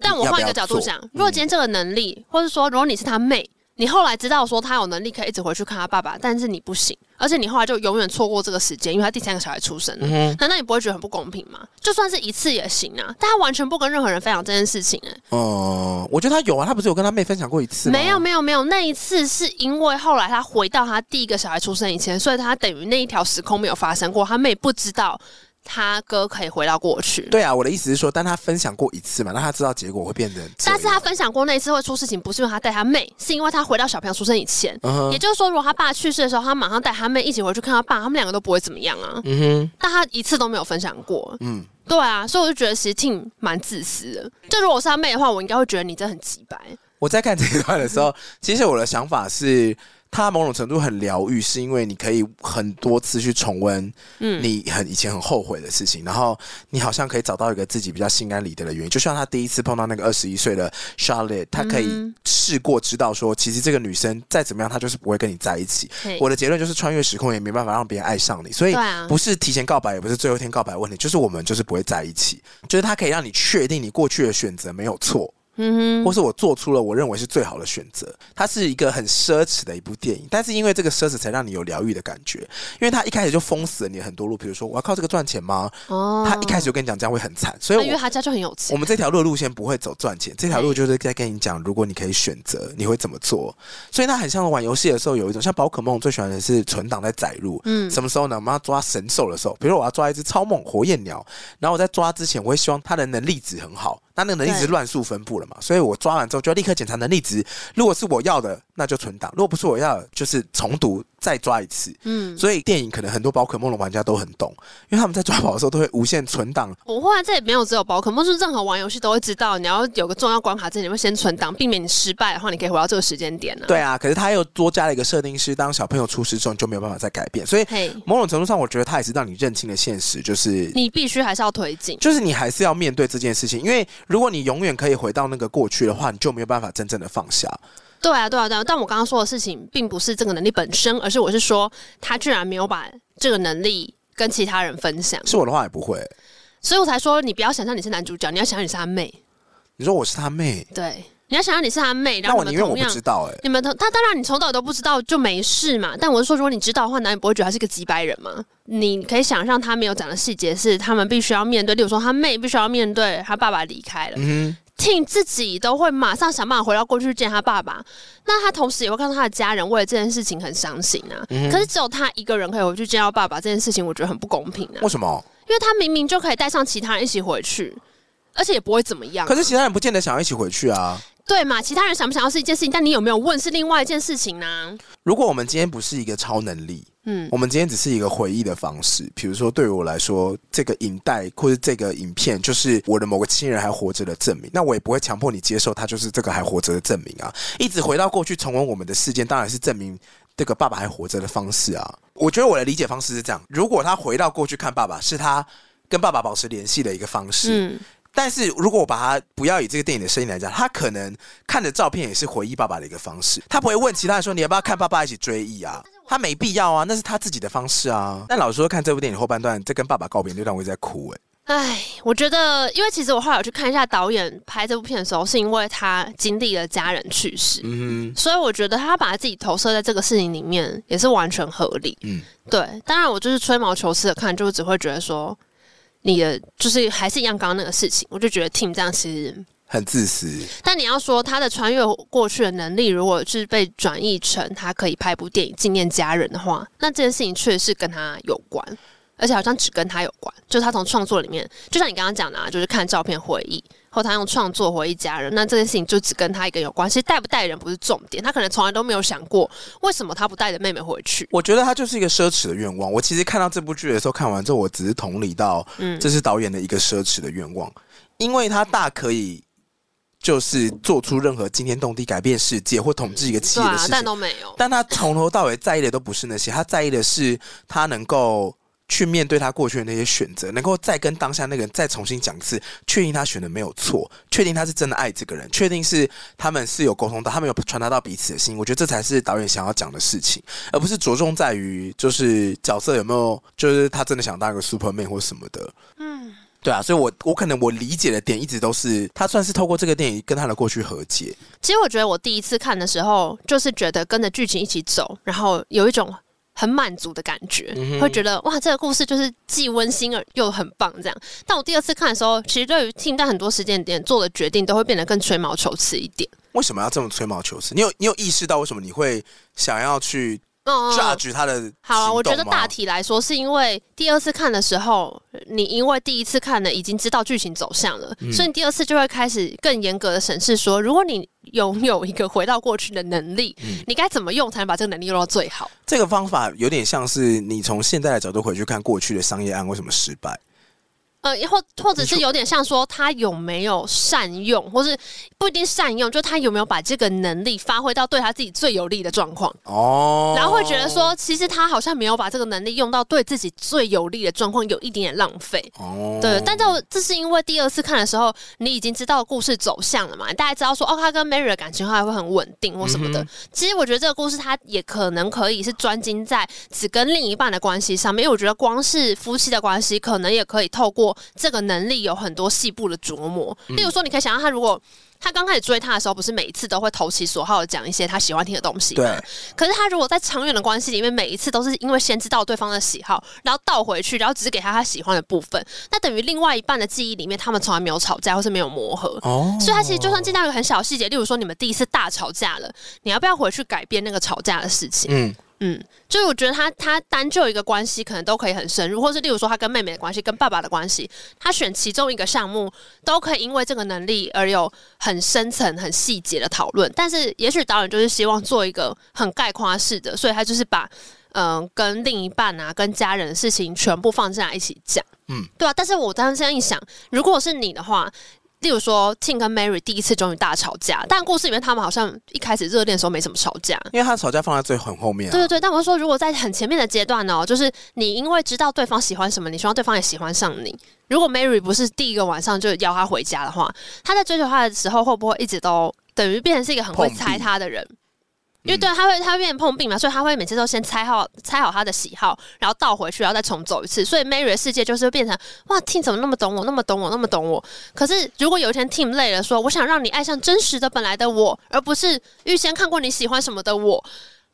[SPEAKER 3] 但我
[SPEAKER 2] 要不
[SPEAKER 3] 换一
[SPEAKER 2] 要
[SPEAKER 3] 个角度
[SPEAKER 2] 做嗯
[SPEAKER 3] 想，如果今天这个能力，或者说如果你是他妹，你后来知道说他有能力可以一直回去看他爸爸，但是你不行，而且你后来就永远错过这个时间，因为他第三个小孩出
[SPEAKER 2] 嗯
[SPEAKER 3] 生了，难道你不会觉得很不公平吗？就算是一次也行啊，但他完全不跟任何人分享这件事情、欸，
[SPEAKER 2] 嗯，我觉得他有啊，他不是有跟他妹分享过一次吗？
[SPEAKER 3] 没有没有没有，那一次是因为后来他回到他第一个小孩出生以前，所以他等于那一条时空没有发生过，他妹不知道他哥可以回到过去。
[SPEAKER 2] 对啊，我的意思是说，但他分享过一次嘛，那他知道结果会变成这样。
[SPEAKER 3] 但是他分享过那一次会出事情，不是因为他带他妹，是因为他回到小朋友出生以前。
[SPEAKER 2] 嗯哼
[SPEAKER 3] 也就是说，如果他爸去世的时候，他马上带他妹一起回去看他爸，他们两个都不会怎么样啊。
[SPEAKER 2] 嗯哼，
[SPEAKER 3] 但他一次都没有分享过。
[SPEAKER 2] 嗯，
[SPEAKER 3] 对啊，所以我就觉得其实挺蛮自私的。就如果是他妹的话，我应该会觉得你真的很鸡白。
[SPEAKER 2] 我在看这一段的时 候，其实我的想法是，它某种程度很疗愈，是因为你可以很多次去重温，
[SPEAKER 3] 嗯
[SPEAKER 2] 你很以前很后悔的事情，然后你好像可以找到一个自己比较心安理得的原因。就像他第一次碰到那个二十一岁的 Charlotte，他可以
[SPEAKER 3] 嗯
[SPEAKER 2] 试过知道说，其实这个女生再怎么样，她就是不会跟你在一起。
[SPEAKER 3] 嘿
[SPEAKER 2] 我的结论就是，穿越时空也没办法让别人爱上你，所以
[SPEAKER 3] 对啊
[SPEAKER 2] 不是提前告白，也不是最后一天告白的问题，就是我们就是不会在一起。就是它可以让你确定你过去的选择没有错。
[SPEAKER 3] 嗯
[SPEAKER 2] 或是我做出了我认为是最好的选择。它是一个很奢侈的一部电影，但是因为这个奢侈才让你有疗愈的感觉，因为它一开始就封死了你很多路，比如说我要靠这个赚钱吗？
[SPEAKER 3] 哼，哦
[SPEAKER 2] 他一开始就跟你讲这样会很惨，所
[SPEAKER 3] 那
[SPEAKER 2] 以
[SPEAKER 3] 因为
[SPEAKER 2] 我。
[SPEAKER 3] 他家就很有钱
[SPEAKER 2] 我。们这条路的路线不会走赚钱，这条路就是在跟你讲，如果你可以选择，你会怎么做。所以它很像玩游戏的时候有一种，像宝可梦我最喜欢的是存档在载入，嗯，什么时候呢？我们要抓神兽的时候，比如我要抓一只超猛火焰鸟，然后我在抓之前，我会希望它的能力值很好，那那个能力值
[SPEAKER 3] 对
[SPEAKER 2] 乱数分布了嘛，所以我抓完之后就要立刻检查能力值，如果是我要的，那就存档；如果不是我要的，就是重读再抓一次。
[SPEAKER 3] 嗯，
[SPEAKER 2] 所以电影可能很多宝可梦的玩家都很懂，因为他们在抓宝的时候都会无限存档
[SPEAKER 3] 我忽然这也没有只有宝可梦，是任何玩游戏都会知道，你要有个重要关卡之前，你会先存档，避免你失败的话，你可以回到这个时间点呢、啊。
[SPEAKER 2] 对啊，可是他又多加了一个设定是，当小朋友出事之后，你就没有办法再改变。所以
[SPEAKER 3] 嘿
[SPEAKER 2] 某种程度上，我觉得他也是让你认清了现实，就是
[SPEAKER 3] 你必须还是要推进。
[SPEAKER 2] 就是你还是要面对这件事情。因为如果你永远可以回到那个过去的话，你就没有办法真正的放下。
[SPEAKER 3] 对啊，对啊，对啊。但我刚刚说的事情，并不是这个能力本身，而是我是说，他居然没有把这个能力跟其他人分享，
[SPEAKER 2] 是我的话也不会。
[SPEAKER 3] 所以我才说，你不要想象你是男主角，你要想象你是他妹。
[SPEAKER 2] 你说我是他妹，
[SPEAKER 3] 对，你要想象你是他妹，然
[SPEAKER 2] 那
[SPEAKER 3] 后
[SPEAKER 2] 我
[SPEAKER 3] 你
[SPEAKER 2] 宁
[SPEAKER 3] 们
[SPEAKER 2] 愿我
[SPEAKER 3] 同
[SPEAKER 2] 不
[SPEAKER 3] 样
[SPEAKER 2] 知。道哎、
[SPEAKER 3] 你们同他当然，你从头到尾都不知道就没事嘛。但我是说，如果你知道的话，难道你不会觉得他是个几百人吗？你可以想象他没有讲的细节是，他们必须要面对，例如说他妹必须要面对他爸爸离开了，
[SPEAKER 2] 嗯
[SPEAKER 3] 听自己都会马上想办法回到过去见他爸爸。那他同时也会看到他的家人为了这件事情很伤心啊。
[SPEAKER 2] 嗯
[SPEAKER 3] 可是只有他一个人可以回去见到爸爸，这件事情我觉得很不公平啊
[SPEAKER 2] 哼，，为什么？
[SPEAKER 3] 因为他明明就可以带上其他人一起回去，而且也不会怎么样啊、
[SPEAKER 2] 可是其他人不见得想要一起回去啊。
[SPEAKER 3] 对嘛，其他人想不想要是一件事情，但你有没有问是另外一件事情呢、
[SPEAKER 2] 如果我们今天不是一个超能力，
[SPEAKER 3] 嗯，
[SPEAKER 2] 我们今天只是一个回忆的方式。比如说，对于我来说，这个影带或者这个影片，就是我的某个亲人还活着的证明。那我也不会强迫你接受他就是这个还活着的证明啊。一直回到过去重温我们的事件，当然是证明这个爸爸还活着的方式啊。我觉得我的理解方式是这样：如果他回到过去看爸爸，是他跟爸爸保持联系的一个方式。
[SPEAKER 3] 嗯，
[SPEAKER 2] 但是如果我把它不要以这个电影的声音来讲，他可能看着照片也是回忆爸爸的一个方式，他不会问其他人说你要不要看爸爸一起追忆啊。他没必要啊，那是他自己的方式啊。但老实说，看这部电影后半段，这跟爸爸告别那段，我一直在哭哎、
[SPEAKER 3] 唉，我觉得，因为其实我后来有去看一下导演拍这部片的时候，是因为他经历了家人去世，
[SPEAKER 2] 嗯
[SPEAKER 3] 所以我觉得他把自己投射在这个事情里面也是完全合理。
[SPEAKER 2] 嗯，
[SPEAKER 3] 对，当然我就是吹毛求疵的看，就只会觉得说你的就是还是一样刚刚那个事情，我就觉得 Tim 这样其实，
[SPEAKER 2] 很自私。
[SPEAKER 3] 但你要说他的穿越过去的能力，如果是被转译成他可以拍部电影纪念家人的话，那这件事情确实是跟他有关。而且好像只跟他有关，就是他从创作里面，就像你刚刚讲的、啊，就是看照片回忆，或他用创作回忆家人，那这件事情就只跟他一个有关。其实带不带人不是重点，他可能从来都没有想过为什么他不带着妹妹回去。
[SPEAKER 2] 我觉得他就是一个奢侈的愿望。我其实看到这部剧的时候，看完之后，我只是同理到，
[SPEAKER 3] 嗯
[SPEAKER 2] 这是导演的一个奢侈的愿望，因为他大可以就是做出任何惊天动地改变世界或统治一个企
[SPEAKER 3] 对
[SPEAKER 2] 业的
[SPEAKER 3] 啊
[SPEAKER 2] 事，情
[SPEAKER 3] 但，都没有。
[SPEAKER 2] 但他从头到尾在意的都不是那些，他在意的是他能够去面对他过去的那些选择，能够再跟当下那个人再重新讲一次，确定他选的没有错，确定他是真的爱这个人，确定是他们是有沟通到，他们有传达到彼此的心。我觉得这才是导演想要讲的事情，而不是着重在于就是角色有没有，就是他真的想当一个 Superman 或什么的。
[SPEAKER 3] 嗯，
[SPEAKER 2] 对啊，所以我我可能我理解的点一直都是他算是透过这个电影跟他的过去和解。
[SPEAKER 3] 其实我觉得我第一次看的时候，就是觉得跟着剧情一起走，然后有一种很满足的感觉，
[SPEAKER 2] 嗯
[SPEAKER 3] 会觉得哇，这个故事就是既温馨而又很棒这样。但我第二次看的时候，其实对于听在很多时间点做的决定，都会变得更吹毛求疵一点。
[SPEAKER 2] 为什么要这么吹毛求疵？你有你有意识到为什么你会想要去
[SPEAKER 3] 嗯
[SPEAKER 2] judge 他的行动吗？
[SPEAKER 3] 好了，啊我觉得大体来说，是因为第二次看的时候，你因为第一次看了已经知道剧情走向了，
[SPEAKER 2] 嗯
[SPEAKER 3] 所以你第二次就会开始更严格的审视说，如果你拥有一个回到过去的能力，
[SPEAKER 2] 嗯
[SPEAKER 3] 你该怎么用才能把这个能力用到最好？
[SPEAKER 2] 这个方法有点像是你从现在的角度回去看过去的商业案为什么失败。
[SPEAKER 3] 呃，或或者是有点像说他有没有善用，或是不一定善用，就他有没有把这个能力发挥到对他自己最有利的状况，
[SPEAKER 2] 哦，
[SPEAKER 3] 然后会觉得说，其实他好像没有把这个能力用到对自己最有利的状况，有一点点浪费。
[SPEAKER 2] 哦，
[SPEAKER 3] 对，但这这是因为第二次看的时候，你已经知道故事走向了嘛，你大概知道说哦，他跟 Mary 的感情后来会很稳定或什么的。其实我觉得这个故事它也可能可以是专精在只跟另一半的关系上面，因为我觉得光是夫妻的关系，可能也可以透过这个能力有很多细部的琢磨。例如说，你可以想象他如果。他刚开始追他的时候，不是每一次都会投其所好的讲一些他喜欢听的东西吗？
[SPEAKER 2] 对，
[SPEAKER 3] 可是他如果在长远的关系里面，每一次都是因为先知道对方的喜好，然后倒回去，然后只是给他他喜欢的部分，那等于另外一半的记忆里面，他们从来没有吵架或是没有磨合。
[SPEAKER 2] 哦，
[SPEAKER 3] 所以他其实就算见到一个很小的细节，例如说你们第一次大吵架了，你要不要回去改变那个吵架的事情？
[SPEAKER 2] 嗯，
[SPEAKER 3] 嗯，就是我觉得他他单就一个关系，可能都可以很深入，或是例如说他跟妹妹的关系、跟爸爸的关系，他选其中一个项目，都可以因为这个能力而有很深层、很细节的讨论。但是也许导演就是希望做一个很概括式的，所以他就是把嗯、呃跟另一半啊、跟家人的事情全部放在一起讲。
[SPEAKER 2] 嗯
[SPEAKER 3] 嗯，对啊。但是我当时这样一想，如果是你的话。例如说，Tim 跟 Mary 第一次终于大吵架，但故事里面他们好像一开始热恋的时候没怎么吵架，
[SPEAKER 2] 因为他吵架放在最很后面、啊，
[SPEAKER 3] 对对对，但我是说，如果在很前面的阶段哦，就是你因为知道对方喜欢什么，你希望对方也喜欢上你。如果 Mary 不是第一个晚上就邀他回家的话，他在追求他的时候，会不会一直都等于变成是一个很会
[SPEAKER 2] 碰壁
[SPEAKER 3] 猜他的人。因为对他会他会变成碰壁嘛，所以他会每次都先猜好猜好他的喜好，然后倒回去，然后再重走一次。所以 Mary 的世界就是会变成哇，Tim 怎么那么懂我，那么懂我，那么懂我。可是如果有一天 Tim 累了说，我想让你爱上真实的本来的我，而不是预先看过你喜欢什么的我，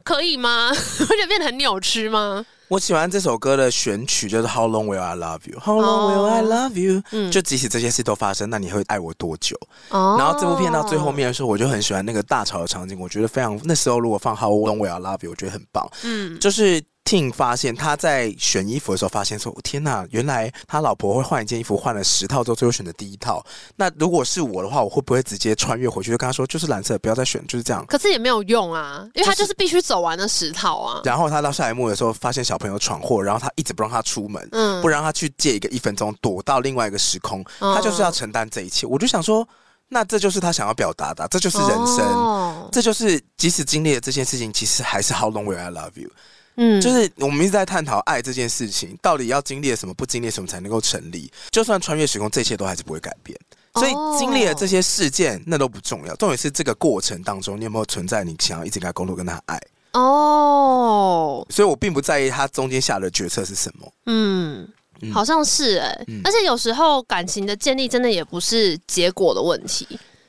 [SPEAKER 3] 可以吗？ 而且变得很扭曲吗？
[SPEAKER 2] 我喜欢这首歌的选曲就是 How long will I love you? How long will I love you?、
[SPEAKER 3] 嗯
[SPEAKER 2] 就即使这些事都发生，那你会爱我多久？
[SPEAKER 3] 哦
[SPEAKER 2] 然后这部片到最后面的时候，我就很喜欢那个大吵的场景，我觉得非常那时候如果放 How Long Will I Love You，我觉得很棒。
[SPEAKER 3] 嗯，
[SPEAKER 2] 就是 Ting 发现他在选衣服的时候，发现说：“哦天哪，原来他老婆会换一件衣服，换了十套之后，最后选的第一套。那如果是我的话，我会不会直接穿越回去就跟他说，就是蓝色，不要再选，就是这样。”
[SPEAKER 3] 可是也没有用啊，因为他就是必须走完那十套啊。
[SPEAKER 2] 然后他到下一幕的时候，发现小朋友闯祸，然后他一直不让他出门，
[SPEAKER 3] 嗯
[SPEAKER 2] 不让他去借一个一分钟，躲到另外一个时空，
[SPEAKER 3] 哦
[SPEAKER 2] 他就是要承担这一切。我就想说，那这就是他想要表达的，啊这就是人生。
[SPEAKER 3] 哦
[SPEAKER 2] 这就是即使经历了这件事情，其实还是 How long will I love you？、
[SPEAKER 3] 嗯
[SPEAKER 2] 就是我们一直在探讨爱这件事情，到底要经历了什么，不经历什么才能够成立。就算穿越时空，这一切都还是不会改变。所以
[SPEAKER 3] 哦
[SPEAKER 2] 经历了这些事件，那都不重要，重点是这个过程当中，你有没有存在你想要一直跟他沟通、跟他爱。
[SPEAKER 3] 哦，
[SPEAKER 2] 所以我并不在意他中间下的决策是什么。
[SPEAKER 3] 嗯
[SPEAKER 2] 嗯。
[SPEAKER 3] 好像是哎、
[SPEAKER 2] 嗯
[SPEAKER 3] 而且有时候感情的建立真的也不是结果的问题，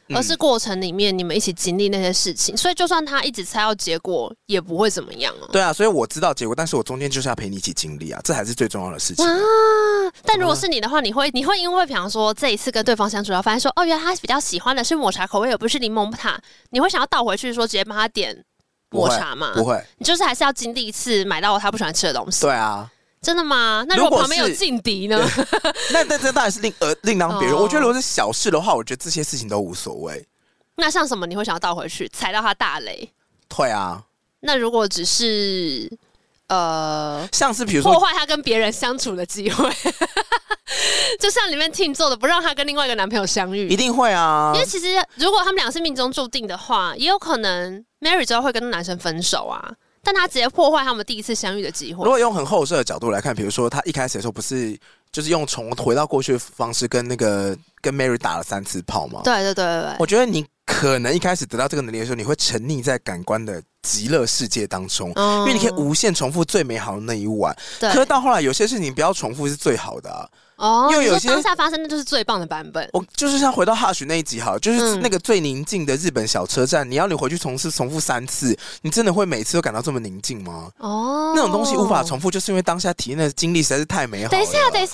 [SPEAKER 2] 嗯
[SPEAKER 3] 而是过程里面你们一起经历那些事情，所以就算他一直猜到结果，也不会怎么样哦、
[SPEAKER 2] 对啊，所以我知道结果，但是我中间就是要陪你一起经历啊，这还是最重要的事情啊、
[SPEAKER 3] 啊！但如果是你的话，你会你会因为比方说这一次跟对方相处，然后发现说哦，原来他比较喜欢的是抹茶口味，而不是柠檬塔，你会想要倒回去说直接帮他点
[SPEAKER 2] 不
[SPEAKER 3] 抹
[SPEAKER 2] 会
[SPEAKER 3] 茶吗？
[SPEAKER 2] 不，会，
[SPEAKER 3] 你就是还是要经历一次买到他不喜欢吃的东西。
[SPEAKER 2] 对啊，
[SPEAKER 3] 真的吗？那
[SPEAKER 2] 如
[SPEAKER 3] 如果
[SPEAKER 2] 果
[SPEAKER 3] 旁边有
[SPEAKER 2] 是
[SPEAKER 3] 劲敌呢？
[SPEAKER 2] 那那这当然是另呃另当别论。
[SPEAKER 3] 哦
[SPEAKER 2] 我觉得如果是小事的话，我觉得这些事情都无所谓。
[SPEAKER 3] 那像什么你会想要倒回去踩到他大雷？
[SPEAKER 2] 对啊，
[SPEAKER 3] 那如果只是呃
[SPEAKER 2] 像是比如
[SPEAKER 3] 破
[SPEAKER 2] 说，
[SPEAKER 3] 坏他跟别人相处的机会， 就像里面 Tim 做的，不让他跟另外一个男朋友相遇
[SPEAKER 2] 一。定会啊
[SPEAKER 3] 因为，其实如果他们俩是命中注定的话，也有可能 Mary 之后会跟男生分手啊，但他直接破坏他们第一次相遇的机
[SPEAKER 2] 如
[SPEAKER 3] 会。
[SPEAKER 2] 果用很后设的角度来看，比如说他一开始的时候不是就是用从回到过去的方式跟那个跟 Mary 打了三次炮吗？
[SPEAKER 3] 对对对对对，
[SPEAKER 2] 我觉得你可能一开始得到这个能力的时候，你会沉溺在感官的极乐世界当中，
[SPEAKER 3] 嗯
[SPEAKER 2] 因为你可以无限重复最美好的那一晚。
[SPEAKER 3] 对
[SPEAKER 2] 可是到后来，有些事情不要重复是最好的啊。
[SPEAKER 3] 哦，
[SPEAKER 2] 因为有
[SPEAKER 3] 你
[SPEAKER 2] 些
[SPEAKER 3] 说当下发生的就是最棒的版本。
[SPEAKER 2] 我就是像回到 Hush 那一集好了，就是
[SPEAKER 3] 嗯
[SPEAKER 2] 那个最宁静的日本小车站，你要你回去重试重复三次，你真的会每次都感到这么宁静吗？
[SPEAKER 3] 哦，
[SPEAKER 2] 那种东西无法重复，就是因为当下体验的经历实在是太美好了。
[SPEAKER 3] 等一下，等一下，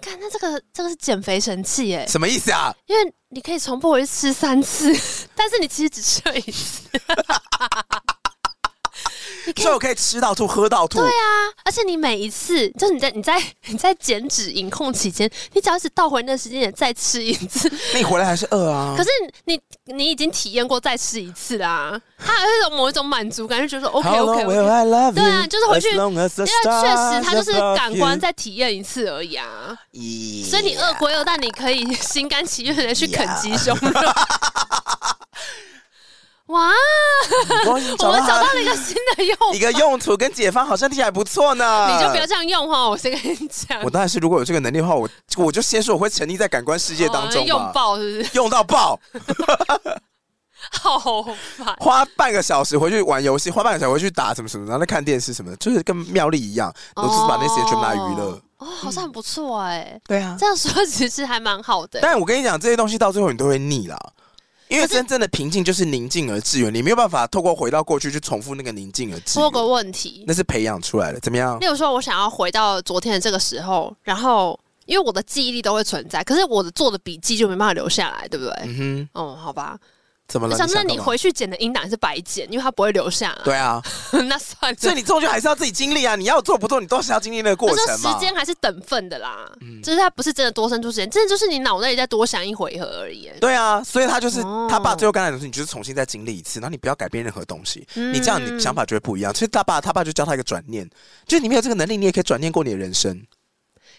[SPEAKER 3] 看那这个这个是减肥神器耶，
[SPEAKER 2] 什么意思啊？
[SPEAKER 3] 因为你可以重复回去吃三次，但是你其实只吃了一次。 你可以
[SPEAKER 2] 所以我可以吃到吐，喝到吐。
[SPEAKER 3] 对啊，而且你每一次，就是你在你在你在减脂饮控期间，你只要一直倒回那个时间点再吃一次，
[SPEAKER 2] 那你回来还是饿啊？
[SPEAKER 3] 可是你你已经体验过再吃一次啦，它还会有某一种满足感，就觉得说 OK
[SPEAKER 2] How
[SPEAKER 3] OK
[SPEAKER 2] long will
[SPEAKER 3] OK。
[SPEAKER 2] I love you？
[SPEAKER 3] 对啊就是回去
[SPEAKER 2] As long as the
[SPEAKER 3] 因为确实，它就是
[SPEAKER 2] stars above
[SPEAKER 3] 感官
[SPEAKER 2] you
[SPEAKER 3] 在体验一次而已啊，
[SPEAKER 2] Yeah
[SPEAKER 3] 所以你饿归饿，但你可以心甘情愿的去啃鸡胸肉。 哇！
[SPEAKER 2] 我们
[SPEAKER 3] 我们找到了一个新的用
[SPEAKER 2] 一个用途跟解放，好像听起来不错呢。
[SPEAKER 3] 你就不要这样用哈，我先跟你讲。
[SPEAKER 2] 我当然是，如果有这个能力的话，我我就先说我会沉溺在感官世界当中
[SPEAKER 3] 哦
[SPEAKER 2] 嘛，
[SPEAKER 3] 用爆是不是？
[SPEAKER 2] 用到爆，
[SPEAKER 3] 好烦。
[SPEAKER 2] 花半个小时回去玩游戏，花半个小时回去打什么什么，然后再看电视什么的，就是跟妙丽一样，我只是把那时间全部拿来娱乐
[SPEAKER 3] 哦。哦，好像很不错哎。
[SPEAKER 2] 对啊，
[SPEAKER 3] 这样说其实还蛮好的。
[SPEAKER 2] 但我跟你讲，这些东西到最后你都会腻啦。因为
[SPEAKER 3] 可是
[SPEAKER 2] 真正的平静就是宁静而致远，你没有办法透过回到过去去重复那个宁静而致
[SPEAKER 3] 我有个
[SPEAKER 2] 远，
[SPEAKER 3] 问题，
[SPEAKER 2] 那是培养出来的。怎么样
[SPEAKER 3] 例？如说，我想要回到昨天的这个时候，然后因为我的记忆力都会存在，可是我的做的笔记就没办法留下来，对不对？
[SPEAKER 2] 嗯哼，
[SPEAKER 3] 哦，好吧。
[SPEAKER 2] 怎么
[SPEAKER 3] 我
[SPEAKER 2] 了？
[SPEAKER 3] 想
[SPEAKER 2] 你
[SPEAKER 3] 那
[SPEAKER 2] 想
[SPEAKER 3] 你
[SPEAKER 2] 干嘛
[SPEAKER 3] 回去剪的音档也是白剪，因为它不会留下来。
[SPEAKER 2] 对 啊，
[SPEAKER 3] 那算了。
[SPEAKER 2] 所以你终究还是要自己经历啊！你要做不做，你都是要经历那个过
[SPEAKER 3] 我说
[SPEAKER 2] 程嘛。嗯
[SPEAKER 3] 时间还是等份的啦，就是它不是真的多生出时间，真的就是你脑内再多想一回合而已。
[SPEAKER 2] 对啊，所以他就是、
[SPEAKER 3] 哦
[SPEAKER 2] 他爸最后感染的时候，你就是重新再经历一次，然后你不要改变任何东西，
[SPEAKER 3] 嗯
[SPEAKER 2] 你这样你想法就会不一样。其实他爸他爸就教他一个转念，就是你没有这个能力，你也可以转念过你的人生。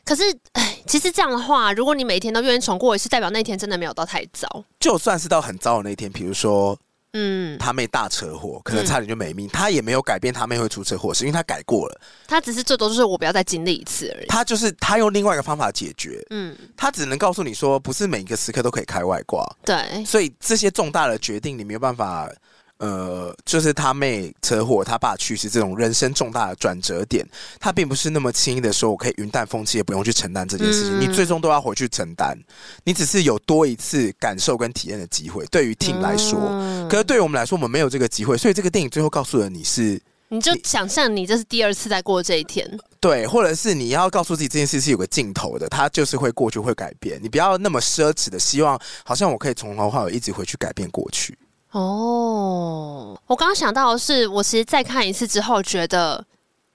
[SPEAKER 3] 可是，哎，其实这样的话，如果你每天都愿意重过一次，代表那一天真的没有到太糟。
[SPEAKER 2] 就算是到很糟的那一天，比如说
[SPEAKER 3] 嗯，
[SPEAKER 2] 他妹大车祸，可能差点就没命。他也没有改变他妹会出车祸，是因为他改过了。
[SPEAKER 3] 他只是最多就是我不要再经历一次而已。
[SPEAKER 2] 他就是他用另外一个方法解决，
[SPEAKER 3] 嗯，
[SPEAKER 2] 他只能告诉你说，不是每一个时刻都可以开外挂，
[SPEAKER 3] 对，
[SPEAKER 2] 所以这些重大的决定你没有办法。呃，就是他妹车祸，他爸去世这种人生重大的转折点，他并不是那么轻易的说我可以云淡风轻，也不用去承担这件事情。
[SPEAKER 3] 嗯
[SPEAKER 2] 你最终都要回去承担，你只是有多一次感受跟体验的机会。对于 t 来说，
[SPEAKER 3] 嗯
[SPEAKER 2] 可是对于我们来说，我们没有这个机会，所以这个电影最后告诉了你是
[SPEAKER 3] 你就想象你这是第二次再过这一天，
[SPEAKER 2] 对，或者是你要告诉自己这件事是有个尽头的，它就是会过去，会改变。你不要那么奢侈的希望，好像我可以从头到尾一直回去改变过去。
[SPEAKER 3] 哦，我刚刚想到的是，我其实再看一次之后，觉得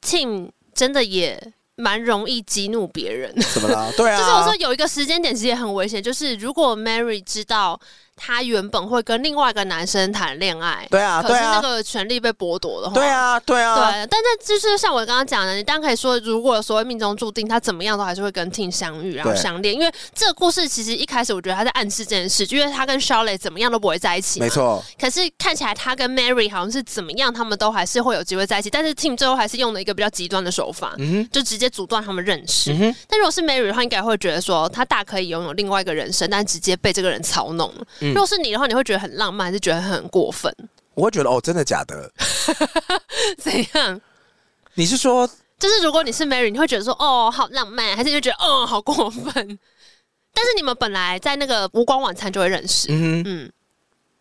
[SPEAKER 3] 庆真的也蛮容易激怒别人。
[SPEAKER 2] 怎么啦？对啊，
[SPEAKER 3] 就是我说有一个时间点其实也很危险，就是如果 Mary 知道她原本会跟另外一个男生谈恋爱，
[SPEAKER 2] 对啊，
[SPEAKER 3] 可是
[SPEAKER 2] 对
[SPEAKER 3] 那
[SPEAKER 2] 啊，
[SPEAKER 3] 个权利被剥夺的话，
[SPEAKER 2] 对。啊，对
[SPEAKER 3] 对
[SPEAKER 2] 啊，，
[SPEAKER 3] 但那就是像我刚刚讲的，你当然可以说，如果所谓命中注定，他怎么样都还是会跟 Ting 相遇，然后
[SPEAKER 2] 对
[SPEAKER 3] 相恋。因为这个故事其实一开始我觉得他在暗示这件事，就因为他跟 Charlotte 怎么样都不会在一起，
[SPEAKER 2] 没。错，
[SPEAKER 3] 可是看起来他跟 Mary 好像是怎么样，他们都还是会有机会在一起。但是 Tim 最后还是用了一个比较极端的手法，
[SPEAKER 2] 嗯
[SPEAKER 3] 就直接阻断他们认识。
[SPEAKER 2] 哼，嗯哼，
[SPEAKER 3] 但如果是 Mary 的话，应该会觉得说他大可以拥有另外一个人生，但直接被这个人操弄了。
[SPEAKER 2] 嗯
[SPEAKER 3] 如果是你的话，你会觉得很浪漫，还是觉得很 过分？
[SPEAKER 2] 我会觉得哦，真的假的？
[SPEAKER 3] 怎样？
[SPEAKER 2] 你是说
[SPEAKER 3] 就是如果你是 Mary，你会觉得说哦好浪漫，还是你就觉得哦好过分？但是你们本来在那个无光晚餐就会认识，
[SPEAKER 2] 嗯哼？
[SPEAKER 3] 嗯，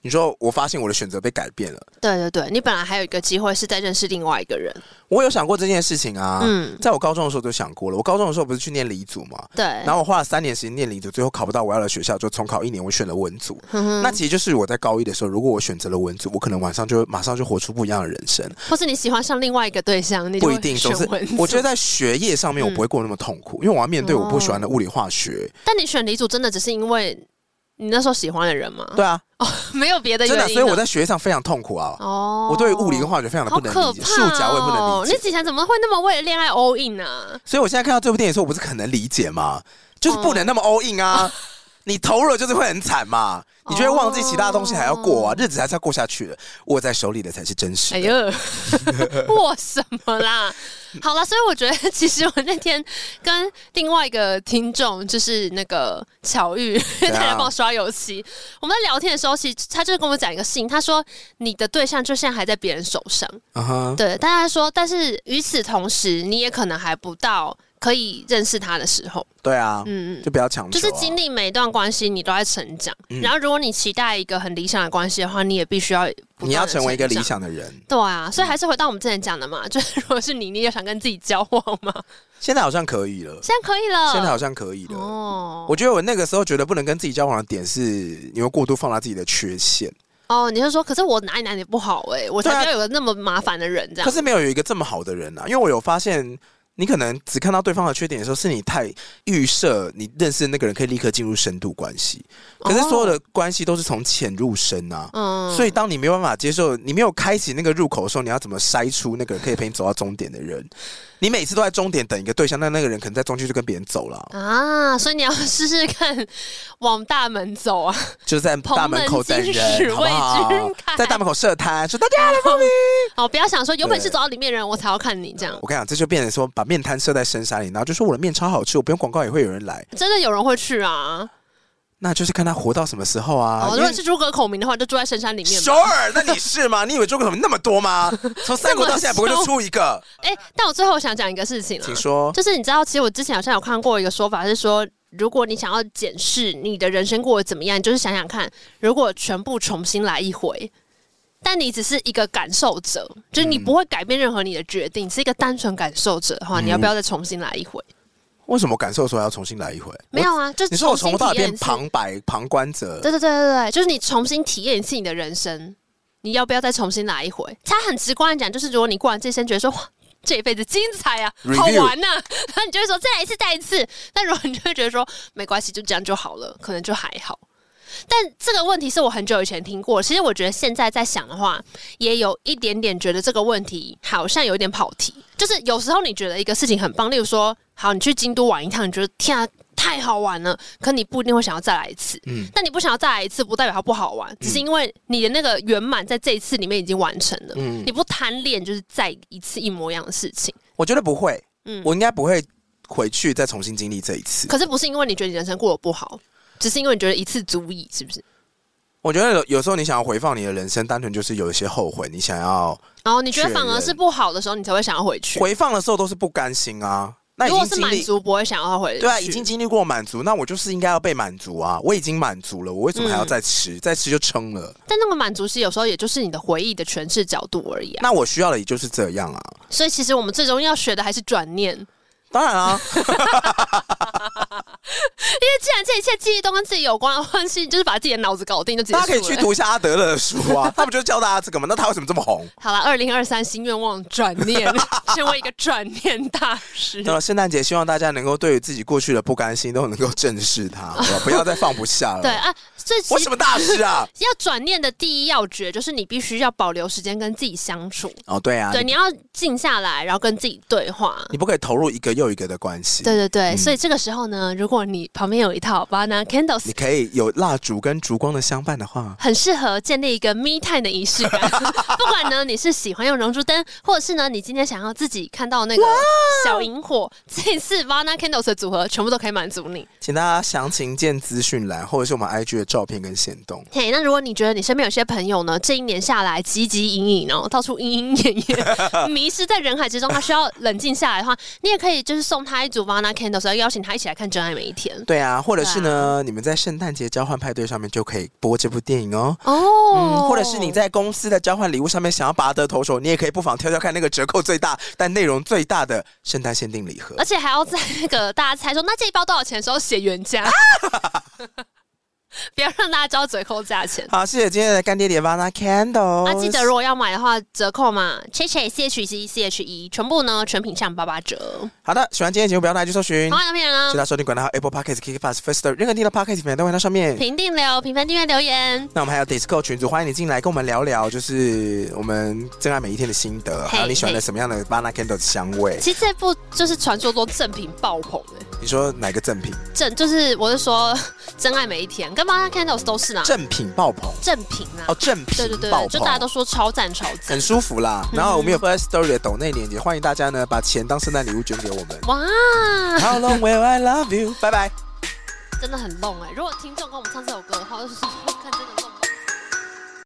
[SPEAKER 2] 你说我发现我的选择被改变了，
[SPEAKER 3] 对对对，你本来还有一个机会是在认识另外一个人，
[SPEAKER 2] 我有想过这件事情啊。
[SPEAKER 3] 嗯，
[SPEAKER 2] 在我高中的时候就想过了，我高中的时候不是去念理组嘛，
[SPEAKER 3] 对。
[SPEAKER 2] 然后我花了三年时间念理组，最后考不到我要的学校，就重考一年，我选了文组。
[SPEAKER 3] 哼嗯哼
[SPEAKER 2] 那其实就是我在高一的时候，如果我选择了文组，我可能晚上就会 马上就活出不一样的人生。
[SPEAKER 3] 或是你喜欢上另外一个对象，你就
[SPEAKER 2] 不
[SPEAKER 3] 会
[SPEAKER 2] 一定，
[SPEAKER 3] 选
[SPEAKER 2] 总是
[SPEAKER 3] 文组
[SPEAKER 2] 我觉得，在学业上面我不会过得那么痛苦，因为我要面对我不喜欢
[SPEAKER 3] 嗯
[SPEAKER 2] 的物理化学。
[SPEAKER 3] 但你选理组真的只是因为你那时候喜欢的人吗？
[SPEAKER 2] 对啊，
[SPEAKER 3] 没有别的原
[SPEAKER 2] 真
[SPEAKER 3] 因
[SPEAKER 2] 的，所
[SPEAKER 3] 啊。
[SPEAKER 2] 以我在学业上非常痛苦啊。
[SPEAKER 3] 哦，
[SPEAKER 2] 我对于物理跟化学非常的
[SPEAKER 3] 好
[SPEAKER 2] 不能
[SPEAKER 3] 可
[SPEAKER 2] 理
[SPEAKER 3] 怕
[SPEAKER 2] 解，
[SPEAKER 3] 哦！
[SPEAKER 2] 数甲我也不能理
[SPEAKER 3] 你
[SPEAKER 2] 解。
[SPEAKER 3] 之前怎么会那么为了恋爱 all in 啊呢、
[SPEAKER 2] 所以我现在看到这部电影的时候，我不是很能理解吗？
[SPEAKER 3] 哦
[SPEAKER 2] 就是不能那么 all in 啊。你投入了就是会很惨嘛，
[SPEAKER 3] 哦
[SPEAKER 2] 你就会忘记其他东西还要过啊，日子还是要过下去的。握在手里的才是真实
[SPEAKER 3] 哎
[SPEAKER 2] 的。
[SPEAKER 3] 呦， 我什么啦？好了，所以我觉得其实我那天跟另外一个听众，就是那个巧 遇，他
[SPEAKER 2] 啊
[SPEAKER 3] 来帮我刷油漆。我们在聊天的时候，其实他就是跟我讲一个事情，他说你的对象就现在还在别人手上，
[SPEAKER 2] 嗯哼，
[SPEAKER 3] 对，但他说，但是与此同时，你也可能还不到可以认识他的时候，
[SPEAKER 2] 对啊，
[SPEAKER 3] 嗯嗯。
[SPEAKER 2] 就不要强求
[SPEAKER 3] 就
[SPEAKER 2] 啊。
[SPEAKER 3] 是经历每一段关系，你都在成长。
[SPEAKER 2] 嗯
[SPEAKER 3] 然后，如果你期待一个很理想的关系的话，你也必须要不断地
[SPEAKER 2] 你要成为一个理
[SPEAKER 3] 成长。
[SPEAKER 2] 想的嗯人。
[SPEAKER 3] 对啊，所以还是回到我们之前讲的嘛， 就是如果是你，你也想跟自己交往吗？
[SPEAKER 2] 现在好像可以了，
[SPEAKER 3] 现在可以了，
[SPEAKER 2] 现在好像可以了。
[SPEAKER 3] 哦，
[SPEAKER 2] 我觉得我那个时候觉得不能跟自己交往的点是，你会过度放大自己的缺陷。
[SPEAKER 3] 哦，你就说，可是我哪里哪里不好哎、我才
[SPEAKER 2] 对啊
[SPEAKER 3] 不要有个那么麻烦的人这
[SPEAKER 2] 可
[SPEAKER 3] 样。
[SPEAKER 2] 是没有有一个这么好的人啊，因为我有发现，你可能只看到对方的缺点的时候，是你太预设你认识的那个人可以立刻进入深度关系，可是所有的关系都是从浅入深啊。
[SPEAKER 3] 哦嗯
[SPEAKER 2] 所以，当你没有办法接受，你没有开启那个入口的时候，你要怎么筛出那个可以陪你走到终点的人？你每次都在终点等一个对象，那那个人可能在中间就跟别人走了，
[SPEAKER 3] 啊，所以你要试试看往大门走啊，
[SPEAKER 2] 就是在大门口等
[SPEAKER 3] 蓬门今
[SPEAKER 2] 人，
[SPEAKER 3] 始
[SPEAKER 2] 好不好
[SPEAKER 3] 为君开？
[SPEAKER 2] 在大门口设摊，说大家来报名。
[SPEAKER 3] 哦，不要想说有本事
[SPEAKER 2] 对
[SPEAKER 3] 走到里面的人，我才要看你这样。
[SPEAKER 2] 我跟你讲，这就变成说把面摊设在深山里，然后就说我的面超好吃，我不用广告也会有人来，
[SPEAKER 3] 真的有人会去啊！
[SPEAKER 2] 那就是看他活到什么时候啊。
[SPEAKER 3] 哦，
[SPEAKER 2] 因
[SPEAKER 3] 如
[SPEAKER 2] 为
[SPEAKER 3] 果是诸葛孔明的话，就住在深山里面吧。
[SPEAKER 2] 首尔，那你是吗？你以为中国怎么那么多 吗？从三国到现在不会就出一个？
[SPEAKER 3] 哎、但我最后想讲一个事情啦啊
[SPEAKER 2] 请，说。
[SPEAKER 3] 就是你知道，其实我之前好像有看过一个说法是说，如果你想要检视你的人生过得怎么样，你就是想想看，如果全部重新来一回。但你只是一个感受者，就是
[SPEAKER 2] 嗯
[SPEAKER 3] 你不会改变任何你的决定，是一个单纯感受者的话，
[SPEAKER 2] 嗯
[SPEAKER 3] 你要不要再重新来一回？
[SPEAKER 2] 为什么感受的时候要重新来一回？
[SPEAKER 3] 没有啊，就是
[SPEAKER 2] 你说我
[SPEAKER 3] 重
[SPEAKER 2] 从
[SPEAKER 3] 新
[SPEAKER 2] 头到尾
[SPEAKER 3] 体验
[SPEAKER 2] 变
[SPEAKER 3] 一次
[SPEAKER 2] 旁白旁观者，
[SPEAKER 3] 对对对对对，就是你重新体验一次你的人生，你要不要再重新来一回？他很直观的讲，就是如果你过完这一生，觉得说哇。这一辈子精彩啊，
[SPEAKER 2] Review
[SPEAKER 3] 好玩呐、然后你就会说再来一次，再来一次。但如果你就会觉得说没关系，就这样就好了，可能就还好。但这个问题是我很久以前听过，其实我觉得现在在想的话，也有一点点觉得这个问题好像有点跑题。就是有时候你觉得一个事情很棒，例如说，好，你去京都玩一趟，你觉得天啊，太好玩了，可你不一定会想要再来一次。
[SPEAKER 2] 嗯，
[SPEAKER 3] 但你不想要再来一次，不代表它不好玩，只是因为你的那个圆满在这一次里面已经完成了。
[SPEAKER 2] 嗯
[SPEAKER 3] 你不贪恋，就是再一次一模一样的事情。
[SPEAKER 2] 我觉得不会，
[SPEAKER 3] 嗯
[SPEAKER 2] 我应该不会回去再重新经历这一次。
[SPEAKER 3] 可是不是因为你觉得你人生过得不好，只是因为你觉得一次足矣，是不是？
[SPEAKER 2] 我觉得有有时候你想要回放你的人生，单纯就是有一些后悔，你想要
[SPEAKER 3] 然后你觉得
[SPEAKER 2] 确
[SPEAKER 3] 反而
[SPEAKER 2] 认
[SPEAKER 3] 是不好的时候，你才会想要回去。
[SPEAKER 2] 回放的时候都是不甘心啊。那已
[SPEAKER 3] 如果
[SPEAKER 2] 经
[SPEAKER 3] 是
[SPEAKER 2] 经
[SPEAKER 3] 满
[SPEAKER 2] 历
[SPEAKER 3] 足，不会想要回去。
[SPEAKER 2] 对啊，已经经历过满足，那我就是应该要被满足啊！我已经满足了，我为什么还要
[SPEAKER 3] 嗯
[SPEAKER 2] 再吃？再吃就撑了。
[SPEAKER 3] 但那个满足是有时候也就是你的回忆的诠释角度而已啊。
[SPEAKER 2] 那我需要的也就是这样啊。
[SPEAKER 3] 所以其实我们最终要学的还是转念，因为
[SPEAKER 2] 当然 啊，
[SPEAKER 3] 既然这一切记忆都跟自己有关的 话，是就是把自己的脑子搞定就结束
[SPEAKER 2] 大
[SPEAKER 3] 了。
[SPEAKER 2] 家可以去读一下阿德勒的书啊，他不就教大家这个吗？那他为什么这么 红？
[SPEAKER 3] 好了，二零二三新愿望转念，成为一个转念大师。
[SPEAKER 2] 那么圣诞节希望大家能够对于自己过去的不甘心都能够正视它，好 吧？不要再放不下了。
[SPEAKER 3] 对，啊，这
[SPEAKER 2] 我什
[SPEAKER 3] 其实
[SPEAKER 2] 么大师啊？
[SPEAKER 3] 要转念的第一要诀就是你必须要保留时间跟自己相处，
[SPEAKER 2] 哦，对啊，
[SPEAKER 3] 对，
[SPEAKER 2] 你
[SPEAKER 3] 你要静下来，然后跟自己对话。
[SPEAKER 2] 你嗯不可以投入一个又一个的关系。
[SPEAKER 3] 对，对对，所以这个时候呢，如果你旁边有一套 banana candles，
[SPEAKER 2] 你可以有蜡烛跟烛光的相伴的话，
[SPEAKER 3] 很适合建立一个 me time 的仪 式感。不管呢你是喜欢用熔烛灯，或者是呢你今天想要自己看到那个
[SPEAKER 2] 哦
[SPEAKER 3] 小萤火，这一次 banana candles 的组合全部都可以满足你。
[SPEAKER 2] 请大家详情见资讯栏，或者是我们 IG 的照片跟线动。
[SPEAKER 3] 嘿，那如果你觉得你身边有些朋友呢，这一年下来汲汲营营，然后到处莺莺燕燕，迷失在人海之中，他需要冷静下来的话，你也可以就是送他一组 banana candles，邀请他一起来看《真爱每一天》。
[SPEAKER 2] 对啊，或者是呢，你们在圣诞节交换派对上面就可以播这部电影哦。
[SPEAKER 3] 哦、
[SPEAKER 2] 嗯，或者是你在公司的交换礼物上面想要拔得头筹，你也可以不妨挑挑看那个折扣最大但内容最大的圣诞限定礼盒
[SPEAKER 3] 而。且还要在那个大家猜说那这一包多少钱的时候写原
[SPEAKER 2] 啊
[SPEAKER 3] 价， 不要让大家知道折扣价钱。
[SPEAKER 2] 好，谢谢今天的干爹爹 Vana Candle。
[SPEAKER 3] 啊，记得如果要买的话，折扣嘛，Che Che C H C C H E，全部呢全品项八八折。
[SPEAKER 2] 好的，喜欢今天的节目不要忘记去搜寻
[SPEAKER 3] 好，，影片啊
[SPEAKER 2] 其，他收听管道还有 Apple Podcast、k i k p a s s First Story 任何听到 Podcast 平台都会到上面。
[SPEAKER 3] 评定留、评分、订阅、留言。
[SPEAKER 2] 那我们还有 Discord 群组，欢迎你进来跟我们聊聊，就是我们真爱每一天的心得，还有你喜欢的什么样的 Vana Candle 的香味。
[SPEAKER 3] 其实这部就是传说中正品爆棚的，
[SPEAKER 2] 你说哪个正品？
[SPEAKER 3] 正就是我是说真爱每一天，跟 Banana Candles 都是呢啊
[SPEAKER 2] 正品爆棚
[SPEAKER 3] 正品啊
[SPEAKER 2] 哦，，正品
[SPEAKER 3] 对对对
[SPEAKER 2] 爆，棚
[SPEAKER 3] 就大家都说超赞超赞。
[SPEAKER 2] 很，舒服啦。然后我们有 First Story 的抖内链接，欢迎大家呢把钱当圣诞礼物捐给我们
[SPEAKER 3] 哇，
[SPEAKER 2] How long will I love you？拜拜。
[SPEAKER 3] 欸真的很弄哎、如果听众跟我们唱这首歌的话，就是说看真的弄。